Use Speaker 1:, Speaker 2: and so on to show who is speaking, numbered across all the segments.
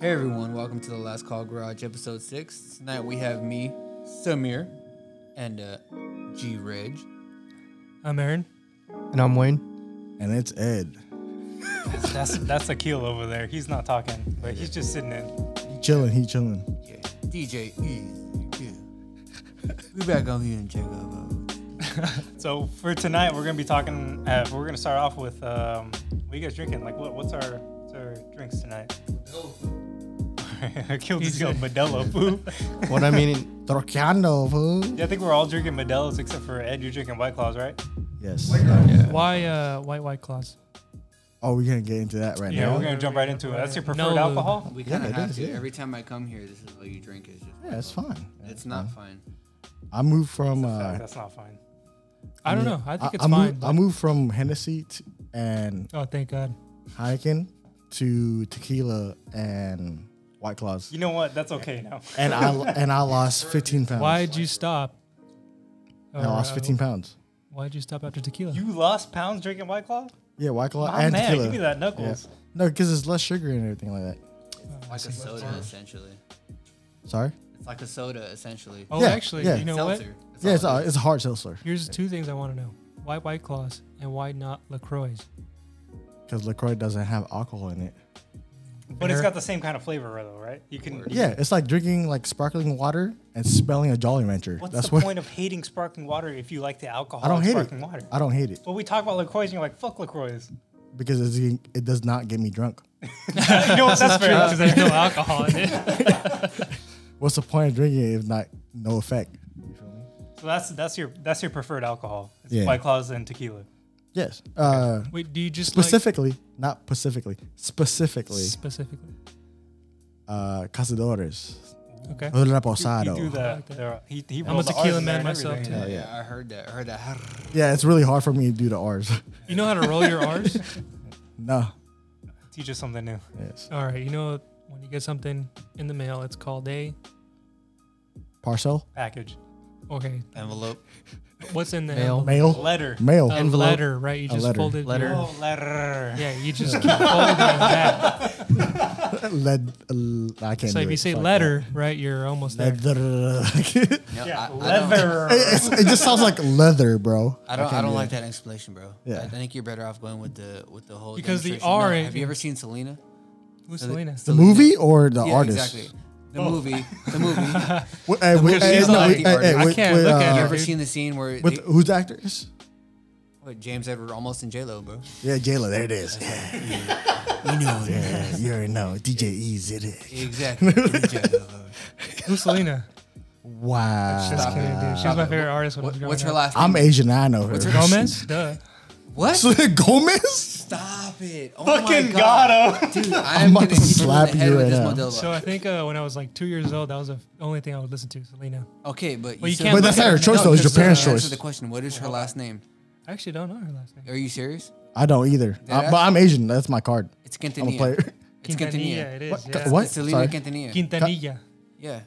Speaker 1: Hey everyone, welcome to the Last Call Garage, episode six. Tonight we have me, Samir, and uh, G Reg.
Speaker 2: I'm Aaron.
Speaker 3: And I'm Wayne.
Speaker 4: And it's Ed.
Speaker 2: That's that's Akil over there. He's not talking, but he's just sitting in.
Speaker 4: He chilling, he chilling.
Speaker 1: Yeah. DJ Easy. Yeah. E. we back on here and check out. uh,
Speaker 2: So for tonight, we're gonna be talking. Uh, we're gonna start off with um, what you guys drinking? Like, what what's our what's our drinks tonight? Akil just got Modelo. Boo.
Speaker 3: What I mean,
Speaker 4: Trocando, fool.
Speaker 2: yeah, I think we're all drinking Modelos except for Ed. You're drinking White Claws, right?
Speaker 4: Yes.
Speaker 5: Why uh white white claws?
Speaker 4: Oh, we can't get into that right
Speaker 2: Yeah,
Speaker 4: now.
Speaker 2: we're gonna jump right into it. That's your preferred
Speaker 5: No.
Speaker 2: alcohol.
Speaker 1: we
Speaker 4: Yeah,
Speaker 1: kind of
Speaker 4: it
Speaker 1: have
Speaker 4: is,
Speaker 1: to.
Speaker 4: yeah.
Speaker 1: Every time I come here, this is all you drink is just.
Speaker 4: yeah, it's fine.
Speaker 1: It's not fine.
Speaker 4: I moved from uh,
Speaker 2: That's not fine.
Speaker 5: I don't know. I think it's fine.
Speaker 4: Moved, I moved from Hennessy t- and
Speaker 5: oh, thank God.
Speaker 4: Heineken to tequila and White Claws,
Speaker 2: You know what? That's okay now.
Speaker 4: and I and I lost 15 pounds.
Speaker 5: Why'd you stop?
Speaker 4: I
Speaker 2: uh,
Speaker 4: lost 15 pounds.
Speaker 5: Why'd you stop after tequila?
Speaker 2: You lost pounds drinking White Claw.
Speaker 4: Yeah, White Claw
Speaker 2: My
Speaker 4: and
Speaker 2: man,
Speaker 4: tequila.
Speaker 2: give me that knuckles.
Speaker 4: No, because it's less sugar and everything like that.
Speaker 1: Like a soda, essentially.
Speaker 4: Sorry.
Speaker 1: It's like a soda, essentially.
Speaker 5: oh,
Speaker 4: Yeah,
Speaker 5: actually,
Speaker 4: yeah.
Speaker 5: you know
Speaker 1: Seltzer.
Speaker 5: what?
Speaker 1: It's
Speaker 4: Yeah,
Speaker 1: all
Speaker 4: it's
Speaker 1: it
Speaker 4: a,
Speaker 1: is.
Speaker 4: it's a hard seltzer
Speaker 5: Here's two things I want to know: why white claws and why not Lacroix?
Speaker 4: because Lacroix doesn't have alcohol in it.
Speaker 2: But it's
Speaker 5: Fair.
Speaker 2: got the same kind of flavor though, right? You can. you
Speaker 4: Yeah, it's like drinking like sparkling water and smelling a Jolly Rancher.
Speaker 2: What's
Speaker 4: That's
Speaker 2: the
Speaker 4: what
Speaker 2: point of hating sparkling water if you like the alcohol?
Speaker 4: I don't
Speaker 2: of
Speaker 4: hate it.
Speaker 2: sparkling water.
Speaker 4: I don't hate it
Speaker 2: But we talk about Lacroix, and you're like, "Fuck Lacroix."
Speaker 4: because it's, it does not get me drunk.
Speaker 2: you know what? That's fair.
Speaker 5: Because there's no alcohol in it.
Speaker 4: What's the point of drinking it if not no effect?
Speaker 2: So that's that's your that's your preferred alcohol. It's
Speaker 4: Yeah.
Speaker 2: White claws and tequila.
Speaker 4: Yes. Uh,
Speaker 5: Wait, do you just
Speaker 4: specifically, not specifically,
Speaker 5: like
Speaker 4: specifically,
Speaker 5: specifically?
Speaker 4: uh, Cazadores.
Speaker 5: Okay.
Speaker 4: Olor
Speaker 2: You do
Speaker 4: Posado.
Speaker 2: the,
Speaker 5: like that.
Speaker 2: the he, he
Speaker 5: I'm a
Speaker 2: rolled the
Speaker 5: tequila
Speaker 2: R's in there
Speaker 5: man
Speaker 2: and
Speaker 5: myself,
Speaker 2: everything.
Speaker 5: too.
Speaker 4: Yeah, yeah.
Speaker 1: Yeah, I heard that. I heard that.
Speaker 4: Yeah, it's really hard for me to do the R's.
Speaker 5: You know how to roll your R's?
Speaker 4: no.
Speaker 2: Teach us something new.
Speaker 4: Yes.
Speaker 5: All right. You know when you get something in the mail, it's called a.
Speaker 4: Parcel.
Speaker 2: Package
Speaker 5: Okay.
Speaker 1: Envelope.
Speaker 5: What's in the
Speaker 3: Mail.
Speaker 5: envelope?
Speaker 4: Mail.
Speaker 2: letter.
Speaker 4: Mail.
Speaker 5: A
Speaker 3: Envelope.
Speaker 5: Uh, letter, right? You just
Speaker 4: letter.
Speaker 5: folded your-
Speaker 3: Letter.
Speaker 2: Oh, letter.
Speaker 5: Yeah, you just keep folding that.
Speaker 4: Led. uh, I can't.
Speaker 5: So
Speaker 4: do
Speaker 5: if you
Speaker 4: it.
Speaker 5: say
Speaker 4: Fuck
Speaker 5: letter, right, you're almost
Speaker 4: that.
Speaker 5: there.
Speaker 4: Leather.
Speaker 1: No,
Speaker 2: Yeah,
Speaker 1: I- I don't-
Speaker 2: leather.
Speaker 4: It's- it just sounds like leather, bro.
Speaker 1: I don't. I,
Speaker 4: can't
Speaker 1: don't
Speaker 4: do
Speaker 1: like that explanation, bro.
Speaker 4: Yeah.
Speaker 1: I, I think you're better off going with the with the whole
Speaker 5: Because the
Speaker 1: demonstration. No,
Speaker 5: R-
Speaker 1: have you ever seen Selena?
Speaker 5: Who's Selena?
Speaker 4: The movie or the artist?
Speaker 1: Exactly. The
Speaker 5: Oh.
Speaker 1: movie. The movie. have
Speaker 4: Wait, hey, wait,
Speaker 5: Because
Speaker 4: hey,
Speaker 5: she's
Speaker 4: eh, no,
Speaker 5: like
Speaker 1: the
Speaker 4: wait, hey, hey,
Speaker 1: artist.
Speaker 5: I
Speaker 4: wait,
Speaker 5: can't
Speaker 4: wait,
Speaker 5: look at
Speaker 1: you
Speaker 5: her.
Speaker 4: uh,
Speaker 1: ever
Speaker 5: dude.
Speaker 1: seen the scene where
Speaker 4: with
Speaker 1: they-
Speaker 4: who's the actress?
Speaker 1: what, James Edward almost in J Lo, bro?
Speaker 4: Yeah, Jayla. There it is. Yeah, you know it is. You already know. DJ E's it is.
Speaker 1: Exactly.
Speaker 5: Who's Selena?
Speaker 4: Wow.
Speaker 5: Just kidding, dude. She was my favorite artist when I
Speaker 1: What,
Speaker 5: was growing
Speaker 1: what's her
Speaker 5: up.
Speaker 1: last name?
Speaker 4: I'm Asian. I know her.
Speaker 1: What's her-
Speaker 5: Gomez? Duh.
Speaker 1: What?
Speaker 4: Gomez?
Speaker 1: Stop it! Oh my
Speaker 2: Fucking
Speaker 1: God.
Speaker 2: got him.
Speaker 1: dude! I'm gonna
Speaker 4: about to
Speaker 1: hit you in
Speaker 4: slap
Speaker 1: the head
Speaker 4: you
Speaker 1: with
Speaker 4: right
Speaker 1: this
Speaker 4: now.
Speaker 1: Modelo.
Speaker 5: So I think uh, when I was like two years old, that was the f- only thing I would listen to, Selena.
Speaker 1: okay, but
Speaker 5: Well, you
Speaker 1: said-
Speaker 5: can't But
Speaker 4: that's look not at her her choice, now. though. It's
Speaker 1: Just uh,
Speaker 4: Japan's
Speaker 1: answer
Speaker 4: choice.
Speaker 1: the question. What is her last name?
Speaker 5: I actually don't know her last name.
Speaker 1: Are you serious?
Speaker 4: I don't either.
Speaker 1: Yeah.
Speaker 4: I- but I'm Asian. That's my card.
Speaker 1: It's
Speaker 4: I'm a
Speaker 1: Quintanilla.
Speaker 4: player.
Speaker 1: It's Quintanilla.
Speaker 5: it is.
Speaker 4: What?
Speaker 5: yeah.
Speaker 4: what?
Speaker 1: It's Selena
Speaker 4: Sorry.
Speaker 1: Quintanilla.
Speaker 5: Quintanilla.
Speaker 1: yeah.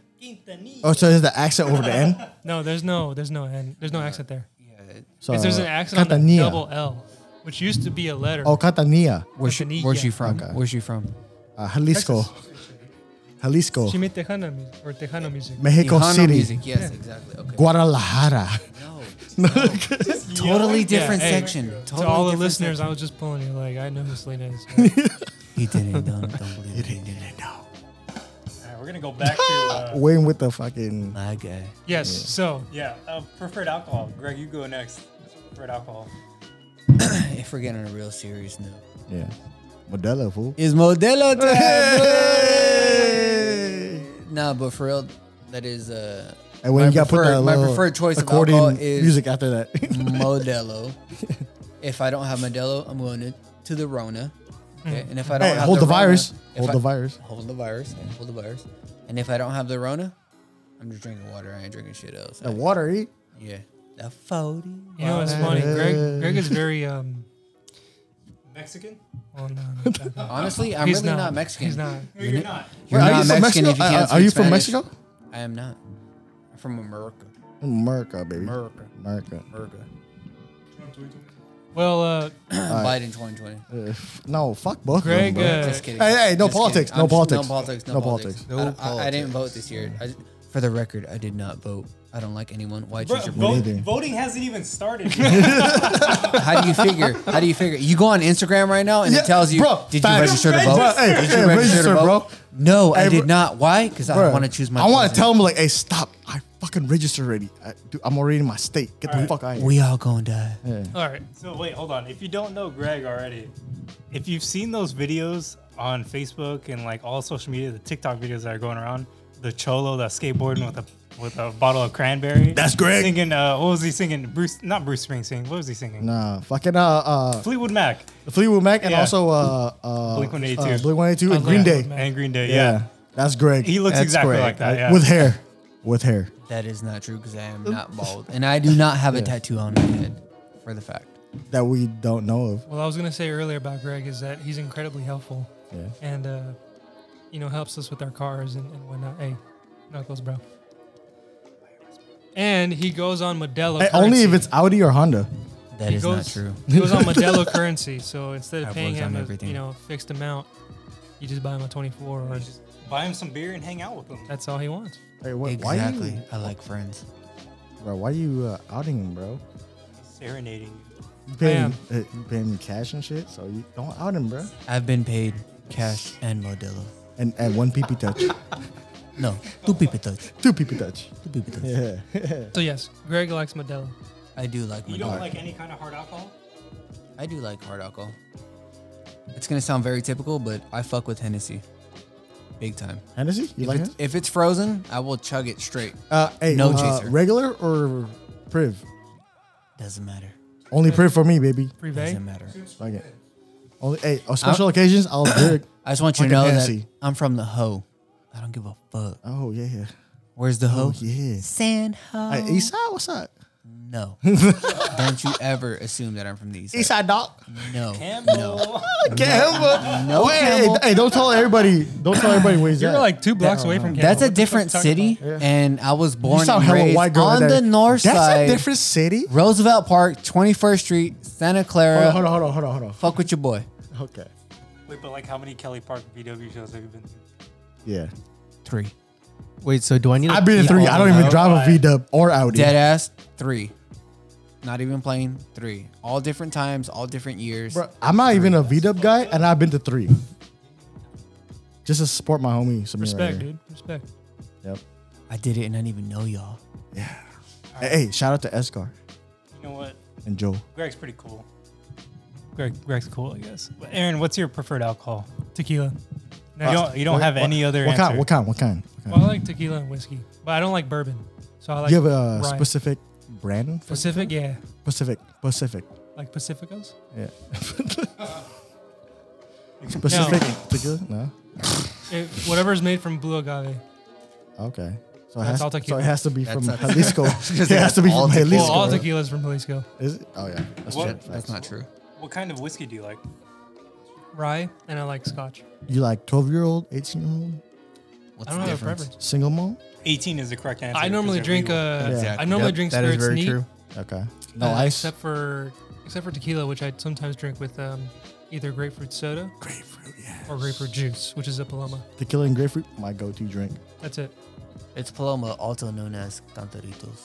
Speaker 4: Oh, so is the accent over the N?
Speaker 5: No, there's no, there's no end. There's
Speaker 1: Uh,
Speaker 5: no accent there.
Speaker 1: Yeah.
Speaker 4: So
Speaker 5: If there's an accent on the
Speaker 4: Catania.
Speaker 5: double L, which used to be a letter.
Speaker 4: Oh, Catania,
Speaker 1: Where's she,
Speaker 5: Quintanilla.
Speaker 1: where's she from? Where's she from?
Speaker 4: uh, Jalisco, Jalisco,
Speaker 5: She made Tejano music or Tejano music.
Speaker 4: Mexico
Speaker 1: Tejano
Speaker 4: City,
Speaker 1: music. Yes, exactly. Okay.
Speaker 4: Guadalajara.
Speaker 1: No.
Speaker 2: Yeah.
Speaker 1: Totally different
Speaker 5: Yeah, hey,
Speaker 1: section. Totally
Speaker 5: to all the
Speaker 1: different
Speaker 5: listeners,
Speaker 1: section.
Speaker 5: I was just pulling you. Like I know who Selena is. right?
Speaker 1: He didn't. Don't, don't believe it. He didn't.
Speaker 4: No.
Speaker 2: All right, we're gonna go back to uh,
Speaker 4: Wayne with the fucking.
Speaker 1: My guy.
Speaker 5: yes. So
Speaker 2: yeah uh, preferred alcohol. Greg, you go next. Preferred alcohol.
Speaker 1: If we're getting on a real serious note,
Speaker 4: Yeah. Modelo, fool.
Speaker 1: is Modelo time? nah, but for real, that is uh.
Speaker 4: And when
Speaker 1: my
Speaker 4: you got put
Speaker 1: preferred,
Speaker 4: that
Speaker 1: my
Speaker 4: little
Speaker 1: preferred choice of
Speaker 4: accordion
Speaker 1: alcohol is
Speaker 4: music after that.
Speaker 1: Modelo. if I don't have Modelo, I'm going to, to the Rona. Okay? And if I don't
Speaker 4: hey,
Speaker 1: have
Speaker 4: hold the
Speaker 1: Rona,
Speaker 4: virus.
Speaker 1: if
Speaker 4: Hold
Speaker 1: I-
Speaker 4: the virus.
Speaker 1: Hold the virus. Hold the virus. And if I don't have the Rona, I'm just drinking water. I ain't drinking shit else.
Speaker 4: The water, E. eat.
Speaker 1: yeah. The 40.
Speaker 5: you know it's funny. Greg, Greg is very um.
Speaker 2: Mexican?
Speaker 5: Well, no, no, no.
Speaker 1: Honestly, I'm
Speaker 5: He's
Speaker 1: really not, Mexican.
Speaker 5: He's not.
Speaker 2: No, you're not.
Speaker 1: You're
Speaker 4: Wait,
Speaker 1: not Mexican if you
Speaker 4: Uh,
Speaker 1: can't
Speaker 4: are
Speaker 1: speak
Speaker 4: you from
Speaker 1: Spanish.
Speaker 4: Mexico?
Speaker 1: I am not. I'm from America.
Speaker 4: America, baby.
Speaker 1: America.
Speaker 4: America.
Speaker 1: America.
Speaker 5: Well, uh,
Speaker 1: Biden 2020.
Speaker 4: Uh, no, fuck both
Speaker 5: Greg,
Speaker 4: of them. bro.
Speaker 5: uh,
Speaker 1: Just kidding.
Speaker 4: Hey, hey, no
Speaker 1: Just
Speaker 4: politics,
Speaker 1: kidding.
Speaker 4: no
Speaker 1: I'm just-
Speaker 4: politics,
Speaker 1: No politics. No,
Speaker 4: no
Speaker 1: politics.
Speaker 4: politics.
Speaker 1: I, I- I didn't vote this year. I, for the record, I did not vote. I don't like anyone. Why
Speaker 2: Bro,
Speaker 1: choose your
Speaker 2: vote-
Speaker 4: neither.
Speaker 2: voting hasn't even started.
Speaker 1: How do you figure? How do you figure? You go on Instagram right now and
Speaker 4: Yeah,
Speaker 1: it tells you,
Speaker 4: bro,
Speaker 1: did you
Speaker 4: facts.
Speaker 1: register to
Speaker 2: Register.
Speaker 1: vote?
Speaker 4: Bro, hey,
Speaker 1: did you
Speaker 4: hey,
Speaker 1: register to
Speaker 4: register,
Speaker 1: vote?
Speaker 4: bro.
Speaker 1: No, I
Speaker 4: Hey,
Speaker 1: did
Speaker 4: bro.
Speaker 1: not. Why? Because I
Speaker 4: Bro,
Speaker 1: want to choose my.
Speaker 4: I want to
Speaker 1: poison.
Speaker 4: tell him like, hey, stop! I fucking registered already. I, dude, I'm already in my state. Get the
Speaker 2: Alright.
Speaker 4: fuck out. of here.
Speaker 1: We all gonna die.
Speaker 5: all right.
Speaker 2: So wait, hold on. If you don't know Greg already, if you've seen those videos on Facebook and like all social media, the TikTok videos that are going around, the cholo that's skateboarding with a with a bottle of cranberry.
Speaker 4: That's Greg.
Speaker 2: Singing uh, what was he singing? Bruce not Bruce Springsteen. What was he singing?
Speaker 4: Nah, fucking uh, uh,
Speaker 2: Fleetwood Mac
Speaker 4: Fleetwood Mac and
Speaker 2: Yeah.
Speaker 4: also uh, uh,
Speaker 2: Blink-182.
Speaker 4: uh, Blink One Eighty Two, and
Speaker 5: Oh,
Speaker 4: Green
Speaker 5: Fleetwood
Speaker 4: Day.
Speaker 5: Mac.
Speaker 2: and Green Day.
Speaker 4: Yeah.
Speaker 2: Yeah.
Speaker 4: that's Greg.
Speaker 2: He looks
Speaker 3: That's
Speaker 2: exactly
Speaker 3: Greg.
Speaker 2: like that. Yeah.
Speaker 4: with hair, with hair.
Speaker 1: That is not true because I am not bald and I do not have a tattoo on my head, for the fact.
Speaker 4: that we don't know of.
Speaker 5: Well, I was gonna say earlier about Greg is that he's incredibly helpful
Speaker 4: Yeah.
Speaker 5: and uh, you know helps us with our cars and, and whatnot. Hey, knuckles, bro. And he goes on Modelo.
Speaker 4: Hey, only if
Speaker 5: currency.
Speaker 4: it's Audi or Honda.
Speaker 1: That
Speaker 5: He
Speaker 1: is not
Speaker 5: goes-
Speaker 1: true.
Speaker 5: He goes on Modelo currency, so instead
Speaker 1: I
Speaker 5: of paying
Speaker 1: was on
Speaker 5: him a,
Speaker 1: everything.
Speaker 5: you know fixed amount, you just buy him a twenty four, or
Speaker 2: Just buy him some beer and hang out with him.
Speaker 5: that's all he wants.
Speaker 4: Hey, what,
Speaker 1: Exactly.
Speaker 4: Why
Speaker 1: I like friends.
Speaker 4: you, bro? Why you uh, outing him, bro?
Speaker 2: Serenading you.
Speaker 4: You paying,
Speaker 5: am.
Speaker 4: uh, you paying me cash and shit, so you don't out him, bro.
Speaker 1: I've been paid cash and Modelo.
Speaker 4: And and one PP touch,
Speaker 1: No, two people touch.
Speaker 4: two PP touch.
Speaker 1: Two people touch.
Speaker 4: Yeah.
Speaker 5: So yes, Greg likes Modelo.
Speaker 1: I do like
Speaker 2: You
Speaker 1: Modelo.
Speaker 2: don't like any kind of hard alcohol?
Speaker 1: I do like hard alcohol. It's gonna sound very typical, but I fuck with Hennessy, big time.
Speaker 4: Hennessy, you
Speaker 1: if,
Speaker 4: like it?
Speaker 1: it's, if it's frozen, I will chug it straight.
Speaker 4: Uh, hey,
Speaker 1: No
Speaker 4: uh,
Speaker 1: chaser.
Speaker 4: regular or priv?
Speaker 1: Doesn't matter.
Speaker 4: Only priv for me, baby.
Speaker 5: Privé.
Speaker 1: Doesn't matter.
Speaker 4: Like it. Only hey, on special occasions, I'll drink.
Speaker 1: I just want you to
Speaker 4: Fucking
Speaker 1: know that
Speaker 4: Hennessy.
Speaker 1: I'm from the hoe. I don't give a fuck.
Speaker 4: Oh yeah, yeah.
Speaker 1: Where's the hoe?
Speaker 4: Oh yeah.
Speaker 1: San hoe.
Speaker 4: Hey, Eastside, what's up?
Speaker 1: no. don't you ever assume that I'm from the east. Side.
Speaker 4: Eastside dog.
Speaker 1: No. No.
Speaker 2: Campbell.
Speaker 4: Campbell.
Speaker 1: No.
Speaker 4: Hey,
Speaker 1: Campbell.
Speaker 4: hey, don't tell everybody. Don't tell everybody where he's
Speaker 5: You're
Speaker 4: at.
Speaker 5: like two blocks away from.
Speaker 1: That's
Speaker 5: Campbell.
Speaker 1: a
Speaker 5: What the fuck
Speaker 1: different
Speaker 5: you talking
Speaker 1: city,
Speaker 5: about?
Speaker 1: and I was
Speaker 4: You
Speaker 1: born
Speaker 4: sound
Speaker 1: and
Speaker 4: hella
Speaker 1: raised
Speaker 4: white girl
Speaker 1: on
Speaker 4: there.
Speaker 1: the north
Speaker 4: That's
Speaker 1: side.
Speaker 4: a different city.
Speaker 1: Roosevelt Park, 21st Street, Santa Clara.
Speaker 4: Hold on, hold on, hold on, hold on, hold
Speaker 1: Fuck with your boy.
Speaker 4: on. Okay.
Speaker 2: Wait, but like how many Kelly Park VW shows have you been to?
Speaker 4: Yeah.
Speaker 1: Three.
Speaker 3: Wait, so do I need? to
Speaker 4: I've been in
Speaker 3: eat
Speaker 4: three.
Speaker 3: all
Speaker 4: I don't
Speaker 3: of
Speaker 4: even
Speaker 3: that?
Speaker 4: drive a V Dub or Audi.
Speaker 1: Dead ass, three. Not even playing, three. All different times, all different years.
Speaker 4: Bro, I'm not even a V Dub guy, and I've been to three. Just to support my homie. Samir right
Speaker 5: Respect,
Speaker 4: here.
Speaker 5: dude. Respect.
Speaker 4: Yep.
Speaker 1: I did it and I didn't even know y'all.
Speaker 4: Hey, hey, shout out to Escar
Speaker 2: You know what?
Speaker 4: and Joe.
Speaker 2: Greg's pretty cool. Greg, Greg's cool, I guess. But Aaron, what's your preferred alcohol?
Speaker 5: Tequila.
Speaker 2: You
Speaker 4: Uh,
Speaker 5: Next.
Speaker 2: don't, you don't have any other
Speaker 4: What
Speaker 2: answer.
Speaker 4: kind? What kind? What kind? What kind?
Speaker 5: Well, I like tequila and whiskey, but I don't like bourbon. So I like.
Speaker 4: you have a
Speaker 5: rye.
Speaker 4: specific brand? For
Speaker 5: Pacific, yeah,
Speaker 4: Pacific. Pacific.
Speaker 5: like Pacificos.
Speaker 4: Yeah. Pacific. Tequila? No.
Speaker 5: It, whatever's made from blue agave.
Speaker 4: Okay. So it,
Speaker 5: That's
Speaker 4: has,
Speaker 5: all
Speaker 4: so it
Speaker 5: tequila.
Speaker 4: has to be from
Speaker 1: That's-
Speaker 4: Jalisco. it
Speaker 1: say
Speaker 4: has to be
Speaker 1: all
Speaker 4: from
Speaker 1: tequila.
Speaker 4: Jalisco.
Speaker 5: Well, all
Speaker 4: right?
Speaker 5: tequila's from Jalisco.
Speaker 4: Is it? Oh yeah. That's
Speaker 2: What?
Speaker 4: true.
Speaker 1: That's not true.
Speaker 2: What kind of whiskey do you like?
Speaker 5: Rye, and I like Scotch.
Speaker 4: You like 12 year old, 18 year old,
Speaker 1: What's
Speaker 5: I don't
Speaker 1: the
Speaker 5: have a
Speaker 1: difference?
Speaker 5: preference.
Speaker 4: single mom?
Speaker 2: 18 is the correct answer.
Speaker 5: I normally
Speaker 2: because they're
Speaker 5: drink.
Speaker 2: legal.
Speaker 5: Uh,
Speaker 1: Exactly.
Speaker 5: I normally
Speaker 1: Yep,
Speaker 5: drink
Speaker 3: That is
Speaker 5: spirits
Speaker 3: very
Speaker 5: neat,
Speaker 3: true.
Speaker 4: Okay. No
Speaker 5: uh,
Speaker 4: ice.
Speaker 5: except for except for tequila, which I sometimes drink with um, either grapefruit soda
Speaker 4: grapefruit, yeah.
Speaker 5: or grapefruit juice, which is a paloma.
Speaker 4: Tequila and grapefruit, my go to drink.
Speaker 5: That's it.
Speaker 1: It's Paloma, also known as Cantaritos.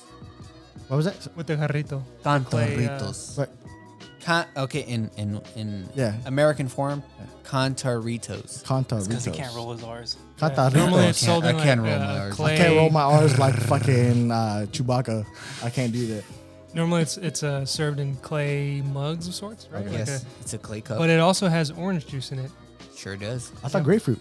Speaker 4: What was that?
Speaker 5: With the jarrito. Clay, uh,
Speaker 1: Cantaritos.
Speaker 4: Right.
Speaker 1: Con- okay, in in in
Speaker 4: Yeah.
Speaker 1: American form, Cantaritos.
Speaker 4: Canta
Speaker 2: Because he can't roll his R's.
Speaker 4: Canta
Speaker 5: Normally
Speaker 1: I
Speaker 5: it's sold
Speaker 1: can't-
Speaker 5: in
Speaker 1: I
Speaker 5: like
Speaker 1: can't roll my
Speaker 5: uh,
Speaker 1: R's. I
Speaker 5: clay.
Speaker 4: I can't roll my R's like fucking uh, Chewbacca. I can't do that.
Speaker 5: Normally it's it's uh, served in clay mugs of sorts, right? Like
Speaker 1: Yes,
Speaker 5: a-
Speaker 1: it's a clay cup.
Speaker 5: but it also has orange juice in it.
Speaker 1: sure does.
Speaker 4: I thought grapefruit.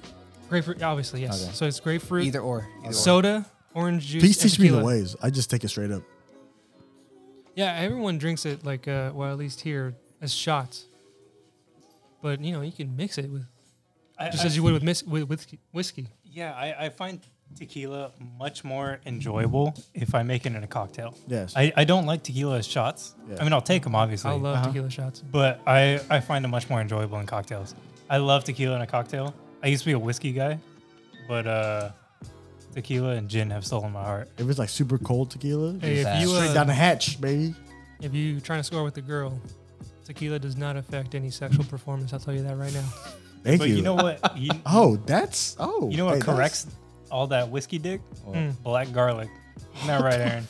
Speaker 5: Grapefruit, obviously, yes.
Speaker 4: Okay.
Speaker 5: So it's grapefruit,
Speaker 1: Either or. Either or.
Speaker 5: soda, orange juice.
Speaker 4: Please
Speaker 5: and
Speaker 4: teach me the
Speaker 5: tequila.
Speaker 4: ways. I just take it straight up.
Speaker 5: Yeah, everyone drinks it like uh, well, at least here as shots. But you know, you can mix it with
Speaker 2: I,
Speaker 5: just
Speaker 2: I-
Speaker 5: as you would with mis- with, with whiskey.
Speaker 2: yeah, I, I find tequila much more enjoyable if I make it in a cocktail.
Speaker 4: Yes.
Speaker 2: I, I don't like tequila as shots.
Speaker 4: Yeah.
Speaker 2: I mean, I'll take them, obviously.
Speaker 5: I love
Speaker 4: Uh-huh.
Speaker 5: tequila shots.
Speaker 2: but I, I find it much more enjoyable in cocktails. I love tequila in a cocktail. I used to be a whiskey guy, but uh, tequila and gin have stolen my heart.
Speaker 4: if it's like super cold tequila,
Speaker 5: Hey,
Speaker 1: Exactly.
Speaker 5: if you
Speaker 4: straight down
Speaker 5: uh,
Speaker 4: the hatch, baby.
Speaker 5: if you trying to score with a girl, Tequila does not affect any sexual performance. I'll tell you that right now.
Speaker 4: Thank
Speaker 2: But
Speaker 4: you.
Speaker 2: you know what? You,
Speaker 4: oh, that's oh.
Speaker 2: you know what
Speaker 4: hey, that's-
Speaker 2: corrects all that whiskey dick? Black garlic. Isn't that right, Aaron?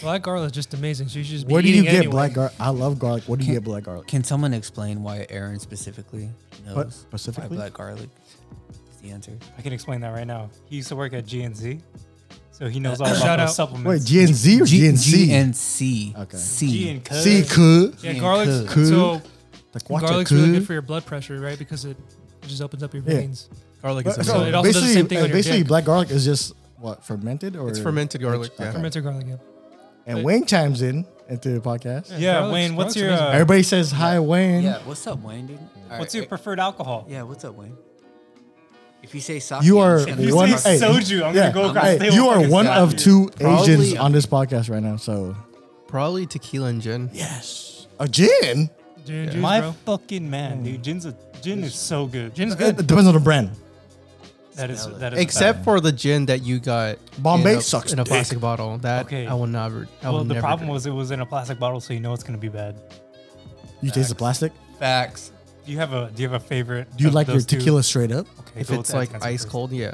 Speaker 5: Black garlic is just amazing. So you should just be
Speaker 4: Where do you
Speaker 5: eating
Speaker 4: get
Speaker 5: anyway.
Speaker 4: black garlic? I love garlic. Where do you get black garlic?
Speaker 1: Can someone explain why Aaron specifically knows
Speaker 4: But
Speaker 1: why
Speaker 4: specifically,
Speaker 1: black garlic is the answer?
Speaker 2: I can explain that right now. He used to work at GNZ, so he knows all about
Speaker 5: shout
Speaker 2: those
Speaker 5: out-
Speaker 2: supplements.
Speaker 4: wait, G and Z or G and
Speaker 1: G
Speaker 4: C?
Speaker 1: and C.
Speaker 4: Okay.
Speaker 1: C.
Speaker 2: G and Cuz.
Speaker 4: C could.
Speaker 5: Yeah,
Speaker 1: Yeah,
Speaker 5: garlic's
Speaker 4: could.
Speaker 5: so
Speaker 4: The
Speaker 5: garlic's really good for your blood pressure, right? Because it just opens up your
Speaker 4: Yeah.
Speaker 5: veins.
Speaker 1: garlic
Speaker 4: But,
Speaker 1: is
Speaker 5: So
Speaker 4: so
Speaker 5: it
Speaker 1: amazing.
Speaker 5: also does the
Speaker 4: basically,
Speaker 5: same thing
Speaker 4: uh,
Speaker 5: on your
Speaker 4: basically
Speaker 5: dick.
Speaker 4: black garlic is just what fermented or
Speaker 3: It's fermented garlic.
Speaker 4: Okay.
Speaker 3: Yeah.
Speaker 5: Fermented garlic. Yeah.
Speaker 4: And Wayne chimes in into the podcast.
Speaker 2: Yeah,
Speaker 5: garlic's-
Speaker 2: Wayne, what's
Speaker 5: garlic's
Speaker 2: your
Speaker 5: amazing.
Speaker 2: uh,
Speaker 4: Everybody says hi, Wayne.
Speaker 1: Yeah, what's up, Wayne, dude? All right,
Speaker 2: what's your preferred alcohol?
Speaker 1: uh, yeah, what's up, Wayne? If you say sake,
Speaker 4: You
Speaker 1: I'm
Speaker 4: are
Speaker 1: sure
Speaker 2: If
Speaker 1: you're
Speaker 2: you
Speaker 4: one.
Speaker 1: fucking-
Speaker 2: say soju, I'm
Speaker 4: Yeah.
Speaker 2: gonna go across
Speaker 4: Hey,
Speaker 2: the table.
Speaker 4: you
Speaker 2: and
Speaker 4: are
Speaker 2: fucking
Speaker 4: one
Speaker 2: slap
Speaker 4: of
Speaker 2: you.
Speaker 4: two
Speaker 1: Probably-
Speaker 4: Asians on this podcast right now. So
Speaker 3: Probably tequila and gin.
Speaker 4: yes, a gin.
Speaker 5: Dude, juice,
Speaker 2: My
Speaker 5: bro.
Speaker 2: fucking man, dude. Gin's a, gin is so good.
Speaker 5: Gin's
Speaker 4: It
Speaker 5: good.
Speaker 4: depends on the brand.
Speaker 2: that is
Speaker 1: Smell it.
Speaker 2: that is a
Speaker 3: Except
Speaker 2: fact.
Speaker 3: for the gin that you got.
Speaker 4: Bombay
Speaker 3: in a,
Speaker 4: sucks
Speaker 3: in a
Speaker 4: dick.
Speaker 3: plastic bottle. That
Speaker 2: Okay.
Speaker 3: I will never. I
Speaker 2: well,
Speaker 3: will
Speaker 2: the
Speaker 3: never
Speaker 2: problem
Speaker 3: drink.
Speaker 2: was it was in a plastic bottle, so you know it's gonna be bad.
Speaker 4: You taste the plastic.
Speaker 1: Facts.
Speaker 2: Do you have a Do you have a favorite?
Speaker 4: Do you
Speaker 2: of
Speaker 4: like your
Speaker 2: those two?
Speaker 4: tequila straight up?
Speaker 2: Okay,
Speaker 3: if
Speaker 2: go with
Speaker 3: it's
Speaker 2: that
Speaker 3: like
Speaker 2: answer
Speaker 3: ice
Speaker 2: first.
Speaker 3: cold. Yeah,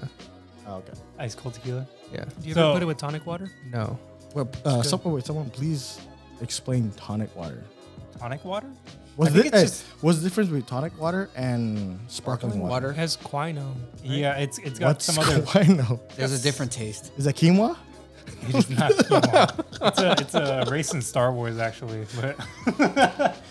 Speaker 4: Oh, okay.
Speaker 2: ice cold tequila.
Speaker 3: yeah.
Speaker 5: Do you
Speaker 2: So-
Speaker 5: ever put it with tonic water?
Speaker 3: No,
Speaker 4: Well, uh, some, wait, someone please explain tonic water.
Speaker 2: Tonic water?
Speaker 4: What's,
Speaker 2: think
Speaker 4: the,
Speaker 2: it's
Speaker 4: hey,
Speaker 2: just-
Speaker 4: what's the difference between tonic water and sparkling
Speaker 1: Sparkling
Speaker 4: water?
Speaker 5: It has quinine.
Speaker 2: Yeah, it's it's got
Speaker 4: What's
Speaker 2: some other.
Speaker 4: quinoa?
Speaker 1: There's a different taste.
Speaker 4: Is that quinoa?
Speaker 2: It is not quinoa. It's a it's a race in Star Wars actually, but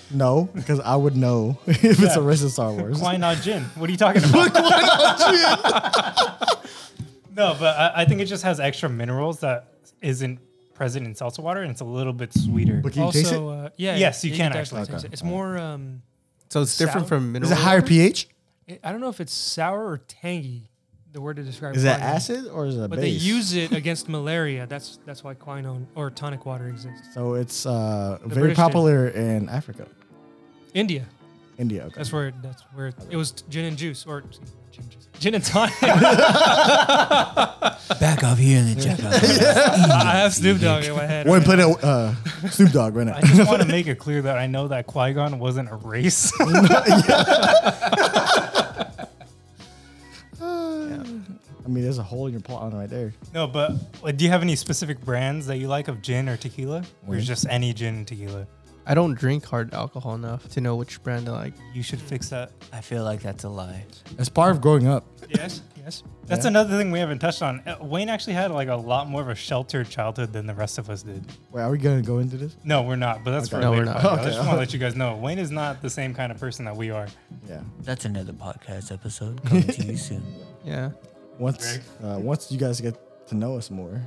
Speaker 4: No, because I would know if it's a race of Star Wars.
Speaker 2: quinoa gin. What are you talking about? no, but I, I think it just has extra minerals that isn't present in seltzer water, and it's a little bit sweeter.
Speaker 4: But can you
Speaker 5: also,
Speaker 4: taste it?
Speaker 5: Uh, yeah.
Speaker 2: Yes,
Speaker 5: yeah,
Speaker 2: you can actually.
Speaker 5: taste
Speaker 4: Okay.
Speaker 5: it. It's more. Um,
Speaker 3: so it's different
Speaker 5: Sour?
Speaker 3: from mineral.
Speaker 4: Is it higher
Speaker 3: water?
Speaker 4: pH?
Speaker 5: it- I don't know if it's sour or tangy. The word to describe.
Speaker 4: Is that
Speaker 5: quinine.
Speaker 4: acid or is it
Speaker 5: But
Speaker 4: base?
Speaker 5: they use it against malaria. That's that's why quinine or tonic water exists.
Speaker 4: so it's uh, very
Speaker 5: British did.
Speaker 4: popular in Africa,
Speaker 5: India.
Speaker 4: India. Okay.
Speaker 5: That's where that's where it, it was gin and juice or excuse me, gin and juice. Gin and tonic.
Speaker 1: Back up here in the jacket.
Speaker 5: I have Snoop Dogg in my head.
Speaker 4: We're playing a, uh, Snoop Dogg right now.
Speaker 2: I just want to make it clear that I know that Qui Gon wasn't a race.
Speaker 4: I mean, there's a hole in your plot line right there.
Speaker 2: no, but uh, do you have any specific brands that you like of gin or tequila, or
Speaker 4: Wait.
Speaker 2: just any gin and tequila?
Speaker 3: I don't drink hard alcohol enough to know which brand I like.
Speaker 2: You should fix that.
Speaker 1: I feel like that's a lie.
Speaker 4: As part of growing up,
Speaker 5: Yes, yes.
Speaker 2: That's another thing we haven't touched on. Uh, Wayne actually had like a lot more of a sheltered childhood than the rest of us did.
Speaker 4: wait, are we gonna go into this?
Speaker 2: No, we're not. But that's for
Speaker 3: Okay. No,
Speaker 2: a
Speaker 3: we're
Speaker 2: later
Speaker 3: not.
Speaker 2: podcast. I
Speaker 4: Okay.
Speaker 2: just want to let you guys know Wayne is not the same kind of person that we are.
Speaker 4: Yeah.
Speaker 1: That's another podcast episode coming to you soon.
Speaker 3: Yeah,
Speaker 4: Once, uh, once you guys get to know us more,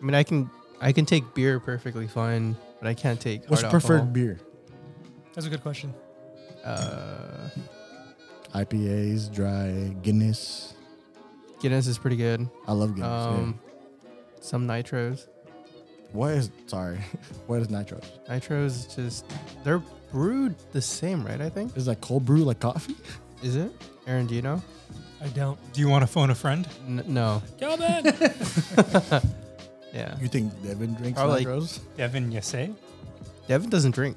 Speaker 3: I mean, I can I can take beer perfectly fine, but I can't take.
Speaker 4: what's
Speaker 3: hard
Speaker 4: your preferred
Speaker 3: alcohol.
Speaker 4: beer?
Speaker 5: That's a good question.
Speaker 3: Uh,
Speaker 4: IPAs, dry Guinness.
Speaker 3: Guinness is pretty good.
Speaker 4: I love Guinness. yeah.
Speaker 3: Um, some nitros.
Speaker 4: What is sorry? What is nitro?
Speaker 3: Nitros just they're brewed the same, right? I think.
Speaker 4: Is that cold brew like coffee?
Speaker 3: Is it? Aaron, do you know?
Speaker 5: I don't.
Speaker 2: Do you want to phone a friend?
Speaker 3: N- no.
Speaker 5: Calvin.
Speaker 3: Yeah.
Speaker 4: You think Devin drinks
Speaker 3: Probably-
Speaker 4: nitros?
Speaker 2: Devin Yasei?
Speaker 3: Devin doesn't drink.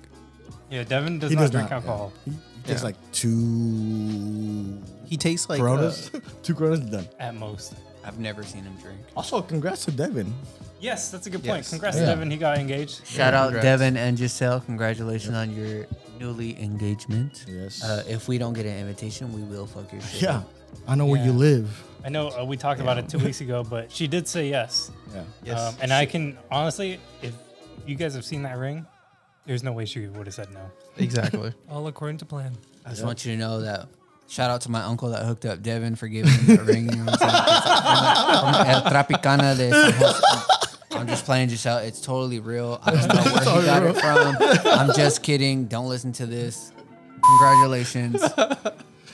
Speaker 2: Yeah, Devin does
Speaker 4: He
Speaker 2: not
Speaker 4: does
Speaker 2: drink
Speaker 4: not, yeah.
Speaker 2: alcohol.
Speaker 4: He, he takes
Speaker 3: Yeah.
Speaker 4: like two
Speaker 3: He tastes like uh,
Speaker 4: Coronas, two Coronas and done.
Speaker 2: At most.
Speaker 1: I've never seen him drink.
Speaker 4: Also, congrats to Devin.
Speaker 2: Yes, that's a good point.
Speaker 3: Yes.
Speaker 2: Congrats to
Speaker 4: Yeah.
Speaker 2: Devin. He got engaged.
Speaker 1: Shout
Speaker 3: Yeah,
Speaker 1: out
Speaker 3: congrats.
Speaker 1: Devin and Giselle. Congratulations on your newly engagement.
Speaker 4: Yes.
Speaker 1: Uh, if we don't get an invitation, we will fuck your shit.
Speaker 4: yeah,
Speaker 1: up.
Speaker 4: I know where you
Speaker 2: Yeah.
Speaker 4: live.
Speaker 2: I know uh, we talked about it two weeks ago, but she did say yes.
Speaker 4: Yeah.
Speaker 3: Yes.
Speaker 2: Um, and I can honestly, if you guys have seen that ring, there's no way she would have said no.
Speaker 3: exactly.
Speaker 5: All according to plan.
Speaker 1: I just want you to know that. Shout out to my uncle that hooked up Devin for giving him the ring. You know what I'm saying? From- from El Tropicana de San Jose. I'm just playing just out. It's totally real. I don't know where he got it from. I'm just kidding. Don't listen to this. Congratulations.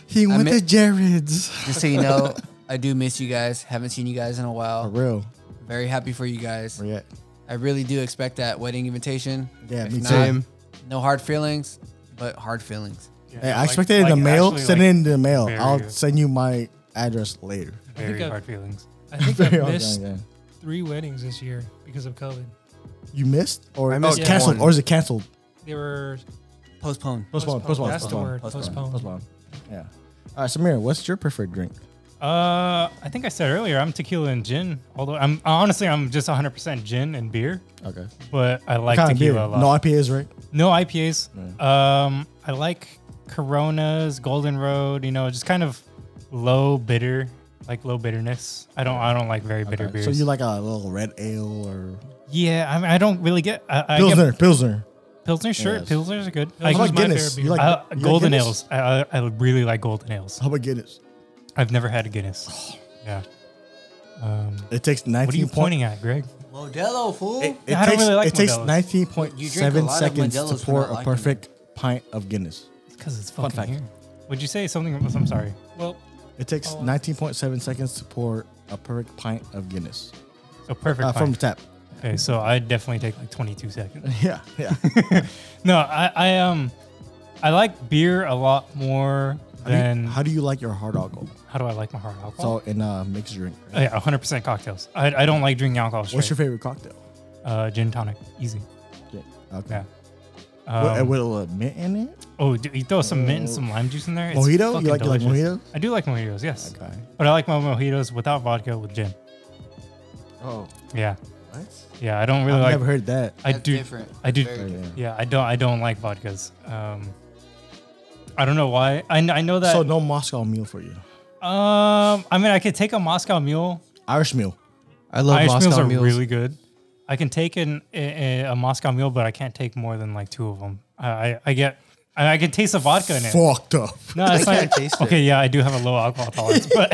Speaker 4: He went
Speaker 1: mi-
Speaker 4: to Jared's.
Speaker 1: Just so you know, I do miss you guys. Haven't seen you guys in a
Speaker 4: For
Speaker 1: while.
Speaker 4: real.
Speaker 1: Very happy for Oh, you guys.
Speaker 4: Where you at?
Speaker 1: I really do expect that wedding invitation.
Speaker 4: Yeah,
Speaker 1: If
Speaker 4: me
Speaker 1: not,
Speaker 3: Same.
Speaker 1: No hard feelings, but hard feelings.
Speaker 2: Yeah,
Speaker 4: Hey, I
Speaker 2: like-
Speaker 4: expected it in
Speaker 2: like
Speaker 4: the mail.
Speaker 2: actually,
Speaker 4: send
Speaker 2: like,
Speaker 4: it in the mail.
Speaker 2: very
Speaker 4: I'll
Speaker 2: good.
Speaker 4: send you my address later.
Speaker 2: Very
Speaker 5: think I-
Speaker 2: hard feelings.
Speaker 5: I think
Speaker 4: Very
Speaker 5: I
Speaker 4: hard
Speaker 5: missed
Speaker 4: time, yeah.
Speaker 5: three weddings this year because of COVID.
Speaker 4: You missed or
Speaker 3: I
Speaker 4: oh,
Speaker 3: missed
Speaker 4: canceled
Speaker 3: one.
Speaker 4: or is it canceled?
Speaker 5: They were
Speaker 1: Postpone.
Speaker 4: Postpone. Postpone.
Speaker 5: That's the
Speaker 4: postpone,
Speaker 5: word.
Speaker 1: postpone,
Speaker 5: Postpone.
Speaker 4: Postpone. Yeah. All right, Samir, what's your preferred drink?
Speaker 2: Uh, I think I said earlier I'm tequila and gin. Although I'm honestly I'm just 100% gin and beer,
Speaker 4: Okay.
Speaker 2: but I like
Speaker 4: Kind of beer. Mm.
Speaker 2: tequila a lot.
Speaker 4: No IPAs, right?
Speaker 2: No IPAs. Um, I like Coronas, Golden Road. You know, just kind of low bitter, like low bitterness. I don't. I don't like very bitter
Speaker 4: Okay.
Speaker 2: beers.
Speaker 4: So you like a little red ale or
Speaker 2: Yeah, I, mean, I don't really get. I, I
Speaker 4: Pilsner?
Speaker 2: Get
Speaker 4: Pilsner.
Speaker 2: Pilsner, sure.
Speaker 4: Yes.
Speaker 2: Pilsners are good.
Speaker 5: I
Speaker 4: How
Speaker 5: Pilsner's
Speaker 4: about
Speaker 5: my
Speaker 4: Guinness?
Speaker 5: favorite
Speaker 4: You
Speaker 5: beer.
Speaker 4: like,
Speaker 2: I,
Speaker 4: you like
Speaker 2: Uh, golden
Speaker 4: Guinness?
Speaker 2: ales. I, I, I really like golden ales.
Speaker 4: How about Guinness?
Speaker 2: I've never had a Guinness. Yeah. Um,
Speaker 4: It takes 19
Speaker 2: what are you
Speaker 4: point-
Speaker 2: pointing at, Greg?
Speaker 1: Modelo, fool.
Speaker 4: It, it
Speaker 2: Yeah, I don't
Speaker 4: takes,
Speaker 2: really like
Speaker 4: it takes
Speaker 2: Modelos.
Speaker 4: 19.7
Speaker 1: lot of
Speaker 4: seconds to
Speaker 1: Modelos for
Speaker 4: pour
Speaker 1: not
Speaker 4: a
Speaker 1: liking
Speaker 4: perfect pint of Guinness.
Speaker 2: Because it's
Speaker 4: Fun
Speaker 2: fucking
Speaker 4: fact.
Speaker 2: here. Would you say something? I'm sorry.
Speaker 5: Well,
Speaker 4: It takes
Speaker 5: Oh.
Speaker 4: 19.7 seconds to pour a perfect pint of Guinness
Speaker 2: So perfect.
Speaker 4: uh, from Uh.
Speaker 2: fine.
Speaker 4: the tap.
Speaker 2: okay, so I definitely take like 22 seconds.
Speaker 4: Yeah, yeah.
Speaker 2: No, I, I um, I like beer a lot more
Speaker 4: how, do
Speaker 2: than
Speaker 4: you,
Speaker 2: how,
Speaker 4: how do you like your hard alcohol?
Speaker 2: do I like my hard alcohol?
Speaker 4: So in a uh, mixed drink. right?
Speaker 2: Oh, yeah, 100 percent cocktails. I, I don't like drinking alcohol.
Speaker 4: What's your
Speaker 2: straight.
Speaker 4: favorite cocktail?
Speaker 2: uh, gin tonic? Easy.
Speaker 4: Okay.
Speaker 2: Yeah.
Speaker 4: What-
Speaker 2: Um,
Speaker 4: with a little mint in it?
Speaker 2: oh, do you throw some mint and some lime juice in there. It's
Speaker 4: Oh. Mojito?
Speaker 2: fucking
Speaker 4: You like, you like
Speaker 2: delicious.
Speaker 4: mojito?
Speaker 2: I do like mojitos, yes,
Speaker 4: Okay.
Speaker 2: but I like my mojitos without vodka with gin.
Speaker 4: Oh,
Speaker 2: Yeah,
Speaker 4: what?
Speaker 2: yeah. I don't really
Speaker 4: I've
Speaker 2: like.
Speaker 4: never heard that.
Speaker 2: I
Speaker 1: That's
Speaker 2: do.
Speaker 1: different.
Speaker 2: I do.
Speaker 1: Very different.
Speaker 2: Yeah, I don't. I don't like vodkas. Um, I don't know why. I, kn- I know that.
Speaker 4: So no Moscow mule for you.
Speaker 2: um, I mean, I could take a Moscow Mule.
Speaker 4: Irish mule.
Speaker 3: I love
Speaker 2: Irish
Speaker 3: Moscow
Speaker 2: meals are
Speaker 3: mules.
Speaker 2: really good. I can take an, a, a- a Moscow mule, but I can't take more than like two of them. I, I, I get, I, I can taste the vodka in it.
Speaker 4: Fucked up.
Speaker 2: No, it's
Speaker 3: I
Speaker 2: not.
Speaker 3: can't taste it.
Speaker 2: okay, yeah, I do have a low alcohol tolerance, but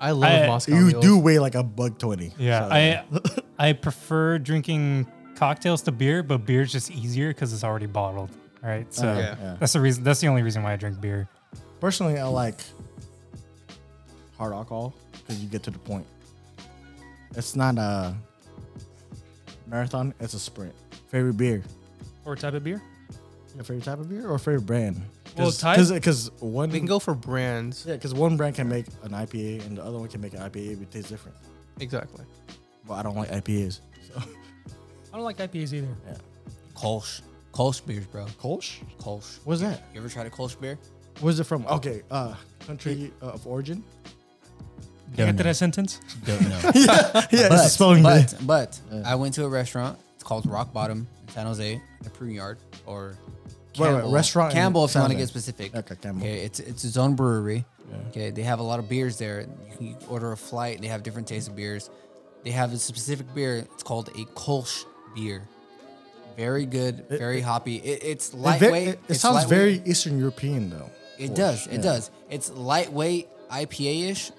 Speaker 3: I love
Speaker 2: I-
Speaker 3: Moscow
Speaker 4: You
Speaker 3: mules.
Speaker 4: do weigh like a bug 20.
Speaker 2: yeah,
Speaker 4: So-
Speaker 2: I, I prefer drinking cocktails to beer, but beer's just easier because it's already bottled. All right, so
Speaker 4: Yeah,
Speaker 3: Uh.
Speaker 4: yeah.
Speaker 2: that's the reason. That's the only reason why I drink beer.
Speaker 4: Personally, I like hard alcohol because you get to the point. It's not a marathon; it's a sprint. Favorite beer?
Speaker 5: or type of beer.
Speaker 4: Your favorite type of beer or favorite brand?
Speaker 5: Well, type-
Speaker 4: because one
Speaker 3: We can go for brands.
Speaker 4: yeah, because one brand can make an IPA and the other one can make an IPA, but it tastes different.
Speaker 3: Exactly.
Speaker 4: But I don't like IPAs. So
Speaker 5: I don't like IPAs either.
Speaker 1: Kolsch. Kolsch beers, bro.
Speaker 4: Kolsch,
Speaker 1: Kolsch.
Speaker 4: what's that?
Speaker 1: You ever tried a Kolsch beer?
Speaker 4: Where's it from? Okay, uh, country uh, of origin.
Speaker 5: Did I get to that sentence?
Speaker 1: Don't know.
Speaker 4: yeah,
Speaker 1: but,
Speaker 4: it's spelling
Speaker 1: but,
Speaker 4: bee.
Speaker 1: but I went to a restaurant. It's called Rock Bottom in San Jose, the Prune Yard, or
Speaker 4: Wait, wait,
Speaker 1: Campbell.
Speaker 4: restaurant in
Speaker 1: Campbell, if you
Speaker 4: San
Speaker 1: want to
Speaker 4: Jose.
Speaker 1: get specific.
Speaker 4: Okay, Campbell.
Speaker 1: Okay, it's it's its own brewery. Okay, they have a lot of beers there. You can order a flight. They have different tastes of beers. They have a specific beer. It's called a Kolsch beer. Very good, very hoppy. It, it's
Speaker 4: It ve-
Speaker 1: lightweight.
Speaker 4: It, it
Speaker 1: it's
Speaker 4: sounds
Speaker 1: lightweight.
Speaker 4: very Eastern European though.
Speaker 1: It
Speaker 4: Kolsch,
Speaker 1: does. It
Speaker 4: yeah.
Speaker 1: does. It's lightweight IPA ish,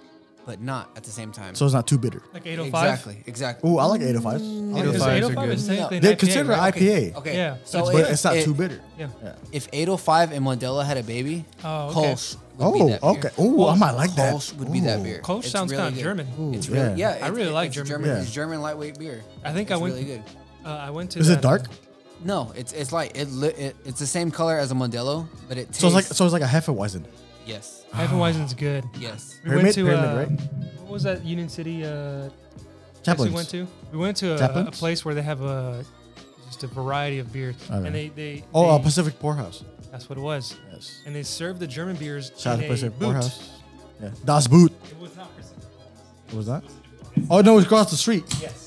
Speaker 1: but not at the same time.
Speaker 4: So it's not too bitter.
Speaker 5: Like 805?
Speaker 1: exactly, exactly.
Speaker 4: Ooh, I like 805s. I like
Speaker 3: 805s
Speaker 5: 'Cause
Speaker 3: are
Speaker 5: 805
Speaker 3: good.
Speaker 5: is technically
Speaker 1: They
Speaker 5: an
Speaker 4: They
Speaker 5: IPA,
Speaker 4: consider it
Speaker 5: right?
Speaker 4: IPA,
Speaker 1: Okay.
Speaker 5: Yeah.
Speaker 1: So
Speaker 4: but
Speaker 1: it-
Speaker 4: it's not
Speaker 1: it-
Speaker 4: too bitter.
Speaker 5: Yeah.
Speaker 1: If 805 and Modelo had a baby,
Speaker 5: Oh, okay.
Speaker 1: Kolsch would be
Speaker 4: Oh,
Speaker 1: that beer.
Speaker 4: okay. Ooh, I might like that.
Speaker 1: Kolsch would be that
Speaker 4: Ooh.
Speaker 1: beer.
Speaker 5: Kolsch
Speaker 1: It's
Speaker 5: sounds
Speaker 1: really
Speaker 5: kind of
Speaker 1: good.
Speaker 5: German.
Speaker 1: It's
Speaker 4: Ooh,
Speaker 1: really, yeah.
Speaker 4: yeah.
Speaker 1: it's-
Speaker 5: I really like
Speaker 1: it's
Speaker 5: German
Speaker 1: German.
Speaker 4: beer.
Speaker 1: It's German lightweight beer.
Speaker 5: I think
Speaker 1: it's
Speaker 5: I went-
Speaker 1: really good.
Speaker 5: Uh, I went to
Speaker 4: Is
Speaker 5: that,
Speaker 4: it dark?
Speaker 1: No, it's it's like it, li- it it's the same color as a Modelo, but it tastes
Speaker 4: So it's like so it's like a Hefeweizen.
Speaker 1: yes,
Speaker 5: Hefeweizen's good.
Speaker 1: yes.
Speaker 5: We
Speaker 4: Pyramid-
Speaker 5: went to
Speaker 4: pyramid,
Speaker 5: uh,
Speaker 4: right?
Speaker 5: what was that Union City uh place
Speaker 4: Chaplains.
Speaker 5: we went to? We went to a, a
Speaker 4: Chaplin's?
Speaker 5: place where they have a just a variety of beers,
Speaker 4: Okay.
Speaker 5: and they they
Speaker 4: Oh, uh,
Speaker 5: they-
Speaker 4: Pacific Poorhouse.
Speaker 5: that's what it was,
Speaker 4: Yes.
Speaker 5: and they served the German beers
Speaker 4: Shout out to
Speaker 5: in a
Speaker 4: Pacific
Speaker 5: boot.
Speaker 4: Poorhouse. Yeah. Das Boot.
Speaker 2: It was not Pacific.
Speaker 4: What was that? Oh no, it's across the street.
Speaker 2: Yes.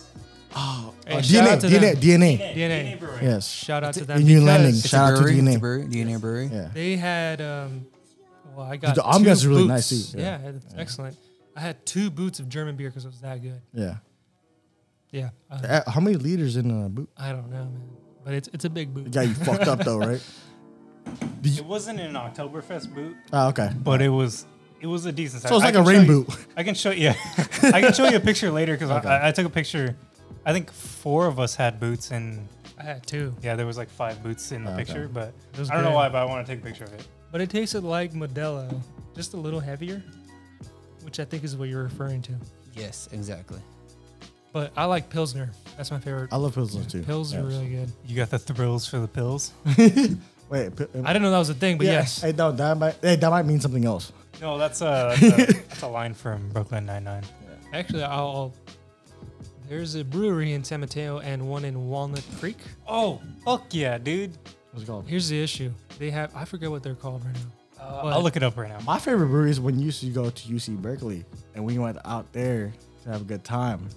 Speaker 5: Hey,
Speaker 4: Oh,
Speaker 5: shout
Speaker 4: DNA,
Speaker 5: out to
Speaker 4: DNA,
Speaker 5: them. DNA.
Speaker 4: DNA. Yes.
Speaker 5: Shout out to them.
Speaker 4: Union Landing.
Speaker 5: because
Speaker 4: Shout out
Speaker 1: it's a
Speaker 4: to
Speaker 1: brewery, It's
Speaker 4: DNA.
Speaker 1: a brewery, DNA brewery.
Speaker 4: Yeah.
Speaker 5: They had um, well, I got
Speaker 4: The
Speaker 5: two
Speaker 4: ambiance is really
Speaker 5: boots.
Speaker 4: nice, too. Yeah.
Speaker 5: Yeah, it's excellent. I had two boots of German beer because it was that good.
Speaker 4: Yeah.
Speaker 5: Yeah, uh,
Speaker 4: Uh, How many liters in a boot?
Speaker 5: I don't know, man, but it's it's a big boot.
Speaker 4: Yeah, you fucked up though, right?
Speaker 2: It wasn't an Oktoberfest boot,
Speaker 4: Oh, okay.
Speaker 2: but it was it was a decent size.
Speaker 4: So it's
Speaker 2: I
Speaker 4: like
Speaker 2: can
Speaker 4: a
Speaker 2: show
Speaker 4: rain
Speaker 2: you-
Speaker 4: boot.
Speaker 2: I can show yeah, I can show you a picture later because I, I took a picture. I think four of us had boots and
Speaker 5: I had two,
Speaker 2: yeah, there was like five boots in the
Speaker 4: Okay.
Speaker 2: picture, but I
Speaker 5: It was
Speaker 2: don't know
Speaker 5: good.
Speaker 2: why, but I want to take a picture of it.
Speaker 5: but it tasted like Modelo, just a little heavier, which I think is what you're referring to.
Speaker 1: Yes, exactly.
Speaker 5: But I like Pilsner. That's my favorite.
Speaker 4: I love Pilsner too.
Speaker 5: Pills are
Speaker 4: Yes.
Speaker 5: really good.
Speaker 2: You got the thrills for the pills?
Speaker 4: Wait, pi- uh,
Speaker 5: I didn't know that was a thing, but
Speaker 4: yeah,
Speaker 5: yes.
Speaker 4: Hey, no, that might, hey, that might mean something else.
Speaker 2: No, that's a that's a, that's a line from Brooklyn Nine Nine.
Speaker 5: Actually, I'll, I'll. There's a brewery in San Mateo and one in Walnut Creek.
Speaker 2: Oh fuck yeah, dude!
Speaker 4: What's it called?
Speaker 5: Here's the issue. They have I forget what they're called right now.
Speaker 2: Uh,
Speaker 5: What?
Speaker 2: I'll look it up right now.
Speaker 4: My favorite brewery is when you used to go to UC Berkeley and we went out there to have a good time.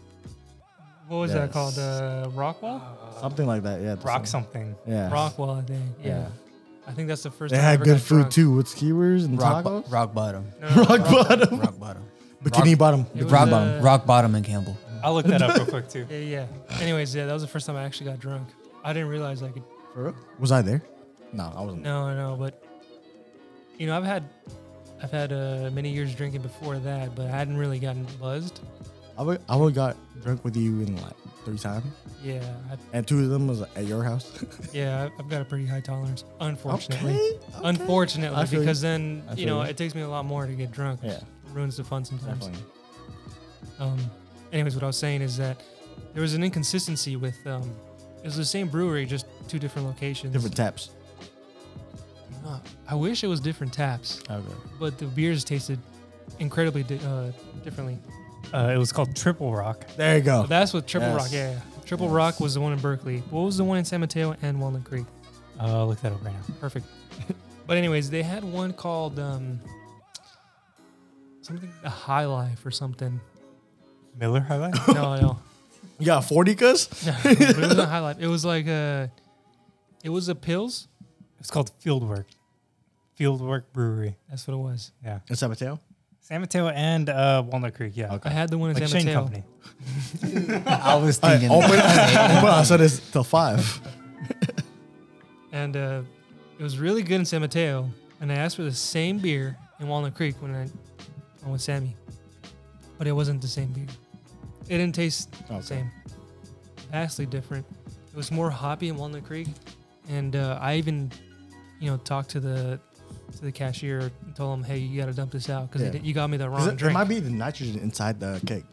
Speaker 5: What was that
Speaker 4: Yes.
Speaker 5: called? Uh, Rockwell?
Speaker 4: Something like that. Yeah.
Speaker 2: Rock something.
Speaker 4: Yeah.
Speaker 5: Rockwell, I think. Yeah.
Speaker 4: Yeah.
Speaker 5: I think that's the first.
Speaker 4: They
Speaker 5: time I
Speaker 4: had
Speaker 5: ever
Speaker 4: good
Speaker 5: got
Speaker 4: food
Speaker 5: drunk.
Speaker 4: too with skewers and
Speaker 1: Rock, bo-
Speaker 4: tacos.
Speaker 1: rock bottom.
Speaker 5: No, no, no.
Speaker 4: Rock bottom.
Speaker 1: Rock bottom.
Speaker 4: Bikini bottom.
Speaker 5: It was,
Speaker 1: rock
Speaker 5: uh,
Speaker 1: bottom. Rock bottom in Campbell.
Speaker 2: I'll look that up real quick too.
Speaker 5: Yeah, yeah. Anyways, yeah, that was the first time I actually got drunk. I didn't realize I could.
Speaker 4: For real? Was I there? No, I wasn't.
Speaker 5: No, no, but you know, I've had, I've had uh, many years drinking before that, but I hadn't really gotten buzzed.
Speaker 4: I would I would got drunk with you in like three times,
Speaker 5: Yeah, I,
Speaker 4: and two of them was at your house.
Speaker 5: yeah, I- I've got a pretty high tolerance, unfortunately.
Speaker 4: okay.
Speaker 5: Unfortunately,
Speaker 4: I feel you.
Speaker 5: because then
Speaker 4: I
Speaker 5: you
Speaker 4: feel
Speaker 5: know
Speaker 4: you.
Speaker 5: it takes me a lot more to get drunk. which
Speaker 4: Yeah.
Speaker 5: ruins the fun sometimes.
Speaker 4: Definitely.
Speaker 5: Um, anyways, what I was saying is that there was an inconsistency with um, it was the same brewery, just two different locations.
Speaker 4: Different taps.
Speaker 5: Uh, I wish it was different taps,
Speaker 4: Okay.
Speaker 5: but the beers tasted incredibly di- uh, differently.
Speaker 2: Uh, it was called Triple Rock.
Speaker 4: There you go.
Speaker 5: But that's with Triple
Speaker 4: Oh. Yes.
Speaker 5: Rock, yeah. yeah. Triple
Speaker 4: Yes.
Speaker 5: Rock was the one in Berkeley. What was the one in San Mateo and Walnut Creek?
Speaker 2: Uh, I'll look that up right now.
Speaker 5: Perfect. but anyways, they had one called um, something a High Life or something.
Speaker 2: Miller Highlight.
Speaker 5: No, no.
Speaker 4: You got forty cuz?
Speaker 5: No, but it wasn't High Life. It was like a, it was a pills.
Speaker 2: It's called Fieldwork. Fieldwork Brewery.
Speaker 5: That's what it was.
Speaker 2: Yeah.
Speaker 4: Is that Mateo?
Speaker 2: San Mateo and uh, Walnut Creek. Yeah.
Speaker 5: I had the one in
Speaker 2: Like
Speaker 5: San
Speaker 2: Shane
Speaker 5: Mateo.
Speaker 2: Company.
Speaker 1: I was
Speaker 4: Alright,
Speaker 1: thinking.
Speaker 4: open, open. I said this till five.
Speaker 5: and uh, it was really good in San Mateo. And I asked for the same beer in Walnut Creek when I went with Sammy, but it wasn't the same beer. It didn't taste
Speaker 4: Okay.
Speaker 5: the same. Vastly different. It was more hoppy in Walnut Creek, and uh, I even, you know, talked to the to the cashier and told him, "Hey, you got to dump this out because
Speaker 4: Yeah.
Speaker 5: you got me the
Speaker 4: 'Cause
Speaker 5: wrong
Speaker 4: It, it
Speaker 5: drink."
Speaker 4: might be the nitrogen inside the cake.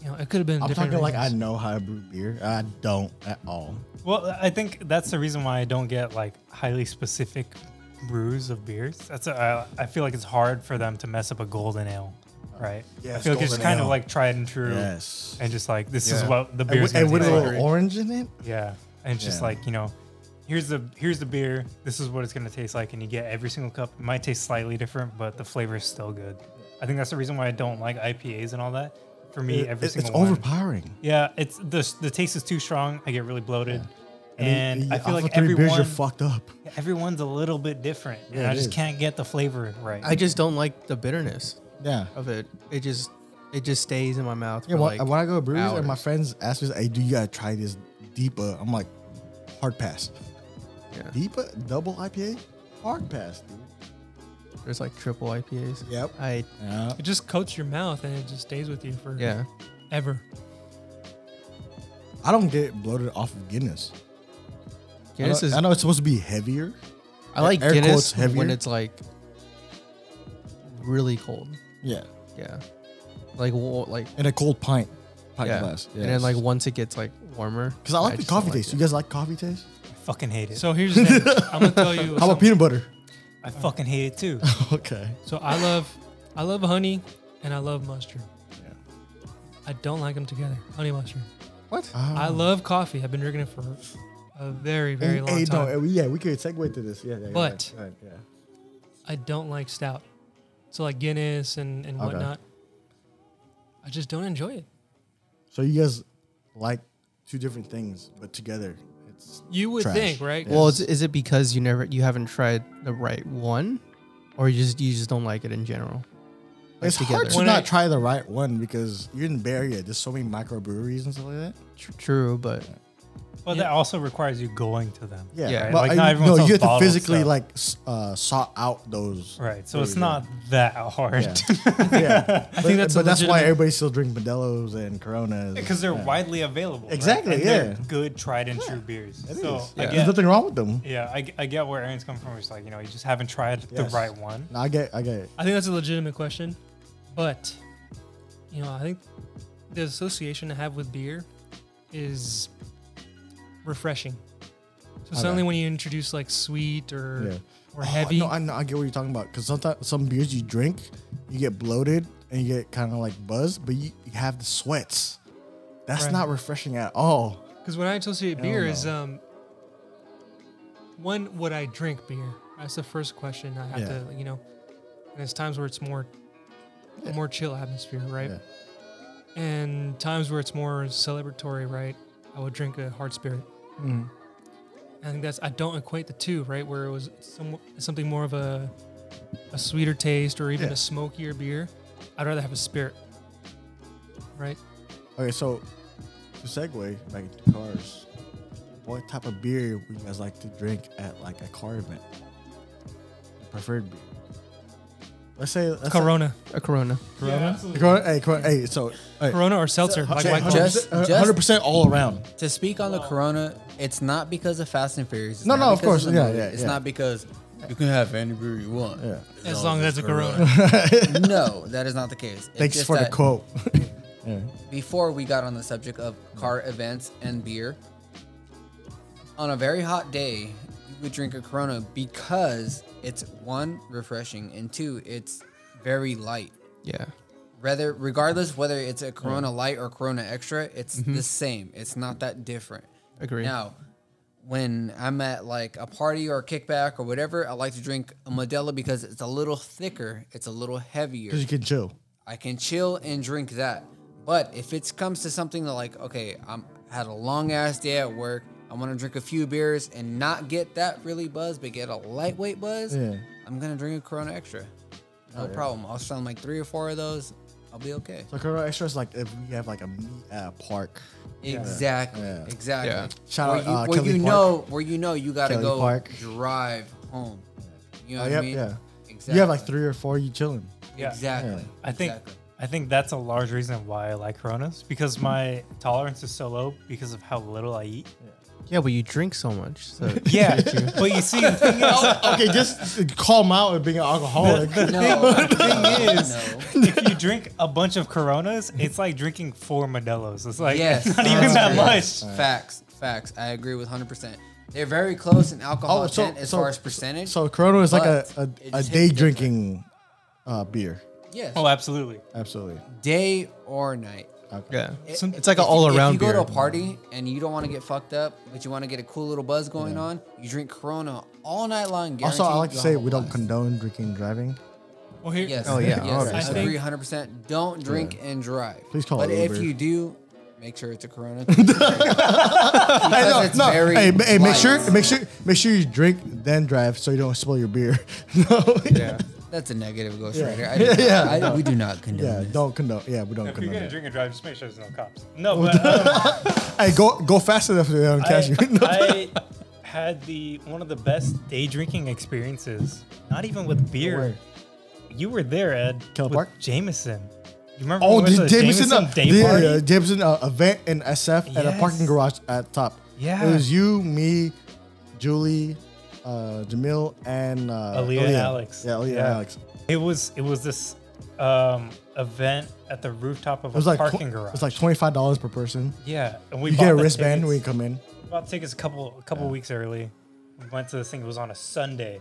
Speaker 5: you know, it could have been.
Speaker 4: I'm
Speaker 5: different
Speaker 4: talking like I
Speaker 5: reasons.
Speaker 4: know how to brew beer. I don't at all.
Speaker 2: Well, I think that's the reason why I don't get like highly specific brews of beers. That's a, I, I feel like it's hard for them to mess up a golden ale, right? I
Speaker 4: Yes,
Speaker 2: feel like it's
Speaker 4: golden
Speaker 2: kind of
Speaker 4: ale.
Speaker 2: like tried and true,
Speaker 4: Yes.
Speaker 2: and just like this is
Speaker 4: Yeah.
Speaker 2: what the
Speaker 4: And,
Speaker 2: beer
Speaker 4: with-
Speaker 2: is.
Speaker 4: and with a
Speaker 2: taste
Speaker 4: little
Speaker 2: like.
Speaker 4: orange in it?
Speaker 2: Yeah, and it's just
Speaker 4: Yeah.
Speaker 2: like you know, here's the here's the beer. This is what it's gonna taste like, and you get every single cup. It might taste slightly different, but the flavor is still good. I think that's the reason why I don't like IPAs and all that. For me,
Speaker 4: It-
Speaker 2: every
Speaker 4: it-
Speaker 2: single
Speaker 4: it's
Speaker 2: one.
Speaker 4: overpowering.
Speaker 2: Yeah, it's the the taste is too strong. I get really bloated, and,
Speaker 4: then
Speaker 2: I
Speaker 4: you- after
Speaker 2: feel like
Speaker 4: three beers,
Speaker 2: everyone
Speaker 4: you're fucked up.
Speaker 2: everyone's a little bit different, and
Speaker 4: Yeah,
Speaker 2: I
Speaker 4: it
Speaker 2: just
Speaker 4: is.
Speaker 2: can't get the flavor right.
Speaker 3: I just don't like the bitterness
Speaker 4: Yeah.
Speaker 3: of it. It just it just stays in my mouth.
Speaker 4: Yeah,
Speaker 3: for
Speaker 4: when,
Speaker 3: like,
Speaker 4: when I go to breweries and my
Speaker 3: hours.
Speaker 4: friends ask me, "Hey, do you gotta try this Deepa?" I'm like, "Hard pass."
Speaker 3: Yeah.
Speaker 4: Deepa double IPA, hard pass, dude.
Speaker 3: there's like triple IPAs.
Speaker 4: Yep.
Speaker 3: I
Speaker 4: Yeah.
Speaker 5: It just coats your mouth and it just stays with you for
Speaker 3: yeah.
Speaker 5: ever.
Speaker 4: I don't get bloated off of Guinness.
Speaker 3: Guinness
Speaker 4: I, know,
Speaker 3: is
Speaker 4: I know it's supposed to be heavier.
Speaker 3: I like
Speaker 4: air
Speaker 3: Guinness
Speaker 4: quotes heavier.
Speaker 3: when it's like really cold.
Speaker 4: Yeah.
Speaker 3: Yeah. Like wo- like
Speaker 4: And a cold pint, pint
Speaker 3: yeah.
Speaker 4: glass.
Speaker 3: And then like once it gets like warmer.
Speaker 4: because I like the
Speaker 3: just
Speaker 4: coffee
Speaker 3: don't
Speaker 4: taste.
Speaker 3: it.
Speaker 4: you guys like coffee taste?
Speaker 2: I fucking hate it.
Speaker 5: So here's the thing. I'm gonna tell you.
Speaker 4: How about peanut butter?
Speaker 2: I fucking hate it too.
Speaker 4: okay.
Speaker 5: So I love, I love honey, and I love mustard.
Speaker 4: Yeah.
Speaker 5: I don't like them together. Honey mustard.
Speaker 4: Uh,
Speaker 3: what?
Speaker 5: I love coffee. I've been drinking it for a very, very long
Speaker 4: Oh. hey,
Speaker 5: time.
Speaker 4: No, yeah, we could segue to this. Yeah. yeah, yeah
Speaker 5: But-
Speaker 4: right, right, yeah.
Speaker 5: I don't like stout. So like Guinness and and
Speaker 4: Okay.
Speaker 5: whatnot. I just don't enjoy it.
Speaker 4: So you guys like two different things, but together it's
Speaker 5: You would
Speaker 4: Trash.
Speaker 5: think, right?
Speaker 4: Yeah.
Speaker 3: Well, is, is it because you never you haven't tried the right one, or you just you just don't like it in general? Like
Speaker 4: it's hard to
Speaker 5: When
Speaker 4: not
Speaker 5: I-
Speaker 4: try the right one because you're in the Bay Area. There's so many microbreweries and stuff like that.
Speaker 3: Tr- true, but
Speaker 2: But
Speaker 5: Yeah.
Speaker 2: that also requires you going to them.
Speaker 4: Yeah,
Speaker 3: Yeah.
Speaker 4: but
Speaker 2: Like, not
Speaker 4: I-
Speaker 2: everyone
Speaker 4: no,
Speaker 2: sells
Speaker 4: you have to
Speaker 2: bottled
Speaker 4: physically
Speaker 2: stuff.
Speaker 4: like s- uh, sought out those.
Speaker 2: Right. So it's
Speaker 4: breweries.
Speaker 2: not that hard.
Speaker 4: Yeah, yeah. I think
Speaker 5: that's a
Speaker 4: but that's why
Speaker 5: legitimate-
Speaker 4: everybody still drink Modelo's and Coronas
Speaker 2: Because they're
Speaker 4: Yeah.
Speaker 2: widely available. right?
Speaker 4: Exactly,
Speaker 2: And they're
Speaker 4: yeah.
Speaker 2: Good tried and true beers.
Speaker 4: It
Speaker 2: so
Speaker 4: is.
Speaker 2: I
Speaker 3: Yeah.
Speaker 4: There's
Speaker 2: get,
Speaker 4: nothing wrong with them.
Speaker 2: yeah, I, I get where Aaron's coming from. It's like you know you just haven't tried
Speaker 4: Yes.
Speaker 2: the right one.
Speaker 4: No, I get, I get it.
Speaker 5: I think that's a legitimate question, but you know, I think the association I have with beer is refreshing. So suddenly, when you introduce like sweet or or
Speaker 4: Oh,
Speaker 5: heavy,
Speaker 4: no, I, know, I get what you're talking about. Because sometimes some beers you drink, you get bloated and you get kind of like buzzed, but you, you have the sweats. That's
Speaker 5: Right.
Speaker 4: not refreshing at all.
Speaker 5: Because when I associate
Speaker 4: Hell
Speaker 5: beer is
Speaker 4: no.
Speaker 5: um, when would I drink beer? That's the first question I have
Speaker 4: Yeah.
Speaker 5: to, you know. And it's times where it's more, a more chill atmosphere, right?
Speaker 4: Yeah.
Speaker 5: And times where it's more celebratory, right? I would drink a hard spirit. I think that's I don't equate the two, right? Where it was some, something more of a, a sweeter taste or even
Speaker 4: Yeah.
Speaker 5: a smokier beer. I'd rather have a spirit, right?
Speaker 4: Okay, so to segue back to cars, what type of beer would you guys like to drink at like a car event? Preferred beer. Let's say let's say-
Speaker 5: Corona,
Speaker 3: A Corona.
Speaker 4: Corona- hey, Corona- hey, so hey,
Speaker 5: Corona or seltzer, like
Speaker 4: say
Speaker 5: White Claw.
Speaker 1: just-
Speaker 4: uh, 100% all around.
Speaker 1: To speak on the Corona, it's not because of Fast and Furious. It's
Speaker 4: No,
Speaker 1: not
Speaker 4: no, of
Speaker 1: because
Speaker 4: course.
Speaker 1: the
Speaker 4: Yeah,
Speaker 1: movie.
Speaker 4: yeah,
Speaker 1: It's
Speaker 4: yeah.
Speaker 1: not because you can have any beer you want.
Speaker 4: Yeah.
Speaker 5: As long as it's a Corona.
Speaker 1: no, that is not the case. It's
Speaker 4: Thanks
Speaker 1: just
Speaker 4: for the
Speaker 1: that
Speaker 4: quote. yeah.
Speaker 1: Before we got on the subject of car events and beer, on a very hot day, you would drink a Corona because it's one refreshing and two, it's very light.
Speaker 3: Yeah.
Speaker 1: Rather, regardless whether it's a Corona Light or Corona Extra, it's
Speaker 4: Mm-hmm.
Speaker 1: the same. It's not that different.
Speaker 3: Agree.
Speaker 1: Now, when I'm at like a party or a kickback or whatever, I like to drink a Modelo because it's a little thicker, it's a little heavier.
Speaker 4: Because you can chill.
Speaker 1: I can chill and drink that. But if it comes to something that like, okay, I'm had a long ass day at work, I want to drink a few beers and not get that really buzz, but get a lightweight buzz.
Speaker 4: Yeah. Oh,
Speaker 1: I'm gonna drink a Corona Extra. No problem. I'll sell like three or four of those. I'll be okay.
Speaker 4: So Corona Extra is like if we have like a meet at a park.
Speaker 1: Exactly.
Speaker 4: Yeah.
Speaker 1: Exactly.
Speaker 3: Yeah.
Speaker 4: Shout
Speaker 1: where
Speaker 4: out,
Speaker 1: you,
Speaker 4: uh,
Speaker 1: where
Speaker 4: Kelly
Speaker 1: you
Speaker 4: Park.
Speaker 1: know where you know you gotta
Speaker 4: Kelly
Speaker 1: go
Speaker 4: Park.
Speaker 1: drive home. You know
Speaker 4: Oh,
Speaker 1: what
Speaker 4: yep,
Speaker 1: I mean?
Speaker 4: yeah.
Speaker 1: Exactly.
Speaker 4: You have like three or four, you chilling.
Speaker 2: Yeah.
Speaker 1: Exactly.
Speaker 2: I think
Speaker 1: Exactly.
Speaker 2: I think that's a large reason why I like Coronas because my tolerance is so low because of how little I eat.
Speaker 3: Yeah, but you drink so much. So
Speaker 2: Yeah, but you see, the thing is,
Speaker 4: okay, just call him out and being an alcoholic.
Speaker 1: No, the
Speaker 2: thing is-
Speaker 1: no.
Speaker 2: if you drink a bunch of Coronas, it's like drinking four Modelo's. It's like
Speaker 1: yes,
Speaker 2: it's not even
Speaker 1: Uh,
Speaker 2: that
Speaker 1: yes.
Speaker 2: much.
Speaker 1: Facts, facts. I agree with hundred percent. They're very close in alcohol
Speaker 4: Oh, so-
Speaker 1: intent as
Speaker 4: so-
Speaker 1: far as percentage.
Speaker 4: So Corona is like a,
Speaker 1: But
Speaker 4: a,
Speaker 1: it
Speaker 4: a
Speaker 1: just
Speaker 4: day
Speaker 1: hits different.
Speaker 4: drinking uh, beer.
Speaker 1: yes,
Speaker 2: Oh, absolutely.
Speaker 4: Absolutely.
Speaker 1: day or night.
Speaker 4: Okay.
Speaker 3: yeah.
Speaker 1: It-
Speaker 3: Some- it's like an
Speaker 1: if you-
Speaker 3: all
Speaker 1: If
Speaker 3: around
Speaker 1: you
Speaker 3: beer.
Speaker 1: go to a party and you don't want to get fucked up, but you want to get a cool little buzz going on, you drink Corona all night long.
Speaker 4: Also, I
Speaker 1: guaranteed
Speaker 4: like to
Speaker 1: you'll
Speaker 4: say
Speaker 1: have a
Speaker 4: we don't
Speaker 1: blast.
Speaker 4: condone drinking and driving.
Speaker 5: Well, here,
Speaker 1: Yes.
Speaker 3: Oh, yeah,
Speaker 1: Yes, I
Speaker 5: obviously.
Speaker 1: agree 100. percent Don't drink and drive.
Speaker 4: Please call
Speaker 1: But
Speaker 4: an
Speaker 1: if
Speaker 4: Uber.
Speaker 1: you do, make sure it's a Corona. Because it's very
Speaker 4: hey, ma- hey, make
Speaker 1: light.
Speaker 4: sure, make sure, make sure you drink then drive so you don't spill your beer. no, yeah,
Speaker 1: That's a negative. Go straight
Speaker 4: Yeah.
Speaker 1: here. I do
Speaker 4: Yeah,
Speaker 1: not- I-
Speaker 4: no.
Speaker 1: we do not condone
Speaker 4: yeah,
Speaker 1: this.
Speaker 4: don't condone. Yeah, we don't
Speaker 2: If you're
Speaker 4: condone.
Speaker 2: gonna
Speaker 4: That.
Speaker 2: drink and drive, just make sure there's no cops. No, but um,
Speaker 4: Hey, go go faster than they don't catch you. No.
Speaker 2: I, I had the one of the best day drinking experiences. Not even with beer.
Speaker 4: Where?
Speaker 2: You were there, Ed.
Speaker 4: Keller
Speaker 2: with
Speaker 4: Park?
Speaker 2: Jameson. You remember?
Speaker 4: Oh,
Speaker 2: when we went to
Speaker 4: the
Speaker 2: the
Speaker 4: Jameson, uh,
Speaker 2: day
Speaker 4: the,
Speaker 2: party?
Speaker 4: uh, Jameson uh, event in SF at a parking
Speaker 2: Yes.
Speaker 4: garage at top.
Speaker 2: Yeah.
Speaker 4: it was you, me, Julie, uh, Jamil, and uh,
Speaker 2: Aaliyah and Alex.
Speaker 4: Yeah, Aaliyah and
Speaker 2: Yeah.
Speaker 4: Alex.
Speaker 2: It was it was this um, event at the rooftop of
Speaker 4: It was
Speaker 2: a
Speaker 4: like tw-
Speaker 2: parking
Speaker 4: It
Speaker 2: garage.
Speaker 4: was like twenty five dollars per person.
Speaker 2: yeah, and we
Speaker 4: You
Speaker 2: bought
Speaker 4: get a
Speaker 2: the
Speaker 4: wristband
Speaker 2: tickets.
Speaker 4: when you come in.
Speaker 2: We bought tickets a couple a couple weeks early. We went to this thing. It was on a Sunday,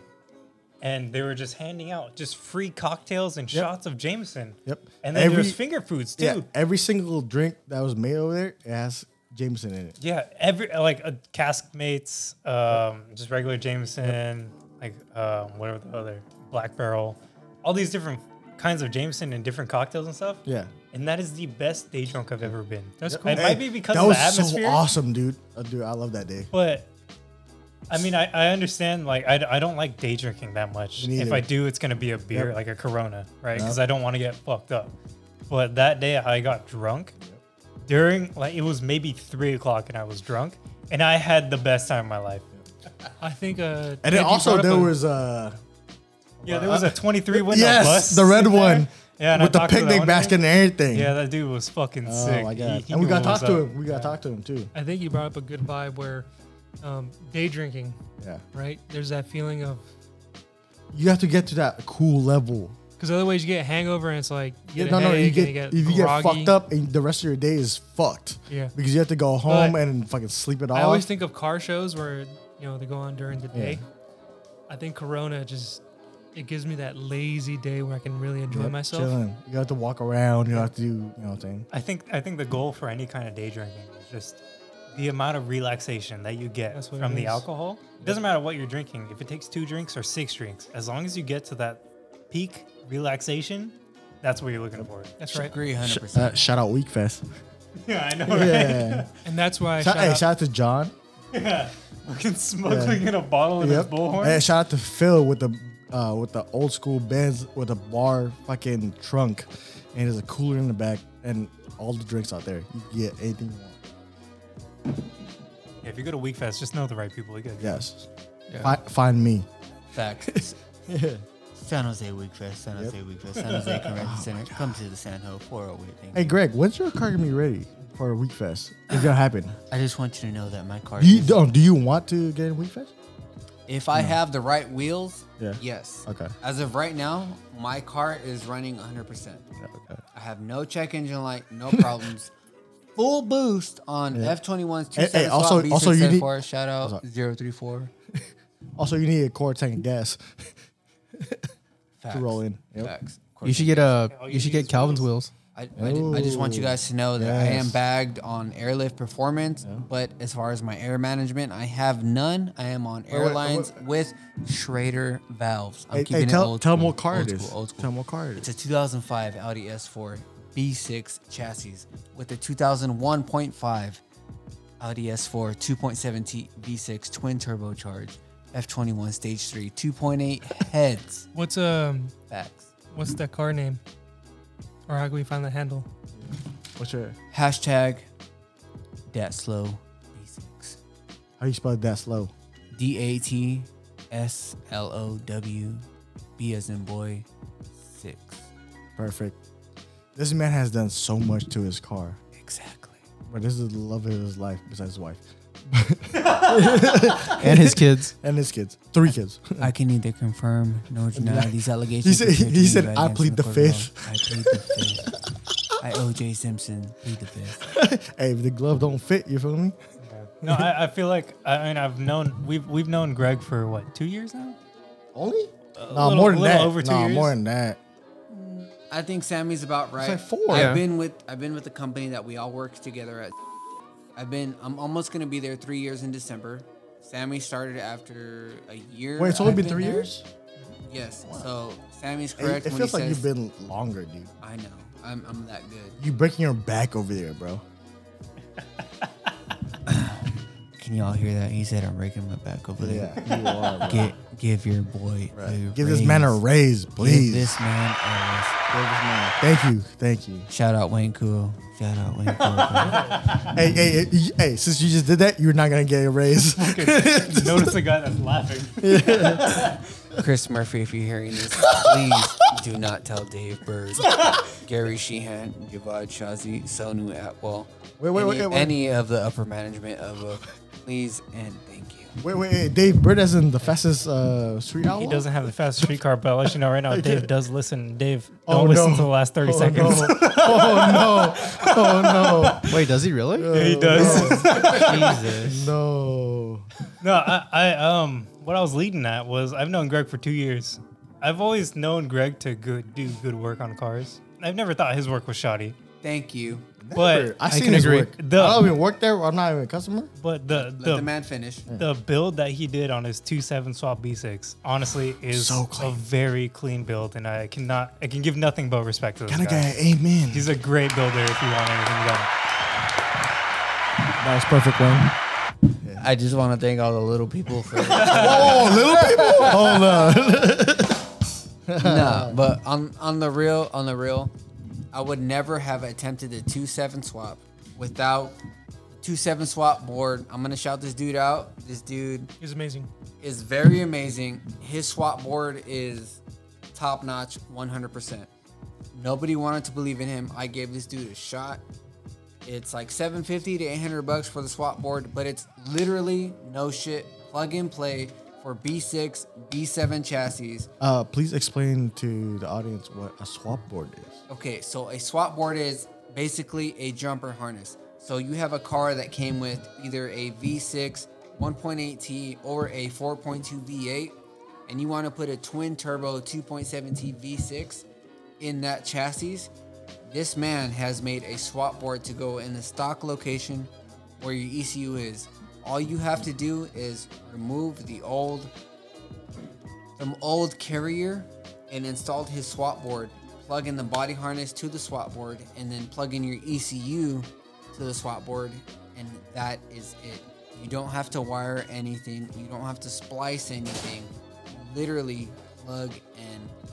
Speaker 2: and they were just handing out just free cocktails and shots of Jameson.
Speaker 4: Yep.
Speaker 2: And then
Speaker 4: Every-
Speaker 2: there's finger foods too.
Speaker 4: Yeah,
Speaker 2: Yeah.
Speaker 4: every single drink that was made over there it has Jameson in it.
Speaker 2: every like uh, cask mates, um, just regular Jameson, like um, what are the other Black Barrel, all these different kinds of Jameson and different cocktails and stuff.
Speaker 4: Yeah.
Speaker 2: And that is the best day drunk I've ever been.
Speaker 5: That's
Speaker 2: And
Speaker 5: cool.
Speaker 2: It
Speaker 4: Hey,
Speaker 2: might be because
Speaker 4: that
Speaker 2: of
Speaker 4: was
Speaker 2: the atmosphere.
Speaker 4: so awesome, dude. Uh, dude, I love that day.
Speaker 2: But I mean, I, I understand. Like, I, d- I don't like day drinking that much.
Speaker 4: Me
Speaker 2: If
Speaker 4: neither.
Speaker 2: I do, it's gonna be a beer,
Speaker 4: Yep.
Speaker 2: like a Corona, right? Because
Speaker 4: Yep.
Speaker 2: I don't want to get fucked up. But that day, I got drunk during like it was maybe three o'clock, and I was drunk, and I had the best time of my life.
Speaker 5: I think. Uh,
Speaker 4: And
Speaker 5: Ed,
Speaker 4: then
Speaker 5: you
Speaker 4: also
Speaker 5: brought up
Speaker 4: there
Speaker 5: a-
Speaker 4: was uh
Speaker 2: Yeah, there was a twenty-three window
Speaker 4: yes,
Speaker 2: bus,
Speaker 4: the red
Speaker 2: sitting there.
Speaker 4: one.
Speaker 2: Yeah, and I
Speaker 4: with the
Speaker 2: talked to the
Speaker 4: picnic
Speaker 2: owner.
Speaker 4: basket and everything.
Speaker 2: Yeah, that dude was fucking
Speaker 4: Oh
Speaker 2: sick.
Speaker 4: my
Speaker 2: He-
Speaker 4: god!
Speaker 2: he
Speaker 4: and we
Speaker 2: knew
Speaker 4: gotta
Speaker 2: what was uh,
Speaker 4: talk to
Speaker 2: up.
Speaker 4: him. We gotta talk to him too.
Speaker 5: I think you brought up a good vibe where um, day drinking,
Speaker 4: Yeah.
Speaker 5: right? There's that feeling of
Speaker 4: You have to get to that cool level.
Speaker 5: because otherwise you get a hangover and it's like you get
Speaker 4: no,
Speaker 5: a
Speaker 4: no, you
Speaker 5: headache and
Speaker 4: get,
Speaker 5: you get,
Speaker 4: if you get
Speaker 5: groggy.
Speaker 4: fucked up, and the rest of your day is fucked.
Speaker 5: Yeah.
Speaker 4: Because you have to go home
Speaker 5: But
Speaker 4: and fucking sleep it off.
Speaker 5: I always think of car shows where you know they go on during the
Speaker 4: Yeah.
Speaker 5: day. I think Corona just it gives me that lazy day where I can really enjoy
Speaker 4: Yep,
Speaker 5: myself.
Speaker 4: Chilling. You have to walk around. You have to do you know thing.
Speaker 2: I think I think the goal for any kind of day drinking is just the amount of relaxation that you get
Speaker 5: That's what
Speaker 2: from
Speaker 5: it
Speaker 2: the
Speaker 5: is.
Speaker 2: alcohol. It doesn't matter what you're drinking. If it takes two drinks or six drinks, as long as you get to that peak relaxation, that's what you're looking for.
Speaker 5: That's right.
Speaker 1: Agree, hundred percent.
Speaker 4: Uh, shout out Weekfest.
Speaker 2: Yeah, I know.
Speaker 4: Yeah.
Speaker 5: And that's why I
Speaker 4: shout,
Speaker 5: shout
Speaker 4: hey,
Speaker 5: out-
Speaker 4: shout out to John.
Speaker 2: Yeah. Fucking smuggling in a bottle in his bullhorn.
Speaker 4: Hey, shout out to Phil with the uh, with the old school Benz with a bar fucking trunk, and there's a cooler in the back and all the drinks out there. You can get anything you want.
Speaker 2: Yeah, if you go to Weekfest, just know the right people. You get
Speaker 4: Yes.
Speaker 3: Yeah.
Speaker 4: Fi- find me.
Speaker 1: Facts.
Speaker 6: San Jose Week Fest, San Jose Week Fest, San Jose Convention Center. Come to the San Ho 408. Thank
Speaker 4: Oh, Hey
Speaker 6: you.
Speaker 4: Greg, when's your car gonna be ready for Week Fest? It's gonna happen.
Speaker 6: I just want you to know that my car.
Speaker 4: Do you,
Speaker 6: is-
Speaker 4: oh, do you want to get in Week Fest?
Speaker 1: If I have the right wheels,
Speaker 4: Yeah.
Speaker 1: yes.
Speaker 4: Okay.
Speaker 1: As of right now, my car is running 100%. I have no check engine light, no problems. Full boost on F21's
Speaker 4: Hey,
Speaker 1: 2
Speaker 4: hey, also- also you need-
Speaker 1: shout out 034.
Speaker 4: Also, you need a core tank of gas
Speaker 1: Facts.
Speaker 4: to roll in. Yep.
Speaker 1: Facts.
Speaker 3: You should get a.
Speaker 1: oh,
Speaker 2: all you
Speaker 3: You should
Speaker 2: need
Speaker 3: get
Speaker 2: is
Speaker 3: Calvin's wheels.
Speaker 1: I, I, ju- I just want you
Speaker 4: Ooh.
Speaker 1: guys to know that I am
Speaker 4: Yes.
Speaker 1: bagged on airlift performance, but as far as my air management, I have none. I am on
Speaker 4: wait,
Speaker 1: airlines
Speaker 4: wait.
Speaker 1: with Schrader valves. I'm
Speaker 4: Hey, hey,
Speaker 1: keeping it
Speaker 4: tell,
Speaker 1: old
Speaker 4: tell them
Speaker 1: school,
Speaker 4: what car
Speaker 1: old
Speaker 4: it is.
Speaker 1: school, old school.
Speaker 4: Tell them what car it
Speaker 1: It's
Speaker 4: is.
Speaker 1: a 2005 Audi S4 B6 chassis with a 2001.5 Audi S4 2.7T V6 twin turbocharged F21 stage 3 2.8 heads.
Speaker 5: What's um
Speaker 1: Facts.
Speaker 5: what's that car name? Or how can we find the handle?
Speaker 4: What's your?
Speaker 1: Hashtag dat slow V6.
Speaker 4: How you spell that slow?
Speaker 1: D A T S L O W B as in boy 6.
Speaker 4: Perfect. This man has done so much to his car,
Speaker 1: Exactly.
Speaker 4: but this is the love of his life besides his wife
Speaker 3: and his kids.
Speaker 4: and his kids, three kids.
Speaker 1: I can either confirm nor deny these allegations.
Speaker 4: He said-
Speaker 1: compared to
Speaker 4: he
Speaker 1: me
Speaker 4: said,
Speaker 1: by
Speaker 4: "I
Speaker 1: Jackson
Speaker 4: plead the
Speaker 1: Cordell.
Speaker 4: fifth."
Speaker 1: I plead the fifth. I O.J. Simpson plead the fifth.
Speaker 4: hey, if the glove don't fit, you feel me?
Speaker 2: No, I, I feel like I mean I've known we've we've known Greg for what two years now.
Speaker 4: Only? No,
Speaker 2: little-
Speaker 4: more than
Speaker 2: little
Speaker 4: that.
Speaker 2: over two
Speaker 4: Nah,
Speaker 2: years.
Speaker 4: more than that.
Speaker 1: I think Sammy's about right.
Speaker 4: like four.
Speaker 1: I've
Speaker 3: Yeah.
Speaker 1: been with I've been with the company that we all work together at. I've been I'm almost gonna be there three years in December. Sammy started after a year.
Speaker 4: Wait, it's only
Speaker 1: I've
Speaker 4: been, three
Speaker 1: there.
Speaker 4: years?
Speaker 1: Yes. So Sammy's
Speaker 4: Hey,
Speaker 1: correct
Speaker 4: it
Speaker 1: when he
Speaker 4: feels like
Speaker 1: says
Speaker 4: you've been longer, dude.
Speaker 1: I know. I'm I'm that good.
Speaker 4: You breaking your back over there, bro.
Speaker 6: Can you all hear that? He said, I'm breaking my back over there.
Speaker 4: Yeah, you are. Bro.
Speaker 6: Get, give your boy a
Speaker 4: Give this man a
Speaker 6: raise.
Speaker 4: raise, please.
Speaker 6: Give this man a raise.
Speaker 4: Thank you, thank you.
Speaker 1: Shout out Wayne Cool.
Speaker 6: Shout out Wayne Cool.
Speaker 4: Hey, hey, hey, y- hey! Since you just did that, you're not gonna get a raise.
Speaker 2: Notice the guy that's laughing.
Speaker 1: Chris Murphy, if you're hearing this, please do not tell Dave Bird, Gary Sheehan, Javad Shazi, Sonu Atwell,
Speaker 4: Wait, wait,
Speaker 1: any,
Speaker 4: wait, wait.
Speaker 1: any of the upper management of a please and thank you.
Speaker 4: wait, wait, hey, Dave Bird isn't the fastest uh, street owl.
Speaker 2: He doesn't have the fast street car, but I'll let you know right now. Dave does listen. Dave,
Speaker 4: Oh,
Speaker 2: don't listen
Speaker 4: no.
Speaker 2: to the last thirty
Speaker 4: Oh no!
Speaker 2: seconds.
Speaker 4: Oh no! Oh
Speaker 3: Wait, does he really?
Speaker 2: he does.
Speaker 4: no!
Speaker 3: Jesus.
Speaker 4: No!
Speaker 2: No, I, I um, what I was leading at was I've known Greg for two years. I've always known Greg to good do good work on cars. I've never thought his work was shoddy,
Speaker 1: Thank you.
Speaker 2: but
Speaker 4: I seen
Speaker 3: can
Speaker 4: his
Speaker 3: agree.
Speaker 4: work.
Speaker 2: The-
Speaker 4: I don't even work there. I'm not even a customer.
Speaker 2: but the
Speaker 1: Let the
Speaker 2: the,
Speaker 1: man finish.
Speaker 2: the build that he did on his two seven swap B6 honestly is
Speaker 4: So
Speaker 2: a
Speaker 4: clean.
Speaker 2: very clean build, and I cannot I can give nothing but respect to this
Speaker 4: Can I
Speaker 2: guy.
Speaker 4: get an amen?
Speaker 2: He's a great builder if you want anything done.
Speaker 4: That was perfect, Wayne.
Speaker 1: I just want to thank all the little people for
Speaker 4: Oh, little people. Hold on.
Speaker 1: nah, but on on the real on the real, I would never have attempted a two seven swap without two seven swap board. I'm gonna shout this dude out. This dude
Speaker 5: He's amazing.
Speaker 1: is very amazing. His swap board is top notch, 100%. Nobody wanted to believe in him. I gave this dude a shot. It's like 750 to 800 bucks for the swap board, but it's literally no shit, plug and play for B6, B7 chassis.
Speaker 4: Uh, please explain to the audience what a swap board is.
Speaker 1: Okay, so a swap board is basically a jumper harness. So you have a car that came with either a V6, 1.8T, or a 4.2 V8, and you want to put a twin turbo 2.7T V6 in that chassis. This man has made a swap board to go in the stock location where your ECU is. All you have to do is remove the old the old carrier and installed his swap board. Plug in the body harness to the swap board and then plug in your ECU to the swap board and that is it. You don't have to wire anything. You don't have to splice anything. Literally plug and play.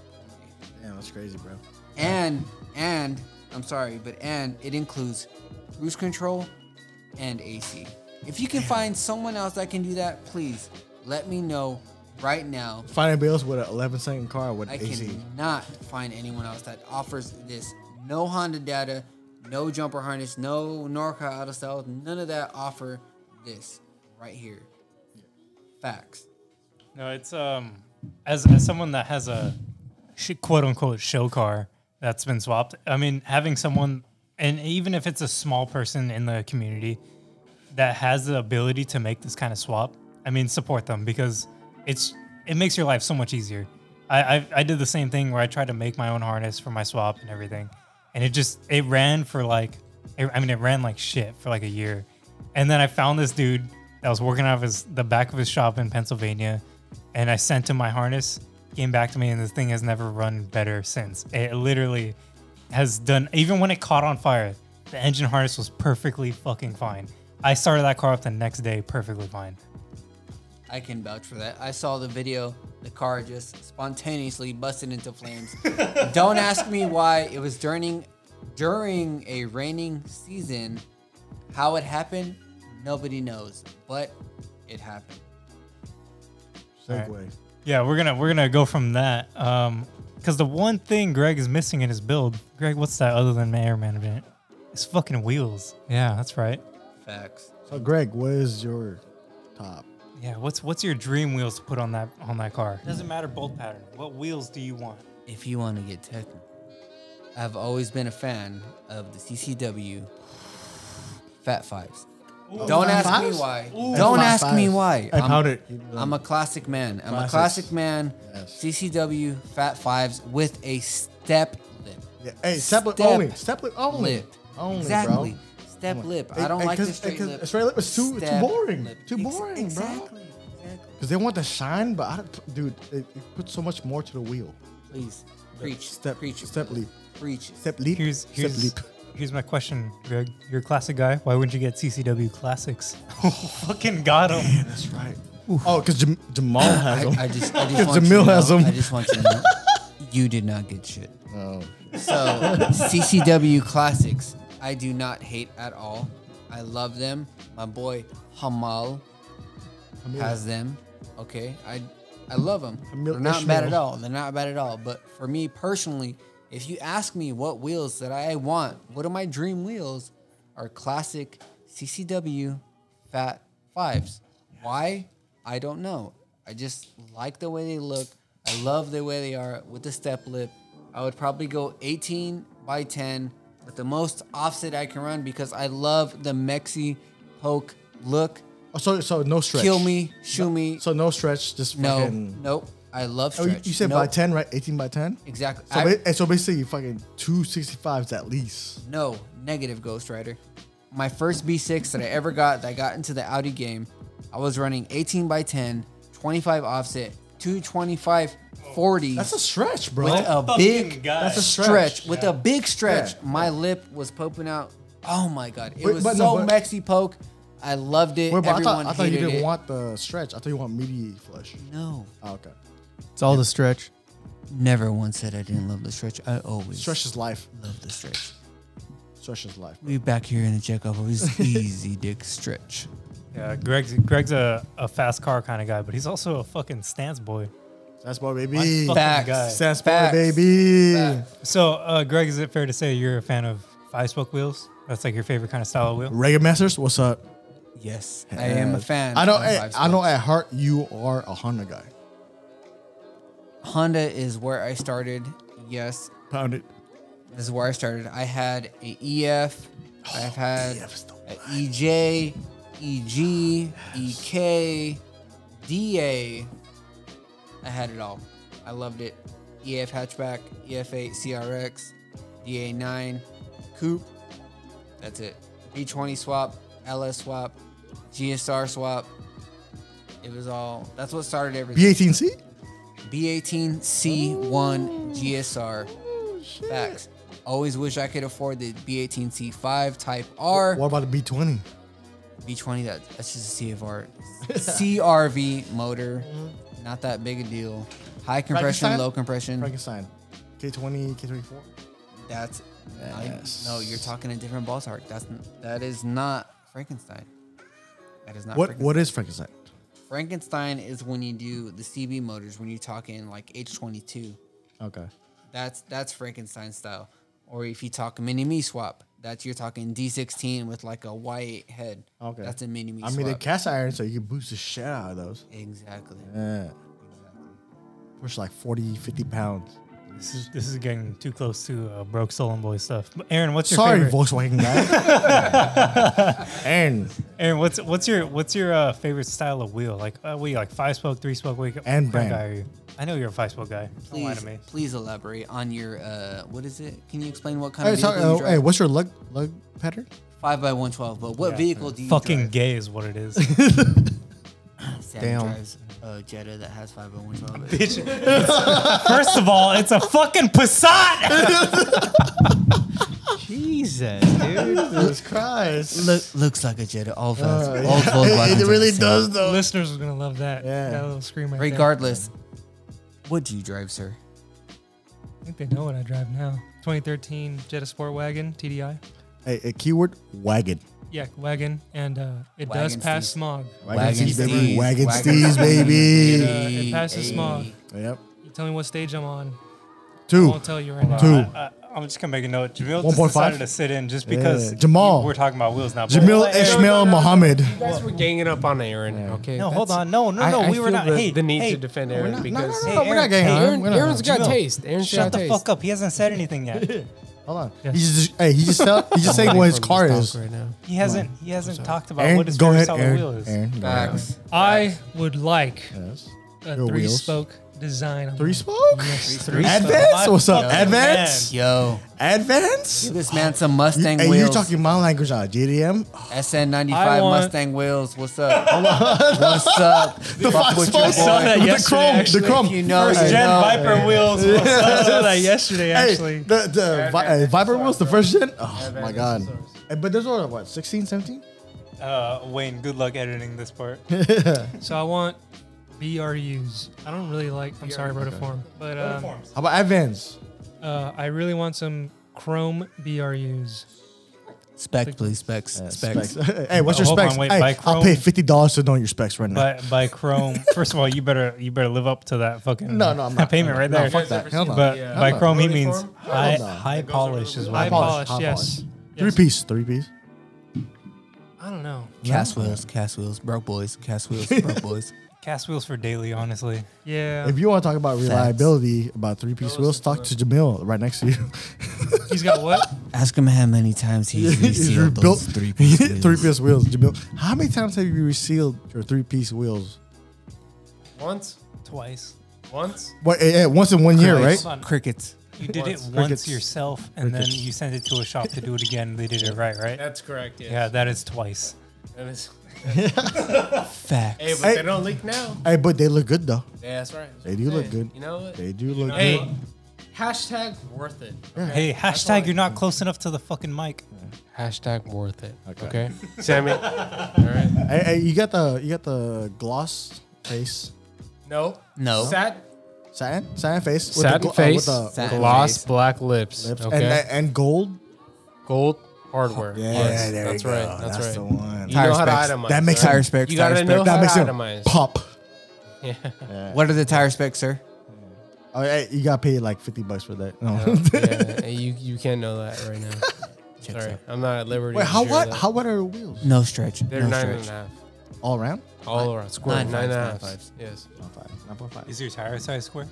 Speaker 4: Damn, that's crazy, bro.
Speaker 1: And and I'm sorry, but and it includes cruise control and AC. If you can find someone else that can do that, please let me know right now.
Speaker 4: Finding bills with an 11 second car with
Speaker 1: I
Speaker 4: AC.
Speaker 1: cannot find anyone else that offers this. No Honda data, no jumper harness, no Norca out of cell, none of that offer this right here. Facts.
Speaker 2: No, it's um, as as someone that has a sh- quote unquote show car that's been swapped. I mean, having someone, and even if it's a small person in the community that has the ability to make this kind of swap, I mean, support them because it's it makes your life so much easier. I I, I did the same thing where I tried to make my own harness for my swap and everything, and it just it ran for like, it, I mean, it ran like shit for like a year, and then I found this dude that was working out of his the back of his shop in Pennsylvania, and I sent him my harness. Came back to me, and this thing has never run better since. It literally has done. Even when it caught on fire, the engine harness was perfectly fucking fine. I started that car up the next day, perfectly fine.
Speaker 1: I can vouch for that. I saw the video. The car just spontaneously busted into flames. Don't ask me why. It was during during a raining season. How it happened, nobody knows, but it happened.
Speaker 4: Segway.
Speaker 2: Yeah, we're gonna we're gonna go from that. Um, because the one thing Greg is missing in his build, Greg, what's that other than air management? It's fucking wheels. Yeah, that's right.
Speaker 1: Facts.
Speaker 4: So, Greg, what is your top?
Speaker 2: Yeah, what's what's your dream wheels to put on that on that car? Doesn't matter bolt pattern. What wheels do you want?
Speaker 1: If you want to get technical, I've always been a fan of the CCW Fat Fives. Don't ask me why. Don't
Speaker 4: Fat
Speaker 1: ask me
Speaker 4: Fives.
Speaker 1: why.
Speaker 4: I
Speaker 1: I'm-
Speaker 4: powdered.
Speaker 1: I'm a classic man. I'm
Speaker 4: Classics.
Speaker 1: a classic man.
Speaker 4: Yes.
Speaker 1: CCW Fat Fives with a step lip.
Speaker 4: Yeah, hey, step lip
Speaker 1: Step
Speaker 4: only. Step lip only.
Speaker 1: Lip.
Speaker 4: Only,
Speaker 1: exactly.
Speaker 4: bro.
Speaker 1: Step
Speaker 4: Only.
Speaker 1: lip.
Speaker 4: Hey,
Speaker 1: I don't
Speaker 4: hey,
Speaker 1: like the
Speaker 4: 'cause- hey,
Speaker 1: straight
Speaker 4: 'cause
Speaker 1: lip.
Speaker 4: Straight lip is too, too
Speaker 1: Step
Speaker 4: boring.
Speaker 1: lip.
Speaker 4: Too
Speaker 1: Ex-
Speaker 4: boring, bro.
Speaker 1: exactly. Exactly.
Speaker 4: Because they want the shine, but I don't, dude, it, it puts so much more to the wheel.
Speaker 1: Please preach.
Speaker 4: Step-
Speaker 1: preach. it,
Speaker 4: step
Speaker 1: brother.
Speaker 4: leap.
Speaker 1: Preach. it.
Speaker 4: Step leap.
Speaker 2: Here's
Speaker 4: step
Speaker 2: here's
Speaker 4: leap.
Speaker 2: here's my question, Greg. You're a classic guy. Why wouldn't you get CCW classics? fucking got him.
Speaker 4: That's right. Oh, because Jam- Jamal has them.
Speaker 1: I, I just, I
Speaker 4: Because
Speaker 1: just want you
Speaker 4: Jamil
Speaker 1: to know,
Speaker 4: has 'em.
Speaker 1: I just want you to know, you did not get shit.
Speaker 4: oh.
Speaker 1: So CCW classics, I do not hate at all. I love them. My boy Hamal has them. Okay, I I love them.
Speaker 4: Hamil
Speaker 1: They're not bad
Speaker 4: Ishmael.
Speaker 1: at all. They're not bad at all. But for me personally, if you ask me what wheels that I want, what are my dream wheels? Are classic CCW Fat Fives. Why? I don't know. I just like the way they look. I love the way they are with the step lip. I would probably go 18 by 10 with the most offset I can run because I love the Mexi poke look.
Speaker 4: Oh, so, so no stretch.
Speaker 1: Kill me, shoot me.
Speaker 4: So no stretch, just
Speaker 1: no,
Speaker 4: fucking.
Speaker 1: nope. I love
Speaker 4: Oh,
Speaker 1: stretch.
Speaker 4: you, you said
Speaker 1: Nope.
Speaker 4: by 10, right? 18 by 10?
Speaker 1: Exactly.
Speaker 4: So,
Speaker 1: I-
Speaker 4: ba- so basically, you fucking 265s at least.
Speaker 1: No, negative Ghost Rider. My first B6 that I ever got that I got into the Audi game, I was running 18 by 10, 25 offset, 225 40
Speaker 4: That's a stretch, bro.
Speaker 1: with a
Speaker 2: Fucking
Speaker 1: big
Speaker 2: guy. That's
Speaker 4: a
Speaker 1: stretch.
Speaker 4: stretch.
Speaker 1: With a big stretch.
Speaker 4: Yeah.
Speaker 1: My lip was poking out. Oh my god. It
Speaker 4: Wait,
Speaker 1: was
Speaker 4: but no,
Speaker 1: so
Speaker 4: but-
Speaker 1: Mexi poke. I loved it.
Speaker 4: Wait, but I
Speaker 1: Everyone
Speaker 4: thought, I thought you
Speaker 1: hated
Speaker 4: didn't
Speaker 1: it.
Speaker 4: want the stretch. I thought you want mediate flush.
Speaker 1: No.
Speaker 4: Oh, okay.
Speaker 3: It's all the stretch.
Speaker 1: Never once said I didn't love the stretch. I always
Speaker 4: Stretch is life.
Speaker 1: love the stretch.
Speaker 4: Stretch is life.
Speaker 1: We back here in the checkup. It was easy dick stretch.
Speaker 2: Yeah, Greg's Greg's a, a fast car kind of guy, but he's also a fucking stance boy.
Speaker 4: That's boy,
Speaker 2: My
Speaker 4: baby.
Speaker 2: fucking
Speaker 1: Facts.
Speaker 2: guy.
Speaker 4: That's boy,
Speaker 1: Facts.
Speaker 4: baby.
Speaker 1: Facts.
Speaker 2: So, uh, Greg, is it fair to say you're a fan of five spoke wheels? That's like your favorite kind of style of wheel.
Speaker 4: Reggae Masters, what's up?
Speaker 1: Yes, I am a fan.
Speaker 4: I know.
Speaker 1: of
Speaker 4: hey,
Speaker 1: Five
Speaker 4: I know.
Speaker 1: Stones.
Speaker 4: At heart, you are a Honda guy.
Speaker 1: Honda is where I started. Yes,
Speaker 4: Pound it.
Speaker 1: this is where I started. I had an EF. I've had
Speaker 4: EF Oh, E is the
Speaker 1: a E EJ, EG, EK, DA. I had it all. I loved it. EF hatchback, E EF8, CRX, DA9, coupe. That's it. B20 swap, LS swap, GSR swap. It was all. That's what started everything.
Speaker 4: B18C?
Speaker 1: B18C1 GSR. Facts. Always wish I could afford the B18C5 Type R.
Speaker 4: What about the B20?
Speaker 1: B20, that, that's just a CFR. CRV motor. Not that big a deal. High compression,
Speaker 4: Mm-hmm. Frankenstein?
Speaker 1: low compression.
Speaker 4: Frankenstein. K20, K24.
Speaker 1: That's. I-
Speaker 4: Yes.
Speaker 1: no, you're talking a different ballpark. That's n- that is not Frankenstein. That is not
Speaker 4: What
Speaker 1: Frankenstein.
Speaker 4: what is Frankenstein?
Speaker 1: Frankenstein is when you do the CB motors when you're talking like H22.
Speaker 4: Okay.
Speaker 1: That's that's Frankenstein style. Or if you talk mini me swap, that's you're talking D16 with like a white head.
Speaker 4: Okay.
Speaker 1: That's a mini me
Speaker 4: I
Speaker 1: swap.
Speaker 4: mean, they cast iron, so you can boost the shit out of those.
Speaker 1: exactly.
Speaker 4: Yeah. Push like 40, 50 pounds.
Speaker 2: This is, this is getting too close to uh, broke stolen boy stuff. But Aaron, what's your
Speaker 4: Sorry,
Speaker 2: favorite?
Speaker 4: Volkswagen guy. and
Speaker 2: Aaron, what's what's your what's your uh, favorite style of wheel? Like, uh, what are you like five spoke, three spoke? What
Speaker 4: And
Speaker 2: what kind of
Speaker 4: brand.
Speaker 2: guy are you? I know you're a five spoke guy. Don't lie
Speaker 1: Please,
Speaker 2: to me.
Speaker 1: please elaborate on your uh, what is it? Can you explain what kind
Speaker 4: hey,
Speaker 1: of vehicle
Speaker 4: sorry,
Speaker 1: you
Speaker 4: uh,
Speaker 1: drive?
Speaker 4: hey, what's your lug lug pattern?
Speaker 1: Five by one twelve. But what
Speaker 2: Yeah.
Speaker 1: vehicle do you
Speaker 2: Fucking
Speaker 1: drive?
Speaker 2: gay is what it is.
Speaker 6: Sam
Speaker 4: Damn.
Speaker 6: drives a Jetta that has 50112.
Speaker 2: Bitch. It's- First of all, it's a fucking Passat.
Speaker 3: Jesus, dude.
Speaker 4: Jesus Christ.
Speaker 6: Look, looks like a Jetta. All fast.
Speaker 4: Uh,
Speaker 6: all Volkswagens are
Speaker 4: it
Speaker 6: the
Speaker 4: really
Speaker 6: same.
Speaker 4: does, though.
Speaker 5: Listeners are gonna love that.
Speaker 4: Yeah.
Speaker 5: That little scream right
Speaker 1: Regardless, what do you drive, sir?
Speaker 5: there. I think they know what I drive now. 2013 Jetta Sport Wagon TDI.
Speaker 4: Hey, a keyword wagon.
Speaker 5: Yeah, wagon, and uh, it does
Speaker 1: Wagon
Speaker 5: pass
Speaker 1: seats.
Speaker 5: smog.
Speaker 4: Wagon
Speaker 1: Steez,
Speaker 4: Steez, baby. Wagon
Speaker 1: Steez,
Speaker 4: Steez, baby.
Speaker 5: It, uh, it passes smog.
Speaker 4: Yep.
Speaker 5: You tell me what stage I'm on. I
Speaker 4: Two.
Speaker 5: won't tell you right now.
Speaker 4: Two.
Speaker 2: I, am just gonna make a note. Jamil just
Speaker 4: 1.5?
Speaker 2: decided to sit in just because
Speaker 4: Yeah. Jamal.
Speaker 2: We're talking about wheels now. but-
Speaker 4: Jamil
Speaker 7: Hey, no,
Speaker 4: Ishmael
Speaker 7: no, no, no.
Speaker 4: Mohammed.
Speaker 7: You guys were ganging up on Aaron. Okay.
Speaker 2: No,
Speaker 7: that's-
Speaker 2: hold on. No, no,
Speaker 7: I-
Speaker 2: no.
Speaker 7: I
Speaker 2: we were
Speaker 7: feel
Speaker 2: not.
Speaker 7: The,
Speaker 2: hey,
Speaker 7: the need
Speaker 2: hey,
Speaker 7: to defend Aaron because
Speaker 4: No, we're not getting
Speaker 7: Hey,
Speaker 4: on.
Speaker 7: Aaron,
Speaker 4: We're not
Speaker 7: Aaron's
Speaker 4: on.
Speaker 7: got
Speaker 2: Jamil,
Speaker 7: taste. Aaron's
Speaker 2: Shut
Speaker 7: got
Speaker 2: the
Speaker 7: taste.
Speaker 2: fuck up. He hasn't said anything yet.
Speaker 4: Hold on.
Speaker 5: Yes.
Speaker 4: He just hey, he just tell, he just saying what his car is.
Speaker 7: Right now.
Speaker 2: He hasn't. He hasn't talked about
Speaker 4: Aaron,
Speaker 2: what his
Speaker 4: go
Speaker 2: favorite
Speaker 4: ahead,
Speaker 2: style of
Speaker 4: Aaron.
Speaker 2: wheel is.
Speaker 4: Aaron, go ahead.
Speaker 1: Facts.
Speaker 5: I would like
Speaker 4: Yes.
Speaker 5: a
Speaker 4: Your
Speaker 5: three
Speaker 4: wheels.
Speaker 5: spoke design. on
Speaker 4: Three
Speaker 5: mine.
Speaker 4: spoke.
Speaker 5: Yes,
Speaker 2: Three
Speaker 5: three.
Speaker 2: spoke.
Speaker 4: Advance? What's up?
Speaker 2: Fucking
Speaker 4: Advance?
Speaker 2: man.
Speaker 1: Yo,
Speaker 4: Advance.
Speaker 1: give this man some Mustang
Speaker 4: Hey, you
Speaker 1: wheels.
Speaker 4: talking my language on GDM?
Speaker 1: SN95
Speaker 5: I want-
Speaker 1: Mustang wheels. What's up? What's up?
Speaker 4: The
Speaker 1: Fuck with your
Speaker 4: five
Speaker 1: boy.
Speaker 4: spoke. The chrome. The chrome.
Speaker 1: You know,
Speaker 2: First
Speaker 1: you
Speaker 2: gen
Speaker 1: know.
Speaker 2: Viper wheels.
Speaker 5: I saw that yesterday,
Speaker 4: Hey,
Speaker 5: actually.
Speaker 4: the the Vi- uh, Viper was the first gen. Oh my
Speaker 7: Advance
Speaker 4: god!
Speaker 7: is ours.
Speaker 4: Hey, But there's only what 16, 17?
Speaker 2: Uh, Wayne, good luck editing this part.
Speaker 5: So I want BRUs. I don't really like. I'm sorry, rotiform, but um,
Speaker 4: How about Advance?
Speaker 5: uh, I really want some chrome BRUs.
Speaker 1: Spec, please. Specs. specs.
Speaker 4: hey, what's your
Speaker 2: Hold on,
Speaker 4: specs?
Speaker 2: wait,
Speaker 4: hey,
Speaker 2: by
Speaker 4: I'll
Speaker 2: Chrome?
Speaker 4: pay fifty dollars to know your specs right now.
Speaker 2: by, by Chrome. First of all, you better you better live up to that fucking
Speaker 4: No, no, I'm not.
Speaker 2: payment right there.
Speaker 4: fuck that. Hell no.
Speaker 2: But
Speaker 7: Yeah.
Speaker 2: by
Speaker 4: no.
Speaker 2: Chrome, he
Speaker 7: Really
Speaker 2: means
Speaker 7: form?
Speaker 2: high,
Speaker 4: no.
Speaker 2: high
Speaker 7: It goes
Speaker 2: polish
Speaker 7: over
Speaker 2: is
Speaker 7: the
Speaker 2: what
Speaker 5: High
Speaker 2: it
Speaker 4: polish,
Speaker 2: means.
Speaker 5: polish,
Speaker 4: high
Speaker 5: yes.
Speaker 4: Three
Speaker 5: Yes.
Speaker 4: piece, three piece.
Speaker 5: I don't know.
Speaker 1: Cast wheels. Cast wheels. Broke boys. Cast wheels. Broke boys.
Speaker 2: Cast wheels for daily, honestly.
Speaker 5: Yeah,
Speaker 4: If you want to talk about reliability about three piece wheels, talk to Jamil right next to you.
Speaker 5: he's got what?
Speaker 1: Ask him how many times he's
Speaker 4: He's
Speaker 1: resealed
Speaker 4: rebuilt
Speaker 1: those three
Speaker 4: three piece
Speaker 1: pieces.
Speaker 4: wheels, Jamil. How many times have you resealed your three piece wheels?
Speaker 7: Once,
Speaker 2: Twice.
Speaker 7: once.
Speaker 4: What? eh, eh, once in one year, right?
Speaker 2: Hold on.
Speaker 1: Crickets.
Speaker 2: You did
Speaker 7: Once.
Speaker 2: it once
Speaker 4: Crickets.
Speaker 2: yourself, and
Speaker 4: Crickets.
Speaker 2: then you sent it to a shop to do it again. They did it right, right?
Speaker 7: That's correct. Yes.
Speaker 2: Yeah, that is twice.
Speaker 7: That is.
Speaker 1: Facts.
Speaker 7: Hey, but
Speaker 4: Hey.
Speaker 7: they don't leak now.
Speaker 4: Hey, but they look good though.
Speaker 7: Yeah, that's right.
Speaker 4: They do look good.
Speaker 7: You know what?
Speaker 4: They do look
Speaker 7: Hey,
Speaker 4: good.
Speaker 7: hashtag worth it.
Speaker 2: Hey,
Speaker 7: That's all I-
Speaker 2: hashtag you're not close enough to the fucking mic.
Speaker 7: Hashtag worth it.
Speaker 4: Okay.
Speaker 7: Okay. Sammy. All right.
Speaker 4: Hey, hey, you got the you got the gloss face,
Speaker 7: No.
Speaker 1: No.
Speaker 7: Sat,
Speaker 4: satin, satin face, with
Speaker 7: satin
Speaker 4: the gl- uh,
Speaker 7: face,
Speaker 4: with the
Speaker 1: Satin
Speaker 7: gloss
Speaker 1: face.
Speaker 7: black lips.
Speaker 4: lips,
Speaker 7: Okay.
Speaker 4: and and, and gold.
Speaker 7: Gold hardware.
Speaker 4: Yeah,
Speaker 7: Yes,
Speaker 4: there
Speaker 7: that's
Speaker 4: you go.
Speaker 7: right. That's,
Speaker 4: That's
Speaker 7: right.
Speaker 4: the one.
Speaker 7: You know how to
Speaker 1: Tire specs.
Speaker 7: itemize.
Speaker 4: That makes
Speaker 7: right?
Speaker 1: Tire specs.
Speaker 7: You
Speaker 1: tire
Speaker 7: gotta know
Speaker 1: specs.
Speaker 4: That
Speaker 7: how
Speaker 4: makes
Speaker 7: to
Speaker 4: it
Speaker 7: itemize.
Speaker 4: pop.
Speaker 1: What are the tire specs, sir?
Speaker 4: Oh, hey, you got paid like fifty bucks for that. No.
Speaker 7: yeah, and you you can't know that right now. Sorry, I'm not at liberty.
Speaker 4: Wait,
Speaker 7: to
Speaker 4: how
Speaker 7: share
Speaker 4: what?
Speaker 7: that.
Speaker 4: How what are the wheels?
Speaker 1: No stretch.
Speaker 7: They're
Speaker 1: no
Speaker 7: nine
Speaker 1: stretch.
Speaker 7: and a half.
Speaker 4: All around?
Speaker 7: All around. Square
Speaker 1: nine
Speaker 7: nine, nine and a
Speaker 1: fives,
Speaker 7: half.
Speaker 1: nine fives.
Speaker 7: Yes.
Speaker 4: Nine five, nine point five.
Speaker 2: Is your tire size square?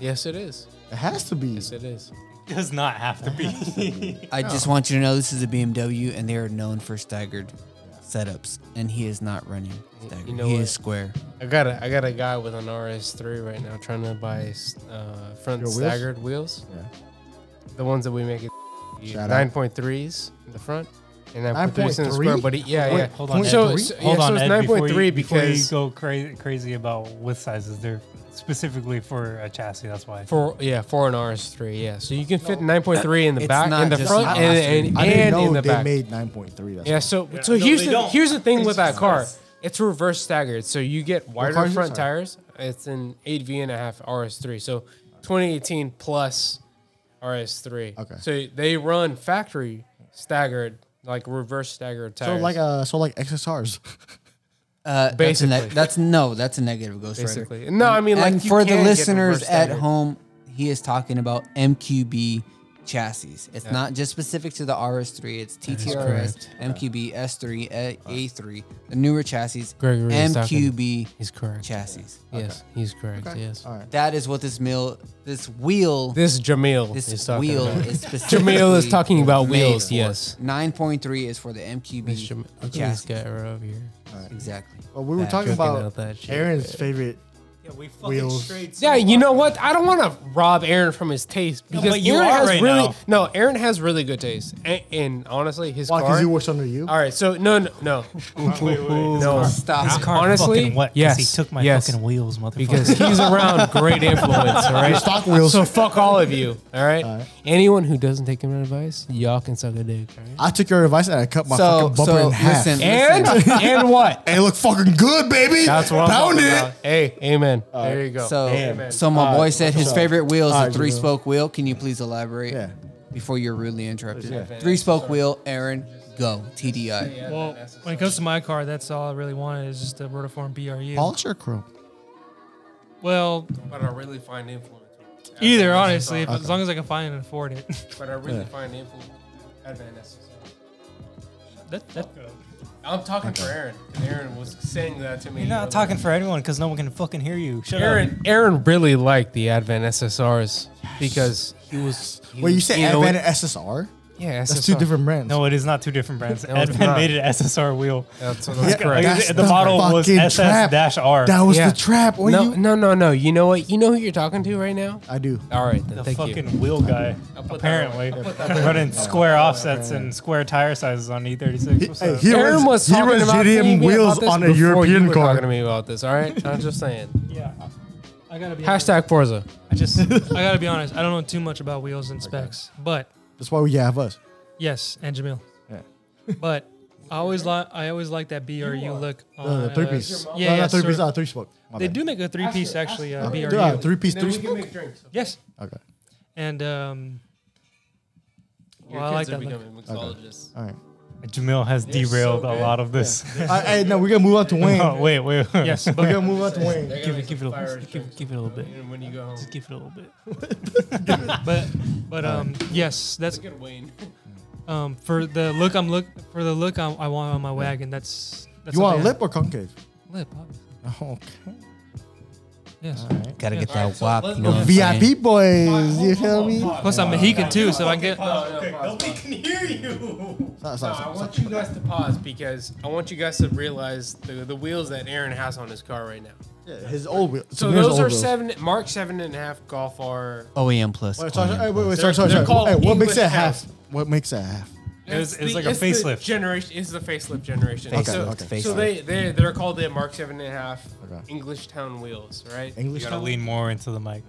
Speaker 7: Yes, it is.
Speaker 4: It has to be.
Speaker 7: Yes, it is.
Speaker 2: Does not have to be.
Speaker 1: I just want you to know this is a BMW, and they are known for staggered setups, and he is not running staggered.
Speaker 7: know
Speaker 1: he is
Speaker 7: what?
Speaker 1: square.
Speaker 7: I got a I got a guy with an RS3 right now trying to buy uh, front
Speaker 4: Your wheels?
Speaker 7: staggered wheels.
Speaker 4: Yeah.
Speaker 7: The ones that we make at
Speaker 4: Shout out.
Speaker 7: nine point threes in the front, and I put the rest in the
Speaker 4: 9.3?
Speaker 7: square. But it, yeah,
Speaker 4: Wait,
Speaker 7: yeah.
Speaker 2: hold on,
Speaker 7: So,
Speaker 4: Ed.
Speaker 7: so- yeah,
Speaker 2: Hold
Speaker 7: so
Speaker 2: on,
Speaker 7: it's
Speaker 2: Ed,
Speaker 7: nine
Speaker 2: before
Speaker 7: point
Speaker 2: you-
Speaker 7: three
Speaker 2: before you
Speaker 7: because
Speaker 2: go cra- crazy about width sizes. They're specifically for a chassis. That's why.
Speaker 7: for yeah for an RS three. Yeah, so you can fit nine point three in the
Speaker 1: It's
Speaker 7: back,
Speaker 1: not
Speaker 7: in the
Speaker 1: just
Speaker 7: front,
Speaker 1: an RS3.
Speaker 7: and, and,
Speaker 4: I didn't
Speaker 7: and
Speaker 4: know
Speaker 7: in the
Speaker 4: they
Speaker 7: back.
Speaker 4: made 9.3. That's
Speaker 7: Yeah,
Speaker 4: why.
Speaker 7: so
Speaker 2: Yeah,
Speaker 7: so
Speaker 2: no,
Speaker 7: here's
Speaker 2: they
Speaker 7: the
Speaker 2: don't.
Speaker 7: here's the thing
Speaker 2: It's
Speaker 7: with that
Speaker 2: just
Speaker 7: car.
Speaker 2: us.
Speaker 7: It's reverse staggered, so you get
Speaker 4: car
Speaker 7: wider
Speaker 4: is
Speaker 7: front
Speaker 4: this?
Speaker 7: tires. It's an eight and a half RS3, so 2018 plus RS3.
Speaker 4: Okay.
Speaker 7: So they run factory staggered, like reverse staggered
Speaker 4: So
Speaker 7: tires.
Speaker 4: like uh, so like XSRs.
Speaker 1: Uh, That's, a
Speaker 7: Basically.
Speaker 1: neg- that's no, that's a negative Ghost Rider.
Speaker 7: basically. No, I mean like
Speaker 1: and
Speaker 7: you
Speaker 1: for the
Speaker 7: can get
Speaker 1: listeners
Speaker 7: reverse
Speaker 1: at
Speaker 7: staggered.
Speaker 1: home, he is talking about MQB chassis. It's not just specific to the RS3. It's TTRS, MQB, S3, A- A3, the newer chassis.
Speaker 7: Gregory is talking.
Speaker 1: MQB
Speaker 7: he's correct.
Speaker 1: chassis.
Speaker 7: Yes, he's correct. Yes.
Speaker 4: All right.
Speaker 1: That is what this mill, this wheel,
Speaker 7: This Jamil
Speaker 1: this
Speaker 7: is talking
Speaker 1: wheel
Speaker 7: about.
Speaker 1: is specifically.
Speaker 7: Jamil is talking about
Speaker 1: made
Speaker 7: wheels.
Speaker 1: for.
Speaker 7: Yes.
Speaker 1: Nine point three is for the MQB
Speaker 7: This Jam- look at this
Speaker 1: chassis.
Speaker 7: guy right over here.
Speaker 1: Exactly.
Speaker 7: Oh,
Speaker 4: Well, we were
Speaker 1: That-
Speaker 4: talking
Speaker 7: Checking
Speaker 4: about
Speaker 7: out that shit.
Speaker 4: Aaron's favorite.
Speaker 2: Yeah, we fucking
Speaker 4: Wheels.
Speaker 2: straight.
Speaker 7: Yeah, you know what? I don't want to rob Aaron from his taste
Speaker 2: No,
Speaker 7: because
Speaker 2: but you
Speaker 7: Aaron
Speaker 2: are
Speaker 7: has
Speaker 2: right
Speaker 7: really
Speaker 2: now.
Speaker 7: no. Aaron has really good taste, and, and honestly, his
Speaker 4: Why?
Speaker 7: car.
Speaker 4: Because you watched under you.
Speaker 7: all right, so no, no, no, no.
Speaker 1: Stop.
Speaker 2: This car
Speaker 7: Honestly,
Speaker 2: fucking what?
Speaker 7: yes,
Speaker 2: he took my
Speaker 7: yes.
Speaker 2: fucking wheels, motherfucker.
Speaker 7: Because he's around great influence, all right?
Speaker 4: Stock wheels.
Speaker 7: So fuck all of you, all right?
Speaker 4: All right.
Speaker 7: Anyone who doesn't take him advice, y'all can suck a dick, all right?
Speaker 4: I took your advice and I cut my
Speaker 1: So-
Speaker 4: fucking bumper
Speaker 1: so
Speaker 4: in half.
Speaker 1: listen.
Speaker 4: Hey,
Speaker 7: And and what?
Speaker 4: it looked fucking good, baby.
Speaker 7: That's what I'm
Speaker 4: Pound
Speaker 7: talking
Speaker 4: it.
Speaker 7: about. Hey, amen. There you go.
Speaker 1: So,
Speaker 7: Amen.
Speaker 1: so my boy said his
Speaker 4: so-
Speaker 1: favorite wheel is
Speaker 4: all
Speaker 1: a
Speaker 4: right,
Speaker 1: three
Speaker 4: Jamil.
Speaker 1: spoke wheel. Can you please elaborate?
Speaker 4: Yeah.
Speaker 1: Before you're rudely interrupted. Three spoke wheel, Aaron, go. TDI.
Speaker 5: Well, when it comes to my car, that's all I really wanted is just a Rotiform BRU.
Speaker 4: Polish or chrome?
Speaker 5: Well,
Speaker 7: But I really find influence.
Speaker 5: either honestly, if, as long as I can find and afford it.
Speaker 7: But I really find influence necessary.
Speaker 5: that, that,
Speaker 7: I'm talking for Aaron. Aaron was saying that to me.
Speaker 2: You're not talking for anyone because no one can fucking hear you. Shut
Speaker 7: Aaron. Aaron really liked the Advent SSRs because he was. he
Speaker 4: Wait, you
Speaker 7: was-
Speaker 4: said
Speaker 7: know,
Speaker 4: Advent and SSR?
Speaker 7: Yeah, SSR.
Speaker 4: That's two different brands.
Speaker 2: up. No, it is not two different brands.
Speaker 7: No, it's
Speaker 2: Advent
Speaker 7: not.
Speaker 2: made an SSR wheel.
Speaker 7: That's what I was
Speaker 4: Yeah,
Speaker 7: correct.
Speaker 4: that's
Speaker 2: Like, the
Speaker 4: the
Speaker 2: model was
Speaker 4: fucking
Speaker 2: SS dash R.
Speaker 4: that was
Speaker 7: Yeah.
Speaker 4: the trap. What
Speaker 7: no,
Speaker 4: you?
Speaker 7: no, no, no. You know what? You know who you're talking to right now.
Speaker 4: I do.
Speaker 7: All right, then.
Speaker 2: The
Speaker 7: thank
Speaker 2: fucking
Speaker 7: you.
Speaker 2: wheel guy,
Speaker 7: put that
Speaker 2: apparently, running square offsets and square tire sizes on E36. What's up?
Speaker 4: he
Speaker 7: Aaron was
Speaker 4: he
Speaker 7: talking
Speaker 4: runs
Speaker 7: about
Speaker 4: JDM
Speaker 7: to me
Speaker 4: wheels
Speaker 7: about this
Speaker 4: on a
Speaker 7: before you
Speaker 4: European
Speaker 7: were
Speaker 4: car.
Speaker 7: Talking to me about this. All right, I'm just saying.
Speaker 5: yeah. I gotta be
Speaker 7: Hashtag Forza.
Speaker 5: I just I gotta be honest. I don't know too much about wheels and specs, but
Speaker 4: That's why we have us.
Speaker 5: yes, and Jamil.
Speaker 4: Yeah.
Speaker 5: But I always like I always like that BRU look on
Speaker 4: No, no,
Speaker 5: uh,
Speaker 4: three piece.
Speaker 5: Yeah,
Speaker 4: no,
Speaker 5: yeah,
Speaker 4: not three
Speaker 5: sort
Speaker 4: piece.
Speaker 5: of-
Speaker 4: Uh, three spoke. My
Speaker 5: They
Speaker 4: bad.
Speaker 5: do make a three piece actually. Uh,
Speaker 4: Okay.
Speaker 5: BRU.
Speaker 4: Yeah, three piece, three spoke.
Speaker 7: make drinks.
Speaker 5: yes,
Speaker 4: Okay.
Speaker 5: and um, well, I like that look.
Speaker 7: mixologists.
Speaker 4: All right.
Speaker 2: Jamil has derailed
Speaker 7: so
Speaker 2: a
Speaker 7: good.
Speaker 2: lot of this.
Speaker 4: I, I, no, we're gonna move on to Wayne.
Speaker 2: No, wait, wait.
Speaker 5: Yes,
Speaker 4: We're
Speaker 5: but
Speaker 4: gonna move on to Wayne.
Speaker 2: Give it- give it a- give- give it a little bit.
Speaker 7: And when you go home,
Speaker 2: Just give it a little bit.
Speaker 5: but but um, yes, that's
Speaker 7: look at Wayne.
Speaker 5: um for the look I'm look for the look I, I want on my wagon. That's that's
Speaker 4: You
Speaker 5: up
Speaker 4: want
Speaker 5: there.
Speaker 4: lip or concave?
Speaker 5: lip. obviously.
Speaker 4: Okay.
Speaker 5: Yes.
Speaker 1: Gotta
Speaker 5: Yeah.
Speaker 1: get that
Speaker 7: Alright, so
Speaker 1: wop.
Speaker 7: let's
Speaker 1: You
Speaker 7: go
Speaker 1: know what I'm saying?
Speaker 4: VIP boys, you feel me?
Speaker 5: Plus I'm Mohican too, so I can get.
Speaker 7: Nobody can hear you.
Speaker 4: Stop, stop,
Speaker 7: No, I
Speaker 4: stop,
Speaker 7: want
Speaker 4: stop.
Speaker 7: you guys to pause because I want you guys to realize the, the wheels that Aaron has on his car right now.
Speaker 4: Yeah, His old wheel.
Speaker 7: So
Speaker 4: Samir's
Speaker 7: those
Speaker 4: old
Speaker 7: are
Speaker 4: wheels.
Speaker 7: seven Mark seven and a half Golf R.
Speaker 1: OEM E plus.
Speaker 4: Wait, sorry,
Speaker 1: OEM
Speaker 4: sorry, wait,
Speaker 1: plus.
Speaker 4: wait, sorry, sorry,
Speaker 7: They're
Speaker 4: sorry.
Speaker 7: called
Speaker 4: Hey, what makes
Speaker 7: English
Speaker 4: that half?
Speaker 7: half.
Speaker 4: What makes that half?
Speaker 2: It was-
Speaker 7: It's
Speaker 2: it was
Speaker 7: the-
Speaker 2: like a
Speaker 7: it's the
Speaker 2: facelift.
Speaker 7: generation is the facelift generation.
Speaker 1: Facelift,
Speaker 7: so,
Speaker 4: okay.
Speaker 7: so they they they're called the Mark seven and a half
Speaker 4: Okay.
Speaker 7: English Town wheels, right?
Speaker 4: English.
Speaker 2: You gotta
Speaker 4: style?
Speaker 2: lean more into the mic.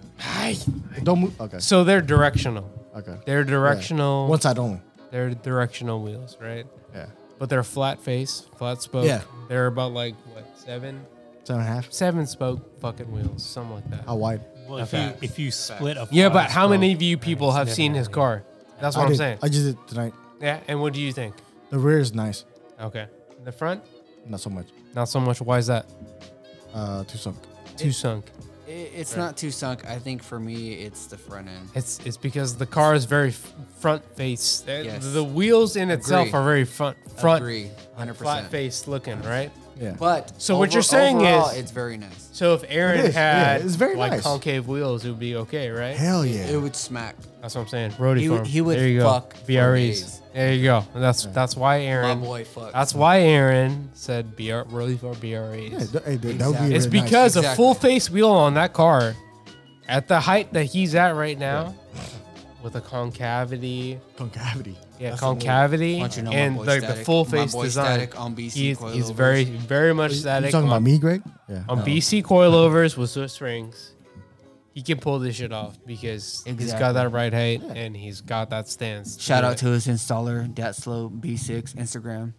Speaker 4: Don't move. Okay.
Speaker 7: So they're directional.
Speaker 4: Okay.
Speaker 7: They're directional.
Speaker 4: One side only.
Speaker 7: They're directional wheels, right?
Speaker 4: Yeah.
Speaker 7: But they're flat face, flat spoke.
Speaker 4: Yeah.
Speaker 7: They're about like what seven,
Speaker 4: Seven and a half.
Speaker 7: seven spoke fucking wheels, something like that.
Speaker 4: How wide?
Speaker 2: Well, if you if you split up.
Speaker 7: Yeah, but how many of you people have seen his car? That's what
Speaker 4: I
Speaker 7: I'm
Speaker 4: did-
Speaker 7: saying.
Speaker 4: I just did it tonight.
Speaker 7: Yeah, and what do you think?
Speaker 4: The rear is nice.
Speaker 7: Okay, the front,
Speaker 4: Not so much.
Speaker 7: not so much. Why is that?
Speaker 4: Uh, too sunk.
Speaker 7: Too sunk.
Speaker 1: It- It's not too sunk. I think for me, it's the front end.
Speaker 7: It's it's because the car is very f- front face. The-
Speaker 1: Yes.
Speaker 7: The wheels in itself
Speaker 1: Agree.
Speaker 7: are very front front
Speaker 1: Agree, 100%.
Speaker 7: flat face looking, right?
Speaker 4: Yeah.
Speaker 1: But
Speaker 7: So what you're saying
Speaker 1: overall,
Speaker 7: is-
Speaker 1: it's very nice.
Speaker 7: So if Aaron
Speaker 4: It is, yeah,
Speaker 7: had
Speaker 4: it's very
Speaker 7: like
Speaker 4: nice.
Speaker 7: concave wheels, it would be okay, right?
Speaker 4: Hell
Speaker 1: It
Speaker 4: yeah.
Speaker 1: would smack.
Speaker 7: That's what I'm saying. Roadie
Speaker 1: He would-
Speaker 7: farm.
Speaker 1: he would
Speaker 7: there you
Speaker 1: fuck
Speaker 7: go.
Speaker 1: for
Speaker 7: VREs.
Speaker 1: days.
Speaker 7: There you go. That's that's why
Speaker 1: My
Speaker 7: Aaron.
Speaker 1: boy, fuck.
Speaker 7: That's why Aaron said BR roadie farm BREs.
Speaker 4: Yeah, th- hey, th- that would be
Speaker 1: Exactly.
Speaker 7: E It's
Speaker 4: very
Speaker 7: because
Speaker 1: Exactly.
Speaker 7: a full face wheel on that car, at the height that he's at right now, with a concavity.
Speaker 4: Concavity.
Speaker 7: Yeah,
Speaker 4: That's the word.
Speaker 7: concavity
Speaker 1: Once you know my
Speaker 7: and
Speaker 1: boy
Speaker 7: like the
Speaker 1: Static-
Speaker 7: full
Speaker 1: my
Speaker 7: face
Speaker 1: boy
Speaker 7: design.
Speaker 1: Static E on BC
Speaker 7: he's, he's
Speaker 1: coilovers.
Speaker 7: very very much
Speaker 4: You
Speaker 7: static
Speaker 4: talking about
Speaker 7: on,
Speaker 4: me, Greg? Yeah.
Speaker 7: on BC coilovers with Swiss rings. He can pull this shit off because he's got
Speaker 1: Exactly.
Speaker 7: that right height and he's got that stance. to
Speaker 1: Shout
Speaker 7: do
Speaker 1: out
Speaker 7: it.
Speaker 1: to his installer, Datslow B6 Instagram.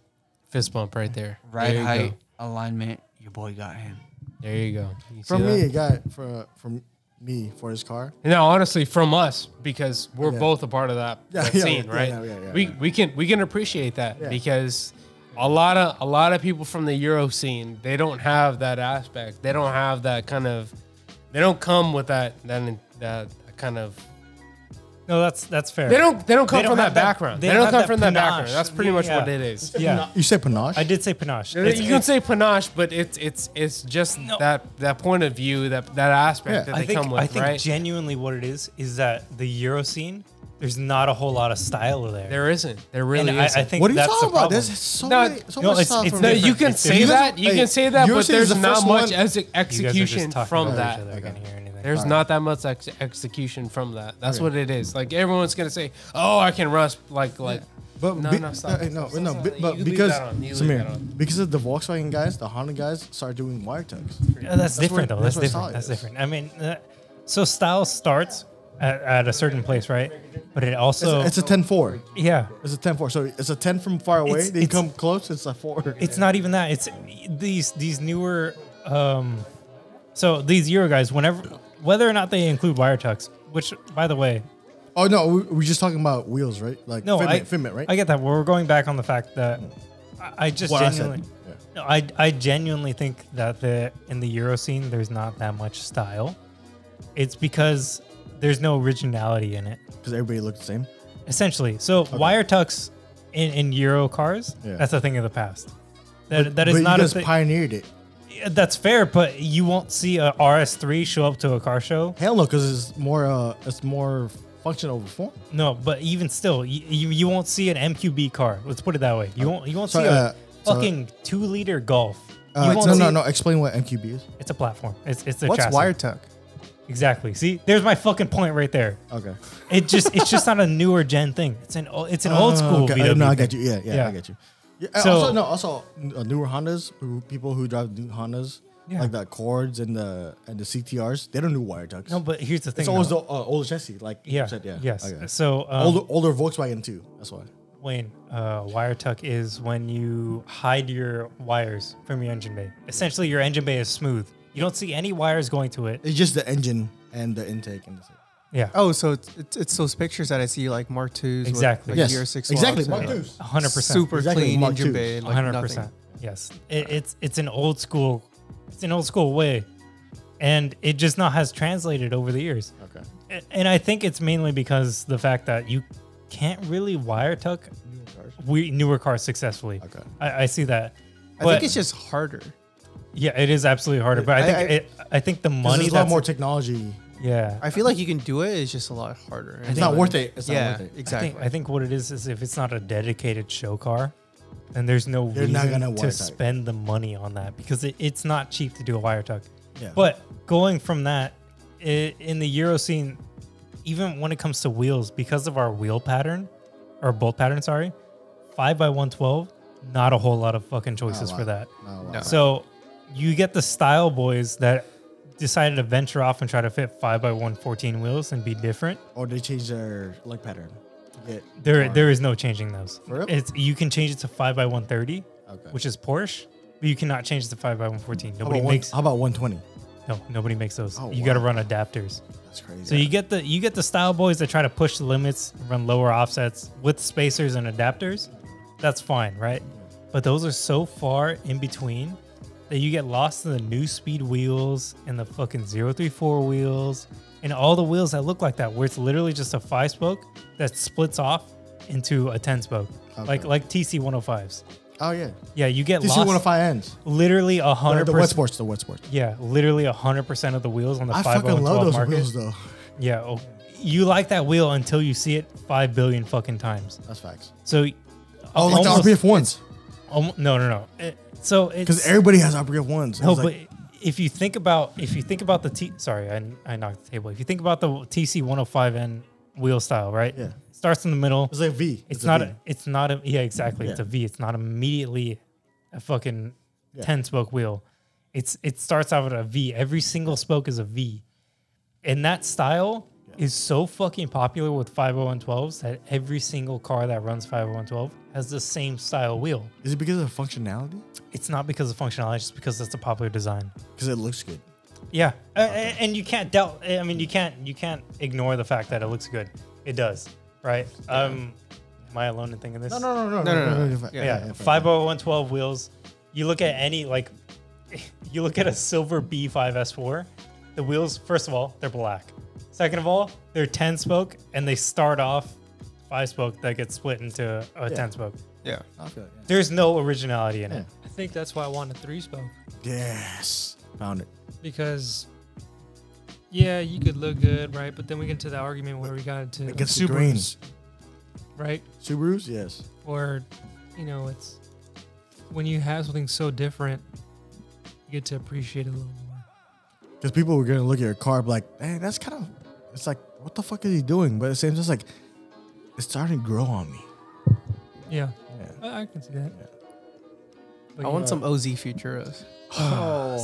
Speaker 7: fist bump right there.
Speaker 1: Right
Speaker 7: there you
Speaker 1: height
Speaker 7: Go.
Speaker 1: alignment. Your boy got him.
Speaker 7: There you go. You see
Speaker 4: From me,
Speaker 7: that?
Speaker 4: it got for from me for his car.
Speaker 7: No, honestly, from us because we're
Speaker 4: Yeah.
Speaker 7: both a part of that,
Speaker 4: Yeah,
Speaker 7: that
Speaker 4: yeah,
Speaker 7: scene,
Speaker 4: yeah,
Speaker 7: right?
Speaker 4: yeah, yeah, yeah,
Speaker 7: we
Speaker 4: yeah.
Speaker 7: we can we can appreciate that
Speaker 4: Yeah.
Speaker 7: because a lot of a lot of people from the Euro scene they don't have that aspect. They don't have that kind of. They don't come with that that that kind of.
Speaker 2: No, that's that's fair.
Speaker 7: They don't they don't come
Speaker 2: They don't
Speaker 7: from that
Speaker 2: have that-
Speaker 7: background. They,
Speaker 2: they don't
Speaker 7: don't,
Speaker 2: have
Speaker 7: come
Speaker 2: that
Speaker 7: from that background.
Speaker 2: panache.
Speaker 7: That's pretty much
Speaker 2: Yeah.
Speaker 7: what it is.
Speaker 2: Yeah,
Speaker 4: You said panache?
Speaker 2: I did say panache.
Speaker 7: you
Speaker 2: It's-
Speaker 7: can
Speaker 2: it's-
Speaker 7: say panache, but it's it's it's just
Speaker 2: No.
Speaker 7: that that point of view that that aspect
Speaker 4: Yeah.
Speaker 7: that
Speaker 2: I
Speaker 7: they
Speaker 2: think
Speaker 7: come with,
Speaker 2: I think
Speaker 7: right?
Speaker 2: genuinely what it is is that the Euro scene. There's not a whole lot of style there.
Speaker 7: there isn't. There really
Speaker 2: and I,
Speaker 7: isn't.
Speaker 2: I think
Speaker 4: What are you
Speaker 2: that's
Speaker 4: talking
Speaker 2: the
Speaker 4: about?
Speaker 2: problem.
Speaker 4: There's so,
Speaker 7: No,
Speaker 4: many, so
Speaker 2: no,
Speaker 4: much
Speaker 2: it's-
Speaker 4: stuff
Speaker 2: it's
Speaker 4: from
Speaker 7: No,
Speaker 2: different.
Speaker 7: you can
Speaker 2: It's
Speaker 7: say
Speaker 4: different.
Speaker 7: that. You
Speaker 4: Hey,
Speaker 7: can say that,
Speaker 4: you're
Speaker 7: but
Speaker 4: saying
Speaker 7: there's
Speaker 4: it's the
Speaker 7: not
Speaker 4: first
Speaker 7: much
Speaker 4: one-
Speaker 7: as
Speaker 2: You guys are just
Speaker 7: execution
Speaker 2: talking
Speaker 7: from
Speaker 2: over each
Speaker 7: that.
Speaker 2: other. I can't hear anything.
Speaker 7: There's not that much ex- execution from that. That's what it is. Like everyone's gonna say, "Oh, I can rust." Like, like,
Speaker 4: But
Speaker 7: No,
Speaker 4: be-
Speaker 7: no, stop
Speaker 4: uh,
Speaker 7: it,
Speaker 4: no,
Speaker 7: stop,
Speaker 4: no,
Speaker 7: stop,
Speaker 4: be-
Speaker 7: stop. You
Speaker 4: but
Speaker 7: leave
Speaker 4: because
Speaker 7: that on, you
Speaker 4: Samir,
Speaker 7: leave that on.
Speaker 4: because of the Volkswagen guys, the Honda guys started doing wire tugs.
Speaker 2: Yeah, that's, different
Speaker 4: where-
Speaker 2: though. That's,
Speaker 4: that's where
Speaker 2: different.
Speaker 4: style
Speaker 2: That's
Speaker 4: is.
Speaker 2: different. I mean, uh, so style starts at, at a certain place, right? But it
Speaker 4: It's,
Speaker 2: also
Speaker 4: a- it's a 10-4.
Speaker 2: yeah.
Speaker 4: It's a 10-4. So it's a 10 from far away.
Speaker 2: It's-
Speaker 4: They
Speaker 2: it's-
Speaker 4: come close. It's a 4.
Speaker 2: It's not even that. It's these these newer. Um, so these Euro guys, whenever whether or not they include wire tucks, which by the way,
Speaker 4: oh, no. We, we're just talking about wheels, right? Like
Speaker 2: no,
Speaker 4: Fitment,
Speaker 2: I,
Speaker 4: Fitment, right?
Speaker 2: I get that. We're going back on the fact that I, I just
Speaker 4: What I said.
Speaker 2: genuinely.
Speaker 4: Yeah.
Speaker 2: No, I, I genuinely think that the in the Euro scene there's not that much style. It's because there's no originality in it.
Speaker 4: Because everybody looked the same.
Speaker 2: Essentially. So wire tucks in, in Euro cars,
Speaker 4: Yeah.
Speaker 2: that's a thing of the past. That, that is
Speaker 4: but
Speaker 2: not
Speaker 4: you
Speaker 2: a
Speaker 4: guys
Speaker 2: thing.
Speaker 4: pioneered it.
Speaker 2: that's fair, but you won't see a RS3 show up to a car show.
Speaker 4: Hell no, because it's more uh, it's more function over form.
Speaker 2: No, but even still, you, you, you won't see an MQB car. Let's put it that way. You won't you won't
Speaker 4: So,
Speaker 2: see a
Speaker 4: uh, so-
Speaker 2: fucking two liter Golf. You
Speaker 4: Uh,
Speaker 2: won't
Speaker 4: no,
Speaker 2: see-
Speaker 4: no, no. Explain what MQB is.
Speaker 2: It's a platform. It's it's a
Speaker 3: What's
Speaker 2: chassis.
Speaker 3: wire tuck?
Speaker 2: Exactly. See, there's my fucking point right there.
Speaker 4: Okay.
Speaker 2: It just it's just not a newer gen thing. It's an o- it's an
Speaker 4: Oh,
Speaker 2: old school
Speaker 4: okay.
Speaker 2: VW.
Speaker 4: No, I
Speaker 2: thing.
Speaker 4: get you. Yeah, yeah, I
Speaker 2: Yeah.
Speaker 4: get you. Yeah, and
Speaker 2: So-
Speaker 4: also, no, also uh, newer Hondas, who, people who drive new Hondas,
Speaker 2: Yeah.
Speaker 4: like the Accords and the and the CTRs, they don't do wire tucks.
Speaker 2: No, but here's the thing.
Speaker 4: it's always
Speaker 2: though.
Speaker 4: the uh, older chassis, like you
Speaker 2: yeah,
Speaker 4: said, yeah,
Speaker 2: yes.
Speaker 4: okay.
Speaker 2: So um,
Speaker 4: older older Volkswagen too. That's why.
Speaker 2: Wayne, uh, wire tuck is when you hide your wires from your engine bay. Essentially, your engine bay is smooth. You don't see any wires going to it.
Speaker 4: It's just the engine and the intake and that's it.
Speaker 2: Yeah,
Speaker 3: Oh, so it's, it's, it's those pictures that I see like Mark II's
Speaker 2: Exactly.
Speaker 3: with, like,
Speaker 4: Yes,
Speaker 3: year six uh,
Speaker 4: exactly.
Speaker 3: locks
Speaker 4: Mark
Speaker 3: and, like,
Speaker 4: IIs.
Speaker 2: hundred percent.
Speaker 3: super
Speaker 4: Exactly,
Speaker 3: clean
Speaker 4: Mark
Speaker 3: Mark
Speaker 4: IIs.
Speaker 3: Bay, like
Speaker 2: hundred
Speaker 3: nothing.
Speaker 2: percent. Yes, it, it's it's an old school, it's an old school way, and it just now has translated over the years.
Speaker 4: Okay.
Speaker 2: A- And I think it's mainly because the fact that you can't really wire tuck we newer cars successfully.
Speaker 4: Okay.
Speaker 2: I, I see that.
Speaker 3: I
Speaker 2: But-
Speaker 3: think it's just harder.
Speaker 2: yeah, it is absolutely harder. But I think
Speaker 3: I-
Speaker 2: I,
Speaker 3: I-
Speaker 2: it, I think the money
Speaker 4: Money. There's a lot
Speaker 2: that's
Speaker 4: more technology.
Speaker 2: yeah.
Speaker 3: I feel like you can do it. It's just a lot harder.
Speaker 4: It's not worth it. It's
Speaker 3: yeah,
Speaker 4: not worth it.
Speaker 3: exactly.
Speaker 2: I think I think what it is is if it's not a dedicated show car, then there's no
Speaker 4: They're not
Speaker 2: reason
Speaker 4: gonna
Speaker 2: to
Speaker 4: wire tuck.
Speaker 2: spend the money on that because it, it's not cheap to do a wire tuck.
Speaker 4: Yeah.
Speaker 2: But going from that i in the Euro scene, even when it comes to wheels, because of our wheel pattern or bolt pattern, sorry, five by one twelve, not a whole lot of fucking choices
Speaker 4: lot.
Speaker 2: for that.
Speaker 4: No, wow.
Speaker 3: No.
Speaker 2: So you get the style boys that decided to venture off and try to fit five by one fourteen wheels and be different.
Speaker 4: Or they change their leg pattern. Yeah.
Speaker 2: There,
Speaker 4: Or-
Speaker 2: there is no changing those.
Speaker 4: For real?
Speaker 2: It's you can change it to five by one thirty,
Speaker 4: Okay.
Speaker 2: which is Porsche, but you cannot change it to five by one fourteen.
Speaker 4: How
Speaker 2: Nobody
Speaker 4: about, one,
Speaker 2: makes
Speaker 4: how about 120?
Speaker 2: no, nobody makes those.
Speaker 4: Oh,
Speaker 2: you got to
Speaker 4: wow.
Speaker 2: run adapters.
Speaker 4: That's crazy.
Speaker 2: So you get the you get the style boys that try to push the limits, run lower offsets with spacers and adapters. That's fine, right? But those are so far in between that you get lost in the new speed wheels and the fucking 034 wheels and all the wheels that look like that, where it's literally just a five spoke that splits off into a 10 spoke, like
Speaker 4: Okay.
Speaker 2: like TC 105s.
Speaker 4: Oh yeah.
Speaker 2: Yeah, you get
Speaker 4: DC
Speaker 2: lost.
Speaker 4: one of five ends.
Speaker 2: Literally
Speaker 4: The,
Speaker 2: 100%.
Speaker 4: the wet sports. The wet sports.
Speaker 2: yeah, literally 100% of the wheels on the
Speaker 4: I
Speaker 2: 5
Speaker 4: fucking love those
Speaker 2: oh market.
Speaker 4: wheels though.
Speaker 2: Yeah. Oh, you like that wheel until you see it five billion fucking times.
Speaker 4: That's facts.
Speaker 2: So,
Speaker 4: Oh, like
Speaker 2: almost-
Speaker 4: the RPF ones.
Speaker 2: almo- no, no, no. It- so
Speaker 4: Because
Speaker 2: it's
Speaker 4: everybody has RPF ones.
Speaker 2: no,
Speaker 4: It's like,
Speaker 2: but if you think about if you think about the T, sorry, I, I knocked the table. If you think about the TC 105N wheel style, right?
Speaker 4: Yeah.
Speaker 2: Starts in the middle.
Speaker 4: It's like V.
Speaker 2: It's
Speaker 4: a
Speaker 2: not.
Speaker 4: V.
Speaker 2: A, it's not a. Yeah, exactly. It's
Speaker 4: Yeah.
Speaker 2: a V. It's not immediately a fucking
Speaker 4: Yeah.
Speaker 2: ten spoke wheel. It's it starts out with a V. Every single spoke is a V, and that style is so fucking popular with 50112s that every single car that runs 50112 has the same style wheel.
Speaker 4: Is it because of the functionality?
Speaker 2: It's not because of functionality, it's because it's a popular design.
Speaker 4: Because it looks good.
Speaker 2: Yeah, Uh, and you can't doubt. I mean, you can't you can't ignore the fact that it looks good. It does, right? Um, am I alone in thinking this?
Speaker 4: no, no,
Speaker 3: No, no, no, no. Yeah.
Speaker 2: yeah,
Speaker 4: yeah,
Speaker 2: five oh- hundred one twelve wheels. You look at any like, you look at a silver B five S four. The wheels, first of all, they're black. Second of all, they're ten spoke, and they start off five spoke that gets split into a ten spoke.
Speaker 3: Yeah.
Speaker 4: Okay,
Speaker 2: There's no originality in it.
Speaker 5: I think that's why I want a three spoke
Speaker 4: yeah. Yes. Found it.
Speaker 5: because. Yeah, you could look good, right? But then we get to the argument where we got into
Speaker 4: Against the
Speaker 5: Subarus,
Speaker 4: grains.
Speaker 5: right?
Speaker 4: Subarus? Yes.
Speaker 5: Or, you know, it's when you have something so different, you get to appreciate it a little more.
Speaker 4: Because people were gonna look at your car and be like, hey, that's kind of it's like, what the fuck is he doing? But at the same time, it's like it's starting to grow on me.
Speaker 5: Yeah,
Speaker 4: Yeah.
Speaker 5: I, I can see that.
Speaker 4: Yeah.
Speaker 5: But
Speaker 3: I
Speaker 5: you know,
Speaker 3: want some OZ Futuros.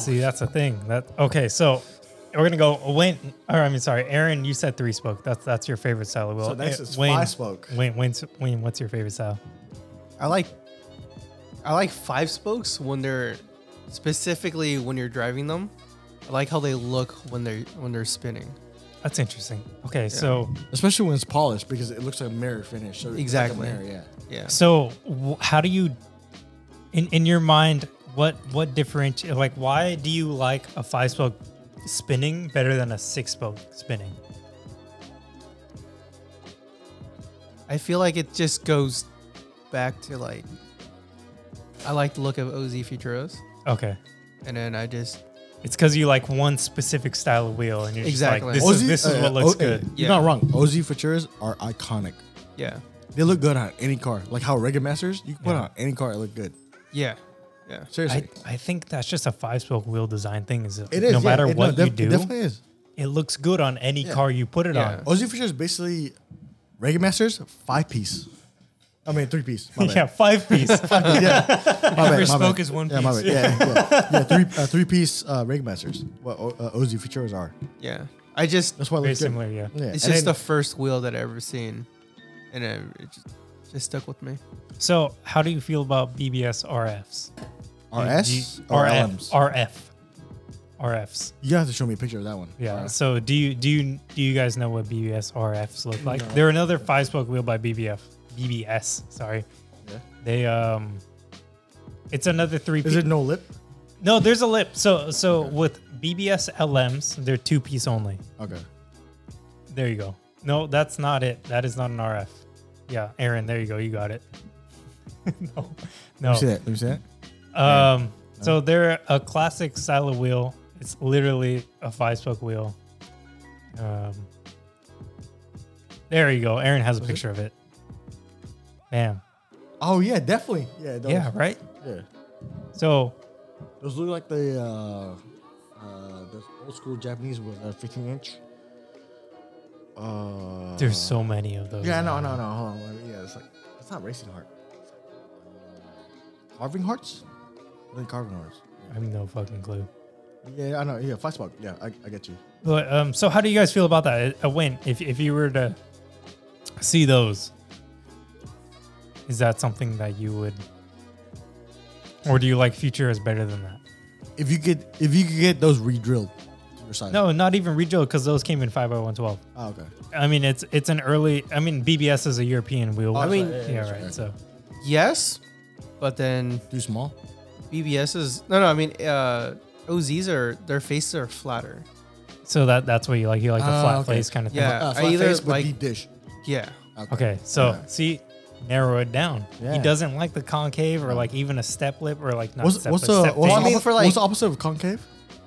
Speaker 2: See, that's the thing. That okay, so we're gonna go Wayne. Or I mean, sorry, Aaron. You said three spoke. That's that's your favorite style. Well,
Speaker 4: So next is
Speaker 2: Wayne,
Speaker 4: five spoke.
Speaker 2: Wayne, Wayne, Wayne, what's your favorite style?
Speaker 3: I like I like five spokes when they're specifically when you're driving them. I like how they look when they're when they're spinning.
Speaker 2: That's interesting. Okay, so
Speaker 4: Especially when it's polished because it looks like a mirror finish. So it's like a
Speaker 3: Exactly.
Speaker 4: mirror, yeah.
Speaker 3: Yeah.
Speaker 2: so w- how do you, in in your mind, what what differentiate? Like, why do you like a five spoke spinning better than a six spoke spinning?
Speaker 3: I feel like it just goes back to like I like the look of OZ Futuros,
Speaker 2: Okay,
Speaker 3: and then I just
Speaker 2: it's because you like one specific style of wheel, and you're
Speaker 3: Exactly.
Speaker 2: just like, this is, this is
Speaker 4: uh,
Speaker 2: what looks
Speaker 4: O-
Speaker 2: good.
Speaker 4: uh,
Speaker 3: Yeah.
Speaker 4: You're not wrong. OZ Futuras are iconic.
Speaker 3: yeah
Speaker 4: They look good on any car. Like how Reggae Masters, you can put
Speaker 2: Yeah.
Speaker 4: on any car, it look good.
Speaker 3: yeah yeah.
Speaker 4: Seriously.
Speaker 2: I, I think that's just a five spoke wheel design thing. Is
Speaker 4: it is. yeah.
Speaker 2: no matter
Speaker 4: It-
Speaker 2: what
Speaker 4: def-
Speaker 2: you
Speaker 4: It
Speaker 2: do,
Speaker 4: definitely is.
Speaker 2: it looks good on any car you put it
Speaker 3: Yeah.
Speaker 2: on.
Speaker 4: OZ Futuras basically Reggae Masters, five piece. I mean, three piece. My bad.
Speaker 2: yeah, five piece.
Speaker 4: My
Speaker 5: Every
Speaker 4: bad, my
Speaker 5: spoke
Speaker 4: bad.
Speaker 5: is one
Speaker 4: yeah, my
Speaker 5: piece.
Speaker 4: bad. Yeah, yeah, yeah. Three, uh, three piece uh, ring masters. What O- uh, OZ Futuras are.
Speaker 3: Yeah. I just
Speaker 4: That's why it
Speaker 2: Very
Speaker 4: looks good.
Speaker 2: similar, yeah.
Speaker 4: Yeah.
Speaker 3: it's
Speaker 4: and
Speaker 3: just
Speaker 4: then-
Speaker 3: the first wheel that I ever seen, and it, it just, just stuck with me.
Speaker 2: So, how do you feel about BBS RFs?
Speaker 4: RS
Speaker 2: Do you-
Speaker 4: or
Speaker 2: RF,
Speaker 4: LMs.
Speaker 2: RF, RFs.
Speaker 4: You have to show me a picture of that one.
Speaker 2: Yeah.
Speaker 4: RS.
Speaker 2: So, do you do you do you guys know what BBS RFs look like? They're another five spoke wheel by BBF. BBS. Sorry.
Speaker 4: Yeah.
Speaker 2: They um. It's another three.
Speaker 4: Is
Speaker 2: pi-
Speaker 4: it no lip?
Speaker 2: no, there's a lip. So so with BBS LMs, they're two piece only.
Speaker 4: Okay.
Speaker 2: There you go. No, that's not it. That is not an RF. Yeah, Aaron, there you go. You got it. no, no.
Speaker 4: You see that? Let me see that.
Speaker 2: Um, so they're a classic style of wheel. It's literally a five-spoke wheel. Um, there you go. Aaron has a picture of it. Man,
Speaker 4: Oh yeah, definitely. Yeah. Those,
Speaker 2: yeah, right.
Speaker 4: Yeah.
Speaker 2: So
Speaker 4: Those look like the uh, uh, the old school Japanese with a 15 inch. Uh,
Speaker 2: there's so many of those.
Speaker 4: Yeah, no,
Speaker 2: now.
Speaker 4: no, no. Hold on. let me- Yeah, it's like it's not racing heart. It's like carving hearts. What are they carving hearts?
Speaker 2: I have no fucking clue.
Speaker 4: Yeah, I know. Yeah, five spark. Yeah, I, I get you.
Speaker 2: But um, so how do you guys feel about that? A win, if if you were to see those, is that something that you would, or do you like future as better than that?
Speaker 4: If you could, if you could get those re-drilled to your size.
Speaker 2: No, not even rejo because those came in five hundred one twelve.
Speaker 4: Oh, okay.
Speaker 2: I mean, it's it's an early. I mean, BBS is a European wheel.
Speaker 4: I mean-
Speaker 2: yeah, right. So
Speaker 3: Yes, but then
Speaker 4: Too small.
Speaker 3: Uh, BBS is no, no. I mean, uh, OZs are their faces are flatter.
Speaker 2: so that that's what you like. You like the
Speaker 4: Ah,
Speaker 2: flat
Speaker 4: okay.
Speaker 2: face kind of thing.
Speaker 3: Yeah,
Speaker 4: Uh,
Speaker 3: I
Speaker 4: flat
Speaker 3: either
Speaker 4: face with
Speaker 3: like-
Speaker 4: deep dish.
Speaker 3: Yeah,
Speaker 2: Okay, so
Speaker 4: Yeah.
Speaker 2: see, narrow it down. He
Speaker 4: Yeah.
Speaker 2: doesn't like the concave or like even a step lip or like not
Speaker 4: What's
Speaker 2: step
Speaker 4: what's
Speaker 2: lip,
Speaker 4: the
Speaker 2: step
Speaker 4: what's,
Speaker 2: face.
Speaker 4: the
Speaker 3: I mean,
Speaker 4: opposite-
Speaker 3: for like-
Speaker 4: what's the opposite of concave?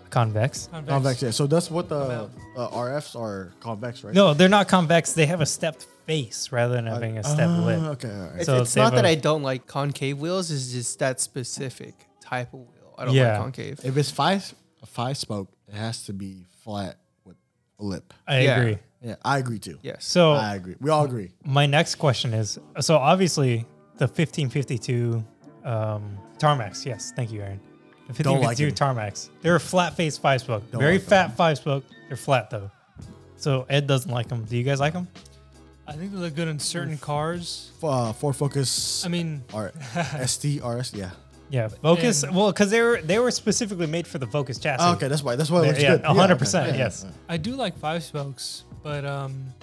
Speaker 2: convex.
Speaker 4: Convex. Yeah. So that's what the uh, RFs are convex, right?
Speaker 2: No, they're not convex. They have a stepped face rather than having a step
Speaker 4: Ah,
Speaker 2: lip.
Speaker 4: Okay. all right.
Speaker 3: it's,
Speaker 2: So
Speaker 3: it's
Speaker 2: they
Speaker 3: not
Speaker 2: have
Speaker 3: that
Speaker 2: a-
Speaker 3: I don't like concave wheels. It's just that specific type of wheel. I don't
Speaker 2: Yeah.
Speaker 3: like concave.
Speaker 4: If it's five five spoke, it has to be flat with a lip.
Speaker 2: I
Speaker 3: Yeah.
Speaker 2: agree.
Speaker 4: Yeah, I agree too.
Speaker 3: Yes.
Speaker 2: So
Speaker 4: I agree. We all agree.
Speaker 2: my next question is so obviously the 1552 um, tarmacs. Yes, thank you, Aaron. The
Speaker 4: Don't like
Speaker 2: 1552 tarmacs. They're a flat face five spoke.
Speaker 4: Don't
Speaker 2: Very
Speaker 4: like them.
Speaker 2: fat five spoke. They're flat though. So Ed doesn't like them. Do you guys like them?
Speaker 5: I think they look good on certain cars.
Speaker 4: F- Uh, Ford Focus.
Speaker 5: I mean,
Speaker 4: R- ST, RS, yeah.
Speaker 2: Yeah, Focus. well, because they were they were specifically made for the Focus chassis.
Speaker 4: Oh, okay, that's why. That's why it
Speaker 2: They're-
Speaker 4: looks
Speaker 2: yeah,
Speaker 4: good.
Speaker 2: a hundred
Speaker 4: okay,
Speaker 2: percent, yes.
Speaker 5: I do like five spokes, but um,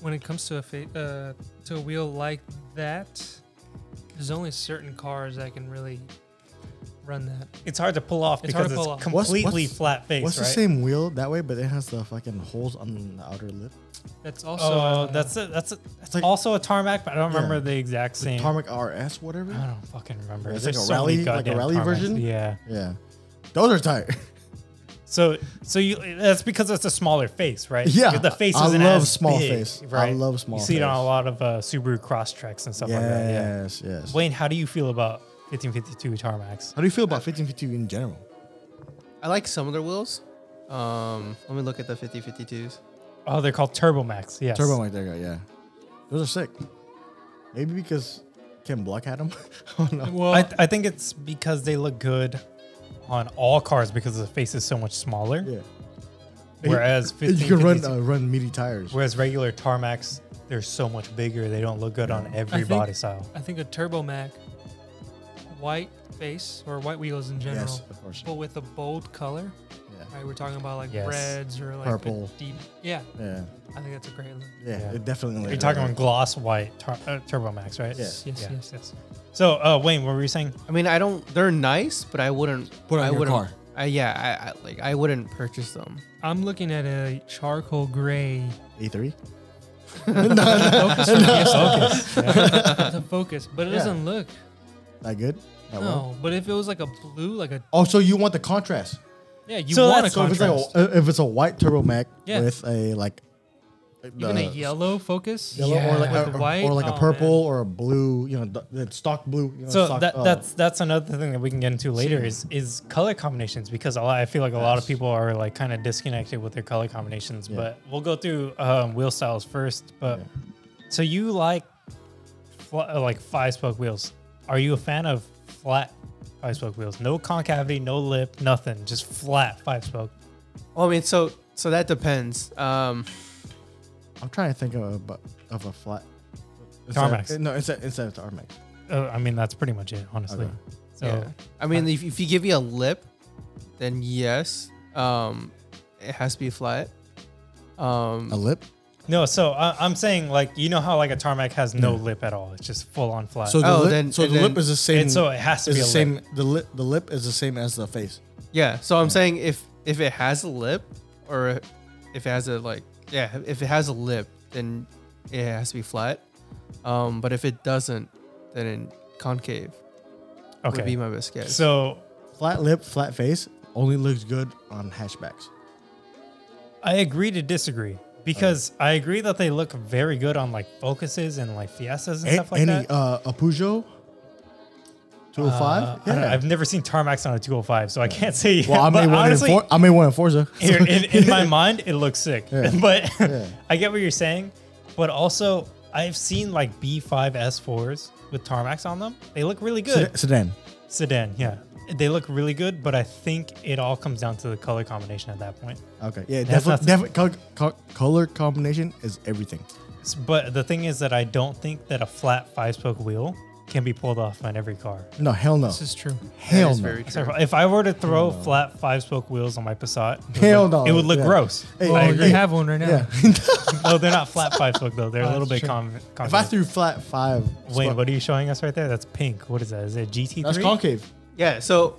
Speaker 5: when it comes to a fa- uh, to a wheel like that, there's only certain cars that can really run that.
Speaker 2: It's hard to pull off
Speaker 5: It's hard
Speaker 2: because
Speaker 5: to
Speaker 2: it's
Speaker 5: pull off.
Speaker 4: What's-
Speaker 2: completely
Speaker 4: what's-
Speaker 2: flat face.
Speaker 4: What's
Speaker 2: right?
Speaker 4: the same wheel that way, but it has the fucking holes on the outer lip?
Speaker 5: That's also
Speaker 2: Oh,
Speaker 5: uh,
Speaker 2: that's a, that's a, that's
Speaker 4: like-
Speaker 2: also a tarmac, but I don't
Speaker 4: Yeah.
Speaker 2: remember the exact same.
Speaker 4: Tarmac RS, whatever.
Speaker 2: I don't fucking remember.
Speaker 4: It's
Speaker 2: There's
Speaker 4: like a
Speaker 2: so many
Speaker 4: rally- like a
Speaker 2: goddamn
Speaker 4: rally
Speaker 2: tarmacs.
Speaker 4: version?
Speaker 2: Yeah.
Speaker 4: Yeah, those are tight.
Speaker 2: So so you that's because it's a smaller face, right?
Speaker 4: Yeah,
Speaker 2: The face
Speaker 4: I
Speaker 2: isn't
Speaker 4: love
Speaker 2: as
Speaker 4: small
Speaker 2: big,
Speaker 4: face. I
Speaker 2: Right?
Speaker 4: love
Speaker 2: You
Speaker 4: small
Speaker 2: see it on
Speaker 4: face.
Speaker 2: a lot of uh, Subaru Crosstreks and stuff like that. Yeah.
Speaker 4: yes, yes.
Speaker 2: Wayne, how do you feel about 1552 tarmacs?
Speaker 4: How do you feel about 1552 in general?
Speaker 3: I like some of their wheels. Um, let me look at the 5052s.
Speaker 2: Oh, they're called Turbomax. Yes.
Speaker 4: Turbo like that guy, yeah. Those are sick. Maybe because Ken Block had them. I don't know.
Speaker 5: well,
Speaker 2: I, I think it's because they look good on all cars because the face is so much smaller.
Speaker 4: Yeah,
Speaker 2: Whereas
Speaker 4: you can run
Speaker 2: 1552
Speaker 4: uh, run meaty tires.
Speaker 2: Whereas regular tarmacs, they're so much bigger. They don't look good on every
Speaker 5: I think-
Speaker 2: body style.
Speaker 5: I think a Turbo Mac, white face or white wheels in general,
Speaker 4: Yes, of course.
Speaker 5: but with a bold color.
Speaker 4: Yeah,
Speaker 5: Right, we're talking about like
Speaker 2: Yes.
Speaker 5: reds or like the
Speaker 4: Purple.
Speaker 5: deep. Yeah,
Speaker 4: yeah,
Speaker 5: I think that's a great look.
Speaker 4: yeah.
Speaker 2: Yeah.
Speaker 4: It definitely. uh,
Speaker 2: You're talking about gloss white tar- uh, Turbo Max, right?
Speaker 4: Yeah.
Speaker 5: Yes, yes,
Speaker 2: Yeah.
Speaker 5: yes, yes.
Speaker 2: So, uh, Wayne, what were you saying?
Speaker 3: I mean, I don't. They're nice, but I wouldn't.
Speaker 1: Put on
Speaker 3: I
Speaker 1: your
Speaker 3: wouldn't,
Speaker 1: car.
Speaker 3: I, yeah, I, I like. I wouldn't purchase them.
Speaker 5: I'm looking at a charcoal gray
Speaker 4: A3.
Speaker 5: focus. from Fiesta. It's a focus, but it
Speaker 4: Yeah.
Speaker 5: doesn't look.
Speaker 4: That good? That well?
Speaker 5: No, but if it was like a blue, like a
Speaker 4: Oh, so you want the contrast?
Speaker 5: yeah, you
Speaker 2: So
Speaker 5: want a
Speaker 2: that's- so
Speaker 4: If it's, like
Speaker 5: contrast.
Speaker 4: a, if it's a white Turbo Mac
Speaker 5: Yeah.
Speaker 4: with a like, like
Speaker 5: Even a
Speaker 4: the
Speaker 5: yellow focus,
Speaker 4: yellow or like
Speaker 5: with
Speaker 4: a,
Speaker 5: the
Speaker 4: or,
Speaker 5: white,
Speaker 4: or like
Speaker 5: oh,
Speaker 4: a
Speaker 5: man.
Speaker 4: purple or a blue, you know, the, the stock blue. You know,
Speaker 2: So
Speaker 4: stock,
Speaker 2: that,
Speaker 4: uh,
Speaker 2: that's that's another thing that we can get into later is is color combinations because a lot, I feel like a lot of
Speaker 4: Yes.
Speaker 2: people are like kind of disconnected with their color combinations.
Speaker 4: Yeah.
Speaker 2: But we'll go through um, wheel styles first. But so you like fl- uh, like five spoke wheels? Are you a fan of flat five spoke wheels? No concavity, no lip, nothing, just flat five spoke.
Speaker 3: Well, Oh, I mean, so so that depends. Um,
Speaker 4: I'm trying to think of a bu- of a flat. It's a-
Speaker 2: Tarmacs.
Speaker 4: no, it's a, it's a tarmac.
Speaker 2: Uh, I mean, that's pretty much it, honestly.
Speaker 4: Okay.
Speaker 2: So
Speaker 3: yeah. I mean, if, if you give me a lip, then yes, um, it has to be flat. Um,
Speaker 4: A lip.
Speaker 2: no, so I, I'm saying like you know how like a tarmac has no lip at all; it's just full on flat.
Speaker 4: Hmm. So the
Speaker 3: Oh,
Speaker 4: lip,
Speaker 3: then-
Speaker 4: so
Speaker 3: and
Speaker 4: the
Speaker 3: then-
Speaker 4: lip is the same.
Speaker 2: And so it has to
Speaker 4: is
Speaker 2: be
Speaker 4: the
Speaker 2: a
Speaker 4: same. The lip the lip is the same as the face.
Speaker 3: Yeah. So I'm saying if if it has a lip, or if it has a like, yeah, if it has a lip, then it has to be flat. Um, but if it doesn't, then in concave
Speaker 2: okay.
Speaker 3: would be my best guess.
Speaker 2: so
Speaker 4: Flat lip, flat face only looks good on hatchbacks.
Speaker 2: I agree to disagree because I agree that they look very good on like focuses and like fiestas and
Speaker 4: A-
Speaker 2: stuff like
Speaker 4: any
Speaker 2: that.
Speaker 4: uh, a Peugeot. Two hundred five.
Speaker 2: Uh, I don't-
Speaker 4: yeah.
Speaker 2: I've never seen tarmacs on a 205, so I can't say.
Speaker 4: well, I
Speaker 2: but
Speaker 4: made one.
Speaker 2: honestly,
Speaker 4: in For- I made one in Forza.
Speaker 2: here, in, in my mind, it looks sick.
Speaker 4: Yeah.
Speaker 2: But
Speaker 4: Yeah.
Speaker 2: I get what you're saying. But also, I've seen like B5 S4s with tarmacs on them. They look really good.
Speaker 4: Sed- Sedan.
Speaker 2: Sedan, yeah. They look really good, but I think it all comes down to the color combination at that point.
Speaker 4: Okay. Yeah.
Speaker 2: That's
Speaker 4: Definitely. Defi- col- col- color combination is everything.
Speaker 2: S- But the thing is that I don't think that a flat five spoke wheel can be pulled off on every car.
Speaker 4: No, hell no.
Speaker 5: This is true.
Speaker 3: That
Speaker 4: Hell
Speaker 3: is
Speaker 4: no.
Speaker 3: very
Speaker 2: So
Speaker 3: true.
Speaker 2: If I were to throw flat five spoke wheels on my Passat, it would
Speaker 4: Hell
Speaker 2: look-
Speaker 4: no,
Speaker 2: it would look
Speaker 4: yeah.
Speaker 2: gross.
Speaker 4: Hey,
Speaker 5: Well,
Speaker 4: I
Speaker 5: Oh, you
Speaker 4: agree.
Speaker 5: have one right now.
Speaker 4: Yeah.
Speaker 2: no, they're not flat five spoke though. They're a
Speaker 5: Oh,
Speaker 2: little
Speaker 5: that's
Speaker 2: bit
Speaker 5: true.
Speaker 2: con-
Speaker 4: if
Speaker 2: concave.
Speaker 4: I threw flat five.
Speaker 2: Wayne,
Speaker 4: spark-
Speaker 2: what are you showing us right there? That's pink. What is that? Is it GT3?
Speaker 4: That's concave.
Speaker 3: Yeah. So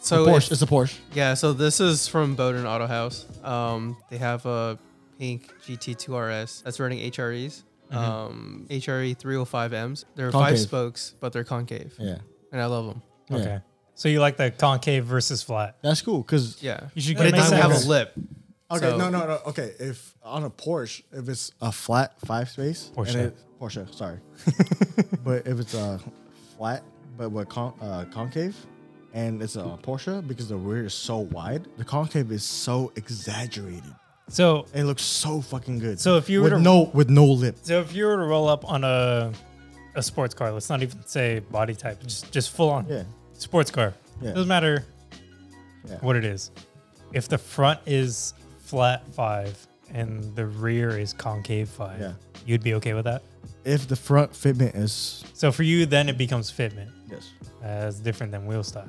Speaker 3: so
Speaker 4: Porsche.
Speaker 3: if-
Speaker 4: It's a Porsche.
Speaker 3: yeah. So this is from Bowden Auto House. Um, they have a pink GT2 RS that's running HREs. Um, HRE 305Ms. They're five
Speaker 4: Concave.
Speaker 3: spokes, but they're concave,
Speaker 4: Yeah.
Speaker 3: and I love them.
Speaker 4: Yeah.
Speaker 2: Okay. So you like the concave versus flat?
Speaker 4: That's cool because
Speaker 3: Yeah.
Speaker 5: You should
Speaker 3: but
Speaker 5: get
Speaker 3: it
Speaker 5: my
Speaker 3: doesn't have a
Speaker 5: wheels.
Speaker 3: lip.
Speaker 4: Okay,
Speaker 3: So-
Speaker 4: no, no, no. Okay, if on a Porsche, if it's a flat five space, and
Speaker 2: Porsche.
Speaker 4: it- Porsche, sorry. but if it's a flat, but with con- uh, concave, and it's a Porsche because the rear is so wide, the concave is so exaggerated.
Speaker 2: So
Speaker 4: It looks so fucking good.
Speaker 2: So if you were
Speaker 4: with
Speaker 2: to-
Speaker 4: no with no lip,
Speaker 2: So if you were to roll up on a a sports car, let's not even say body type, just just full on
Speaker 4: yeah,
Speaker 2: sports car.
Speaker 4: Yeah.
Speaker 2: Doesn't matter
Speaker 4: Yeah.
Speaker 2: what it is. If the front is flat five and the rear is concave five,
Speaker 4: Yeah.
Speaker 2: you'd be okay with that.
Speaker 4: if the front fitment is
Speaker 2: So for you, then it becomes fitment.
Speaker 4: yes,
Speaker 2: That's different than wheel style.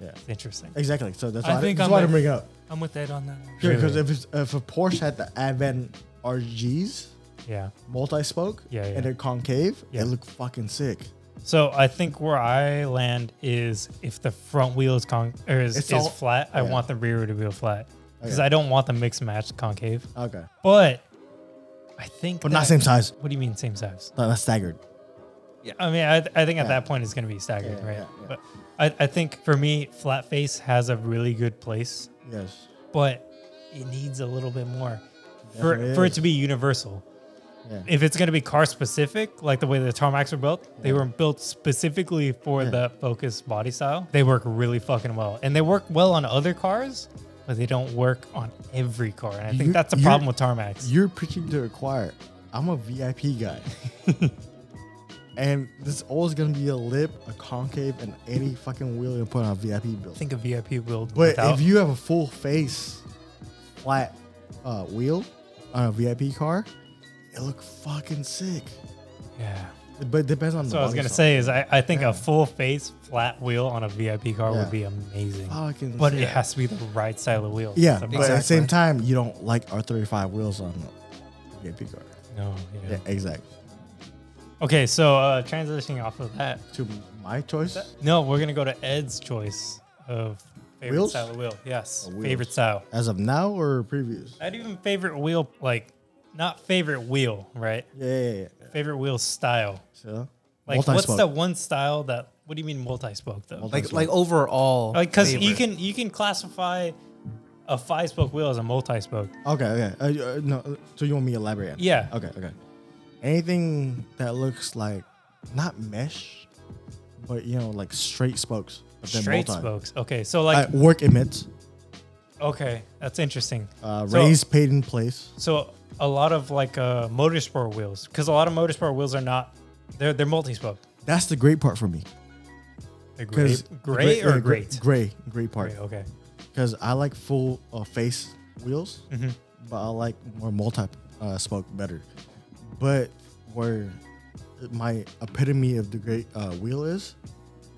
Speaker 4: Yeah.
Speaker 2: it's interesting.
Speaker 4: exactly. So that's
Speaker 5: I
Speaker 4: why I,
Speaker 5: think
Speaker 4: that's
Speaker 5: I'm
Speaker 4: why I
Speaker 5: a-
Speaker 4: bring it up.
Speaker 5: I'm with Ed on that. actually.
Speaker 4: Yeah, because if it's, if a Porsche had the Advent RGs
Speaker 2: Yeah.
Speaker 4: multi spoke,
Speaker 2: Yeah, yeah.
Speaker 4: and they're concave,
Speaker 2: Yeah.
Speaker 4: it looked fucking sick.
Speaker 2: So I think where I land is if the front wheel is con or is,
Speaker 4: It's
Speaker 2: is
Speaker 4: all-
Speaker 2: flat, I
Speaker 4: yeah. Oh,
Speaker 2: want the rear to be flat because
Speaker 4: Okay.
Speaker 2: I don't want the mixed match concave.
Speaker 4: Okay,
Speaker 2: But I think.
Speaker 4: but not
Speaker 2: that-
Speaker 4: same size.
Speaker 2: What do you mean same size?
Speaker 4: No, that's staggered.
Speaker 2: Yeah. I mean, I, I think
Speaker 4: Yeah.
Speaker 2: at that point it's going to be staggered,
Speaker 4: Yeah,
Speaker 2: right?
Speaker 4: yeah, yeah.
Speaker 2: But I, I think for me, flat face has a really good place,
Speaker 4: Yes.
Speaker 2: but it needs a little bit more
Speaker 4: Definitely
Speaker 2: for, for
Speaker 4: is.
Speaker 2: it to be universal.
Speaker 4: Yeah.
Speaker 2: If it's going to be car specific, like the way the tarmacs are built, they were built specifically for
Speaker 4: Yeah.
Speaker 2: the Focus body style. They work really fucking well, and they work well on other cars, but they don't work on every car. And I think
Speaker 4: You-
Speaker 2: that's the
Speaker 4: you're-
Speaker 2: problem with tarmacs.
Speaker 4: You're preaching to the choir. I'm a VIP guy. and there's always gonna be a lip, a concave, and any fucking wheel you put on a VIP build.
Speaker 2: think a VIP build,
Speaker 4: But
Speaker 2: without-
Speaker 4: if you have a full face, flat uh, wheel on a VIP car, it look fucking sick.
Speaker 2: yeah.
Speaker 4: But it depends on the.
Speaker 2: So I was
Speaker 4: body
Speaker 2: gonna
Speaker 4: size.
Speaker 2: say is I, I think a full face flat wheel on a VIP car
Speaker 4: Yeah.
Speaker 2: would be amazing,
Speaker 4: Fucking
Speaker 2: but
Speaker 4: sick.
Speaker 2: it has to be the right style of wheel.
Speaker 4: Yeah,
Speaker 2: The
Speaker 4: but
Speaker 2: right-
Speaker 4: at the same
Speaker 3: Exactly.
Speaker 4: time, you don't like R35 wheels on a VIP car.
Speaker 2: no, yeah.
Speaker 4: Yeah, exactly.
Speaker 2: Okay, so uh, transitioning off of that,
Speaker 4: To my choice,
Speaker 2: no, we're gonna go to Ed's choice of favorite
Speaker 4: Wheels?
Speaker 2: style of wheel. Yes,
Speaker 4: Oh, wheels.
Speaker 2: favorite style.
Speaker 4: as of now or previous.
Speaker 2: Not even favorite wheel, like not favorite wheel, right?
Speaker 4: Yeah, yeah, yeah.
Speaker 2: Favorite wheel style.
Speaker 4: So,
Speaker 2: Like, what's
Speaker 4: multi-spoke.
Speaker 2: the one style that? What do you mean multi-spoke though?
Speaker 4: Multi-
Speaker 3: Like like overall,
Speaker 2: like, because you
Speaker 3: favorite.
Speaker 2: can you can classify a five-spoke wheel as a multi-spoke.
Speaker 4: Okay, okay. Uh, uh, no, uh, so you want me to elaborate? on it?
Speaker 2: Yeah.
Speaker 4: Okay, okay. Anything that looks like not mesh, but you know, like straight spokes, but then
Speaker 2: Straight
Speaker 4: multi.
Speaker 2: spokes. Okay, so like,
Speaker 4: Uh, work emits,
Speaker 2: okay, that's interesting.
Speaker 4: uh,
Speaker 2: So-
Speaker 4: raised paid in place.
Speaker 2: So a lot of like uh, motorsport wheels, because a lot of motorsport wheels are not, they're they're multi-spoke.
Speaker 4: That's the great part for me.
Speaker 2: They're gray,
Speaker 4: 'Cause-
Speaker 2: gray
Speaker 4: yeah,
Speaker 2: or
Speaker 4: gr-
Speaker 2: great?
Speaker 4: Gray, great part.
Speaker 2: Gray, okay.
Speaker 4: Because I like full uh, face wheels,
Speaker 2: Mm-hmm.
Speaker 4: but I like more multi uh, spoke better. But where my epitome of the great uh, wheel is,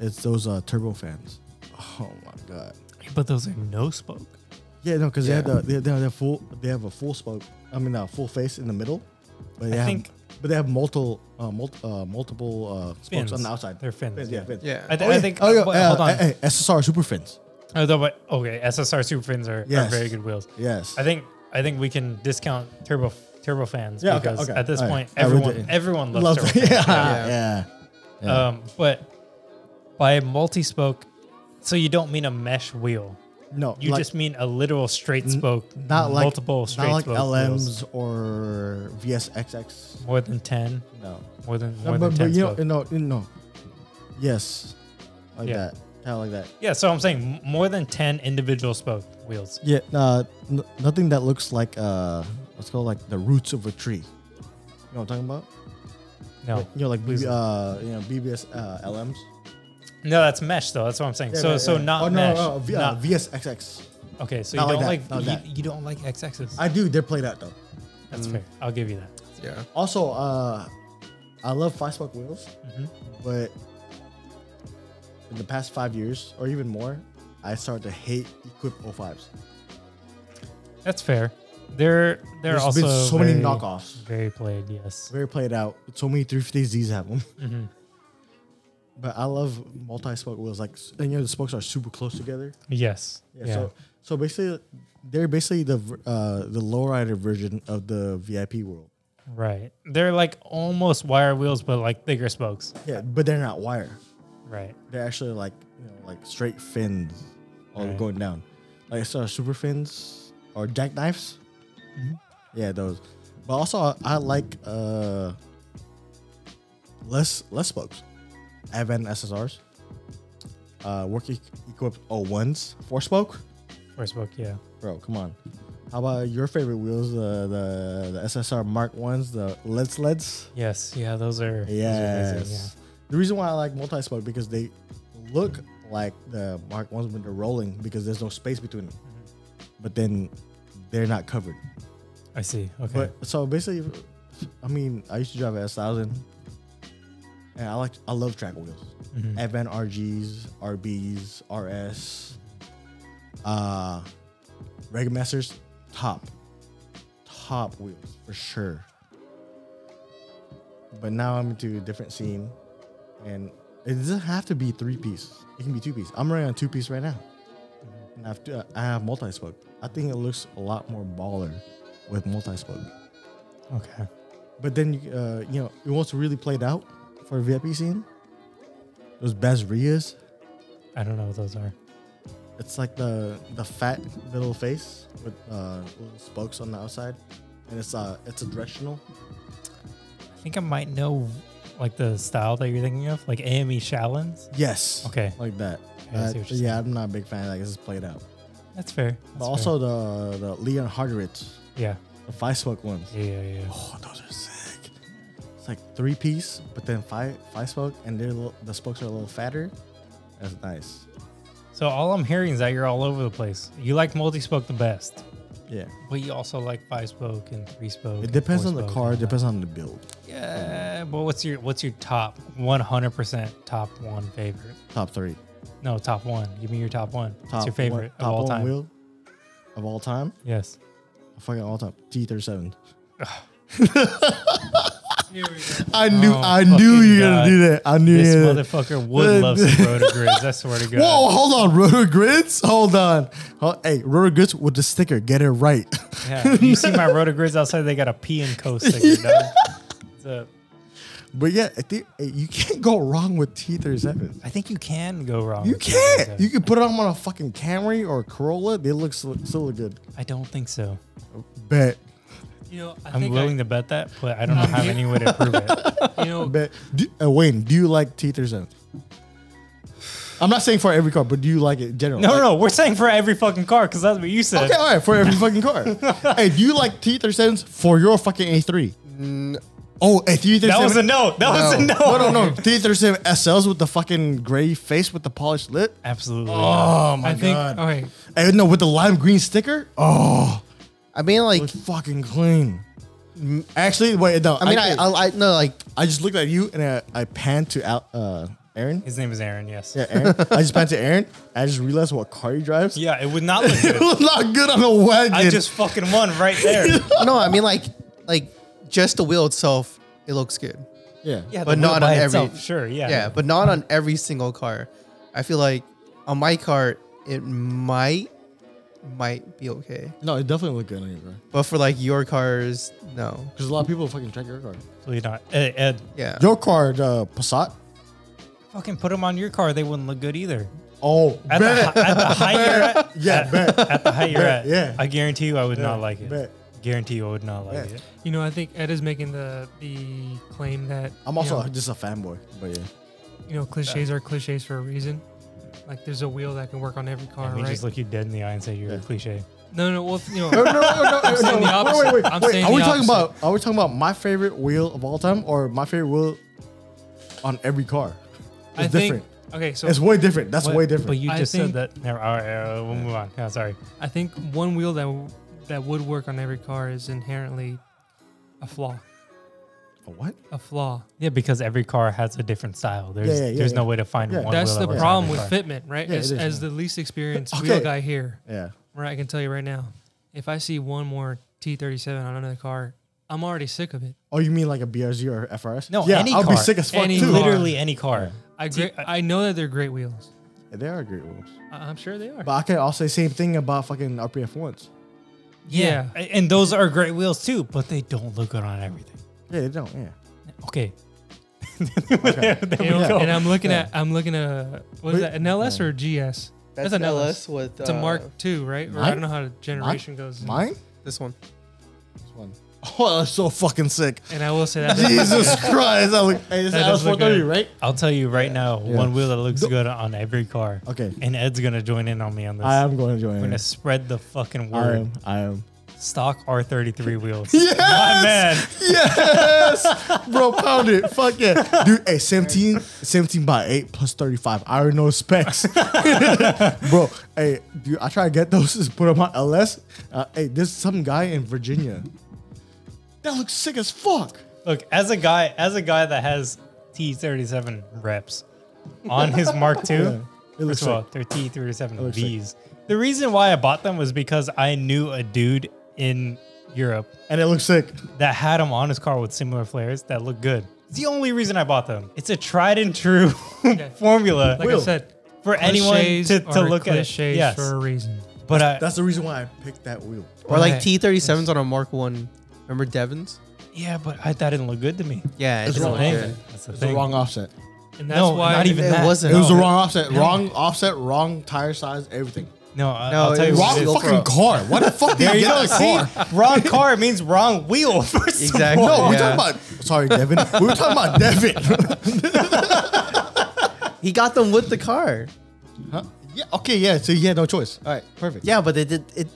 Speaker 4: it's those uh, turbo fans. Oh my god.
Speaker 2: But those are no spoke.
Speaker 4: Yeah, no, because they have the, they, they have the full they have a full spoke. I mean, a full face in the middle, but they
Speaker 2: I
Speaker 4: have
Speaker 2: think-
Speaker 4: but they have multiple uh, mul- uh, multiple uh, spokes
Speaker 2: Fins.
Speaker 4: on the outside.
Speaker 2: They're fins,
Speaker 4: yeah,
Speaker 2: yeah.
Speaker 4: fins.
Speaker 3: Yeah.
Speaker 2: I, th-
Speaker 4: Oh,
Speaker 2: I
Speaker 4: yeah.
Speaker 2: think.
Speaker 4: Oh, yeah,
Speaker 2: wait,
Speaker 4: uh,
Speaker 2: hold on.
Speaker 4: eh, eh, SSR super fins.
Speaker 2: Oh, no, but- okay, SSR super fins are,
Speaker 4: Yes.
Speaker 2: are very good wheels.
Speaker 4: Yes.
Speaker 2: I think I think we can discount turbo turbo fans
Speaker 4: Yeah, okay,
Speaker 2: because
Speaker 4: okay.
Speaker 2: at this
Speaker 4: All right.
Speaker 2: point
Speaker 4: I would
Speaker 2: everyone
Speaker 4: do-
Speaker 2: everyone loves
Speaker 4: Love
Speaker 2: turbo
Speaker 4: yeah,
Speaker 2: fans.
Speaker 4: yeah. Yeah.
Speaker 2: Um, but by multi-spoke, so you don't mean a mesh wheel.
Speaker 4: No,
Speaker 2: You
Speaker 4: like-
Speaker 2: just mean a literal straight spoke,
Speaker 4: not like
Speaker 2: multiple straight
Speaker 4: not like
Speaker 2: spoke
Speaker 4: LMs
Speaker 2: wheels.
Speaker 4: or VSXX.
Speaker 2: More than ten,
Speaker 4: No,
Speaker 2: more than
Speaker 4: no
Speaker 2: more
Speaker 4: but, but
Speaker 2: than ten
Speaker 4: you know,
Speaker 2: spoke.
Speaker 4: no, you know, yes, like
Speaker 2: Yeah.
Speaker 4: that, kind of like that.
Speaker 2: yeah, so I'm saying m- more than ten individual spoke wheels.
Speaker 4: Yeah, uh, n- nothing that looks like uh, let's call it like the roots of a tree. You know what I'm talking about?
Speaker 2: No,
Speaker 4: You know, like B-
Speaker 2: Please.
Speaker 4: uh, you know, BBS uh, LMs.
Speaker 2: no, that's mesh though. That's what I'm saying. so so not
Speaker 4: oh, no,
Speaker 2: mesh.
Speaker 4: No, no, v- uh,
Speaker 2: not-
Speaker 4: VSXX.
Speaker 2: okay, so
Speaker 4: not like
Speaker 2: you don't
Speaker 4: that,
Speaker 2: like,
Speaker 4: not
Speaker 2: you,
Speaker 4: that.
Speaker 2: you don't like XXs.
Speaker 4: I do. They're played out though.
Speaker 2: that's fair. I'll give you that.
Speaker 3: yeah.
Speaker 4: Also, uh, I love five spoke wheels,
Speaker 2: Mm-hmm.
Speaker 4: but in the past five years or even more, I started to hate oh equipped 05s.
Speaker 2: That's fair. There there are
Speaker 4: There's
Speaker 2: also
Speaker 4: been so many
Speaker 2: very-
Speaker 4: knockoffs.
Speaker 2: Very played, yes.
Speaker 4: very played out. So many 350Zs have them.
Speaker 2: Mm-hmm.
Speaker 4: But I love multi-spoke wheels. Like, s- and you know, the spokes are super close together.
Speaker 2: Yes. Yeah.
Speaker 4: So, so basically, they're basically the v- uh, the lowrider version of the VIP world.
Speaker 2: right. They're like almost wire wheels, but like thicker spokes.
Speaker 4: Yeah, but they're not wire.
Speaker 2: Right.
Speaker 4: They're actually like you know, like straight fins, all
Speaker 2: Right.
Speaker 4: going down. Like so super fins or jackknives. Yeah, those. But also, I, I like uh, less less spokes. Advent SSRs. Uh, work e- equipped 01s, four spoke.
Speaker 2: Or spoke, yeah.
Speaker 4: Bro, come on. How about your favorite wheels? The the, the SSR Mark ones, the Let's Let's.
Speaker 2: Yes, yeah, those are.
Speaker 4: Yes.
Speaker 2: Those are amazing, yeah.
Speaker 4: The reason why I like multi spoke because they look like the Mark ones when they're rolling because there's no space between them,
Speaker 2: Mm-hmm.
Speaker 4: but then they're not covered.
Speaker 2: I see. Okay.
Speaker 4: But so basically, I mean, I used to drive a S thousand, and I like I love track wheels,
Speaker 2: Mm-hmm.
Speaker 4: Advan RGs, RBs, RS, uh, Reggae Masters, top, top wheels for sure. But now I'm into a different scene, and it doesn't have to be three piece. It can be two piece. I'm running on two piece right now, and I've uh, I have multi spoke. I think it looks a lot more baller with multi spoke.
Speaker 2: okay.
Speaker 4: But then, you- uh, you know, it wants to really play it out for a VIP scene. Those Bazrias,
Speaker 2: I don't know what those are.
Speaker 4: it's like the the fat little face with uh, little spokes on the outside, and it's uh it's a directional.
Speaker 2: I think I might know like the style that you're thinking of, like AME Shallons.
Speaker 4: Yes.
Speaker 2: Okay.
Speaker 4: Like that.
Speaker 2: Yeah, I see
Speaker 4: Uh,
Speaker 2: what you're
Speaker 4: yeah, I'm not a big fan of that. 'cause It's played out.
Speaker 2: That's fair. That's
Speaker 4: but also the the Leon Hardrit,
Speaker 2: fair.
Speaker 4: the five spoke ones.
Speaker 2: yeah, yeah, yeah, yeah.
Speaker 4: Oh, those are sick. It's like three piece, but then five five spoke, and they're a little- the spokes are a little fatter. That's nice.
Speaker 2: So all I'm hearing is that you're all over the place. You like multi-spoke the best,
Speaker 4: Yeah.
Speaker 2: but you also like five-spoke and three-spoke.
Speaker 4: It
Speaker 2: and
Speaker 4: depends on the
Speaker 2: four-spoke
Speaker 4: car.
Speaker 2: and all
Speaker 4: Depends on the build.
Speaker 2: that. Yeah, but what's your what's your top 100% top one favorite?
Speaker 4: Top three.
Speaker 2: No, top one. Give me your top one.
Speaker 4: Top
Speaker 2: What's your favorite
Speaker 4: One, top
Speaker 2: of all
Speaker 4: one
Speaker 2: time?
Speaker 4: wheel of all time.
Speaker 2: Yes.
Speaker 4: Fucking all time. T thirty seven.
Speaker 5: Here we go.
Speaker 4: I knew.
Speaker 2: Oh,
Speaker 4: I knew
Speaker 2: fucking
Speaker 4: you were gonna
Speaker 2: God.
Speaker 4: do that. I knew.
Speaker 2: This
Speaker 4: you were gonna-
Speaker 2: motherfucker would love some rotor grids. I swear to God.
Speaker 4: Whoa! Hold on, rotor grids. Hold on. Ho- Hey, rotor grids with the sticker. Get it right.
Speaker 2: Yeah, you see my rotor grids outside? They got a P and Co sticker. dog. It's a-
Speaker 4: but yeah, I think, hey, you can't go wrong with T thirty seven.
Speaker 2: I think you can go wrong.
Speaker 4: You
Speaker 2: with rotor
Speaker 4: can't.
Speaker 2: grids.
Speaker 4: You can put it on a fucking Camry or Corolla. They look still, still look good.
Speaker 2: I don't think so.
Speaker 4: Bet.
Speaker 5: You know, I
Speaker 2: I'm
Speaker 5: think
Speaker 2: willing
Speaker 5: I,
Speaker 2: to bet that, but I don't know how any way to prove it.
Speaker 5: you know,
Speaker 4: Bet. Do, uh, Wayne, do you like T thirty seven? I'm not saying for every car, but do you like it in general?
Speaker 2: No,
Speaker 4: Like,
Speaker 2: no, we're saying for every fucking car because that's what you said.
Speaker 4: Okay, all right, for every fucking car. hey, do you like T37s for your fucking A3? Oh, a T37.
Speaker 2: That was a no. That was a no.
Speaker 4: No, no, no. T37 SLs with the fucking gray face with the polished lip.
Speaker 2: Absolutely.
Speaker 4: Oh my
Speaker 5: I think. uh,
Speaker 4: god.
Speaker 5: All right,
Speaker 4: Hey, no, with the lime green sticker. Oh,
Speaker 6: I mean, like,
Speaker 4: it's fucking clean. Actually, wait, no.
Speaker 6: I mean, I, I, I no, like,
Speaker 4: I just looked at you and I, I panned to Al, uh, Aaron.
Speaker 2: His name is Aaron. Yes.
Speaker 4: Yeah, Aaron. I just panned to Aaron. I just realized what car he drives.
Speaker 2: Yeah, it would not look
Speaker 4: it
Speaker 2: good.
Speaker 4: was not good on a wagon.
Speaker 2: I just fucking won right there.
Speaker 6: no, I mean, like,
Speaker 3: like like just the wheel itself, it looks good.
Speaker 4: yeah.
Speaker 2: Yeah, the
Speaker 3: But not
Speaker 2: wheel by
Speaker 3: on every-
Speaker 2: itself, Sure. Yeah.
Speaker 3: yeah, but not on every single car. I feel like on my car, it might might be okay,
Speaker 4: No, it definitely looked good on you, bro.
Speaker 3: but for like your cars, no.
Speaker 4: Because a lot of people fucking track your car.
Speaker 2: Absolutely not. Ed, Ed,
Speaker 3: Yeah,
Speaker 4: Your car, the Passat.
Speaker 2: fucking put them on your car. They wouldn't look good either.
Speaker 4: Oh,
Speaker 2: At, the,
Speaker 4: bet.
Speaker 2: hi- at the height you're at,
Speaker 4: yeah, bet,
Speaker 2: at the height you're
Speaker 4: Bet,
Speaker 2: at,
Speaker 4: yeah.
Speaker 2: I guarantee you, I would not like it.
Speaker 4: bet.
Speaker 2: Guarantee you, I would not like
Speaker 4: Bet.
Speaker 2: it.
Speaker 5: you know, I think Ed is making the the claim that
Speaker 4: I'm
Speaker 5: you
Speaker 4: also
Speaker 5: know,
Speaker 4: just a fanboy, but yeah.
Speaker 5: you know, cliches are cliches for a reason. Like there's a wheel that can work on every car,
Speaker 2: I mean,
Speaker 5: right?
Speaker 2: just look you dead in the eye and say you're
Speaker 4: Yeah.
Speaker 2: a cliche.
Speaker 5: no, no, well, you
Speaker 4: No,
Speaker 5: know,
Speaker 4: no, no, no, no,
Speaker 5: saying the
Speaker 4: no.
Speaker 5: opposite.
Speaker 4: Wait, wait, wait.
Speaker 5: I'm
Speaker 4: wait
Speaker 5: saying
Speaker 4: are
Speaker 5: the
Speaker 4: we talking
Speaker 5: opposite.
Speaker 4: about? Are we talking about my favorite wheel of all time, or my favorite wheel on every car? It's
Speaker 5: I think.
Speaker 4: different.
Speaker 5: Okay, so
Speaker 4: It's way different. That's
Speaker 2: What-
Speaker 4: way different.
Speaker 2: But you
Speaker 5: I
Speaker 2: just
Speaker 5: think-
Speaker 2: said that. Never, all right, all right, we'll move on. Yeah, sorry.
Speaker 5: I think one wheel that w- that would work on every car is inherently a flaw.
Speaker 4: A what?
Speaker 5: A flaw.
Speaker 2: Yeah, because every car has a different style. There's
Speaker 4: yeah, yeah,
Speaker 2: there's no
Speaker 4: yeah.
Speaker 2: way to find
Speaker 4: Yeah.
Speaker 2: one.
Speaker 5: That's the
Speaker 2: wheel that works on
Speaker 5: problem
Speaker 2: every
Speaker 5: with
Speaker 2: car.
Speaker 5: fitment, right?
Speaker 4: Yeah,
Speaker 5: as
Speaker 4: it is,
Speaker 5: as
Speaker 4: yeah.
Speaker 5: the least experienced
Speaker 4: Okay.
Speaker 5: wheel guy here,
Speaker 4: Yeah.
Speaker 5: right? I can tell you right now, if I see one more T37 on another car, I'm already sick of it.
Speaker 4: Oh, you mean like a BRZ or FRS?
Speaker 2: No,
Speaker 4: yeah,
Speaker 2: any
Speaker 4: I'll be
Speaker 2: car.
Speaker 4: sick as fuck
Speaker 5: Any
Speaker 4: too.
Speaker 5: car.
Speaker 2: Literally any car.
Speaker 5: I
Speaker 2: T-
Speaker 5: great, I know that they're great wheels.
Speaker 4: Yeah, they are great wheels,
Speaker 5: I- I'm sure they are.
Speaker 4: but I can also say same thing about fucking RPF ones.
Speaker 5: Yeah.
Speaker 2: A- And those are great wheels too, but they don't look good on everything.
Speaker 4: Yeah, they don't. Yeah.
Speaker 2: Okay.
Speaker 4: Okay.
Speaker 5: You know,
Speaker 4: we go.
Speaker 5: and I'm looking
Speaker 4: Yeah.
Speaker 5: at I'm looking at what is
Speaker 4: But-
Speaker 5: that an LS or a GS?
Speaker 3: that's,
Speaker 5: an LS.
Speaker 3: with
Speaker 5: It's a
Speaker 3: uh,
Speaker 5: Mark II, right? Or I
Speaker 4: mine?
Speaker 5: don't know how the generation goes.
Speaker 4: Mine.
Speaker 3: This one.
Speaker 4: This one. Oh, that's so fucking sick.
Speaker 5: And I will say that
Speaker 4: Jesus Christ! I look, hey, this
Speaker 5: That
Speaker 4: is
Speaker 5: does look good.
Speaker 4: LS430, right?
Speaker 2: I'll tell you right now,
Speaker 4: Yeah.
Speaker 2: one wheel that looks good on every car.
Speaker 4: Okay.
Speaker 2: And Ed's gonna join in on me on this.
Speaker 4: I am going to
Speaker 2: I'm
Speaker 4: join.
Speaker 2: gonna
Speaker 4: it.
Speaker 2: spread the fucking
Speaker 4: I
Speaker 2: word.
Speaker 4: am. I am.
Speaker 2: stock R33 wheels.
Speaker 4: Yes!
Speaker 2: My man.
Speaker 4: Yes, bro, pound it. Fuck yeah, dude. Hey, 17, 17 by eight plus thirty five. I already know specs, bro. Hey, dude, I try to get those. Just put them on LS. Uh, hey, there's some guy in Virginia. That looks sick as fuck.
Speaker 2: Look, as a guy, as a guy that has T37 reps on his Mark II,
Speaker 4: Yeah, it looks
Speaker 2: first of all,
Speaker 4: sick.
Speaker 2: they're T37
Speaker 4: looks sick.
Speaker 2: Vs. The reason why I bought them was because I knew a dude in Europe
Speaker 4: And it looks sick.
Speaker 2: that had them on his car with similar flares that looked good. It's the only reason I bought them. It's a tried and true formula
Speaker 5: Like I said,
Speaker 2: for anyone
Speaker 5: cliches
Speaker 2: to, to
Speaker 5: are
Speaker 2: look at. It.
Speaker 5: cliches
Speaker 2: Yes,
Speaker 5: for a reason.
Speaker 2: but I,
Speaker 4: That's the reason why I picked that wheel.
Speaker 3: Or like
Speaker 2: Right.
Speaker 3: T thirty sevens on a Mark One. Remember Devon's?
Speaker 2: yeah, but I, that didn't look good to me.
Speaker 3: Yeah,
Speaker 4: It's
Speaker 3: it didn't
Speaker 2: That's the
Speaker 4: wrong.
Speaker 3: look
Speaker 2: thing.
Speaker 3: good.
Speaker 2: That's the
Speaker 4: It's
Speaker 2: thing.
Speaker 4: the wrong offset.
Speaker 5: And that's
Speaker 2: No,
Speaker 5: why
Speaker 2: not even
Speaker 3: It
Speaker 2: that.
Speaker 3: wasn't.
Speaker 4: It was the
Speaker 3: No.
Speaker 4: wrong offset. Wrong offset. Wrong tire size. Everything.
Speaker 2: No, I,
Speaker 3: No,
Speaker 2: I'll tell
Speaker 3: it
Speaker 2: you
Speaker 3: was
Speaker 2: what.
Speaker 3: wrong.
Speaker 2: it is.
Speaker 3: Go for a-
Speaker 4: car. Why the fuck did
Speaker 2: There
Speaker 4: I
Speaker 2: you go.
Speaker 4: get
Speaker 2: See,
Speaker 4: that car?
Speaker 2: wrong car means wrong wheel. First of
Speaker 3: Exactly.
Speaker 4: No, we're
Speaker 3: yeah.
Speaker 4: talking about. Sorry, Devin. We were talking about Devin.
Speaker 3: He got them with the car.
Speaker 4: Huh? Yeah. Okay. Yeah. So you had no choice. All right. Perfect.
Speaker 3: Yeah, but they did it.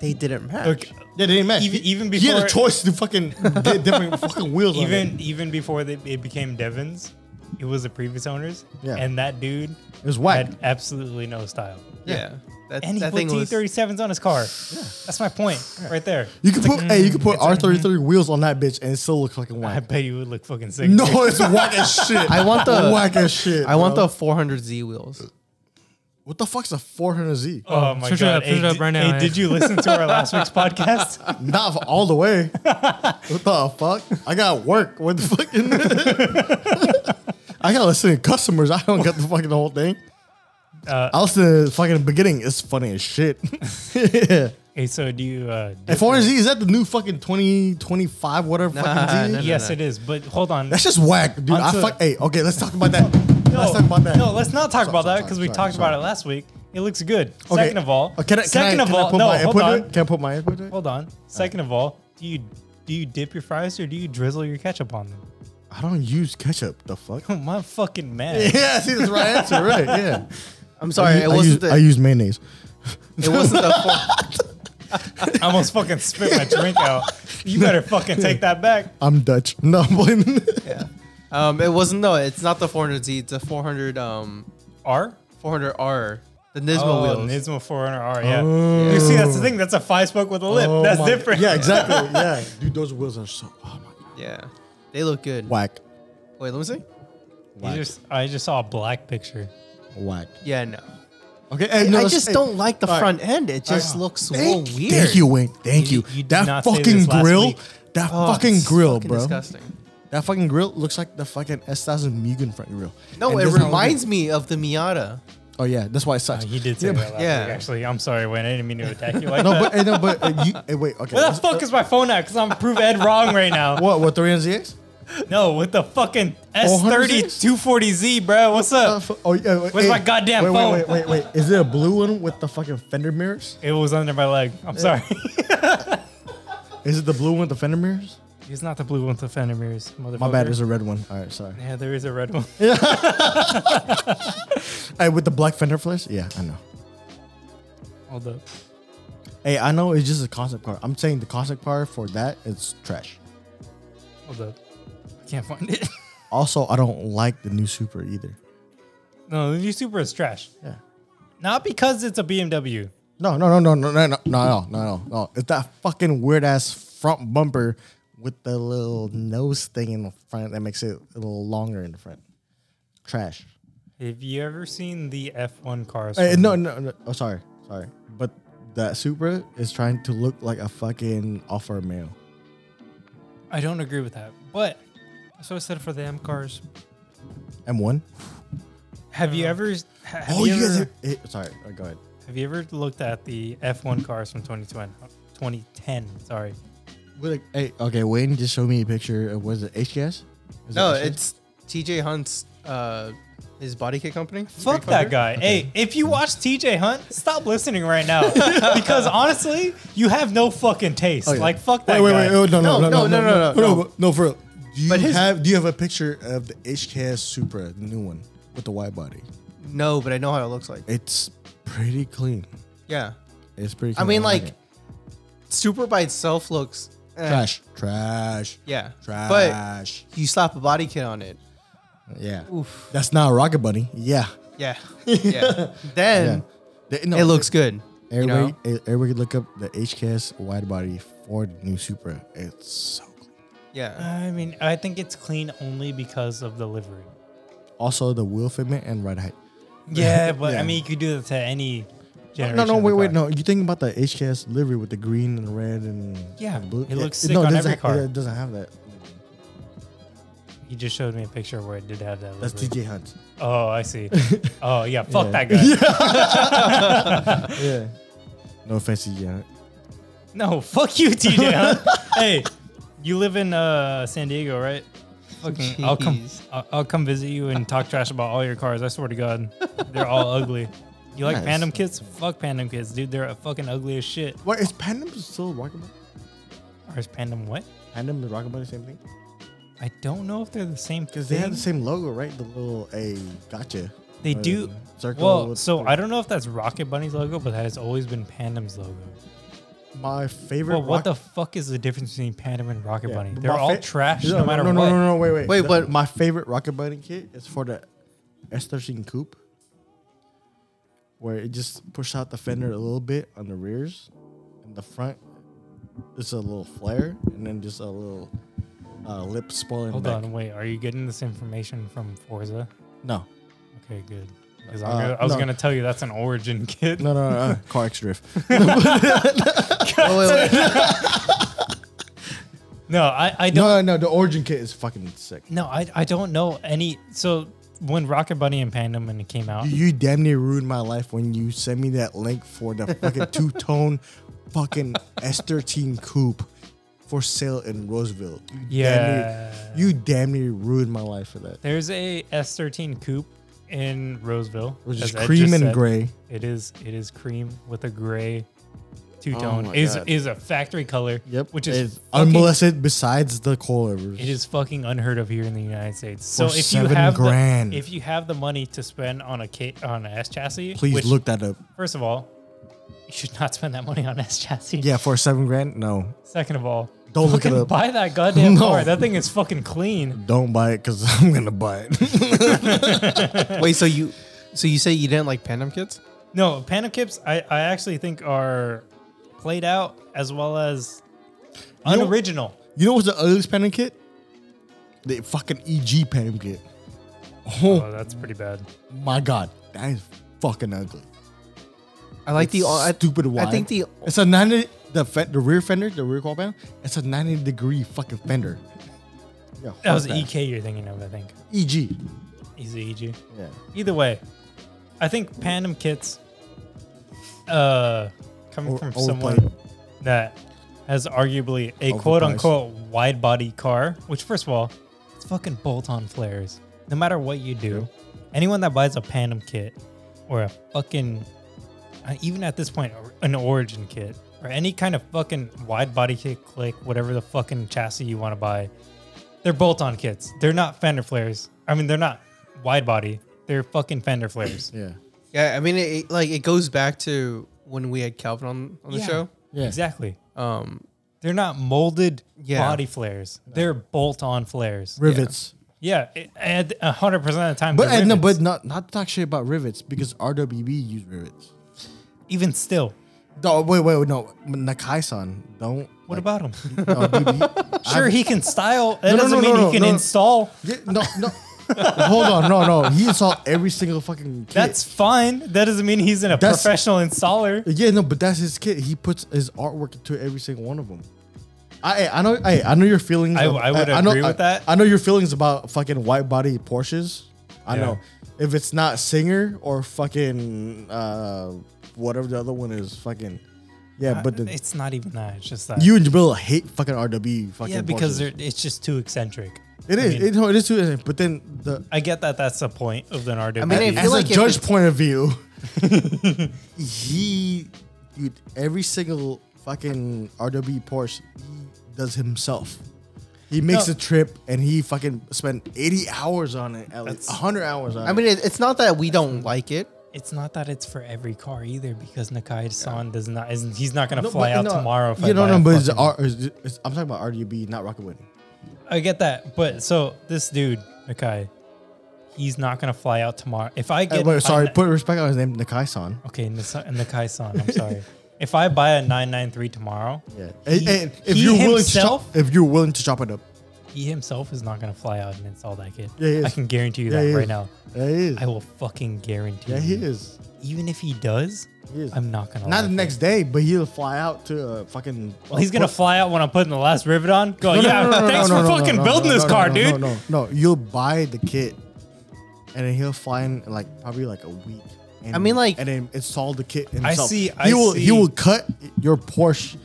Speaker 3: They didn't match.
Speaker 2: Look,
Speaker 4: Yeah. They didn't match.
Speaker 2: Even-
Speaker 4: He-
Speaker 2: even
Speaker 4: he had a
Speaker 2: before-
Speaker 4: choice to fucking get different fucking wheels. on
Speaker 2: even
Speaker 4: it.
Speaker 2: even before they, it became Devon's, it was the previous owners.
Speaker 4: Yeah.
Speaker 2: And that dude
Speaker 4: it was whack.
Speaker 2: had absolutely no style.
Speaker 3: yeah, that,
Speaker 2: And he
Speaker 3: that
Speaker 2: put
Speaker 3: thing was.
Speaker 2: T37s on his car. That's my point right there.
Speaker 4: you could put hey, you could put R thirty
Speaker 3: mm.
Speaker 4: three wheels on that bitch and it still look fucking
Speaker 2: I
Speaker 4: whack.
Speaker 2: bet you would look fucking sick.
Speaker 4: No, it's whack as shit.
Speaker 3: I want the-
Speaker 4: whack as shit.
Speaker 3: I want
Speaker 4: bro.
Speaker 3: the 400Z wheels.
Speaker 4: What the fuck's a four hundred Z?
Speaker 2: Oh my
Speaker 5: Switch it
Speaker 2: god!
Speaker 5: up, switch it up
Speaker 2: di-
Speaker 5: right now,
Speaker 2: hey,
Speaker 5: eh?
Speaker 2: did you listen to our last week's podcast?
Speaker 4: Not all the way. what the fuck? I got work. What the fucking? I gotta listen to customers. I don't get the fucking whole thing.
Speaker 2: Uh,
Speaker 4: I listen to the fucking beginning. It's funny as shit. yeah.
Speaker 2: Hey, so do you? Uh, dip
Speaker 4: And 400Z, is that the new fucking 2025, whatever fucking Z?
Speaker 3: no, no.
Speaker 2: yes, it is. But hold on.
Speaker 4: That's just whack, dude. I
Speaker 2: Onto-
Speaker 4: fuck. Hey, okay, let's talk about that. let's talk about that.
Speaker 2: No, let's not talk
Speaker 4: Sorry,
Speaker 2: about that
Speaker 4: sorry,
Speaker 2: because we
Speaker 4: sorry,
Speaker 2: talked
Speaker 4: sorry.
Speaker 2: about it last week. It looks good.
Speaker 4: Okay.
Speaker 2: Second of all,
Speaker 4: Uh, can I, can
Speaker 2: second
Speaker 4: I,
Speaker 2: of
Speaker 4: can I
Speaker 2: all,
Speaker 4: put
Speaker 2: no,
Speaker 4: my
Speaker 2: hold
Speaker 4: input in
Speaker 2: on,
Speaker 4: it? Can I put my input in it?
Speaker 2: hold on. Second of all, do you do you dip your fries or do you drizzle your ketchup on them?
Speaker 4: I don't use ketchup. The fuck?
Speaker 2: My fucking man.
Speaker 4: yeah, see, that's the right answer, right? Yeah.
Speaker 3: I'm sorry,
Speaker 4: I,
Speaker 3: it
Speaker 4: I use,
Speaker 3: wasn't
Speaker 4: I
Speaker 3: the.
Speaker 4: use mayonnaise.
Speaker 3: It wasn't the. Four,
Speaker 2: I almost fucking spit my drink out. You better fucking take that back.
Speaker 4: I'm Dutch. No, I'm playing.
Speaker 3: yeah. Um, it wasn't no. It's not the 400Z. It's the 400 um
Speaker 2: R.
Speaker 3: 400R. The Nismo
Speaker 2: oh,
Speaker 3: wheels.
Speaker 2: Nismo 400 R. Yeah. You see, that's the thing. That's a five spoke with a lip.
Speaker 4: Oh
Speaker 2: that's
Speaker 4: my-
Speaker 2: different.
Speaker 4: Yeah, exactly. Yeah, dude, those wheels are so oh my God.
Speaker 3: yeah, they look good.
Speaker 4: whack,
Speaker 3: Wait, let me see.
Speaker 2: You just, I just saw a black picture.
Speaker 4: whack.
Speaker 3: Yeah, no.
Speaker 4: Okay, hey, no,
Speaker 3: I
Speaker 4: let's-
Speaker 3: just
Speaker 4: hey,
Speaker 3: don't like the
Speaker 4: all right.
Speaker 3: front end. It just looks so
Speaker 4: Thank,
Speaker 3: weird.
Speaker 4: thank you, Wayne. Thank
Speaker 2: You-
Speaker 4: you.
Speaker 2: you did
Speaker 4: that
Speaker 2: not say this
Speaker 4: fucking
Speaker 2: last
Speaker 4: grill,
Speaker 2: week.
Speaker 4: that
Speaker 3: Oh,
Speaker 4: fucking
Speaker 3: it's
Speaker 4: grill,
Speaker 3: fucking
Speaker 4: bro.
Speaker 3: Disgusting.
Speaker 4: That fucking grill looks like the fucking S1000 Mugen front grill.
Speaker 3: No,
Speaker 4: And
Speaker 3: it
Speaker 4: that's how
Speaker 3: reminds me of the Miata.
Speaker 4: Oh yeah, that's why it sucks.
Speaker 2: Oh, he did say
Speaker 4: yeah,
Speaker 2: that last
Speaker 3: yeah.
Speaker 2: week, actually. I'm sorry, Wayne. I didn't mean to attack you
Speaker 4: But,
Speaker 2: like
Speaker 4: no,
Speaker 2: that.
Speaker 4: but hey, no, but uh, you, hey, wait. Okay.
Speaker 2: Where the
Speaker 4: let's-
Speaker 2: fuck is my phone at? Because I'm prove Ed wrong right now.
Speaker 4: What? Oh, What? 300ZX?
Speaker 2: No, with the fucking S30
Speaker 4: 400Z?
Speaker 2: 240Z, bro. What's
Speaker 4: Uh,
Speaker 2: up?
Speaker 4: f- oh yeah. Wait,
Speaker 2: Where's
Speaker 4: hey,
Speaker 2: my goddamn
Speaker 4: wait,
Speaker 2: phone?
Speaker 4: Wait, wait, wait, wait. Is it a blue one with the fucking fender mirrors?
Speaker 2: It was under my leg. I'm sorry.
Speaker 4: Is it the blue one with the fender mirrors?
Speaker 2: It's not the blue one with the fender mirrors, motherfucker.
Speaker 4: My bad. It's a red one. All right, sorry.
Speaker 2: Yeah, there is a red one.
Speaker 4: Hey, with the black fender flares? Yeah, I know.
Speaker 2: Hold up.
Speaker 4: Hey, I know it's just a concept car. I'm saying the concept car for that is trash.
Speaker 2: Hold up. I can't find it.
Speaker 4: Also, I don't like the new Super either.
Speaker 2: No, the new Super is trash.
Speaker 4: Yeah.
Speaker 2: Not because it's a BMW.
Speaker 4: No, no, no, no, no, no, no, no, no, no, no. It's that fucking weird ass front bumper with the little nose thing in the front that makes it a little longer in the front. Trash.
Speaker 2: Have you ever seen the F1 cars?
Speaker 4: Hey,
Speaker 2: from-
Speaker 4: no, no, no. Oh, sorry, sorry. But that Supra is trying to look like a fucking offer mail.
Speaker 2: I don't agree with that. But
Speaker 5: That's what I said for the M cars.
Speaker 4: M1.
Speaker 2: have you ever? ha- Have
Speaker 4: Oh,
Speaker 2: you
Speaker 4: you guys.
Speaker 2: ever,
Speaker 4: Are, eh, sorry. Oh, go ahead.
Speaker 2: Have you ever looked at the F1 cars from 2020? 2010, sorry.
Speaker 4: What a- hey, okay. Wayne just showed me a picture of was it HKS? Is
Speaker 3: No,
Speaker 4: it HKS?
Speaker 3: it's TJ Hunt's uh his body kit company.
Speaker 2: Fuck that guy. Hey, if you watch TJ Hunt, stop listening right now. because honestly, you have no fucking taste.
Speaker 4: Oh, yeah.
Speaker 2: Like, fuck that
Speaker 4: wait,
Speaker 2: guy.
Speaker 4: wait, wait, no, no, no, no, no, no, no,
Speaker 3: no, no.
Speaker 4: but- no, for real. Do you
Speaker 3: But his-
Speaker 4: have do you have a picture of the HKS Supra, the new one with the wide body?
Speaker 3: No, but I know how it looks like.
Speaker 4: It's pretty clean.
Speaker 3: Yeah.
Speaker 4: It's pretty.
Speaker 3: I
Speaker 4: clean.
Speaker 3: mean
Speaker 4: like
Speaker 3: like
Speaker 4: it.
Speaker 3: super by itself looks eh,
Speaker 4: Trash. Trash.
Speaker 3: Yeah, but
Speaker 4: Trash.
Speaker 3: you slap a body kit on it.
Speaker 4: yeah. That's not Rocket Bunny. Yeah.
Speaker 3: Yeah, yeah. then
Speaker 4: The- no,
Speaker 3: it looks good.
Speaker 4: Everybody,
Speaker 3: know?
Speaker 4: eh, everybody can look up the HKS wide body for the new Supra. It's so clean.
Speaker 3: Yeah,
Speaker 2: I mean, I think it's clean only because of the livery.
Speaker 4: Also, the wheel fitment and ride height.
Speaker 2: Yeah, but
Speaker 4: Yeah.
Speaker 2: I mean, you could do that to any generation.
Speaker 4: Oh, No, no,
Speaker 2: of
Speaker 4: wait, wait, no.
Speaker 2: car.
Speaker 4: You think about the HKS livery with the green and the red and
Speaker 2: Yeah,
Speaker 4: the blue.
Speaker 2: it looks sick on
Speaker 4: doesn't
Speaker 2: every
Speaker 4: ha-
Speaker 2: car.
Speaker 4: yeah, it doesn't have that.
Speaker 2: You just showed me a picture where it did have that.
Speaker 4: That's
Speaker 2: livery.
Speaker 4: DJ Hunt.
Speaker 2: Oh, I see. Oh, yeah. Fuck
Speaker 4: Yeah.
Speaker 2: that guy.
Speaker 4: yeah. No offense, DJ Hunt.
Speaker 2: No, fuck you, TJ. Huh? hey, you live in uh, San Diego, right? Fucking, I'll come.
Speaker 6: Jeez.
Speaker 2: I'll, I'll come visit you and talk trash about all your cars. I swear to God, they're all ugly. You like
Speaker 4: Nice.
Speaker 2: Pandem kits? Fuck Pandem kits, dude. They're a fucking ugly as shit.
Speaker 4: What is Pandem still Rocket Bunny?
Speaker 2: Or is Pandem what?
Speaker 4: Pandem and Rocket Bunny same thing?
Speaker 2: I don't know if they're the same
Speaker 4: Because they have the
Speaker 2: thing.
Speaker 4: same logo, right? The little a gotcha.
Speaker 2: They
Speaker 4: Uh,
Speaker 2: do.
Speaker 4: Circle.
Speaker 2: Well,
Speaker 4: with
Speaker 2: so
Speaker 4: the-
Speaker 2: I don't know if that's Rocket Bunny's logo, but that has always been Pandem's logo.
Speaker 4: My favorite.
Speaker 2: Well, what
Speaker 4: Rock-
Speaker 2: the fuck is the difference between Pandem and Rocket
Speaker 4: Yeah,
Speaker 2: Bunny?
Speaker 4: but
Speaker 2: They're
Speaker 4: my
Speaker 2: all
Speaker 4: fa-
Speaker 2: trash,
Speaker 4: No,
Speaker 2: no,
Speaker 4: no,
Speaker 2: matter
Speaker 4: no,
Speaker 2: what.
Speaker 4: No, no, no, wait, wait.
Speaker 3: Wait,
Speaker 4: The-
Speaker 3: but-
Speaker 4: my favorite Rocket Bunny kit is for the S13 Coupe, where it just pushed out the fender a little bit on the rears, and the front is a little flare, and then just a little uh, lip spoiling
Speaker 2: Hold
Speaker 4: back.
Speaker 2: on, wait. Are you getting this information from Forza?
Speaker 4: No,
Speaker 2: Okay, good. 'Cause
Speaker 4: Uh,
Speaker 2: I'm gonna, I was
Speaker 4: no.
Speaker 2: gonna tell you that's an origin kit.
Speaker 4: no, no, no. no. Car X Drift.
Speaker 3: Oh, wait, wait.
Speaker 2: No, I, I don't.
Speaker 4: no, no, the origin kit is fucking sick.
Speaker 2: No, I, I don't know any. So when Rocket Bunny and Pandem and it came out,
Speaker 4: You damn near ruined my life when you sent me that link for the fucking two tone fucking S13 coupe for sale in Roseville. You
Speaker 2: yeah,
Speaker 4: Damn near, you damn near ruined my life for that.
Speaker 2: there's a S13 coupe in Roseville,
Speaker 4: Which
Speaker 2: as
Speaker 4: is
Speaker 2: Ed
Speaker 4: cream
Speaker 2: just
Speaker 4: and
Speaker 2: said.
Speaker 4: gray.
Speaker 2: It is it is cream with a gray two
Speaker 4: my
Speaker 2: tone. is
Speaker 4: God.
Speaker 2: is a factory color.
Speaker 4: Yep.
Speaker 2: which is
Speaker 4: It's
Speaker 2: fucking-
Speaker 4: unmolested besides the coilovers.
Speaker 2: It is fucking unheard of here in the United States. So
Speaker 4: For
Speaker 2: if you
Speaker 4: seven
Speaker 2: have
Speaker 4: grand.
Speaker 2: The, if you have the money to spend on a K, on an S chassis,
Speaker 4: Please
Speaker 2: which,
Speaker 4: look that up.
Speaker 2: First of all, you should not spend that money on S chassis.
Speaker 4: Yeah, for seven grand, no.
Speaker 2: Second of all,
Speaker 4: Don't look it
Speaker 2: fucking
Speaker 4: up.
Speaker 2: buy that goddamn
Speaker 4: No.
Speaker 2: car. That thing is fucking clean.
Speaker 4: Don't buy it because I'm gonna buy it.
Speaker 3: wait. So you, so you say you didn't like Pandem kits?
Speaker 2: No, Panda Kips, I, I actually think are played out as well as
Speaker 4: know-
Speaker 2: unoriginal.
Speaker 4: you know what's the ugliest pendant kit? The fucking EG pendant kit.
Speaker 2: oh, that's pretty bad.
Speaker 4: My God, that is fucking ugly.
Speaker 3: I like the. uh, I,
Speaker 4: stupid wide.
Speaker 3: I think the.
Speaker 4: it's a ninety the fe- the rear fender, the rear call panel. It's a ninety degree fucking fender. Yeah,
Speaker 2: That was E
Speaker 4: fuck E
Speaker 2: EK you're thinking of, I think.
Speaker 4: EG.
Speaker 2: Easy E EG.
Speaker 4: Yeah,
Speaker 2: Either way, I think Pandem Kits, uh, coming
Speaker 4: Or-
Speaker 2: from
Speaker 4: overplayed.
Speaker 2: someone that has arguably a quote
Speaker 4: Overpriced.
Speaker 2: unquote wide body car, which, first of all, it's fucking bolt on flares. No matter what you do, anyone that buys a Pandem kit or a fucking, uh, even at this point, or- an Origin kit or any kind of fucking wide body kit, click, whatever the fucking chassis you want to buy, they're bolt on kits. They're not fender flares. I mean, they're not wide body. They're fucking fender flares.
Speaker 4: yeah,
Speaker 3: Yeah, I mean, it, it- like it goes back to when we had Calvin on on the
Speaker 2: Yeah.
Speaker 3: show.
Speaker 4: yeah.
Speaker 2: Exactly.
Speaker 3: Um,
Speaker 2: They're not molded
Speaker 3: Yeah.
Speaker 2: body flares. They're bolt on flares.
Speaker 4: Rivets,
Speaker 2: Yeah, it- and a hundred percent of the time.
Speaker 4: but
Speaker 2: they're
Speaker 4: and no, but
Speaker 2: rivets.
Speaker 4: not not to talk shit about rivets because RWB use rivets.
Speaker 2: even still,
Speaker 4: No, wait, wait, no, Nakai-san, don't.
Speaker 2: what
Speaker 4: like,
Speaker 2: about him?
Speaker 4: No, BB.
Speaker 2: Sure, he can style.
Speaker 4: No,
Speaker 2: That
Speaker 4: no,
Speaker 2: doesn't
Speaker 4: no,
Speaker 2: mean
Speaker 4: no,
Speaker 2: he can
Speaker 4: no.
Speaker 2: install.
Speaker 4: Yeah, no, no. Hold on, no, no. He installed every single fucking. Kit.
Speaker 2: That's fine. That doesn't mean he's in a
Speaker 4: That's-
Speaker 2: professional installer.
Speaker 4: Yeah, no, but that's his kid. He puts his artwork into every single one of them. I I know I I know your feelings.
Speaker 2: I- I would
Speaker 4: know,
Speaker 2: agree with that.
Speaker 4: I know your feelings about fucking white body Porsches. I
Speaker 2: Yeah.
Speaker 4: know if it's not Singer or fucking uh whatever the other one is, fucking yeah. But the,
Speaker 2: it's not even that. It's just that.
Speaker 4: you and Jabril hate fucking RW. Fucking
Speaker 2: yeah, because
Speaker 4: Porsches.
Speaker 2: they're, it's just too eccentric.
Speaker 4: it is
Speaker 2: I mean-
Speaker 4: it, no, it is too. But then the
Speaker 2: I get that. That's the point of the RWB.
Speaker 3: I mean, if- I
Speaker 4: as
Speaker 3: feel like
Speaker 4: a judge
Speaker 3: it's-
Speaker 4: point of view, he, dude, every single fucking RW Porsche, he does himself. He makes
Speaker 2: No.
Speaker 4: a trip and he fucking spent 80 hours on it, at least
Speaker 2: That's-
Speaker 4: 100 hours on
Speaker 3: I mean,
Speaker 4: it.
Speaker 3: it, it's not that we don't like it.
Speaker 2: it's not that it's for every car either because Nakai San does not isn't he's not gonna
Speaker 4: No,
Speaker 2: fly
Speaker 4: but-
Speaker 2: out
Speaker 4: no,
Speaker 2: tomorrow. If I
Speaker 4: You don't
Speaker 2: buy
Speaker 4: know,
Speaker 2: a
Speaker 4: but it's,
Speaker 2: fucking-
Speaker 4: R, it's, it's, I'm talking about RDB, not Rocket Winning.
Speaker 2: I get that, but so this dude Nakai, he's not gonna fly out tomorrow. If I
Speaker 4: Uh,
Speaker 2: get
Speaker 4: wait, sorry,
Speaker 2: I-
Speaker 4: put respect on his name, Nakai san.
Speaker 2: okay Nisa- Nakai San, I'm sorry. if I buy a 993 tomorrow,
Speaker 4: Yeah.
Speaker 2: He-
Speaker 4: And, and if
Speaker 2: he
Speaker 4: you're willing to chop,
Speaker 2: himself-
Speaker 4: if you're willing to chop it up,
Speaker 2: he himself is not gonna fly out and install that kid.
Speaker 4: Yeah, he is.
Speaker 2: I can guarantee you
Speaker 4: Yeah,
Speaker 2: that
Speaker 4: he
Speaker 2: right
Speaker 4: is.
Speaker 2: now.
Speaker 4: yeah, he is.
Speaker 2: I will fucking guarantee.
Speaker 4: yeah,
Speaker 2: you.
Speaker 4: he is. Oh,
Speaker 2: Even if he does,
Speaker 4: He is.
Speaker 2: I'm not gonna.
Speaker 4: not
Speaker 2: like
Speaker 4: the
Speaker 2: it.
Speaker 4: next day, but he'll fly out to uh, fucking.
Speaker 2: Well, he's gonna fly out when I'm putting the last rivet on. Go,
Speaker 4: No, no,
Speaker 2: yeah,
Speaker 4: no, no, no,
Speaker 2: thanks
Speaker 4: no,
Speaker 2: for
Speaker 4: no, no,
Speaker 2: fucking
Speaker 4: no,
Speaker 2: building
Speaker 4: no,
Speaker 2: this
Speaker 4: no,
Speaker 2: car,
Speaker 4: no,
Speaker 2: dude.
Speaker 4: No, no, no, you'll buy the kit, and then he'll fly in like probably like a week. And,
Speaker 3: I mean, like-
Speaker 4: and then install the kit
Speaker 2: I
Speaker 4: himself.
Speaker 2: see-
Speaker 4: he
Speaker 2: I
Speaker 4: will
Speaker 2: see.
Speaker 4: he will cut your Porsche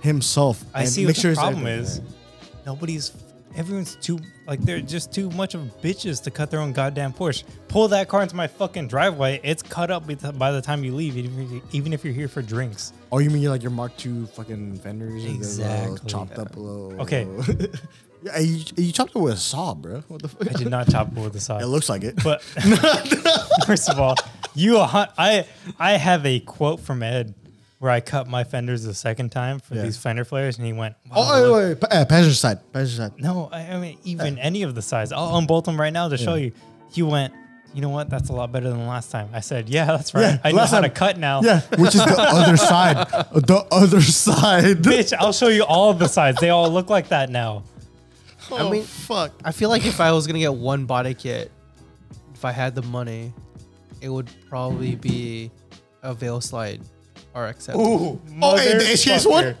Speaker 4: himself.
Speaker 2: I
Speaker 4: and
Speaker 2: see
Speaker 4: Make
Speaker 2: what
Speaker 4: sure
Speaker 2: the
Speaker 4: it's
Speaker 2: problem
Speaker 4: everything.
Speaker 2: is. Nobody's, everyone's too like they're just too much of bitches to cut their own goddamn Porsche. Pull that car into my fucking driveway. It's cut up by the- by the time you leave, even if you- even if you're here for drinks.
Speaker 4: Oh, you mean like your Mark II fucking fenders? and they're all
Speaker 2: Exactly.
Speaker 4: Chopped up a little.
Speaker 2: Okay.
Speaker 4: yeah, you, you chopped it with a saw, bro. What the fuck?
Speaker 2: I did not chop wood with the saw.
Speaker 4: It looks like it.
Speaker 2: But first of all, you a hun- I I have a quote from Ed where I cut my fenders the second time for
Speaker 4: Yeah.
Speaker 2: these fender flares, and he went, wow,
Speaker 4: oh, wait, wait, wait. pa- uh, passenger side. Passenger side.
Speaker 2: No, I, I mean even any of the size. I'll unbolt them right now to show you. He went, you know what? That's a lot better than last time. I said, yeah, that's right.
Speaker 4: Yeah,
Speaker 2: I know
Speaker 4: last
Speaker 2: how to
Speaker 4: time-
Speaker 2: cut now.
Speaker 4: Yeah, which is the other side. The other side.
Speaker 2: Bitch, I'll show you all the sides. They all look like that now. Oh,
Speaker 3: I mean, fuck. I feel like if I was gonna get one body kit, if I had the money, it would probably be a Veil Slide RX-7.
Speaker 2: Ooh,
Speaker 4: Oh, hey, the HKS one?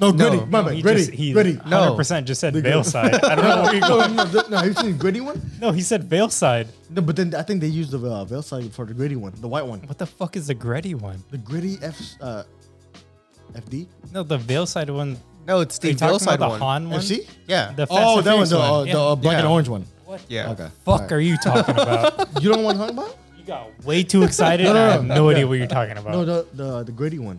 Speaker 4: No, goody.
Speaker 3: No,
Speaker 4: My
Speaker 2: he
Speaker 4: bad.
Speaker 2: just-
Speaker 4: Gritty.
Speaker 2: he
Speaker 4: gritty.
Speaker 3: No.
Speaker 2: 100% just said veil side. I don't know where you go.
Speaker 4: No, no, th- no, you seen the gritty one?
Speaker 2: No, he said veil side.
Speaker 4: No, but then I think they used the uh, veil side for the gritty one, the white one.
Speaker 2: What the fuck is the Gretty one?
Speaker 4: The gritty F, uh, FD?
Speaker 2: No, the veil side one.
Speaker 3: No, it's
Speaker 2: Are
Speaker 3: the
Speaker 2: you talking
Speaker 3: Veil
Speaker 2: about
Speaker 3: Side
Speaker 2: the
Speaker 3: one.
Speaker 2: Han one?
Speaker 4: FC?
Speaker 3: Yeah.
Speaker 2: The
Speaker 4: Oh,
Speaker 2: Fast and
Speaker 4: that one,
Speaker 2: Furious
Speaker 4: the, uh,
Speaker 2: one.
Speaker 4: the uh, black and
Speaker 3: Yeah.
Speaker 4: orange one.
Speaker 3: yeah.
Speaker 4: Okay.
Speaker 2: Fuck are you talking about?
Speaker 4: You don't want to talk about?
Speaker 2: You got way too excited. and I have no idea what you're talking about.
Speaker 4: No, the, the, the gritty one.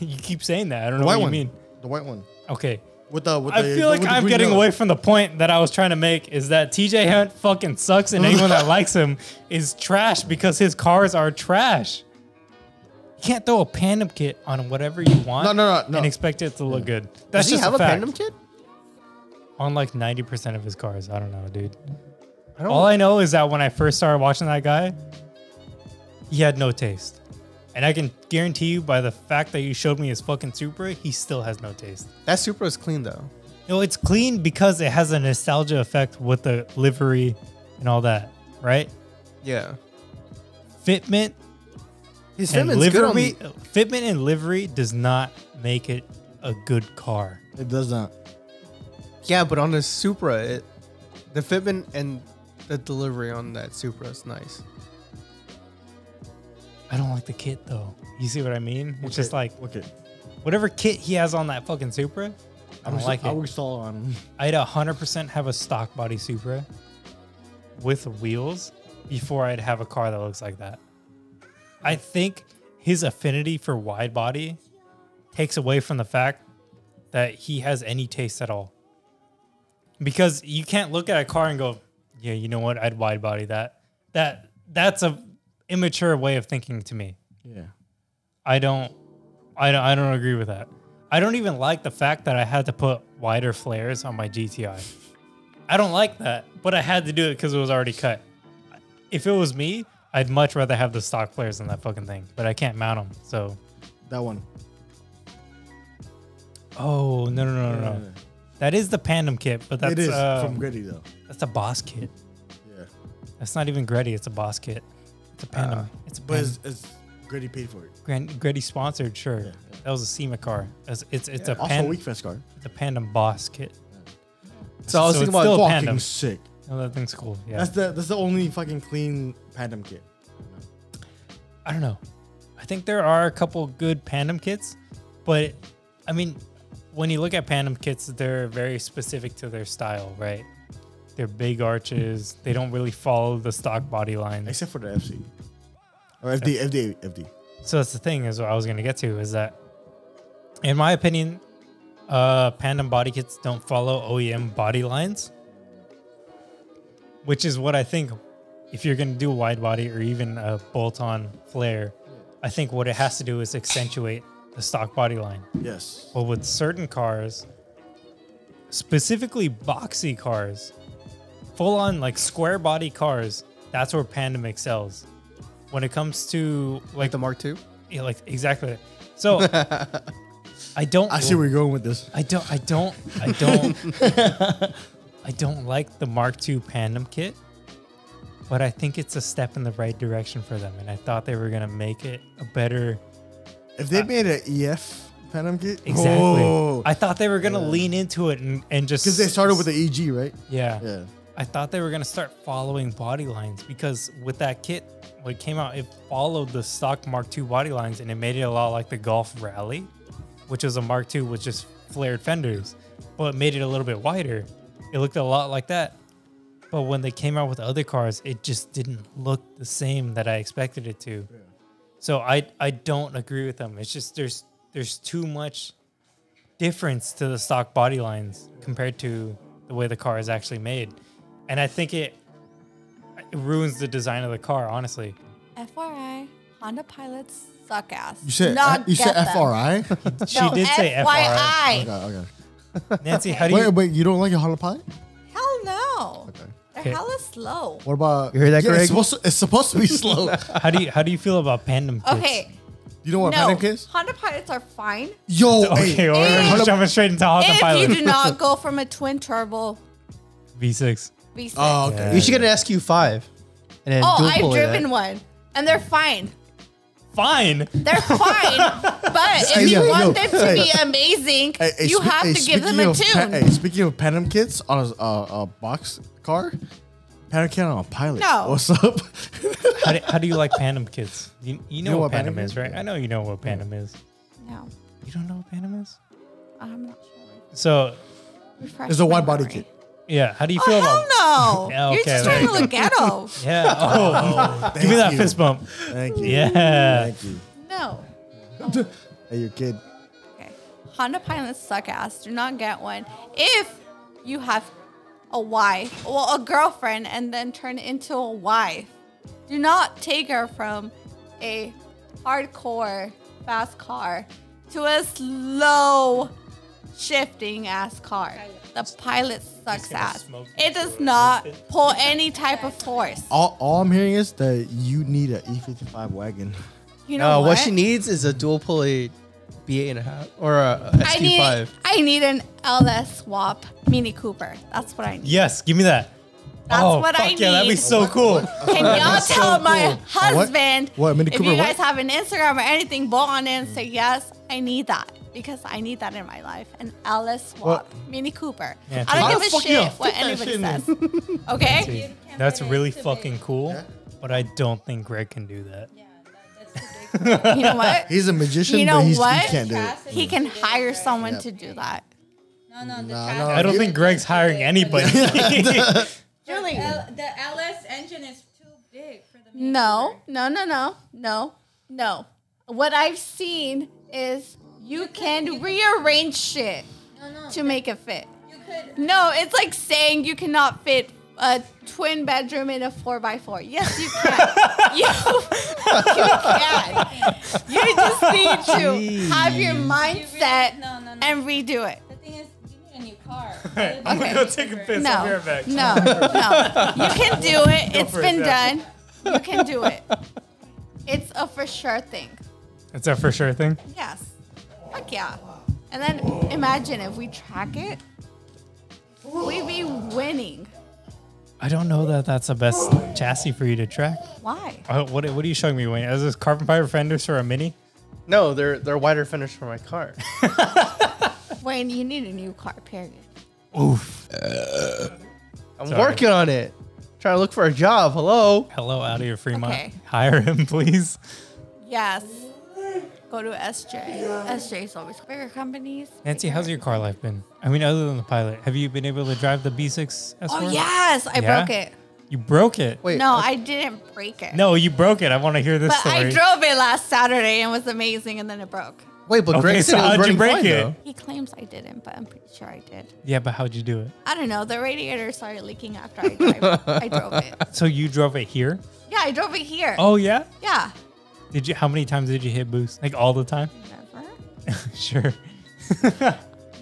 Speaker 2: you keep saying that. I don't
Speaker 4: The white
Speaker 2: know what you
Speaker 4: one.
Speaker 2: mean.
Speaker 4: The white one.
Speaker 2: Okay.
Speaker 4: With the, with
Speaker 2: I
Speaker 4: the,
Speaker 2: feel
Speaker 4: with
Speaker 2: like
Speaker 4: the
Speaker 2: I'm
Speaker 4: green
Speaker 2: getting
Speaker 4: nose.
Speaker 2: away from the point that I was trying to make is that TJ Hunt fucking sucks and anyone that likes him is trash because his cars are trash. You can't throw a pandem kit on whatever you want
Speaker 4: No, no, no, no.
Speaker 2: and expect it to look good.
Speaker 3: Does
Speaker 2: That's
Speaker 3: he
Speaker 2: just
Speaker 3: have
Speaker 2: a,
Speaker 3: a
Speaker 2: fact.
Speaker 3: Phantom kit?
Speaker 2: on like 90% of his cars. I don't know, dude. All I know is that when I first started watching that guy, he had no taste. And I can guarantee you by the fact that you showed me his fucking Supra, he still has no taste.
Speaker 3: That Supra is clean though.
Speaker 2: No, it's clean because it has a nostalgia effect with the livery and all that, right?
Speaker 3: Yeah.
Speaker 2: Fitment
Speaker 3: His
Speaker 2: and
Speaker 3: fitment's good on
Speaker 2: livery,
Speaker 3: the-
Speaker 2: fitment and livery does not make it a good car.
Speaker 4: It does not.
Speaker 3: Yeah, but on the Supra, it, the fitment and the delivery on that Supra is nice.
Speaker 2: I don't like the kit though. You see what I mean? It's just
Speaker 4: Okay,
Speaker 2: like
Speaker 4: Okay.
Speaker 2: whatever kit he has on that fucking Supra, I don't like
Speaker 4: I
Speaker 2: it.
Speaker 4: was all on.
Speaker 2: I'd 100% have a stock body Supra with wheels before I'd have a car that looks like that. I think his affinity for wide body takes away from the fact that he has any taste at all. Because you can't look at a car and go, yeah, you know what? I'd wide body that. That that's a immature way of thinking to me.
Speaker 4: Yeah.
Speaker 2: I don't, I don't, I don't agree with that. I don't even like the fact that I had to put wider flares on my GTI. I don't like that, but I had to do it because it was already cut. If it was me, I'd much rather have the stock flares than that fucking thing, but I can't mount them. So,
Speaker 4: That one.
Speaker 2: oh no no no no, no. that is the Pandem kit, but that's
Speaker 4: it is
Speaker 2: um,
Speaker 4: from Gritty though.
Speaker 2: that's a boss kit.
Speaker 4: Yeah.
Speaker 2: That's not even Gretty. It's a boss kit. It's a Pandem. it's a
Speaker 4: But
Speaker 2: Pandem.
Speaker 4: it's, it's Gritty paid for it.
Speaker 2: Grand, Gretty sponsored, sure.
Speaker 4: Yeah, yeah.
Speaker 2: That was a SEMA car. It's it's, it's a
Speaker 4: also
Speaker 2: pan,
Speaker 4: weak fest card.
Speaker 2: it's a Pandem boss kit.
Speaker 3: So I was
Speaker 2: So
Speaker 3: thinking
Speaker 2: it's
Speaker 3: about
Speaker 2: still-
Speaker 4: Fucking
Speaker 2: Pandem.
Speaker 4: sick.
Speaker 2: No, that thing's cool. Yeah.
Speaker 4: That's the that's the only fucking clean pandem kit.
Speaker 2: I don't know. I think there are a couple good Pandem kits, but I mean, when you look at Pandem kits, they're very specific to their style, right? They're big arches. They don't really follow the stock body lines.
Speaker 4: Except for the FC. Or FD, FD, FD.
Speaker 2: So that's the thing is what I was going to get to is that, in my opinion, uh, Pandem body kits E don't follow OEM body lines, which is what I think if you're gonna do wide body or even a bolt on flare, I think what it has to do is accentuate the stock body line.
Speaker 4: Yes.
Speaker 2: Well, with certain cars, specifically boxy cars, full on like square body cars, that's where Pandem excels. When it comes to like
Speaker 3: the Mark II.
Speaker 2: yeah, like exactly. So I don't.
Speaker 4: I see where you're going with this.
Speaker 2: I don't. I don't. I don't. I don't like the Mark II Pandem kit, but I think it's a step in the right direction for them, and I thought they were gonna make it a better.
Speaker 4: If they made an EF Phantom kit,
Speaker 2: Exactly. I thought they were gonna lean into it and, and
Speaker 4: Oh.
Speaker 2: just
Speaker 4: because they started with the EG, right?
Speaker 2: yeah.
Speaker 4: Yeah.
Speaker 2: I thought they were gonna start following body lines because with that kit, when it came out, it followed the stock Mark II body lines and it made it a lot like the Golf Rally, which was a Mark II with just flared fenders, but it made it a little bit wider. It looked a lot like that. But when they came out with other cars, it just didn't look the same that I expected it to. So I I don't agree with them. It's just there's there's too much difference to the stock body lines compared to the way the car is actually made. And I think it, it ruins the design of the car, honestly.
Speaker 8: FYI, Honda pilots suck ass.
Speaker 4: You said
Speaker 8: Not
Speaker 4: you
Speaker 8: get
Speaker 4: said
Speaker 8: them.
Speaker 4: FRI.
Speaker 2: She
Speaker 8: No,
Speaker 2: did say FRI.
Speaker 8: FYI.
Speaker 4: okay, okay.
Speaker 2: Nancy, how do
Speaker 4: Wait,
Speaker 2: you
Speaker 4: wait. You don't like a Honda Pilot?
Speaker 8: Hell no. They're
Speaker 2: Okay.
Speaker 8: hella slow.
Speaker 4: What about
Speaker 3: You hear that,
Speaker 4: yeah,
Speaker 3: Greg?
Speaker 4: It's supposed, to, it's supposed to be slow.
Speaker 2: how do you how do you feel about Pandem kits?
Speaker 8: Okay.
Speaker 4: you know what
Speaker 8: no.
Speaker 4: Phantom kit is?
Speaker 8: Honda pilots are fine.
Speaker 4: Yo,
Speaker 2: Okay,
Speaker 4: hey,
Speaker 2: well, we're
Speaker 8: If-
Speaker 2: just jumping straight into Hot
Speaker 8: if
Speaker 2: Pilot
Speaker 8: you do not go from a twin turbo
Speaker 2: V6.
Speaker 8: V6.
Speaker 4: Oh, okay. eh?
Speaker 3: You should get an SQ5. And then
Speaker 8: oh,
Speaker 3: dual
Speaker 8: I've
Speaker 3: pulley that.
Speaker 8: driven one. And they're fine.
Speaker 2: Fine.
Speaker 8: They're fine. but
Speaker 4: Hey,
Speaker 8: if you
Speaker 4: yo,
Speaker 8: want
Speaker 4: yo,
Speaker 8: them to be amazing,
Speaker 4: Hey, hey,
Speaker 8: you
Speaker 4: spe-
Speaker 8: have
Speaker 4: hey,
Speaker 8: to give them
Speaker 4: speaking
Speaker 8: a
Speaker 4: of
Speaker 8: tune.
Speaker 4: pa- hey, speaking of Phantom kits on a, a, a box car, Phantom kit on a pilot.
Speaker 8: No.
Speaker 4: What's up?
Speaker 2: How do, how do you like Pandem kits? You, you, know,
Speaker 4: know
Speaker 2: what
Speaker 4: what
Speaker 2: Pandem
Speaker 4: Pandem
Speaker 2: is,
Speaker 4: is?
Speaker 2: right? I know you know what Pandem is.
Speaker 8: no,
Speaker 2: You don't know what Pandem is?
Speaker 8: I'm not sure.
Speaker 2: So
Speaker 8: Refresh
Speaker 4: There's a
Speaker 8: my
Speaker 4: wide body
Speaker 8: memory.
Speaker 4: kit.
Speaker 2: yeah, how do you feel about
Speaker 8: Oh, hell no.
Speaker 2: Yeah,
Speaker 8: You're
Speaker 2: okay,
Speaker 8: just
Speaker 2: there
Speaker 8: trying
Speaker 2: you
Speaker 8: to look ghetto.
Speaker 2: Yeah. Oh, give me that
Speaker 4: you.
Speaker 2: fist bump.
Speaker 4: Thank you.
Speaker 2: Yeah.
Speaker 4: Thank you.
Speaker 8: No.
Speaker 4: Hey, your kid.
Speaker 8: Okay. Honda pilots suck ass. Do not get one. If you have a wife, well, a girlfriend, and then turn into a wife, do not take her from a hardcore fast car to a slow shifting ass car. The pilot sucks ass. It does not pull any type of force.
Speaker 4: All, all I'm hearing is that you need a E55 wagon.
Speaker 8: You know
Speaker 3: No,
Speaker 8: what?
Speaker 3: Uh, what? she needs is a dual pulley B8 and a half or a
Speaker 8: I need,
Speaker 3: SQ5.
Speaker 8: I need an LS swap Mini Cooper. That's what I need.
Speaker 2: Yes, give me that.
Speaker 8: That's
Speaker 2: oh,
Speaker 8: what
Speaker 2: fuck
Speaker 8: I
Speaker 2: yeah, that'd be
Speaker 8: need.
Speaker 2: so cool.
Speaker 8: Can y'all tell my husband
Speaker 4: What, Mini
Speaker 8: if
Speaker 4: Cooper
Speaker 8: you
Speaker 4: what?
Speaker 8: guys have an Instagram or anything, bolt on in and say yes, I need that because I need that in my life. An LS swap, Mini Cooper.
Speaker 2: Yeah,
Speaker 8: I
Speaker 4: How
Speaker 8: don't
Speaker 4: the
Speaker 8: give a
Speaker 4: fuck you
Speaker 8: shit
Speaker 4: fit
Speaker 8: what
Speaker 4: that
Speaker 8: anybody
Speaker 4: shit in
Speaker 8: says. okay,
Speaker 2: That's really fucking cool, but I don't think Greg can do that.
Speaker 8: you know what?
Speaker 4: He's a magician,
Speaker 8: You know
Speaker 4: but he's,
Speaker 8: what?
Speaker 4: he can't do it.
Speaker 8: He can hire someone to do that.
Speaker 9: No, no, the
Speaker 4: Nah,
Speaker 9: traffic-
Speaker 4: no,
Speaker 2: I don't think Greg's hiring anybody.
Speaker 8: Really?
Speaker 9: L- the LS engine is too big for the. Mini
Speaker 8: No,
Speaker 9: Cooper.
Speaker 8: no, no, no, no, no. What I've seen is you can rearrange shit
Speaker 9: No, no.
Speaker 8: to make it fit.
Speaker 9: You could.
Speaker 8: No, it's like saying you cannot fit a twin bedroom in a four by four. Yes, you can. you, you can. You just need to have your mindset
Speaker 9: No, no, no.
Speaker 8: and redo it.
Speaker 9: The thing is, you need a new car.
Speaker 2: I'm gonna go take a piss. I'll be
Speaker 8: No,
Speaker 2: right back.
Speaker 8: no, no. You can do it. It's
Speaker 2: for it,
Speaker 8: been
Speaker 2: Zach.
Speaker 8: done. You can do it. It's a for sure thing.
Speaker 2: It's a for sure thing.
Speaker 8: Yes. Fuck yeah. And then imagine if we track it, we'd be winning.
Speaker 2: I don't know that that's the best chassis for you to track.
Speaker 8: Why?
Speaker 2: Uh, what, what are you showing me, Wayne? Is this carbon fiber fenders for a mini?
Speaker 3: No, they're they're wider finish for my car.
Speaker 8: Wayne, you need a new car, period.
Speaker 3: I'm
Speaker 2: Sorry.
Speaker 3: working on it. Trying to look for a job. Hello.
Speaker 2: Hello, out of your Fremont.
Speaker 8: Okay.
Speaker 2: Hire him, please.
Speaker 8: Yes. Go to SJ. SJ's always bigger companies.
Speaker 2: Nancy, how's your car life been? I mean, other than the pilot, have you been able to drive the B6 S4?
Speaker 8: Oh, yes. I
Speaker 2: Yeah?
Speaker 8: broke it.
Speaker 2: You broke it.
Speaker 3: Wait.
Speaker 8: No, I didn't break it.
Speaker 2: No, you Oh, broke it. I want to hear this
Speaker 8: But
Speaker 2: story.
Speaker 8: I drove it last Saturday and it was amazing and then it broke.
Speaker 3: Wait, but
Speaker 2: Okay,
Speaker 3: Greg said
Speaker 2: so
Speaker 3: it was
Speaker 2: how'd you
Speaker 3: running
Speaker 2: break
Speaker 3: fine,
Speaker 2: it?
Speaker 3: though.
Speaker 8: He claims I didn't, but I'm pretty sure I did.
Speaker 2: Yeah, but how'd you do it?
Speaker 8: I don't know. The radiator started leaking after I, drive, I drove it.
Speaker 2: So you drove it here?
Speaker 8: Yeah, I drove it here.
Speaker 2: Oh yeah.
Speaker 8: Yeah.
Speaker 2: Did you? How many times did you hit boost? Like all the time?
Speaker 8: Never.
Speaker 2: sure.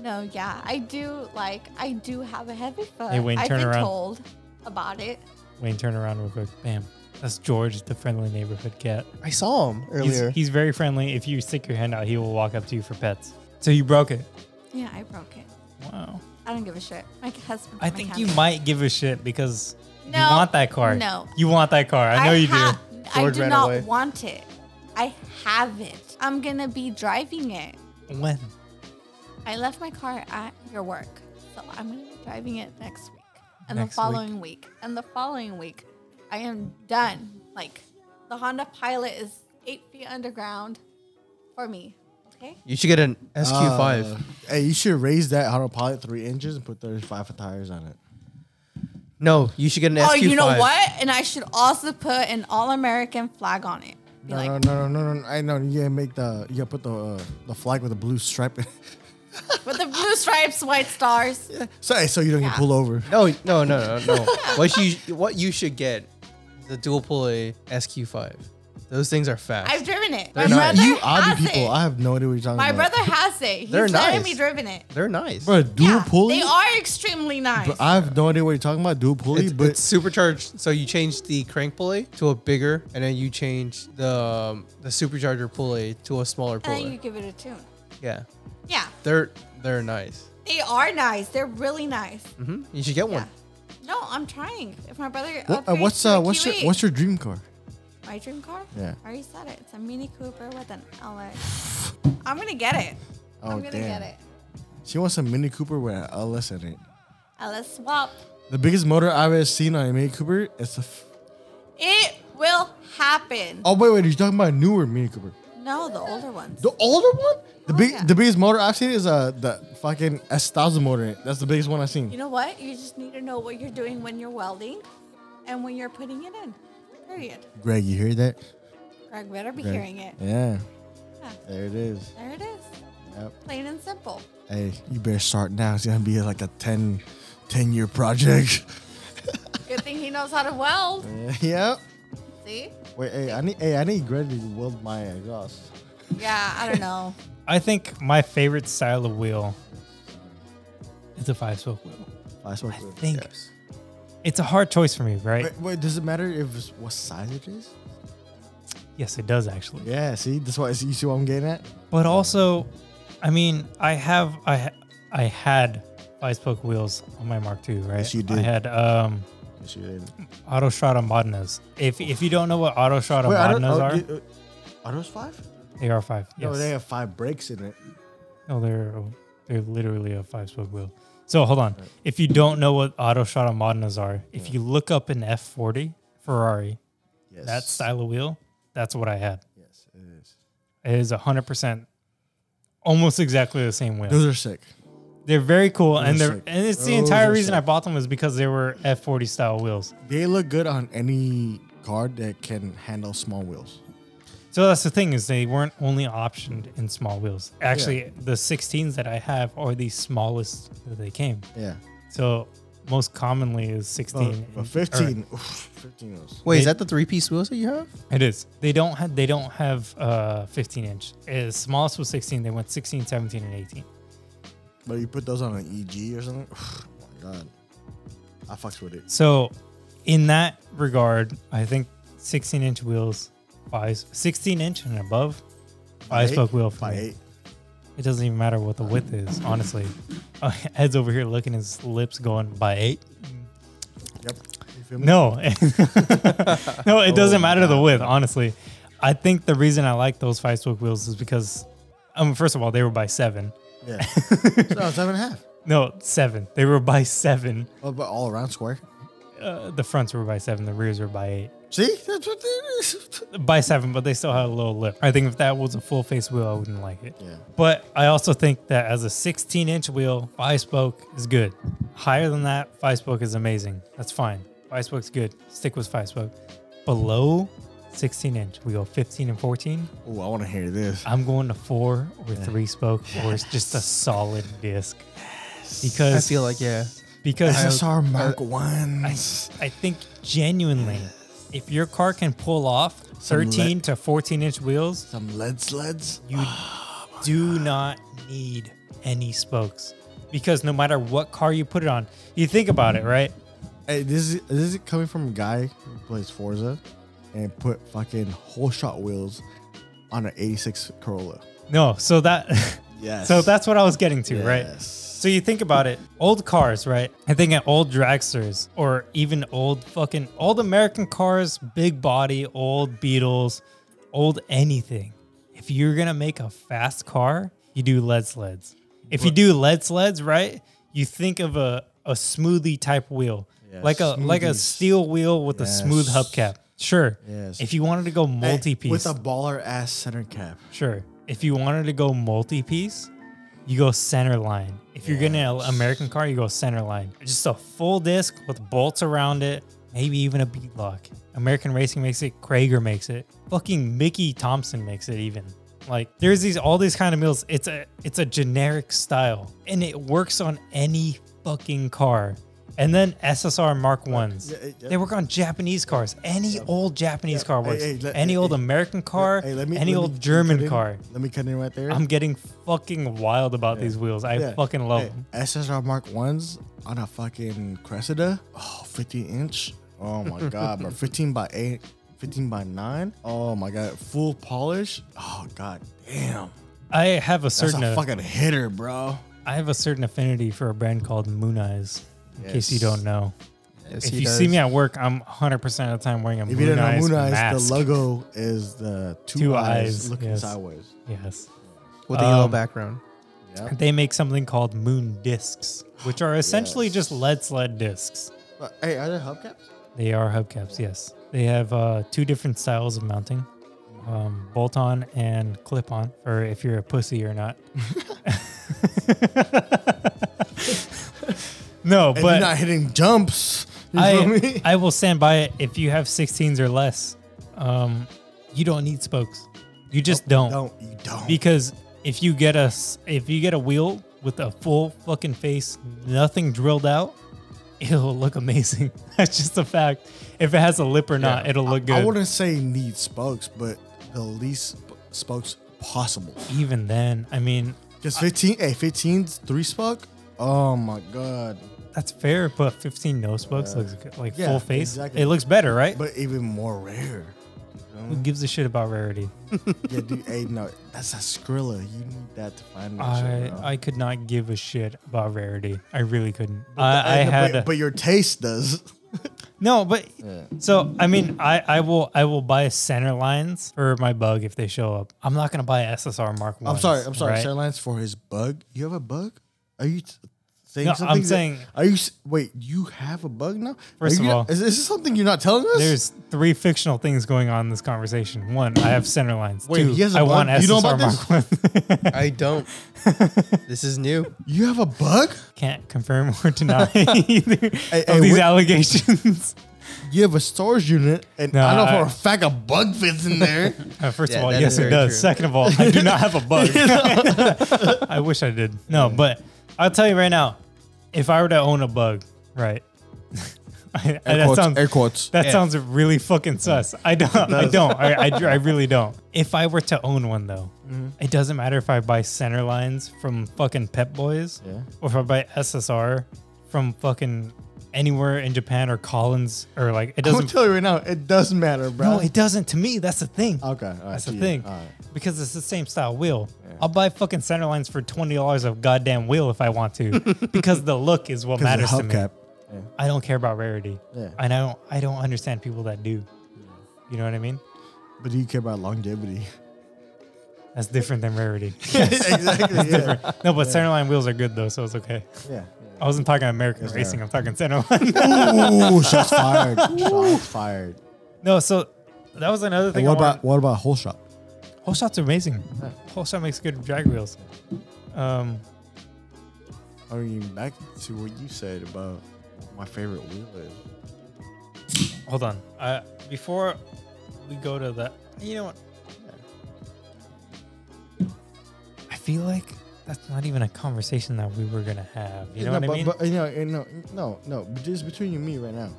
Speaker 8: No, yeah, I do. Like, I do have a heavy foot.
Speaker 2: Hey, Wayne,
Speaker 8: I've
Speaker 2: turn
Speaker 8: been
Speaker 2: around.
Speaker 8: told about it.
Speaker 2: Wayne, turn around real quick. Bam. That's George, the friendly neighborhood cat.
Speaker 3: I saw him
Speaker 2: He's,
Speaker 3: earlier.
Speaker 2: he's very friendly. If you stick your hand out, he will walk up to you for pets. So you broke it.
Speaker 8: Yeah, I broke it.
Speaker 2: Wow.
Speaker 8: I don't give a shit. My husband.
Speaker 2: I
Speaker 8: my
Speaker 2: think
Speaker 8: cat-
Speaker 2: you might give a shit because you
Speaker 8: No,
Speaker 2: want that car.
Speaker 8: no.
Speaker 2: You want that car. I know you
Speaker 8: ha-
Speaker 2: do.
Speaker 8: I
Speaker 3: George
Speaker 8: do
Speaker 3: ran
Speaker 8: not
Speaker 3: away.
Speaker 8: want it. I have it. I'm gonna be driving it.
Speaker 2: When?
Speaker 8: I left my car at your work, so I'm gonna be driving it next week and
Speaker 2: Next
Speaker 8: the
Speaker 2: week.
Speaker 8: following week. and the following week. I am done. Like the Honda Pilot is eight feet underground for me. Okay.
Speaker 3: you should get an SQ5.
Speaker 2: E
Speaker 4: Uh, hey, you should raise that Honda Pilot three inches and put 35 tires on it.
Speaker 3: no, you should get an
Speaker 8: Oh,
Speaker 3: SQ5.
Speaker 8: you know what? And I should also put an All American flag on it. Be
Speaker 4: No,
Speaker 8: like,
Speaker 4: no, no, no, no, no. I know you gotta make the you gotta put the uh, the flag with a blue stripe. in it.
Speaker 8: with the blue stripes, white stars.
Speaker 4: so hey, so you don't get pulled over.
Speaker 3: No, Oh, no, no, no, no. what you what you should get the dual pulley SQ5. Those things are fast.
Speaker 8: I've driven it. My
Speaker 3: They're not-
Speaker 8: brother
Speaker 4: you
Speaker 8: has
Speaker 4: oddie people.
Speaker 8: it.
Speaker 4: I have no idea what you're talking
Speaker 8: My
Speaker 4: about.
Speaker 8: brother has it. He's
Speaker 3: They're
Speaker 8: letting
Speaker 3: nice.
Speaker 8: me driven it.
Speaker 3: They're nice.
Speaker 4: bro, dual
Speaker 8: yeah,
Speaker 4: pulley.
Speaker 8: They are extremely nice.
Speaker 4: Bro, I have no idea what you're talking about. Dual pulley,
Speaker 3: It's,
Speaker 4: but
Speaker 3: it's supercharged. So you change the crank pulley to a bigger, and then you change the um, the supercharger pulley to a smaller
Speaker 8: and then you
Speaker 3: pulley.
Speaker 8: give it a tune.
Speaker 3: Yeah,
Speaker 8: Yeah,
Speaker 3: they're they're nice.
Speaker 8: they are nice. They're really nice.
Speaker 3: hmm You should get one.
Speaker 8: Yeah. No, I'm trying. If my brother
Speaker 4: what, uh,
Speaker 8: upgrades
Speaker 4: what's
Speaker 8: to a
Speaker 4: uh, what's your
Speaker 8: Q8,
Speaker 4: what's your dream car?
Speaker 8: my dream car?
Speaker 4: Yeah.
Speaker 8: I already said it. It's a Mini Cooper with an LX. I'm gonna get it.
Speaker 4: Oh
Speaker 8: I'm gonna
Speaker 4: damn!
Speaker 8: get it.
Speaker 4: She wants a Mini Cooper with an LS in it.
Speaker 8: LS swap.
Speaker 4: The biggest motor I've ever seen on a Mini Cooper is the. F-
Speaker 8: It will happen.
Speaker 4: oh wait, wait, you're talking about a newer Mini Cooper.
Speaker 8: No, the older ones.
Speaker 4: The older one? The big,
Speaker 8: Oh, yeah.
Speaker 4: the biggest motor I've seen is uh the fucking S thousand motor. in it. That's the biggest one I've
Speaker 8: You
Speaker 4: seen.
Speaker 8: know what? You just need to know what you're doing when you're welding and when you're putting it in. Period.
Speaker 4: Greg, you hear that?
Speaker 8: Greg better be
Speaker 4: Greg.
Speaker 8: hearing it.
Speaker 4: Yeah,
Speaker 8: Yeah,
Speaker 4: there it is.
Speaker 8: there it is.
Speaker 4: Yep.
Speaker 8: Plain and simple.
Speaker 4: Hey, you better start now. It's gonna be like a 10, 10 year project.
Speaker 8: Good thing he knows how to weld.
Speaker 4: yep.
Speaker 8: See?
Speaker 4: Wait, hey, I need, hey, I need Greg to weld my uh, exhaust.
Speaker 8: Yeah, I don't know.
Speaker 2: I think my favorite style of wheel is a five spoke wheel.
Speaker 4: I, spoke
Speaker 2: I
Speaker 4: with-
Speaker 2: think
Speaker 4: yeah.
Speaker 2: it's a hard choice for me, right?
Speaker 4: Wait, wait, does it matter if it's what size it is?
Speaker 2: Yes, it does actually.
Speaker 4: Yeah. See, that's why you see what I'm getting at.
Speaker 2: But also, I mean, I have I ha- I had five spoke wheels on my Mark II, right?
Speaker 4: Yes, you
Speaker 2: I
Speaker 4: did.
Speaker 2: had um
Speaker 4: Yes, you did.
Speaker 2: auto shot modernas. If if you don't know what auto shot
Speaker 4: Wait, I don't-
Speaker 2: modernas
Speaker 4: oh,
Speaker 2: are,
Speaker 4: did- uh, are those five?
Speaker 2: they are five. Yes.
Speaker 4: No, they have five brakes in it.
Speaker 2: No, Oh, they're they're literally a five spoke wheel. So hold on. If you don't know what auto shot modernas are, if you look up an F forty Ferrari,
Speaker 4: Yes.
Speaker 2: that style of wheel, that's what I had.
Speaker 4: Yes, it is.
Speaker 2: It is hundred percent almost exactly the same wheel.
Speaker 4: Those are sick.
Speaker 2: They're very cool,
Speaker 4: Those
Speaker 2: and they're
Speaker 4: are sick.
Speaker 2: and it's the
Speaker 4: Those
Speaker 2: entire
Speaker 4: are
Speaker 2: reason
Speaker 4: sick.
Speaker 2: I bought them was because they were F40 style wheels.
Speaker 4: They look good on any car that can handle small wheels.
Speaker 2: So that's the thing is they weren't only optioned in small wheels. Actually, the 16s that I have are the smallest that they came.
Speaker 4: Yeah.
Speaker 2: So most commonly is 16.
Speaker 4: But
Speaker 2: and-
Speaker 4: 15, oof, 15 wheels.
Speaker 3: Wait, is
Speaker 2: They-
Speaker 3: that the three piece wheels that you have?
Speaker 2: or- it is. They don't have they don't have uh 15 inch. Uh, smallest was 16. They went 16, 17, and 18.
Speaker 4: But you put those on an EG or something. Oh my god, I fucks with it.
Speaker 2: So, in that regard, I think 16 inch wheels, five, 16 inch and above, five
Speaker 4: eight?
Speaker 2: spoke wheel for
Speaker 4: By
Speaker 2: me.
Speaker 4: eight.
Speaker 2: It doesn't even matter what the width is, honestly. Uh, Ed's over here looking his lips going by eight.
Speaker 4: Yep. You feel me?
Speaker 2: No, no, it doesn't matter the width, honestly. I think the reason I like those five spoke wheels is because, um, first of all, they were by seven.
Speaker 4: Yeah. so
Speaker 3: Oh,
Speaker 4: seven and a half.
Speaker 2: No, seven. They were by seven.
Speaker 4: Oh, but all around square.
Speaker 2: Uh, the fronts were by seven. The rears were by eight.
Speaker 4: See, that's what it is.
Speaker 2: by seven, but they still had a low lip. I think if that was a full face wheel, I wouldn't like it.
Speaker 4: Yeah.
Speaker 2: But I also think that as a 16 inch wheel, five spoke is good. Higher than that, five spoke is amazing. That's fine. Five spoke's good. Stick with five spoke. Below 16 inch. We go 15 and 14.
Speaker 4: Oh, I want to hear this.
Speaker 2: I'm going to four or three spoke, or it's just a solid disc. Because
Speaker 3: I feel like yeah.
Speaker 2: because
Speaker 4: SSR Mark One.
Speaker 2: I, I think genuinely, if your car can pull off
Speaker 4: Some le-
Speaker 2: 13 to 14 inch wheels,
Speaker 4: Some lead sleds.
Speaker 2: you do not need any spokes. Because no matter what car you put it on, you think about it, right?
Speaker 4: Hey, this is this is coming from a guy who plays Forza and put fucking whole shot wheels on an '86 Corolla.
Speaker 2: No, so that
Speaker 4: Yes.
Speaker 2: so that's what I was getting to, right?
Speaker 4: Yes.
Speaker 2: So you think about it, old cars, right? I think at old dragsters or even old fucking old American cars, big body, old Beetles, old anything. If you're gonna make a fast car, you do lead sleds. If you do lead sleds, right, you think of a, a smoothie type wheel.
Speaker 4: Yes.
Speaker 2: Like a like a
Speaker 4: Smoothies.
Speaker 2: steel wheel with a smooth
Speaker 4: Yes.
Speaker 2: hubcap. Sure.
Speaker 4: Yes.
Speaker 2: If you wanted to go
Speaker 4: Hey,
Speaker 2: multi piece
Speaker 4: with a baller ass center cap.
Speaker 2: Sure. If you wanted to go multi piece, you go center line. If you're getting an American car, you go center line. Just a full disc with bolts around it, maybe even a bead lock. American Racing makes it. Krager makes it. Fucking Mickey Thompson makes it even. Like there's these all these kind of meals. It's a it's a generic style and it works on any fucking car. And then SSR Mark ones.
Speaker 4: yeah, yeah, yeah.
Speaker 2: They work on Japanese cars. Any old Japanese
Speaker 4: Yeah.
Speaker 2: car
Speaker 4: Hey,
Speaker 2: works.
Speaker 4: hey, let-
Speaker 2: any
Speaker 4: hey,
Speaker 2: old
Speaker 4: hey.
Speaker 2: American car,
Speaker 4: Hey, let me-
Speaker 2: any
Speaker 4: let me-
Speaker 2: old
Speaker 4: let me cut
Speaker 2: German
Speaker 4: in-
Speaker 2: car.
Speaker 4: Let me cut in right there.
Speaker 2: I'm getting fucking wild about these wheels. I
Speaker 4: Yeah.
Speaker 2: fucking love
Speaker 4: Hey,
Speaker 2: them.
Speaker 4: SSR Mark Ones on a fucking Cressida. Oh, 15 inch. Oh my god, bro. 15 by 8, 15 by 9. Oh my god. Full polish. Oh god damn.
Speaker 2: I have a
Speaker 4: That's
Speaker 2: certain uh,
Speaker 4: a fucking hitter, bro.
Speaker 2: I have a certain affinity for a brand called Moon Eyes. In case you
Speaker 4: Yes.
Speaker 2: don't know,
Speaker 3: Yes,
Speaker 2: if
Speaker 3: he
Speaker 2: you see me
Speaker 3: does.
Speaker 2: at work, I'm 100 percent of the time wearing a
Speaker 4: If you
Speaker 2: Moon
Speaker 4: didn't know
Speaker 2: Eyes
Speaker 4: Moon Eyes,
Speaker 2: mask.
Speaker 4: the logo is the two,
Speaker 2: Two
Speaker 4: eyes,
Speaker 2: eyes,
Speaker 4: looking
Speaker 2: yes.
Speaker 4: sideways.
Speaker 2: Yes,
Speaker 3: with the yellow
Speaker 2: um,
Speaker 3: background.
Speaker 4: Yep.
Speaker 2: they make something called Moon Discs, which are essentially
Speaker 4: Yes.
Speaker 2: just lead sled discs.
Speaker 4: But, hey, are there hubcaps?
Speaker 2: They are hubcaps. Yes, they have uh, two different styles of mounting. Um, bolt on and clip on, or if you're a pussy or not. no,
Speaker 4: And
Speaker 2: but
Speaker 4: you're not hitting jumps. You feel
Speaker 2: I,
Speaker 4: me?
Speaker 2: I will stand by it if you have 16s or less. Um, you don't need spokes. You just don't.
Speaker 4: don't you don't.
Speaker 2: Because if you get a s- if you get a wheel with a full fucking face, nothing drilled out, it'll look amazing. That's just a fact. If it has a lip or not, it'll look
Speaker 4: I
Speaker 2: good.
Speaker 4: wouldn't say need spokes, but the least sp- spokes possible.
Speaker 2: Even then, I mean,
Speaker 4: Just 15, hey, 15's three spoke? Oh my god.
Speaker 2: that's fair. But 15 no spokes looks good. like
Speaker 4: yeah,
Speaker 2: full face.
Speaker 4: exactly.
Speaker 2: It looks better, right?
Speaker 4: But even more rare.
Speaker 2: Who gives a shit about rarity?
Speaker 4: Yeah, dude, hey, no, that's a Skrilla. You need that to find that
Speaker 2: I
Speaker 4: shit, bro.
Speaker 2: I could not give a shit about rarity. I really couldn't.
Speaker 4: But-
Speaker 2: I, I
Speaker 4: but-
Speaker 2: had
Speaker 4: but, but your taste does.
Speaker 2: no, but so I mean, I I will I will buy center lines for my bug if they show up. I'm not gonna buy SSR Mark.
Speaker 4: I'm sorry, I'm sorry.
Speaker 2: right?
Speaker 4: Sarah Lance for his bug. You have a bug? Are you t- saying
Speaker 2: No, I'm
Speaker 4: something? that-
Speaker 2: saying-
Speaker 4: Are you? s- Wait, you have a bug now? Are
Speaker 2: First
Speaker 4: you
Speaker 2: of
Speaker 4: not-
Speaker 2: all,
Speaker 4: is, is this something you're not telling us?
Speaker 2: There's three fictional things going on in this conversation. One, I have center lines.
Speaker 4: Wait,
Speaker 2: Two,
Speaker 4: he has a
Speaker 2: I
Speaker 4: bug?
Speaker 2: want SSR
Speaker 4: You know about
Speaker 2: Mark.
Speaker 4: this?
Speaker 2: One.
Speaker 3: I don't. this is new.
Speaker 4: you have a bug?
Speaker 2: Can't confirm or deny either of
Speaker 4: hey,
Speaker 2: these
Speaker 4: wait-
Speaker 2: allegations.
Speaker 4: You have a storage unit, and
Speaker 2: No,
Speaker 4: I know
Speaker 2: I-
Speaker 4: for a fact a bug fits in there.
Speaker 2: Uh, first
Speaker 3: Yeah,
Speaker 2: of all,
Speaker 3: that is
Speaker 2: yes, it
Speaker 3: very
Speaker 2: does.
Speaker 3: true.
Speaker 2: Second of all, I do not have a bug. I wish I did. No, but I'll tell you right now, if I were to own a bug, right? I, I- that sounds
Speaker 4: quotes.
Speaker 2: that sounds really fucking sus. I don't. I don't. I, I, I really don't. Mm-hmm. If I were to own one though, it doesn't matter if I buy center lines from fucking Pep Boys,
Speaker 4: Yeah.
Speaker 2: or if I buy SSR from fucking anywhere in Japan or Collins or like it
Speaker 4: I'm gonna
Speaker 2: doesn't.
Speaker 4: tell you right now, it doesn't matter, bro.
Speaker 2: Oh, No, it doesn't. To me, that's the thing.
Speaker 4: okay, all right,
Speaker 2: That's
Speaker 4: to
Speaker 2: the
Speaker 4: you.
Speaker 2: thing.
Speaker 4: All right.
Speaker 2: Because it's the same style wheel. I'll buy fucking center lines for twenty dollars of goddamn wheel if I want to. because the look is what matters to me. I don't care about rarity.
Speaker 4: Yeah.
Speaker 2: And I don't I don't understand people that do. You know what I mean?
Speaker 4: But do you care about longevity?
Speaker 2: That's different than rarity.
Speaker 4: exactly. Yeah.
Speaker 2: no, but center line wheels are good though, so it's okay.
Speaker 4: yeah.
Speaker 2: I wasn't talking American
Speaker 4: Yes, they
Speaker 2: racing,
Speaker 4: are.
Speaker 2: I'm talking center line.
Speaker 4: Ooh, shots fired. shots fired.
Speaker 2: no, so that was another
Speaker 4: And
Speaker 2: thing.
Speaker 4: what
Speaker 2: I wanted-
Speaker 4: about what about whole shot?
Speaker 2: Whole shots are amazing. Whole shot makes good drag wheels. Um
Speaker 4: I mean, back to what you said about my favorite wheel is.
Speaker 2: Hold on. Uh, before we go to the. You know what? I feel like that's not even a conversation that we were gonna have. You know
Speaker 4: no,
Speaker 2: what
Speaker 4: but,
Speaker 2: I mean?
Speaker 4: But, you know, you know, no, no, but just between you and me right now.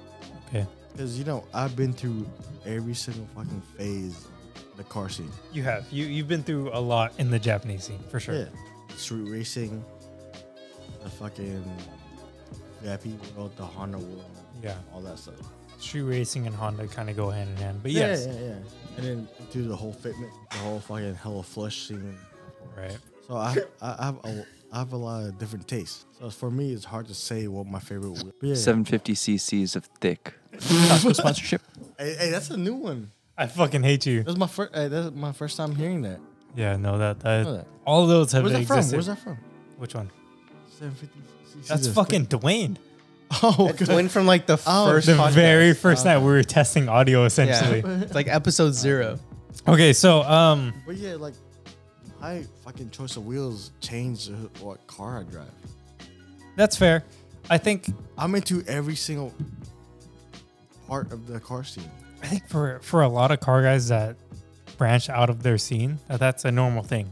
Speaker 2: okay.
Speaker 4: Because, you know, I've been through every single fucking phase of the car scene.
Speaker 2: You have you you've been through a lot in the Japanese scene for sure.
Speaker 4: Yeah. Street racing, the fucking VIP world, the Honda world.
Speaker 2: Yeah.
Speaker 4: All that stuff.
Speaker 2: Street racing and Honda kind of go hand in hand. But yes,
Speaker 4: Yeah, yeah, yeah. And then through the whole fitment, the whole fucking hella flush scene.
Speaker 2: right.
Speaker 4: So I, I, I have a, I have a lot of different tastes. So for me, it's hard to say what my favorite. Would. But yeah,
Speaker 10: 750 cc's of thick. Costco sponsorship.
Speaker 4: Hey, hey, that's a new one.
Speaker 2: I fucking hate you.
Speaker 4: That's my first. Hey, that's my first time hearing that.
Speaker 2: Yeah, no, that, that,
Speaker 4: Know that.
Speaker 2: all those have
Speaker 4: Where's that from?
Speaker 2: existed.
Speaker 4: Where's that from?
Speaker 2: Which one?
Speaker 4: 750.
Speaker 2: That's fucking Dwayne.
Speaker 4: Oh, good.
Speaker 3: Went from like the
Speaker 4: Oh,
Speaker 3: first
Speaker 2: The
Speaker 3: podcast.
Speaker 2: very first night we were testing audio essentially.
Speaker 3: yeah. It's like episode zero.
Speaker 2: Okay, so um,
Speaker 4: But yeah, like my fucking choice of wheels changed wh- what car I drive.
Speaker 2: that's fair. I think
Speaker 4: I'm into every single part of the car scene.
Speaker 2: I think for for a lot of car guys that branch out of their scene, that- that's a normal thing.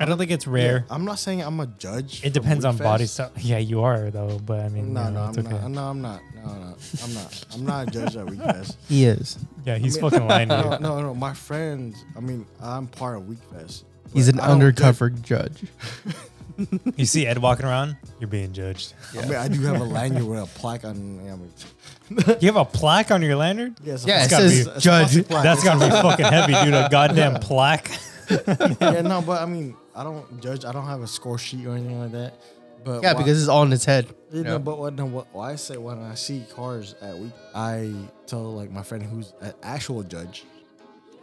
Speaker 2: I don't think it's rare.
Speaker 4: I'm not saying I'm a judge.
Speaker 2: it
Speaker 4: for
Speaker 2: depends on
Speaker 4: Woodfest.
Speaker 2: body style. Yeah, you are though, but I mean,
Speaker 4: No,
Speaker 2: you know,
Speaker 4: no, I'm
Speaker 2: it's okay.
Speaker 4: not. No, I'm not. No, no, I'm not. I'm not a judge at Weekfest.
Speaker 3: He is.
Speaker 2: Yeah, he's
Speaker 4: I mean-
Speaker 2: fucking lying
Speaker 4: No,
Speaker 2: to
Speaker 4: no, no. My friends. I mean, I'm part of Weekfest. but
Speaker 3: He's an
Speaker 4: I don't
Speaker 3: undercover judge.
Speaker 2: you. You see Ed walking around, you're being judged.
Speaker 4: judge- I mean, I do have a lanyard with a plaque on. I mean,
Speaker 2: You have a plaque on your lanyard?
Speaker 4: it's a
Speaker 3: Yeah, it
Speaker 4: fucking-
Speaker 3: says
Speaker 4: Uh-huh. it's a
Speaker 3: judge.
Speaker 4: fucking plaque.
Speaker 2: That's gotta be fucking heavy, dude. A goddamn plaque.
Speaker 4: yeah, no, but I mean, I don't judge. I don't have a score sheet or anything like that. But
Speaker 3: Yeah,
Speaker 4: why-
Speaker 3: because it's all in his head.
Speaker 4: you know,
Speaker 3: Yeah.
Speaker 4: but what, no, what why I say when I see cars at week, I tell like my friend who's an actual judge.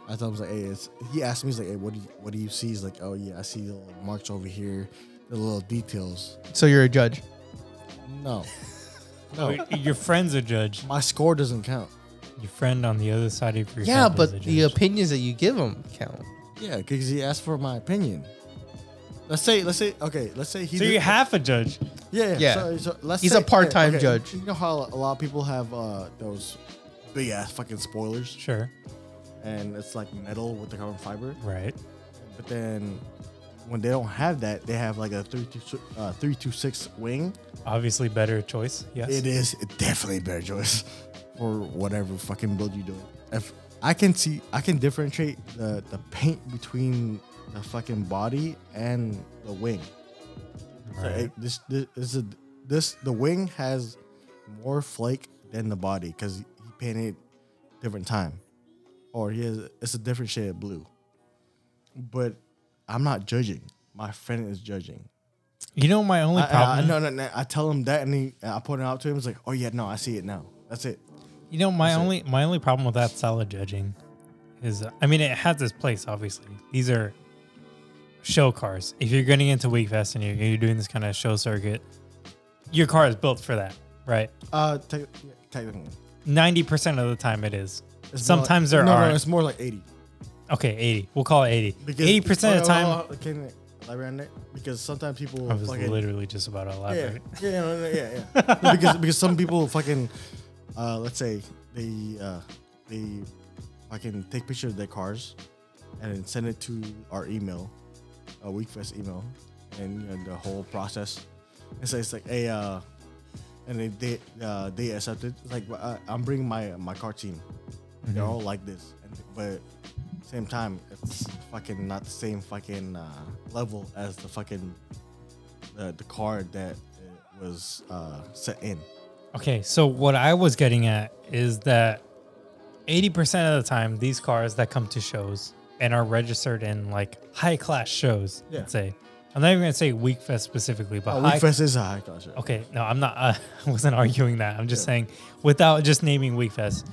Speaker 4: I tell him like, hey, it's, he asked me, he's like, hey, what do you, what do you see? He's like, oh yeah, I see the little marks over here, the little details.
Speaker 3: So you're a judge.
Speaker 4: No,
Speaker 2: Oh, your friend's a judge.
Speaker 4: my score doesn't count.
Speaker 2: Your friend on the other side of your
Speaker 3: Yeah,
Speaker 2: head is a
Speaker 3: but the
Speaker 2: judge.
Speaker 3: opinions that you give him count.
Speaker 4: Yeah, because he asked for my opinion. Let's say, let's say, okay, let's say he.
Speaker 2: so
Speaker 4: did-
Speaker 2: you're half a judge.
Speaker 4: Yeah,
Speaker 3: Yeah.
Speaker 4: So, so let's
Speaker 3: He's
Speaker 4: say-
Speaker 3: a part-time judge.
Speaker 4: You know how a lot of people have uh, those big ass fucking spoilers,
Speaker 2: Sure.
Speaker 4: and it's like metal with the carbon fiber.
Speaker 2: Right.
Speaker 4: But then when they don't have that, they have like a three two si- uh, three two six wing.
Speaker 2: Obviously, better choice. Yes.
Speaker 4: It is definitely a better choice for whatever fucking build you're doing. If I can see, I can differentiate the the paint between the fucking body and the wing. So
Speaker 2: Right.
Speaker 4: it- this this this, is- this the wing has more flake than the body because he painted different time, or he has it's a different shade of blue. But I'm not judging. My friend is judging.
Speaker 2: You know my only
Speaker 4: I, I, I,
Speaker 2: problem.
Speaker 4: no, no, no. I tell him that, and he, I point it out to him. He's like, "Oh yeah, no, I see it now. That's it."
Speaker 2: You know, my
Speaker 4: That's it.
Speaker 2: only my only problem with that style of judging is, uh, I mean, it has its place. Obviously, these are show cars. If you're getting into Weekfest and you're, you're doing this kind of show circuit, your car is built for that, right?
Speaker 4: Uh, te- yeah, technically,
Speaker 2: Ninety percent of the time, it is.
Speaker 4: It's more
Speaker 2: Sometimes
Speaker 4: like,
Speaker 2: there
Speaker 4: no,
Speaker 2: are
Speaker 4: No, it's more like eighty.
Speaker 2: okay, eighty. We'll call it eighty.
Speaker 4: Because- Oh,
Speaker 2: Eighty percent of the
Speaker 4: Hold on,
Speaker 2: time,
Speaker 4: hold on, Can I elaborate on that? Because sometimes people
Speaker 2: I was
Speaker 4: fucking
Speaker 2: literally just about to
Speaker 4: yeah,
Speaker 2: elaborate.
Speaker 4: yeah, no, no, yeah, yeah. No, because because some people fucking, uh, let's say they uh, they fucking take picture of their cars, and then send it to our email, a Weekfest email, and you know, the whole process. And so it's like, hey, uh, and they they uh, they accepted. It's like uh, I'm bringing my my car team. They're all like this, and, but same time, it's fucking not the same fucking uh, level as the fucking uh, the, the card that it was uh, set in.
Speaker 2: Okay, so what I was getting at is that 80% of the time, these cars that come to shows and are registered in like high class shows,
Speaker 4: Yeah.
Speaker 2: let's say. I'm not even gonna say Weekfest specifically, but
Speaker 4: Uh,
Speaker 2: high,
Speaker 4: Weekfest is a high class show.
Speaker 2: Okay, no, I'm not. Uh, I wasn't arguing that. I'm just saying, without just naming Weekfest,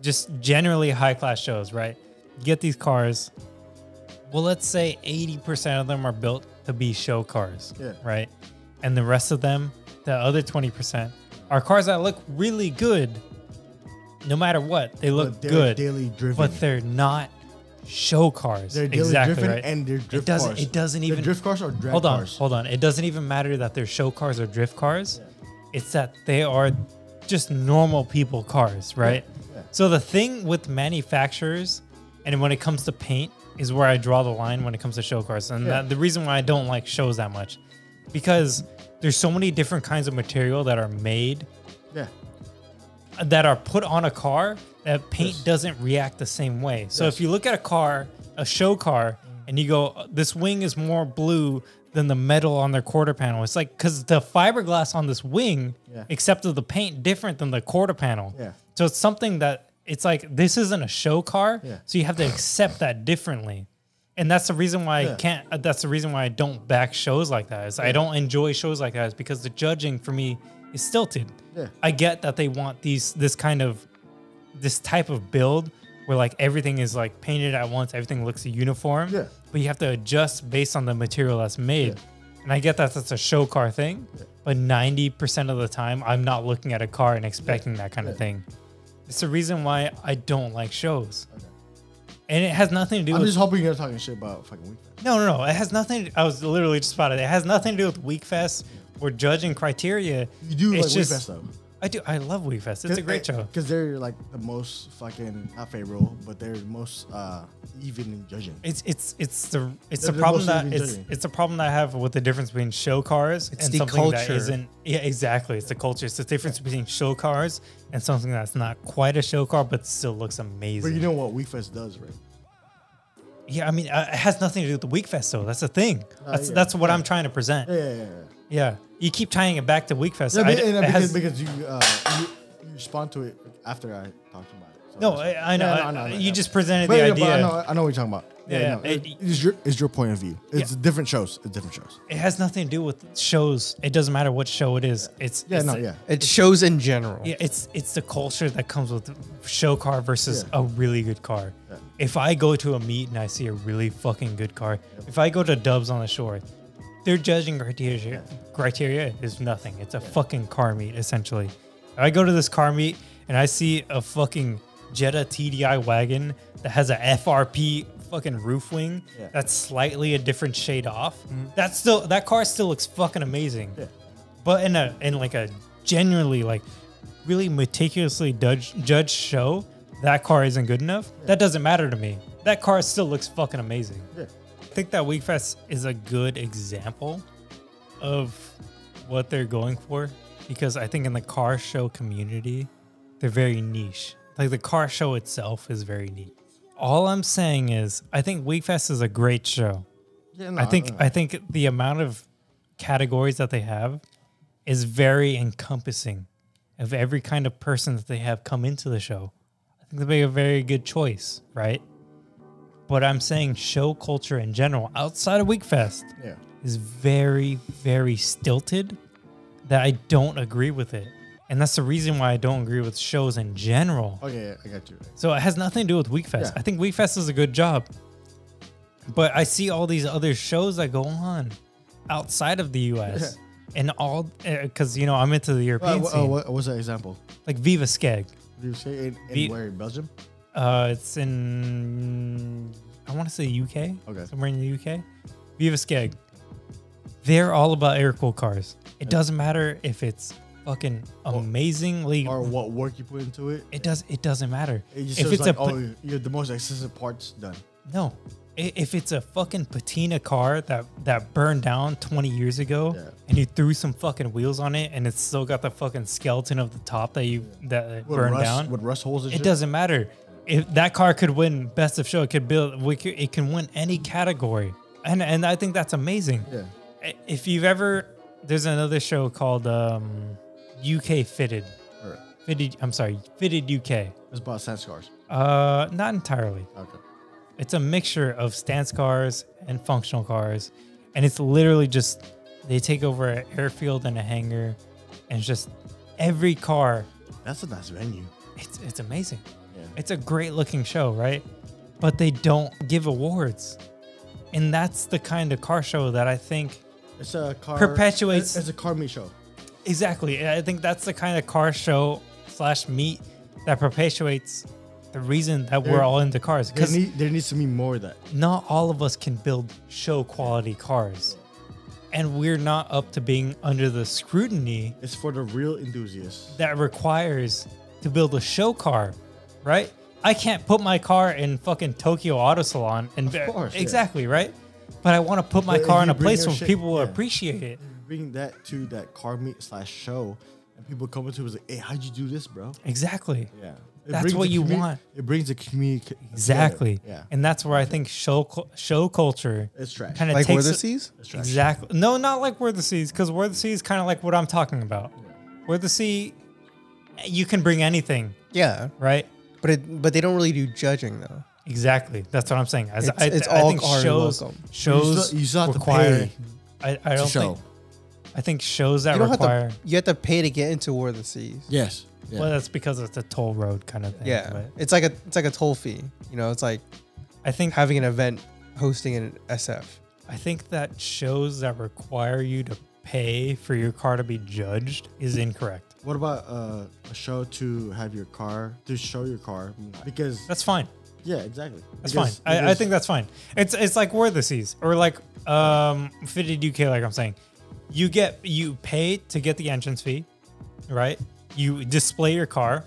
Speaker 2: just generally high class shows, right? You get these cars. Well, let's say 80% of them are built to be show cars,
Speaker 4: Yeah.
Speaker 2: right? And the rest of them, the other 20%, are cars that look really good. No matter what, they look
Speaker 4: But they're
Speaker 2: good,
Speaker 4: daily driven.
Speaker 2: but they're not show cars.
Speaker 4: They're daily
Speaker 2: exactly
Speaker 4: driven
Speaker 2: right.
Speaker 4: and they're drift
Speaker 2: it doesn't,
Speaker 4: cars.
Speaker 2: It doesn't
Speaker 4: They're
Speaker 2: even
Speaker 4: drift cars or drag
Speaker 2: hold on,
Speaker 4: cars?
Speaker 2: hold on. It doesn't even matter that they're show cars or drift cars. It's that they are just normal people cars, right?
Speaker 4: yeah.
Speaker 2: So the thing with manufacturers And when it comes to paint, is where I draw the line when it comes to show cars. And that, the reason why I don't like shows that much, because there's so many different kinds of material that are made
Speaker 4: Yeah.
Speaker 2: that are put on a car that paint doesn't react the same way. So if you look at a car, a show car, and you go, this wing is more blue than the metal on their quarter panel. It's like because the fiberglass on this wing,
Speaker 4: Yeah.
Speaker 2: except of the paint, different than the quarter panel.
Speaker 4: Yeah.
Speaker 2: So it's something that it's like this isn't a show car,
Speaker 4: Yeah.
Speaker 2: so you have to accept that differently. And that's the reason why I
Speaker 4: Yeah.
Speaker 2: can't. uh, That's the reason why I don't back shows like that. Is I don't enjoy shows like that. Is because the judging for me is stilted.
Speaker 4: Yeah.
Speaker 2: I get that they want these this kind of this type of build where like everything is like painted at once, everything looks uniform.
Speaker 4: Yeah.
Speaker 2: But you have to adjust based on the material that's made. And I get that that's a show car thing, but 90% of the time I'm not looking at a car and expecting that kind of thing. It's the reason why I don't like shows. And it has nothing to do
Speaker 4: I'm
Speaker 2: with
Speaker 4: just hoping you're not talking shit about fucking weekend.
Speaker 2: no, no, no. It has nothing. I was literally just spotted. It has nothing to do with Weekfest or judging criteria.
Speaker 4: You do
Speaker 2: It's
Speaker 4: like
Speaker 2: just-
Speaker 4: Weekfest though.
Speaker 2: I do. I love Weekfest. It's a great show.
Speaker 4: Because they're like the most fucking not favorable, but they're the most uh, even in judging.
Speaker 2: It's it's it's the it's
Speaker 4: They're
Speaker 2: the
Speaker 4: the most
Speaker 2: problem that
Speaker 4: even
Speaker 2: it's
Speaker 4: judging.
Speaker 2: it's a problem that I have with the difference between show cars
Speaker 1: It's
Speaker 2: and
Speaker 1: the
Speaker 2: something that
Speaker 1: culture.
Speaker 2: isn't. Yeah, exactly. It's the culture. It's the difference between show cars and something that's not quite a show car but still looks amazing.
Speaker 4: But you know what Weekfest does, right?
Speaker 2: yeah, I mean, uh, it has nothing to do with the Weekfest though. That's the thing. That's
Speaker 4: Ah, yeah,
Speaker 2: that's what
Speaker 4: yeah.
Speaker 2: I'm trying to present.
Speaker 4: Yeah,
Speaker 2: Yeah,
Speaker 4: yeah, yeah. yeah.
Speaker 2: you keep tying it back to Weekfest.
Speaker 4: Yeah,
Speaker 2: I
Speaker 4: but-
Speaker 2: d-
Speaker 4: and, uh,
Speaker 2: it
Speaker 4: because,
Speaker 2: has-
Speaker 4: because you, uh, you you respond to it after I talked about it. So
Speaker 2: No,
Speaker 4: that's-
Speaker 2: I- I know.
Speaker 4: Yeah,
Speaker 2: I- you just presented
Speaker 4: But
Speaker 2: the
Speaker 4: yeah, but
Speaker 2: idea.
Speaker 4: I know, I know what you're talking about.
Speaker 2: Yeah, yeah.
Speaker 4: no,
Speaker 2: It-
Speaker 4: it- it's your it's your point of view. It's different shows. It's different shows.
Speaker 2: It has nothing to do with shows. It doesn't matter what show it is. It's
Speaker 4: Yeah,
Speaker 2: it's
Speaker 4: no,
Speaker 2: the-
Speaker 4: yeah.
Speaker 3: It shows in general.
Speaker 2: Yeah, it's it's the culture that comes with show car versus
Speaker 4: Yeah.
Speaker 2: a really good car. If I go to a meet and I see a really fucking good car, if I go to Dubs on the Shore, their judging criteria criteria is nothing. It's a fucking car meet essentially. If I go to this car meet and I see a fucking Jetta TDI wagon that has a FRP fucking roof wing
Speaker 4: Yeah. Mm-hmm.
Speaker 2: that's slightly a different shade off. That's still that car still looks fucking amazing
Speaker 4: Yeah.
Speaker 2: but in a in like a genuinely like really meticulously judge judged show that car isn't good enough that doesn't matter to me that car still looks fucking amazing
Speaker 4: Yeah.
Speaker 2: i think that weekfest is a good example of what they're going for because i think in the car show community they're very niche like the car show itself is very niche all i'm saying is i think weekfest is a great show
Speaker 4: Yeah, no,
Speaker 2: I think
Speaker 4: know.
Speaker 2: I think the amount of categories that they have is very encompassing of every kind of person that they have come into the show. I think they make a very good choice, right? But I'm saying show culture in general, outside of Weekfest,
Speaker 4: yeah.
Speaker 2: is very, very stilted that I don't agree with it. And that's the reason why I don't agree with shows in general.
Speaker 4: Okay, yeah, I got you.
Speaker 2: So it has nothing to do with Weekfest.
Speaker 4: Yeah.
Speaker 2: I think Weekfest is a good job. But I see all these other shows that go on outside of the US. And all because you know I'm into the European
Speaker 4: Well, what,
Speaker 2: scene,
Speaker 4: Uh, what, what's that example?
Speaker 2: like Viva Skeg.
Speaker 4: Did you say in, in
Speaker 2: The-
Speaker 4: where in Belgium?
Speaker 2: Uh, it's in I want to say UK,
Speaker 4: Okay.
Speaker 2: somewhere in the UK. Viva Skeg. They're all about air cool cars. It doesn't matter if it's fucking amazingly.
Speaker 4: Or what work you put into it?
Speaker 2: it does. It doesn't matter
Speaker 4: It just
Speaker 2: Mm-hmm. if
Speaker 4: shows
Speaker 2: it's
Speaker 4: like,
Speaker 2: a
Speaker 4: oh, you're the most accessible parts done.
Speaker 2: No. I- If it's a fucking patina car that, that burned down 20 years ago
Speaker 4: Yeah.
Speaker 2: and you threw some fucking wheels on it and it's still got the fucking skeleton of the top that you that it
Speaker 4: With
Speaker 2: burned
Speaker 4: rust,
Speaker 2: down,
Speaker 4: with rust holes and
Speaker 2: it
Speaker 4: shit.
Speaker 2: doesn't matter. If that car could win best of show, it could build we could, it can win any category. And and I think that's amazing.
Speaker 4: Yeah.
Speaker 2: I- If you've ever there's another show called um, UK Fitted.
Speaker 4: All right.
Speaker 2: Fitted I'm sorry, Fitted UK.
Speaker 4: It's about sand scars.
Speaker 2: Uh not entirely
Speaker 4: Okay.
Speaker 2: it's a mixture of stance cars and functional cars and it's literally just they take over an airfield and a hangar and it's just every car
Speaker 4: That's a nice venue.
Speaker 2: it's, it's amazing
Speaker 4: Yeah.
Speaker 2: it's a great looking show right but they don't give awards and that's the kind of car show that i think
Speaker 4: It's a car.
Speaker 2: Perpetuates-
Speaker 4: It's, a car meet show.
Speaker 2: Exactly. And I think that's the kind of car show slash meet that perpetuates the reason that we're
Speaker 4: There-
Speaker 2: all into cars.
Speaker 4: There,
Speaker 2: Because
Speaker 4: need, there needs to be more of that.
Speaker 2: not all of us can build show quality cars. And we're not up to being under the scrutiny
Speaker 4: It's for the real enthusiasts.
Speaker 2: that requires to build a show car, right? I can't put my car in fucking Tokyo Auto Salon and
Speaker 4: course, yeah.
Speaker 2: exactly right. But I want to put my
Speaker 4: But if
Speaker 2: car in
Speaker 4: you
Speaker 2: a
Speaker 4: bring
Speaker 2: place
Speaker 4: your
Speaker 2: where
Speaker 4: shit-
Speaker 2: people will
Speaker 4: yeah.
Speaker 2: appreciate it.
Speaker 4: Bring that to that car meet slash show, and people come up to us like, "Hey, how'd you do this, bro?"
Speaker 2: Exactly.
Speaker 4: Yeah, It
Speaker 2: That's
Speaker 4: brings
Speaker 2: what
Speaker 4: the
Speaker 2: you
Speaker 4: commu-
Speaker 2: want.
Speaker 4: It brings the community
Speaker 2: Exactly.
Speaker 4: Yeah,
Speaker 2: And that's where I think show cul- show culture
Speaker 4: It's trash.
Speaker 2: Kind of
Speaker 3: Like
Speaker 2: takes
Speaker 3: Where the
Speaker 2: it-
Speaker 3: Seas?
Speaker 4: It's trash.
Speaker 2: Exactly. No, not like Where the Seas, because Where the Sea is kind of like what I'm talking about. Where the Sea, you can bring anything,
Speaker 3: Yeah,
Speaker 2: right?
Speaker 3: but it, but they don't really do judging though.
Speaker 2: Exactly. That's what I'm saying. As
Speaker 3: It's-
Speaker 2: I,
Speaker 3: it's
Speaker 2: I
Speaker 3: all
Speaker 2: think
Speaker 3: are
Speaker 2: shows
Speaker 3: welcome. You
Speaker 2: shows
Speaker 4: still- you still have to
Speaker 2: require.
Speaker 4: pay
Speaker 2: I, I don't
Speaker 4: show.
Speaker 2: think. I think shows that
Speaker 3: you don't
Speaker 2: require.
Speaker 3: have to. You have to pay to get into War of the Seas.
Speaker 4: Yes. Yeah.
Speaker 2: Well, that's because it's a toll road kind of thing.
Speaker 3: Yeah,
Speaker 2: but
Speaker 3: it's like a it's like a toll fee. You know, it's like
Speaker 2: I think
Speaker 3: having an event hosting in SF.
Speaker 2: I think that shows that require you to pay for your car to be judged is incorrect.
Speaker 4: what about uh, a show to have your car to show your car? Because
Speaker 2: That's fine.
Speaker 4: yeah, exactly.
Speaker 2: That's
Speaker 4: Because-
Speaker 2: fine. I, I
Speaker 4: because-
Speaker 2: think that's fine. It's it's like where the seas or like um fitted UK, like I'm saying. You get you pay to get the entrance fee, right? You display your car,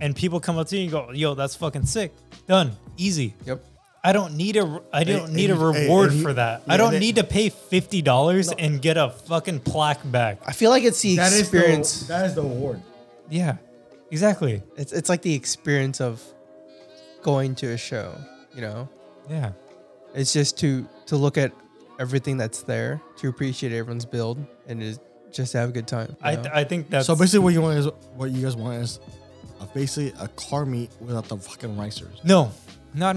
Speaker 2: and people come up to you and go, "Yo, that's fucking sick." Done. Easy.
Speaker 3: Yep.
Speaker 2: I don't need a I don't
Speaker 4: and
Speaker 2: need a
Speaker 4: you- and-
Speaker 2: reward
Speaker 4: and you-
Speaker 2: for that.
Speaker 4: yeah,
Speaker 2: I don't
Speaker 4: and-
Speaker 2: need to pay fifty dollars and get a fucking plaque back.
Speaker 3: I feel like it's the
Speaker 4: That is the-
Speaker 3: experience.
Speaker 4: that is the award.
Speaker 2: Yeah, exactly.
Speaker 3: it's it's like the experience of going to a show. You know,
Speaker 2: Yeah,
Speaker 3: it's just to to look at everything that's there, to appreciate everyone's build, and is just to have a good time. you
Speaker 2: I,
Speaker 3: know?
Speaker 2: I think that's
Speaker 4: so basically, what you want is what you guys want is uh, basically a car meet without the fucking racers.
Speaker 2: No, not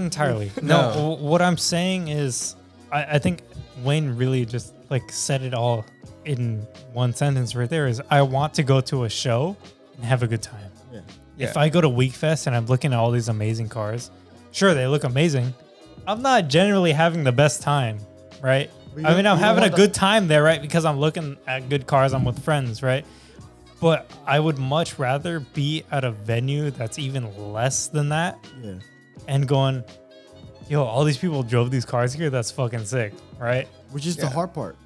Speaker 2: entirely.
Speaker 3: No.
Speaker 2: No, w- what I'm saying is, I, I think Wayne really just like said it all in one sentence right there. Is I want to go to a show and have a good time.
Speaker 4: Yeah.
Speaker 3: Yeah.
Speaker 2: If I go to Weekfest and I'm looking at all these amazing cars, sure they look amazing. I'm not generally having the best time, right?
Speaker 4: But you
Speaker 2: I
Speaker 4: don't- you
Speaker 2: mean, I'm
Speaker 4: don't
Speaker 2: having a
Speaker 4: want the-
Speaker 2: good time there, right? Because I'm looking at good cars. I'm with friends, right? But I would much rather be at a venue that's even less than that
Speaker 4: Yeah.
Speaker 2: and going, yo, all these people drove these cars here. That's fucking sick, right?
Speaker 4: Which is the
Speaker 3: Yeah.
Speaker 4: hard part.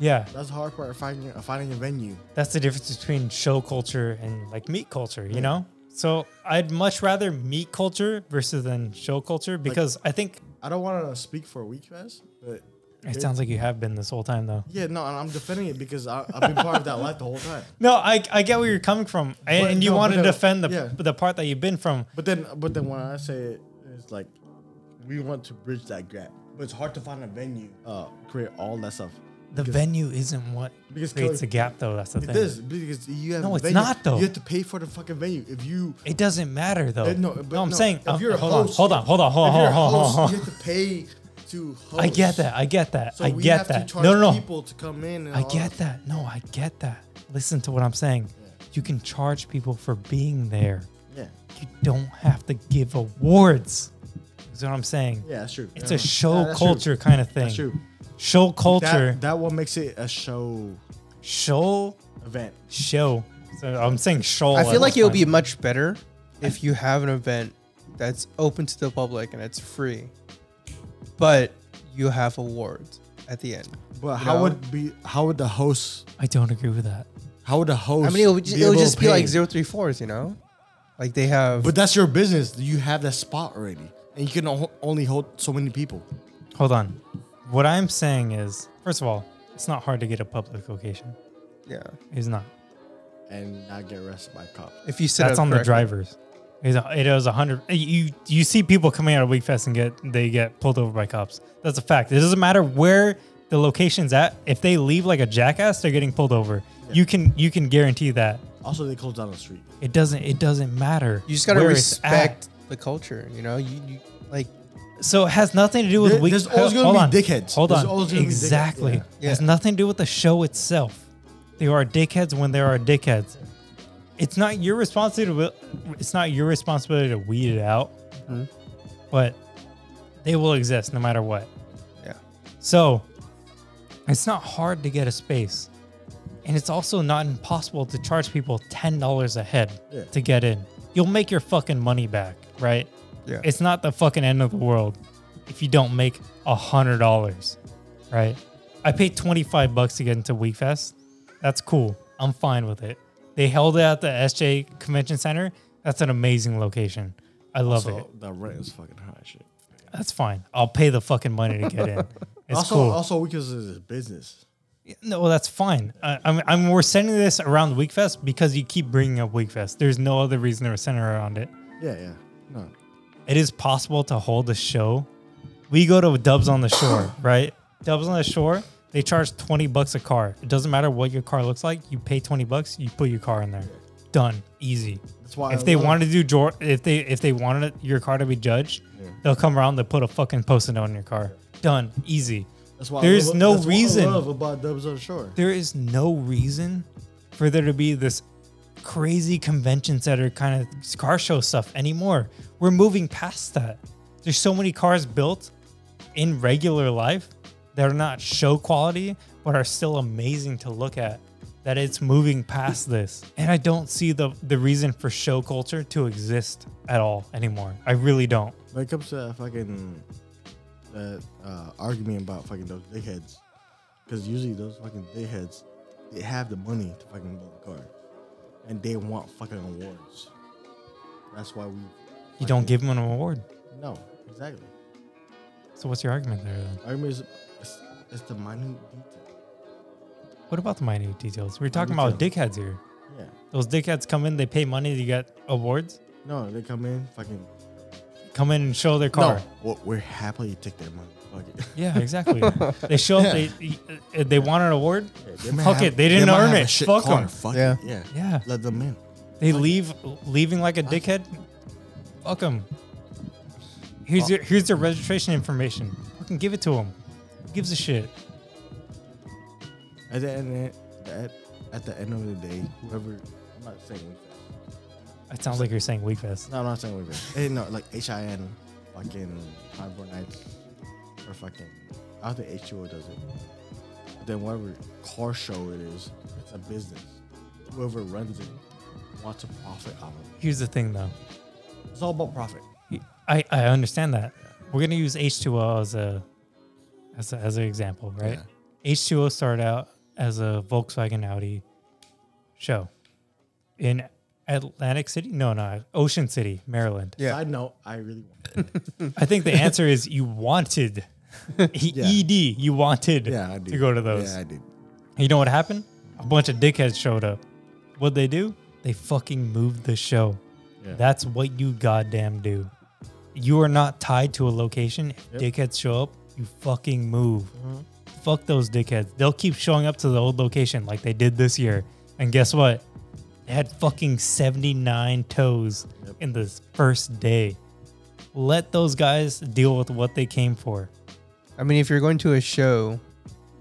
Speaker 2: Yeah,
Speaker 4: That's the hard part of finding of finding a venue.
Speaker 2: that's the difference between show culture and like meat culture, you know? So I'd much rather meat culture versus than show culture because I think
Speaker 4: I don't want to speak for Weekfest, but
Speaker 2: it sounds like you have been this whole time though.
Speaker 4: yeah, no, and I'm defending it because I, I've been part of that life the whole time.
Speaker 2: No, I, I get where you're coming from, and,
Speaker 4: But
Speaker 2: and you
Speaker 4: no,
Speaker 2: want
Speaker 4: but
Speaker 2: to
Speaker 4: no,
Speaker 2: defend the
Speaker 4: yeah.
Speaker 2: the part that you've been from.
Speaker 4: But then, but then when I say it, it's like we want to bridge that gap, but it's hard to find a venue, uh, create all that stuff.
Speaker 2: The
Speaker 4: Because-
Speaker 2: venue isn't what
Speaker 4: because
Speaker 2: creates
Speaker 4: Kelly-
Speaker 2: a gap though. That's the
Speaker 4: It
Speaker 2: thing.
Speaker 4: is because you have
Speaker 2: No,
Speaker 4: a
Speaker 2: it's
Speaker 4: venue,
Speaker 2: not, though.
Speaker 4: You have to pay for the fucking venue if you.
Speaker 2: It doesn't matter though.
Speaker 4: Uh, no,
Speaker 2: no,
Speaker 4: but
Speaker 2: I'm
Speaker 4: no,
Speaker 2: saying
Speaker 4: if
Speaker 2: um,
Speaker 4: you're a
Speaker 2: hold
Speaker 4: host-
Speaker 2: on, hold on, hold on, hold
Speaker 4: if you're a
Speaker 2: on, hold on,
Speaker 4: host,
Speaker 2: hold on.
Speaker 4: You have to pay to host.
Speaker 2: I get that. I get that.
Speaker 4: So
Speaker 2: I
Speaker 4: we
Speaker 2: get
Speaker 4: have
Speaker 2: that.
Speaker 4: To
Speaker 2: No,
Speaker 4: charge
Speaker 2: no, no.
Speaker 4: People to come in. And
Speaker 2: I
Speaker 4: all
Speaker 2: get that. No, I get that. Listen to what I'm saying. You can charge people for being there.
Speaker 4: Yeah,
Speaker 2: You don't have to give awards. Is what I'm saying.
Speaker 4: yeah, that's true.
Speaker 2: It's
Speaker 4: Yeah.
Speaker 2: a show
Speaker 4: Yeah, that's true.
Speaker 2: culture kind of thing.
Speaker 4: That's true.
Speaker 2: Show culture.
Speaker 4: That, that what makes it a show
Speaker 2: show.
Speaker 4: event.
Speaker 2: Show. So I'm saying show.
Speaker 3: I feel
Speaker 2: at
Speaker 3: like
Speaker 2: this
Speaker 3: it would
Speaker 2: time.
Speaker 3: be much better if you have an event that's open to the public and it's free, but you have awards at the end.
Speaker 4: But
Speaker 3: You
Speaker 4: how
Speaker 3: know?
Speaker 4: would be? How would the host?
Speaker 2: I don't agree with that.
Speaker 4: How would the host?
Speaker 3: I mean, it would, ju-
Speaker 4: be
Speaker 3: it would
Speaker 4: able
Speaker 3: just
Speaker 4: to
Speaker 3: be like
Speaker 4: pay?
Speaker 3: zero three fours, you know, like they have.
Speaker 4: But that's your business. You have that spot already, and you can o- only hold so many people.
Speaker 2: Hold on. What I'm saying is, first of all, it's not hard to get a public location.
Speaker 3: yeah,
Speaker 2: It's not.
Speaker 4: And not get arrested by cops.
Speaker 3: if you set
Speaker 2: That's
Speaker 3: up
Speaker 2: on the
Speaker 3: correctly.
Speaker 2: drivers. It's a- It was a hundred. You you see people coming out of Weekfest and get they get pulled over by cops. That's a fact. It doesn't matter where the location's at. If they leave like a jackass, they're getting pulled over. You can you can guarantee that.
Speaker 4: Also, they close down the street.
Speaker 2: It doesn't it doesn't matter.
Speaker 3: You just gotta
Speaker 2: where it's at.
Speaker 3: respect the culture, you know. You, you like
Speaker 2: So it has nothing to do with
Speaker 4: There-
Speaker 2: Week-
Speaker 4: there's always
Speaker 2: hol-
Speaker 4: gonna
Speaker 2: hold
Speaker 4: be
Speaker 2: on.
Speaker 4: dickheads.
Speaker 2: Hold
Speaker 4: There's
Speaker 2: on.
Speaker 4: always gonna be dickheads.
Speaker 2: exactly.
Speaker 4: Yeah.
Speaker 2: It has nothing to do with the show itself. There are dickheads when there are dickheads. It's not your responsibility. To, it's not your responsibility to weed it out,
Speaker 4: Mm-hmm.
Speaker 2: but they will exist no matter what.
Speaker 3: Yeah.
Speaker 2: So it's not hard to get a space, and it's also not impossible to charge people ten dollars a head
Speaker 4: Yeah.
Speaker 2: to get in. You'll make your fucking money back, right?
Speaker 3: Yeah.
Speaker 2: It's not the fucking end of the world if you don't make a hundred dollars, right? I paid twenty five bucks to get into Weekfest. That's cool. I'm fine with it. They held it at the SJ Convention Center. That's an amazing location. I love
Speaker 4: also,
Speaker 2: it.
Speaker 4: The rent is fucking high. as Shit.
Speaker 2: That's fine. I'll pay the fucking money to get in. It's
Speaker 4: also,
Speaker 2: cool.
Speaker 4: also because it's a business.
Speaker 2: No, well, that's fine. I, I'm, I'm, we're sending this around Weekfest because you keep bringing up Weekfest. There's no other reason to center around it.
Speaker 4: Yeah, yeah. No.
Speaker 2: It is possible to hold a show. We go to Dubs on the Shore, right? Dubs on the Shore, they charge 20 bucks a car. It doesn't matter what your car looks like. You pay 20 bucks, you put your car in there. Done. Easy.
Speaker 4: That's why I
Speaker 2: if they
Speaker 4: love-
Speaker 2: wanted to do jor- if they if they wanted your car to be judged, they'll come around, they'll put a fucking post-it note on your car. Done. Easy.
Speaker 4: That's why I
Speaker 2: There's
Speaker 4: love-
Speaker 2: no
Speaker 4: that's what I
Speaker 2: reason
Speaker 4: love about Dubs on the Shore.
Speaker 2: there is no reason for there to be this crazy convention center kind of car show stuff anymore. We're moving past that. There's so many cars built in regular life that are not show quality, but are still amazing to look at. That it's moving past this. And I don't see the, the reason for show culture to exist at all anymore. I really don't.
Speaker 4: When it comes to that fucking that uh, argument about fucking those dickheads, because usually those fucking dickheads, they have the money to fucking build a car, and they want fucking awards. That's why we.
Speaker 2: You don't give them an award.
Speaker 4: No, exactly.
Speaker 2: So what's your argument there then?
Speaker 4: Argument is it's, it's the minute detail.
Speaker 2: What about the minute details? We're talking about dickheads here.
Speaker 4: Yeah.
Speaker 2: Those dickheads come in, they pay money to get awards,
Speaker 4: No, they come in fucking.
Speaker 2: come in and show their car.
Speaker 4: No, we're- we're happily take their money. Fuck it.
Speaker 2: Yeah, exactly. they show up, they uh, they want an award.
Speaker 4: They might
Speaker 2: Fuck
Speaker 4: have-
Speaker 2: it, they didn't
Speaker 4: might
Speaker 2: earn
Speaker 4: have a
Speaker 2: it.
Speaker 4: shit
Speaker 2: Fuck
Speaker 4: car.
Speaker 2: them.
Speaker 4: Fuck
Speaker 10: Yeah.
Speaker 4: it. Yeah.
Speaker 2: Yeah,
Speaker 4: Let them in.
Speaker 2: they leave leaving like a dickhead. Fuck them. Here's your here's their registration information. Fucking give it to them. Gives a shit.
Speaker 4: At the end, at, at the end of the day, whoever I'm not saying Weefest.
Speaker 2: It sounds like you're saying Weakfest.
Speaker 4: No, I'm not saying Weefest. Hey, no, like HIN, fucking Hardboard Nights, or fucking I don't think HUO does it. But then whatever car show it is, it's a business. Whoever runs it wants a profit out of it.
Speaker 2: Here's the thing though.
Speaker 4: It's all about profit.
Speaker 2: I, I understand that. We're gonna use H2O as a as a, as an example, right? H2O started out as a Volkswagen Audi show in Atlantic City. No, no, Ocean City, Maryland.
Speaker 4: Yeah. Side note, I really want.
Speaker 2: I think the answer is you wanted ED. You wanted
Speaker 4: Yeah, I did.
Speaker 2: to go to those.
Speaker 4: Yeah, I did.
Speaker 2: You know what happened? A bunch of dickheads showed up. What'd they do? They fucking moved the show.
Speaker 4: Yeah.
Speaker 2: That's what you goddamn do. You are not tied to a location. If dickheads show up, you fucking move. Fuck those dickheads. They'll keep showing up to the old location like they did this year. And guess what? They had fucking 79 toes in the first day. Let those guys deal with what they came for.
Speaker 3: I mean, if you're going to a show,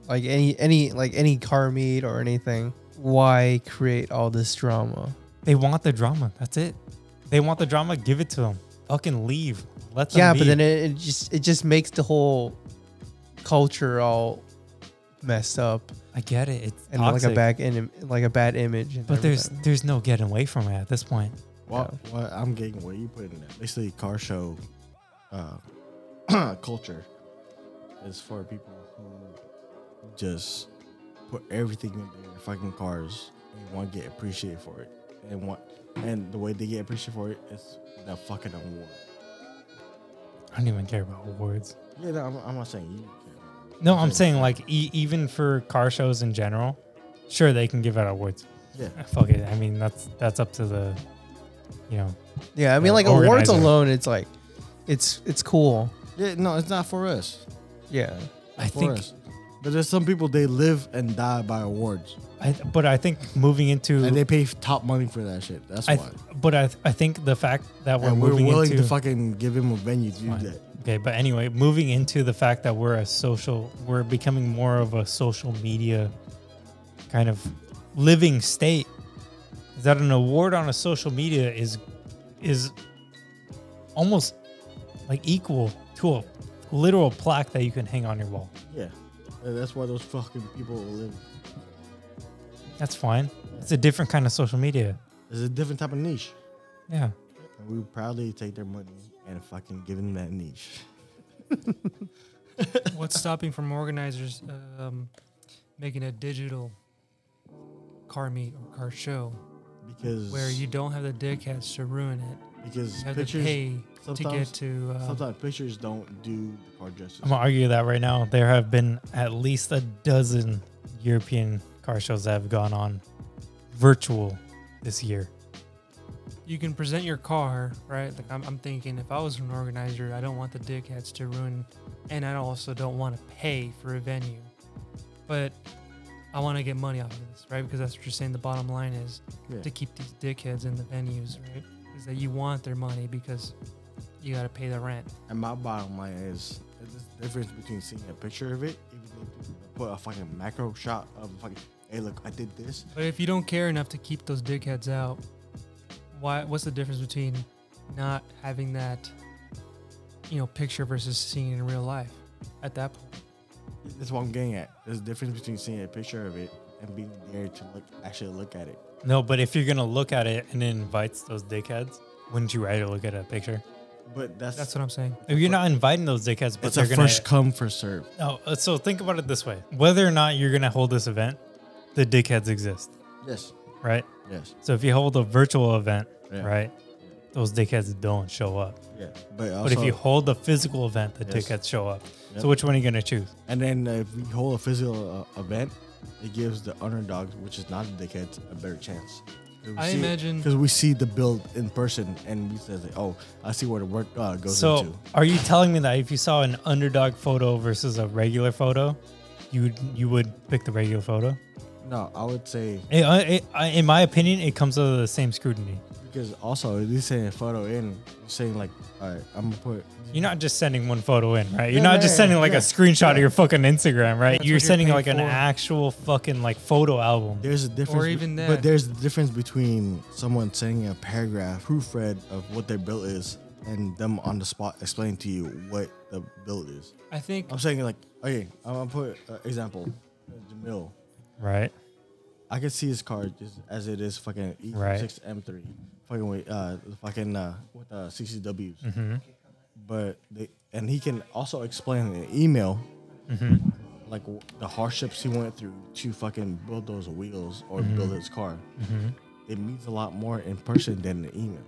Speaker 3: like any any like any car meet or anything, why create all this drama?
Speaker 2: They want the drama. That's it. They want the drama. Give it to them. Fucking leave. Let them.
Speaker 3: yeah, but then
Speaker 2: it,
Speaker 3: it, it just it just makes the whole culture all messed up
Speaker 2: I get it. It's
Speaker 3: and
Speaker 2: toxic,
Speaker 3: like a bad in, like a bad image. and
Speaker 2: But there's
Speaker 3: everything.
Speaker 2: there's no getting away from it at this point.
Speaker 4: Well, well, I'm getting what you put in there. Basically, car show uh, culture is for people who just put everything in their fucking cars and want to get appreciated for it, and want and the way they get appreciated for it is the fucking award.
Speaker 2: I don't even care about awards.
Speaker 4: Yeah, no, I'm, I'm not saying you. Care.
Speaker 2: No, I'm saying like e- even for car shows in general, sure they can give out awards.
Speaker 4: Yeah.
Speaker 2: Ah, Fuck it. I mean that's that's up to the, you know.
Speaker 3: yeah. I mean,
Speaker 2: uh,
Speaker 3: like awards
Speaker 2: organizer.
Speaker 3: alone, it's like it's it's cool.
Speaker 4: Yeah, no, it's not for us.
Speaker 3: Yeah,
Speaker 2: I
Speaker 4: For
Speaker 2: think,
Speaker 4: us. But there's some people they live and die by awards,
Speaker 2: I, but I think moving into,
Speaker 4: and they pay top money for that shit. That's
Speaker 2: I,
Speaker 4: why.
Speaker 2: but I I think the fact that we're
Speaker 4: and we're
Speaker 2: moving
Speaker 4: willing
Speaker 2: into
Speaker 4: to fucking give him a venue to do
Speaker 2: Fine.
Speaker 4: that.
Speaker 2: Okay, but anyway, moving into the fact that we're a social, we're becoming more of a social media kind of living state. Is that an award on a social media is is almost like equal to a literal plaque that you can hang on your wall.
Speaker 4: Yeah. And that's why those fucking people live.
Speaker 2: That's fine. It's a different kind of social media.
Speaker 4: It's a different type of niche.
Speaker 2: Yeah.
Speaker 4: And we proudly take their money and fucking give them that niche.
Speaker 5: What's stopping from organizers um, making a digital car meet or car show
Speaker 4: Because
Speaker 5: where you don't have the dickheads to ruin it?
Speaker 4: because
Speaker 5: You have to
Speaker 4: pictures
Speaker 5: pay to
Speaker 4: sometimes,
Speaker 5: get to, uh,
Speaker 4: sometimes pictures don't do the car justice.
Speaker 2: I'm gonna argue that right now. There have been at least a dozen European car shows that have gone on virtual this year.
Speaker 5: you can present your car, right? Like I'm, I'm thinking, if I was an organizer, I don't want the dickheads to ruin, and I also don't want to pay for a venue, but I want to get money off of this, right? Because that's what you're saying. The bottom line is
Speaker 4: Yeah.
Speaker 5: to keep these dickheads in the venues, right? Is that you want their money because you got to pay the rent.
Speaker 4: And my bottom line is there's a difference between seeing a picture of it, even if you put a fucking macro shot of fucking, hey, look, I did this.
Speaker 5: But if you don't care enough to keep those dickheads out, why? What's the difference between not having that, you know, picture versus seeing it in real life? At that point.
Speaker 4: That's what I'm getting at. There's a difference between seeing a picture of it and being there to look, actually look at it.
Speaker 2: No, but if you're gonna look at it and it invites those dickheads, wouldn't you rather look at a picture?
Speaker 4: But that's
Speaker 5: That's what I'm saying.
Speaker 2: If you're not inviting those dickheads, but
Speaker 4: it's
Speaker 2: they're
Speaker 4: a
Speaker 2: gonna
Speaker 4: first come first serve.
Speaker 2: No, uh, so think about it this way: whether or not you're gonna hold this event, the dickheads exist,
Speaker 4: Yes,
Speaker 2: right?
Speaker 4: yes,
Speaker 2: So if you hold a virtual event,
Speaker 4: Yeah.
Speaker 2: right, those dickheads don't show up.
Speaker 4: yeah. But, uh, also,
Speaker 2: But if you hold a physical event, the
Speaker 4: Yes.
Speaker 2: dickheads show up.
Speaker 4: Yep.
Speaker 2: So which one are you gonna choose?
Speaker 4: and then if we hold a physical uh, event, it gives the underdogs, which is not the dickheads, a better chance.
Speaker 5: I imagine-
Speaker 4: because we see the build in person, and we say, like, "Oh, I see where the work uh, goes
Speaker 2: so
Speaker 4: into."
Speaker 2: are you telling me that if you saw an underdog photo versus a regular photo, you would- you would pick the regular photo?
Speaker 4: No, I would say
Speaker 2: It, uh, it, I- in my opinion, it comes under the same scrutiny.
Speaker 4: Because also, if you send a photo in, you're saying like, all right, I'm gonna put.
Speaker 2: You're not just sending one photo in, right? You're
Speaker 4: Yeah,
Speaker 2: not just
Speaker 4: yeah,
Speaker 2: sending like
Speaker 4: yeah.
Speaker 2: a screenshot of your fucking Instagram, right?
Speaker 5: That's what
Speaker 2: you're
Speaker 5: you're
Speaker 2: sending
Speaker 5: paid
Speaker 2: like an
Speaker 5: for.
Speaker 2: actual fucking like photo album.
Speaker 4: There's a difference,
Speaker 5: Or even
Speaker 4: be-
Speaker 5: that.
Speaker 4: but there's a difference between someone sending a paragraph proofread of what their bill is and them on the spot explaining to you what the bill is.
Speaker 5: I think
Speaker 4: I'm saying like, okay, I'm gonna put uh, example, uh, Jamil.
Speaker 2: Right.
Speaker 4: I can see his car just as it is, fucking E E6
Speaker 2: Right.
Speaker 4: M3, fucking with uh, the fucking uh, with uh, CCWs.
Speaker 2: Mm-hmm.
Speaker 4: But they, and he can also explain in an email,
Speaker 2: Mm-hmm.
Speaker 4: like w- the hardships he went through to fucking build those wheels or
Speaker 2: Mm-hmm.
Speaker 4: build his car. It means a lot more in person than an email.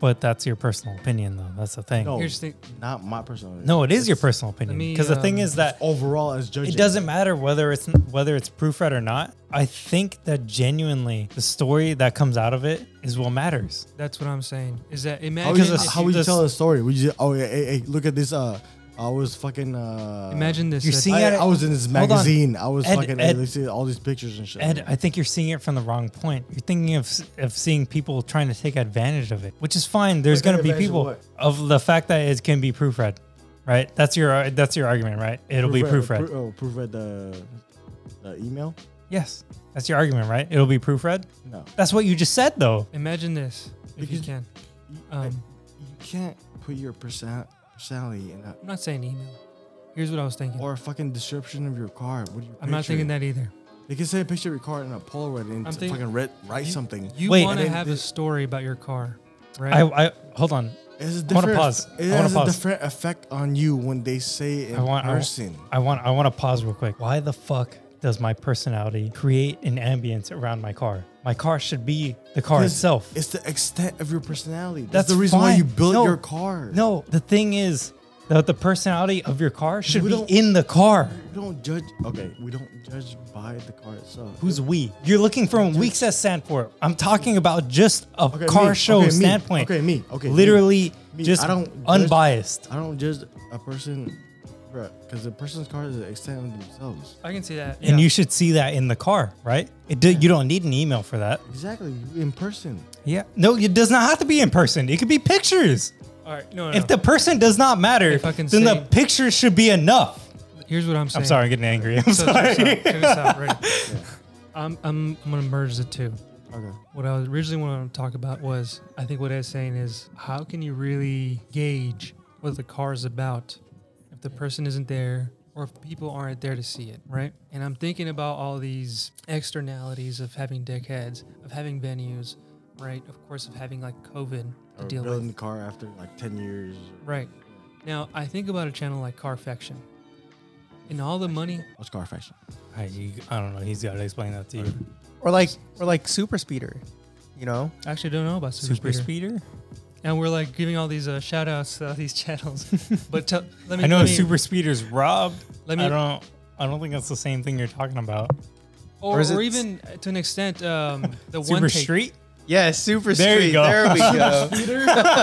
Speaker 2: But that's your personal opinion, though. That's the thing.
Speaker 4: No,
Speaker 2: No,
Speaker 5: Here's the-
Speaker 4: not my personal.
Speaker 2: it is your
Speaker 4: It's
Speaker 2: personal opinion.
Speaker 5: me,
Speaker 2: Because the thing
Speaker 5: um,
Speaker 2: is that
Speaker 4: overall as judging.
Speaker 2: it doesn't matter whether it's whether it's proofread or not. I think that genuinely the story that comes out of it is what matters.
Speaker 5: That's what I'm saying. Is that
Speaker 4: How
Speaker 5: imagine
Speaker 4: would you,
Speaker 5: if-
Speaker 4: how would you
Speaker 2: this-
Speaker 4: tell a story? Would you? Oh yeah, hey, hey, look at this. Uh, I was fucking. Uh,
Speaker 5: imagine this?
Speaker 2: you're
Speaker 5: that-
Speaker 2: seeing-
Speaker 4: I,
Speaker 2: gotta-
Speaker 4: I was in this
Speaker 2: hold on.
Speaker 4: magazine. I was
Speaker 2: Ed-
Speaker 4: fucking.
Speaker 2: Ed-
Speaker 4: they see all these pictures and shit.
Speaker 2: Ed, I think you're seeing it from the wrong point. You're thinking of of seeing people trying to take advantage of it, which is fine. There's
Speaker 4: Take
Speaker 2: going to be
Speaker 4: advantage of
Speaker 2: people
Speaker 4: what?
Speaker 2: of, the fact that it can be proofread, right? That's your that's your argument, right? It'll be proofread.
Speaker 4: pro- oh, proofread the, the email.
Speaker 2: yes, that's your argument, right? It'll be proofread.
Speaker 4: No,
Speaker 2: That's what you just said, though.
Speaker 5: imagine this if you
Speaker 4: Because-
Speaker 5: can.
Speaker 4: you, I-
Speaker 5: Um,
Speaker 4: you can't put your percent personality in a,
Speaker 5: I'm not saying email. Here's what I was thinking.
Speaker 4: or a fucking description of your car. What do you?
Speaker 5: I'm not thinking that either.
Speaker 4: They can say a picture of your car in a Polaroid and
Speaker 5: I'm
Speaker 4: t-
Speaker 5: thinking-
Speaker 4: fucking read, write something.
Speaker 5: You
Speaker 2: Wait,
Speaker 5: want to
Speaker 4: and then
Speaker 5: have a
Speaker 4: the-
Speaker 5: story about your car, right?
Speaker 2: I, I hold on.
Speaker 4: It's a
Speaker 2: I wanna
Speaker 4: different.
Speaker 2: pause.
Speaker 4: It
Speaker 2: I wanna
Speaker 4: has a
Speaker 2: pause.
Speaker 4: different effect on you when they say it in
Speaker 2: I want I,
Speaker 4: person.
Speaker 2: I want I want to pause real quick. Why the fuck does my personality create an ambience around my car? My car should be the car
Speaker 4: 'Cause
Speaker 2: itself.
Speaker 4: It's the extent of your personality. That's,
Speaker 2: That's
Speaker 4: the reason why
Speaker 2: fine.
Speaker 4: you built
Speaker 2: No.
Speaker 4: your car.
Speaker 2: No, the thing is that the personality of your car should
Speaker 4: We
Speaker 2: be
Speaker 4: don't-
Speaker 2: in the car.
Speaker 4: We don't judge. Okay, we don't judge by the car itself.
Speaker 2: Who's we? You're looking from weak set standpoint. I'm talking about just a
Speaker 4: Okay,
Speaker 2: car
Speaker 4: me.
Speaker 2: show
Speaker 4: Okay, me.
Speaker 2: standpoint.
Speaker 4: Okay, me. Okay, me.
Speaker 2: literally
Speaker 4: Me.
Speaker 2: just
Speaker 4: I don't-
Speaker 2: unbiased.
Speaker 4: I don't judge a person, because the person's car is the extent of themselves.
Speaker 5: I can see that.
Speaker 2: And
Speaker 5: yeah.
Speaker 2: you should see that in the car, right? It do, you don't need an email for that.
Speaker 4: Exactly, in person.
Speaker 2: Yeah. No, it does not have to be in person. It could be pictures.
Speaker 5: All right. No, no.
Speaker 2: If the person does not matter,
Speaker 5: If I can
Speaker 2: then the
Speaker 5: say-
Speaker 2: picture should be enough.
Speaker 5: no. here's what I'm saying.
Speaker 2: I'm sorry, I'm getting angry. I'm
Speaker 5: So check this
Speaker 2: sorry.
Speaker 5: out, check this out, ready? I'm, I'm, I'm gonna merge the two.
Speaker 4: Okay.
Speaker 5: What I was originally wanted to talk about was I think what I was saying is how can you really gauge what the car is about if the person isn't there or if people aren't there to see it, right? And I'm thinking about all these externalities of having dickheads, of having venues, right? Of course, of having like COVID to
Speaker 4: Or
Speaker 5: deal
Speaker 4: building
Speaker 5: with,
Speaker 4: the car after like ten years.
Speaker 5: right? Now I think about a channel like Carfection and all the money.
Speaker 4: What's car fashion?
Speaker 2: I, I don't know. He's got to explain that to you.
Speaker 3: or like or like super speeder, you know?
Speaker 5: I actually don't know about Super,
Speaker 2: Super
Speaker 5: Speeder.
Speaker 2: speeder?
Speaker 5: and we're like giving all these uh, shout outs to all these channels. but tell let me
Speaker 2: I know
Speaker 5: let me,
Speaker 2: Super Speeder's robbed.
Speaker 5: Let
Speaker 2: Let
Speaker 5: me-
Speaker 2: me. I don't. I don't think that's the same thing you're talking about.
Speaker 5: or,
Speaker 3: or is
Speaker 5: or
Speaker 3: it-
Speaker 5: even uh, to an extent um, the one
Speaker 2: Super
Speaker 5: take.
Speaker 2: Street.
Speaker 3: Yeah, Super
Speaker 2: There you
Speaker 3: Street.
Speaker 2: go.
Speaker 3: There we go.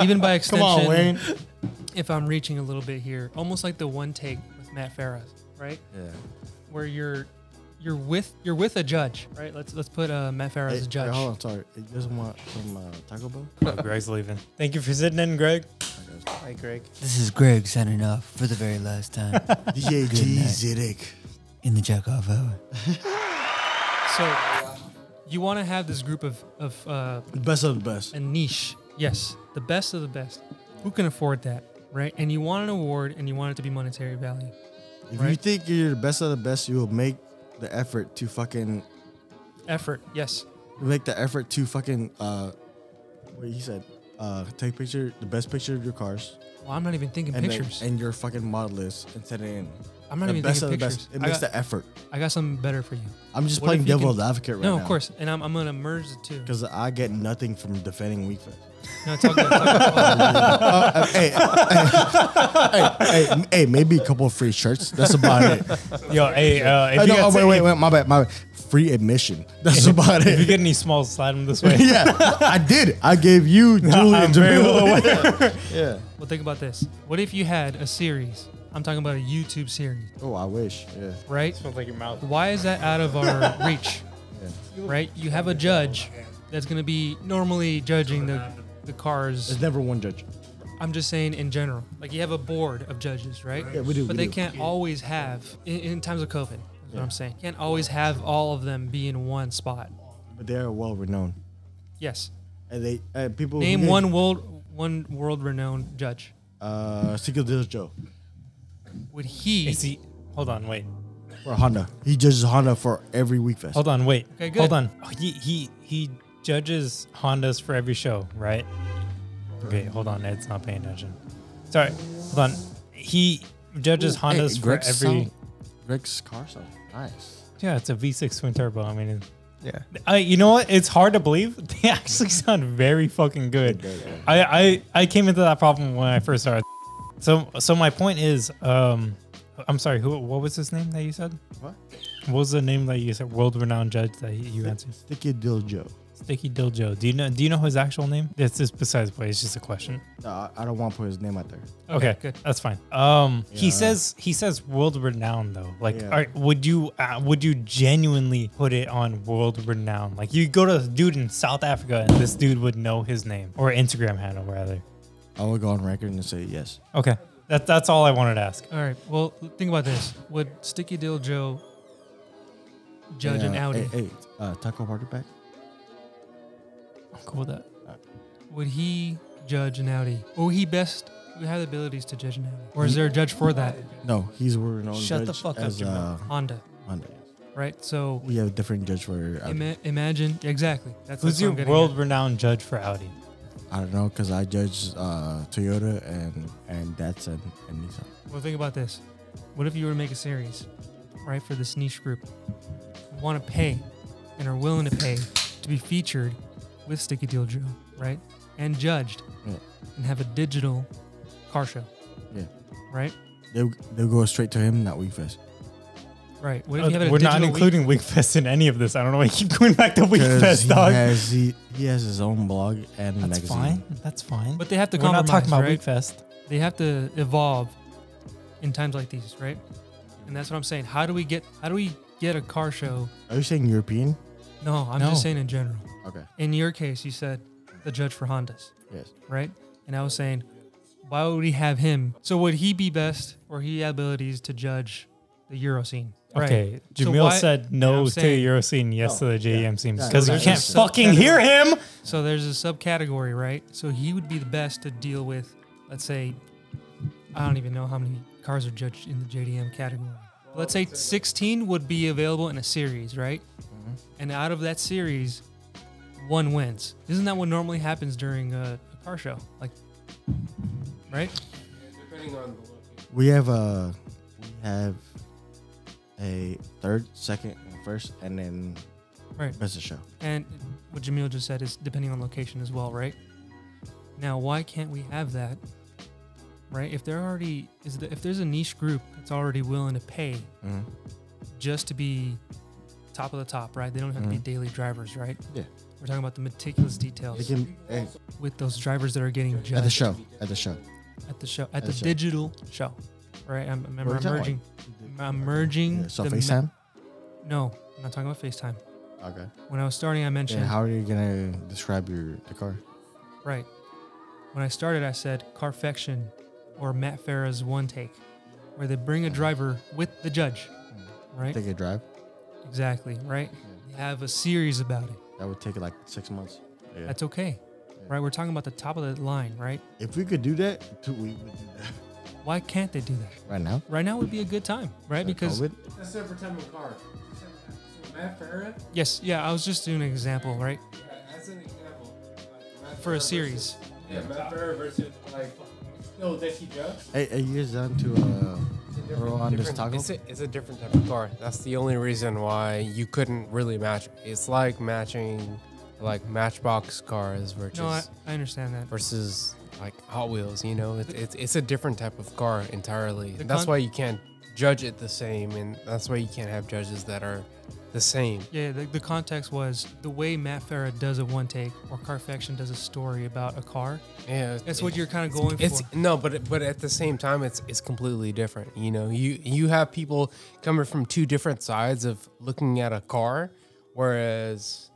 Speaker 5: even by
Speaker 2: Come
Speaker 5: extension,
Speaker 2: on, Wayne.
Speaker 5: if I'm reaching a little bit here, almost like the one take with Matt Farah, right?
Speaker 4: Yeah.
Speaker 5: Where you're you're with you're with a judge, right? Let's let's put uh, Matt Farah as
Speaker 4: Hey,
Speaker 5: a judge.
Speaker 4: Wait, hold on, sorry. You guys want some uh, Taco Bell?
Speaker 2: Oh, Greg's leaving. Thank you for sitting in, Greg.
Speaker 3: Hi, Greg.
Speaker 6: This is Greg signing off for the very last time
Speaker 4: DJ
Speaker 6: Good night.
Speaker 4: Ziddick.
Speaker 6: in the jack off hour.
Speaker 5: So you want to have this group of of uh,
Speaker 4: The best of the best.
Speaker 5: a niche. Yes, the best of the best. Who can afford that, right? And you want an award, and you want it to be monetary value.
Speaker 4: If you
Speaker 5: right.
Speaker 4: think you're the best of the best, you will make the effort to fucking
Speaker 5: Effort, yes.
Speaker 4: make the effort to fucking uh what he said uh take picture the best picture of your cars
Speaker 5: Well, I'm not even thinking
Speaker 4: and then-
Speaker 5: pictures.
Speaker 4: and your fucking model list and send it in
Speaker 5: I'm not
Speaker 4: the
Speaker 5: even
Speaker 4: best
Speaker 5: thinking
Speaker 4: of the
Speaker 5: pictures.
Speaker 4: best it
Speaker 5: I,
Speaker 4: makes
Speaker 5: got,
Speaker 4: the effort
Speaker 5: I got something better for you.
Speaker 4: i'm just
Speaker 5: What
Speaker 4: playing
Speaker 5: if you
Speaker 4: devil's
Speaker 5: can-
Speaker 4: advocate right
Speaker 5: no,
Speaker 4: now
Speaker 5: of course. And I'm, I'm gonna merge the two.
Speaker 4: because i get nothing from defending weakness
Speaker 5: No, talk about, talk about-
Speaker 4: uh, hey, hey, hey, hey, maybe a couple of free shirts that's about it
Speaker 2: Yo, hey, uh, if
Speaker 4: Uh,
Speaker 2: you
Speaker 4: no,
Speaker 2: got
Speaker 4: oh, wait,
Speaker 2: if-
Speaker 4: wait wait my bad my bad free admission that's about
Speaker 2: If you
Speaker 4: it
Speaker 2: get any smalls, slide them this way.
Speaker 4: yeah i did i gave you julie
Speaker 2: I'm
Speaker 4: and
Speaker 2: very
Speaker 4: Jamila.
Speaker 2: well aware.
Speaker 4: yeah
Speaker 5: well, think about this. What if you had a series? I'm talking about a YouTube series,
Speaker 4: oh i wish yeah
Speaker 5: right?
Speaker 2: Smells like your mouth.
Speaker 5: Why is that out of our reach? Right? You have a judge that's gonna be normally judging the the cars.
Speaker 4: there's never one judge
Speaker 5: I'm just saying in general. Like you have a board of judges, right?
Speaker 4: Yeah, we do,
Speaker 5: But
Speaker 4: we
Speaker 5: they
Speaker 4: do.
Speaker 5: can't always have in, in times of COVID. That's what I'm saying. Can't always have all of them be in one spot.
Speaker 4: but they are well renowned
Speaker 5: Yes.
Speaker 4: And they uh, people who
Speaker 5: Name
Speaker 4: did-
Speaker 5: one world one world renowned judge.
Speaker 4: Uh, Secret Deals Joe
Speaker 5: Would he?
Speaker 2: Is he? Hold on, wait.
Speaker 4: for Honda. He judges Honda for every week fest.
Speaker 2: Hold on, wait.
Speaker 5: Okay, good.
Speaker 2: Hold on. Oh, He he he judges Hondas for every show, right? Okay, hold on. Ed's not paying attention. Sorry. Hold on. He judges Hondas for every.
Speaker 4: Greg's car sound nice.
Speaker 2: Yeah, it's a V6 twin turbo. I mean,
Speaker 3: Yeah.
Speaker 2: I you know what? It's hard to believe they actually sound very fucking good. I I I came into that problem when I first started. So so my point is, um, I'm sorry. Who? What was his name that you said?
Speaker 4: What?
Speaker 2: What was the name that you said? World renowned judge that you answered.
Speaker 4: Sticky Deals Joe.
Speaker 2: Sticky Diljo. Do you know? Do you know his actual name? That's just besides the point. It's just a question.
Speaker 4: No, I- I don't want to put his name out there.
Speaker 2: Okay,
Speaker 5: good.
Speaker 2: That's fine. Um, he
Speaker 4: Yeah.
Speaker 2: says he says world renowned though. Like,
Speaker 4: Yeah.
Speaker 2: are, would you uh, would you genuinely put it on world renowned? Like, you go to a dude in South Africa and this dude would know his name or Instagram handle rather.
Speaker 4: I will go on record and say yes.
Speaker 2: Okay, that that's all I wanted to ask.
Speaker 5: All right. Well, think about this. Would Sticky Dill Joe judge an
Speaker 4: Yeah,
Speaker 5: Audi?
Speaker 4: Hey, hey uh, Taco Party Pack.
Speaker 2: I'm cool with that.
Speaker 5: Would he judge an Audi? Or would he best would have the abilities to judge an Audi? Or is there a judge for that?
Speaker 2: Uh-huh.
Speaker 4: No, he's working on
Speaker 5: Shut the fuck up,
Speaker 4: as, uh,
Speaker 5: Jamal. Honda,
Speaker 4: Honda.
Speaker 5: right? So
Speaker 4: We have a different judge for. uh, I,
Speaker 5: ima- imagine exactly. That's that's
Speaker 2: Who's
Speaker 5: what
Speaker 2: your
Speaker 5: I'm getting
Speaker 2: world
Speaker 5: at.
Speaker 2: renowned judge for Audi?
Speaker 4: I don't know because I judge uh, Toyota and and Datsun and Nissan.
Speaker 5: Well, think about this. What if you were to make a series, right, for this niche group? Want to pay and are willing to pay to be featured with Sticky Deal Joe, right? And judged
Speaker 4: Yeah.
Speaker 5: and have a digital car show,
Speaker 4: Yeah,
Speaker 5: right?
Speaker 4: they they'll go straight to him, not week fest.
Speaker 5: Right. What if
Speaker 2: Uh,
Speaker 5: you have a
Speaker 2: We're not
Speaker 5: digital week-
Speaker 2: including Weekfest in any of this. I don't know why you keep going back to
Speaker 4: 'Cause
Speaker 2: Weekfest,
Speaker 4: he
Speaker 2: dog.
Speaker 4: has he, he has his own blog and
Speaker 2: That's
Speaker 4: magazine.
Speaker 2: fine. That's fine.
Speaker 5: But they have to
Speaker 2: We're not
Speaker 5: compromise,
Speaker 2: talking about
Speaker 5: right?
Speaker 2: Weekfest.
Speaker 5: They have to evolve in times like these, right? And that's what I'm saying. How do we get? How do we get a car show?
Speaker 4: Are you saying European?
Speaker 5: No, I'm
Speaker 2: No.
Speaker 5: just saying in general.
Speaker 4: Okay.
Speaker 5: In your case, you said the judge for Hondas,
Speaker 4: Yes.
Speaker 5: right? And I was saying, why would we have him? So would he be best, or he have abilities to judge the Euro scene? Right.
Speaker 2: Okay,
Speaker 5: So
Speaker 2: Jamil
Speaker 5: why-
Speaker 2: said
Speaker 5: you know what
Speaker 2: no
Speaker 5: I'm
Speaker 2: to
Speaker 5: saying?
Speaker 2: the Euro scene,
Speaker 7: Oh,
Speaker 2: yes to the JEM scene
Speaker 4: Yeah,
Speaker 2: because
Speaker 4: yeah,
Speaker 2: you
Speaker 4: yeah.
Speaker 2: can't
Speaker 4: So-
Speaker 2: fucking hear him.
Speaker 5: So there's a subcategory, right? So he would be the best to deal with, let's say, I don't even know how many cars are judged in the JDM category. Let's say 16 would be available in a series, right?
Speaker 2: Mm-hmm.
Speaker 5: And out of that series, one wins. Isn't that what normally happens during a, a car show? Like, right?
Speaker 7: Depending on
Speaker 4: We have a we have a third, second, and first, and then
Speaker 5: Right.
Speaker 4: best of show.
Speaker 5: And what Jamil just said is depending on location as well, right? Now, why can't we have that? Right? If there already is, the, if there's a niche group that's already willing to pay
Speaker 4: Mhm.
Speaker 5: just to be top of the top, right? They don't have to
Speaker 4: Mhm.
Speaker 5: be daily drivers, right?
Speaker 4: Yeah.
Speaker 5: We're talking about the meticulous
Speaker 4: They
Speaker 5: details
Speaker 4: can- hey,
Speaker 5: with those drivers that are getting judged
Speaker 4: at the show. At the show.
Speaker 5: at the show, at,
Speaker 4: At
Speaker 5: the
Speaker 4: the show.
Speaker 5: digital show, right? I'm, remember,
Speaker 4: What
Speaker 5: I'm
Speaker 4: are you
Speaker 5: merging,
Speaker 4: talking
Speaker 5: I'm merging.
Speaker 4: Yeah, so
Speaker 5: the me-
Speaker 4: FaceTime?
Speaker 5: no, I'm not talking about FaceTime.
Speaker 4: Okay.
Speaker 5: When I was starting, I mentioned
Speaker 4: And how are you gonna describe your the car?
Speaker 5: Right. When I started, I said Carfection or Matt Farah's one take, where they bring a driver with the judge. Right?
Speaker 4: Take a drive.
Speaker 5: Exactly. Right? They have a series about it.
Speaker 4: That would take like six months. Yeah.
Speaker 5: That's okay. Right? We're talking about the top of the line, right?
Speaker 4: if we could do that, too, we would do that
Speaker 5: Why can't they do that?
Speaker 4: right now.
Speaker 5: Right now would be a good time, right? Because,
Speaker 4: COVID.
Speaker 7: That's every time a car. Matt Ferreira.
Speaker 5: yes, yeah, I was just doing an example, right?
Speaker 7: That's an example.
Speaker 5: For a series.
Speaker 7: Yeah, Matt Ferreira versus like. No, that he does.
Speaker 4: Hey, hey, you guys down to uh, roll on this taco?
Speaker 7: It's a, it's a different type of car. That's the only reason why you couldn't really match. It's like matching, like Matchbox cars versus
Speaker 5: No, I, I understand that.
Speaker 7: versus like Hot Wheels. You know, it, it's it's a different type of car entirely.
Speaker 5: The
Speaker 7: that's
Speaker 5: con-
Speaker 7: why you can't judge it the same, and that's why you can't have judges that are the same.
Speaker 5: Yeah, the, the context was the way Matt Farah does a one take or Carfection does a story about a car.
Speaker 7: Yeah,
Speaker 5: That's what you're kind of
Speaker 7: It's-
Speaker 5: going
Speaker 7: it's,
Speaker 5: for.
Speaker 7: no, but but at the same time, it's it's completely different. You know, you you have people coming from two different sides of looking at a car, whereas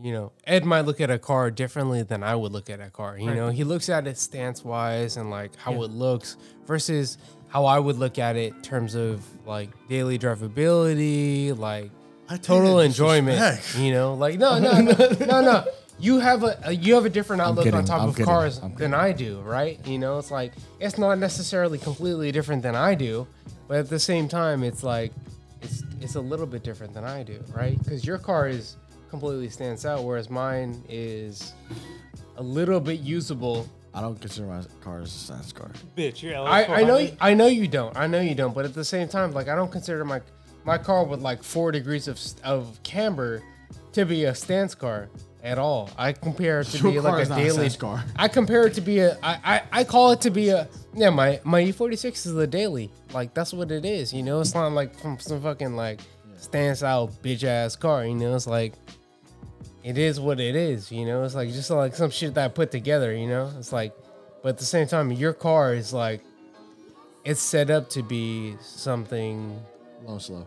Speaker 7: you know Ed might look at a car differently than I would look at a car. You
Speaker 5: Right.
Speaker 7: know, he looks at it stance wise and like how
Speaker 5: Yeah.
Speaker 7: it looks versus how I would look at it in terms of like daily drivability, like
Speaker 4: I take
Speaker 7: total
Speaker 4: that
Speaker 7: enjoyment.
Speaker 4: disrespect.
Speaker 7: You know, like no, no, no, no, no. You have a a- you have a different outlook on
Speaker 4: kidding,
Speaker 7: top
Speaker 4: I'm
Speaker 7: of
Speaker 4: kidding,
Speaker 7: cars
Speaker 4: I'm
Speaker 7: than I do, right? You know, it's like it's not necessarily completely different than I do, but at the same time, it's like it's it's a little bit different than I do, right? Because your car is completely stands out, whereas mine is a little bit usable.
Speaker 4: I don't consider my car as a science car.
Speaker 2: Bitch, you're
Speaker 7: I, I know
Speaker 2: LS400.
Speaker 7: you, I know you don't. I know you don't. But at the same time, like I don't consider my my car with like four degrees of of camber to be a stance car at all. I compare it to
Speaker 4: Your
Speaker 7: be
Speaker 4: car
Speaker 7: like
Speaker 4: is
Speaker 7: a
Speaker 4: not a
Speaker 7: daily
Speaker 4: stance car.
Speaker 7: I compare it to be a I, I I call it to be a yeah my my E46 is a daily like that's what it is. You know, it's not like from some fucking like stance out bitch ass car. You know, it's like. It is what it is, you know. It's like just like some shit that I put together, you know. It's like, but at the same time, your car is like it's set up to be something.
Speaker 4: Low and slow.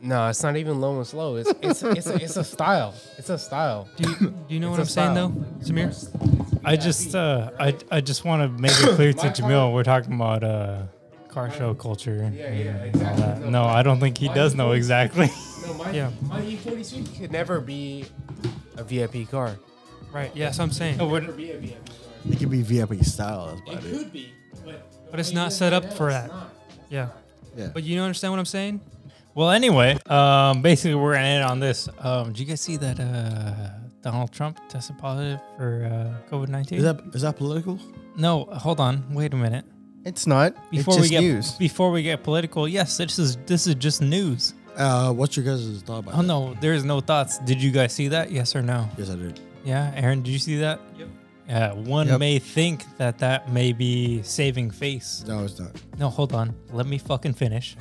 Speaker 7: No, it's not even low and slow. It's it's it's, a, it's a style. It's a style.
Speaker 5: Do you, do you know what I'm
Speaker 7: It's a
Speaker 5: saying,
Speaker 7: style.
Speaker 5: though, Samir?
Speaker 2: I just uh, I, I just want to make it clear to
Speaker 7: My
Speaker 2: Jamil we're talking about uh, car show culture.
Speaker 7: Yeah,
Speaker 2: and
Speaker 7: yeah,
Speaker 2: all
Speaker 7: exactly.
Speaker 2: that.
Speaker 7: No,
Speaker 2: No,
Speaker 7: my-
Speaker 2: I don't think he
Speaker 7: my
Speaker 2: does know
Speaker 7: point-
Speaker 2: exactly.
Speaker 7: No, my
Speaker 5: Yeah.
Speaker 7: my E46 could never be a VIP car.
Speaker 5: Right. Yeah, so I'm saying.
Speaker 2: No,
Speaker 7: Never
Speaker 2: we're-
Speaker 7: be a VIP car.
Speaker 4: It could be VIP style. That's about
Speaker 7: It
Speaker 4: it.
Speaker 7: could be, but
Speaker 5: But it's not set up for that. Yeah.
Speaker 4: Yeah.
Speaker 5: But you don't understand what I'm saying?
Speaker 2: well, anyway, um, basically we're gonna end on this. Um, did you guys see that uh, Donald Trump tested positive for uh, COVID
Speaker 4: Is
Speaker 2: nineteen?
Speaker 4: that is that political?
Speaker 2: No, hold on, wait a minute.
Speaker 3: It's not.
Speaker 2: Before
Speaker 3: it's
Speaker 2: we
Speaker 3: just
Speaker 2: get
Speaker 3: news.
Speaker 2: before we get political, yes, this is this is just news.
Speaker 4: Uh, what's your guys' thought about?
Speaker 2: Oh
Speaker 4: that?
Speaker 2: no, there is no thoughts. Did you guys see that? Yes or no?
Speaker 4: Yes, I did.
Speaker 2: Yeah, Aaron, did you see that?
Speaker 5: Yep.
Speaker 2: Yeah, one
Speaker 4: Yep.
Speaker 2: may think that that may be saving face.
Speaker 4: No, it's not.
Speaker 2: No, hold on. Let me fucking finish.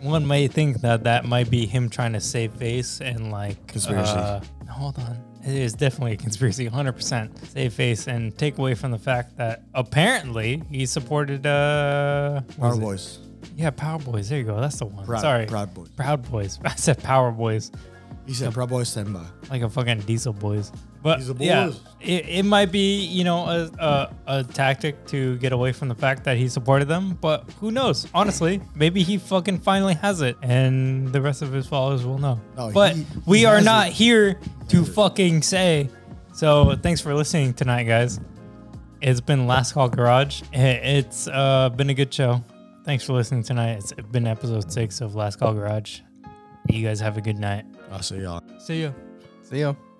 Speaker 2: one may think that that might be him trying to save face and like
Speaker 4: Conspiracy.
Speaker 2: uh, hold on. It is definitely a conspiracy, 100%. Save face and take away from the fact that apparently he supported uh what
Speaker 4: Our
Speaker 2: is it?
Speaker 4: voice.
Speaker 2: Yeah, Power Boys. There you go. That's the one.
Speaker 4: Proud,
Speaker 2: Sorry.
Speaker 4: Proud Boys.
Speaker 2: Proud Boys. I said Power Boys,
Speaker 4: He said, "Proud Boys stand by."
Speaker 2: like a fucking Diesel Boys. But
Speaker 4: Diesel
Speaker 2: yeah,
Speaker 4: Boys.
Speaker 2: it, it might be you know a, a a tactic to get away from the fact that he supported them. But who knows? Honestly, maybe he fucking finally has it, and the rest of his followers will know.
Speaker 4: No,
Speaker 2: but
Speaker 4: he-
Speaker 2: we
Speaker 4: he
Speaker 2: are
Speaker 4: has
Speaker 2: not
Speaker 4: it.
Speaker 2: here to fucking say. So thanks for listening tonight, guys. It's been Last Call Garage. I- It's uh, been a good show. Thanks for listening tonight. It's been episode six of Last Call Garage. You guys have a good night.
Speaker 4: I'll see y'all.
Speaker 5: See ya.
Speaker 3: See ya.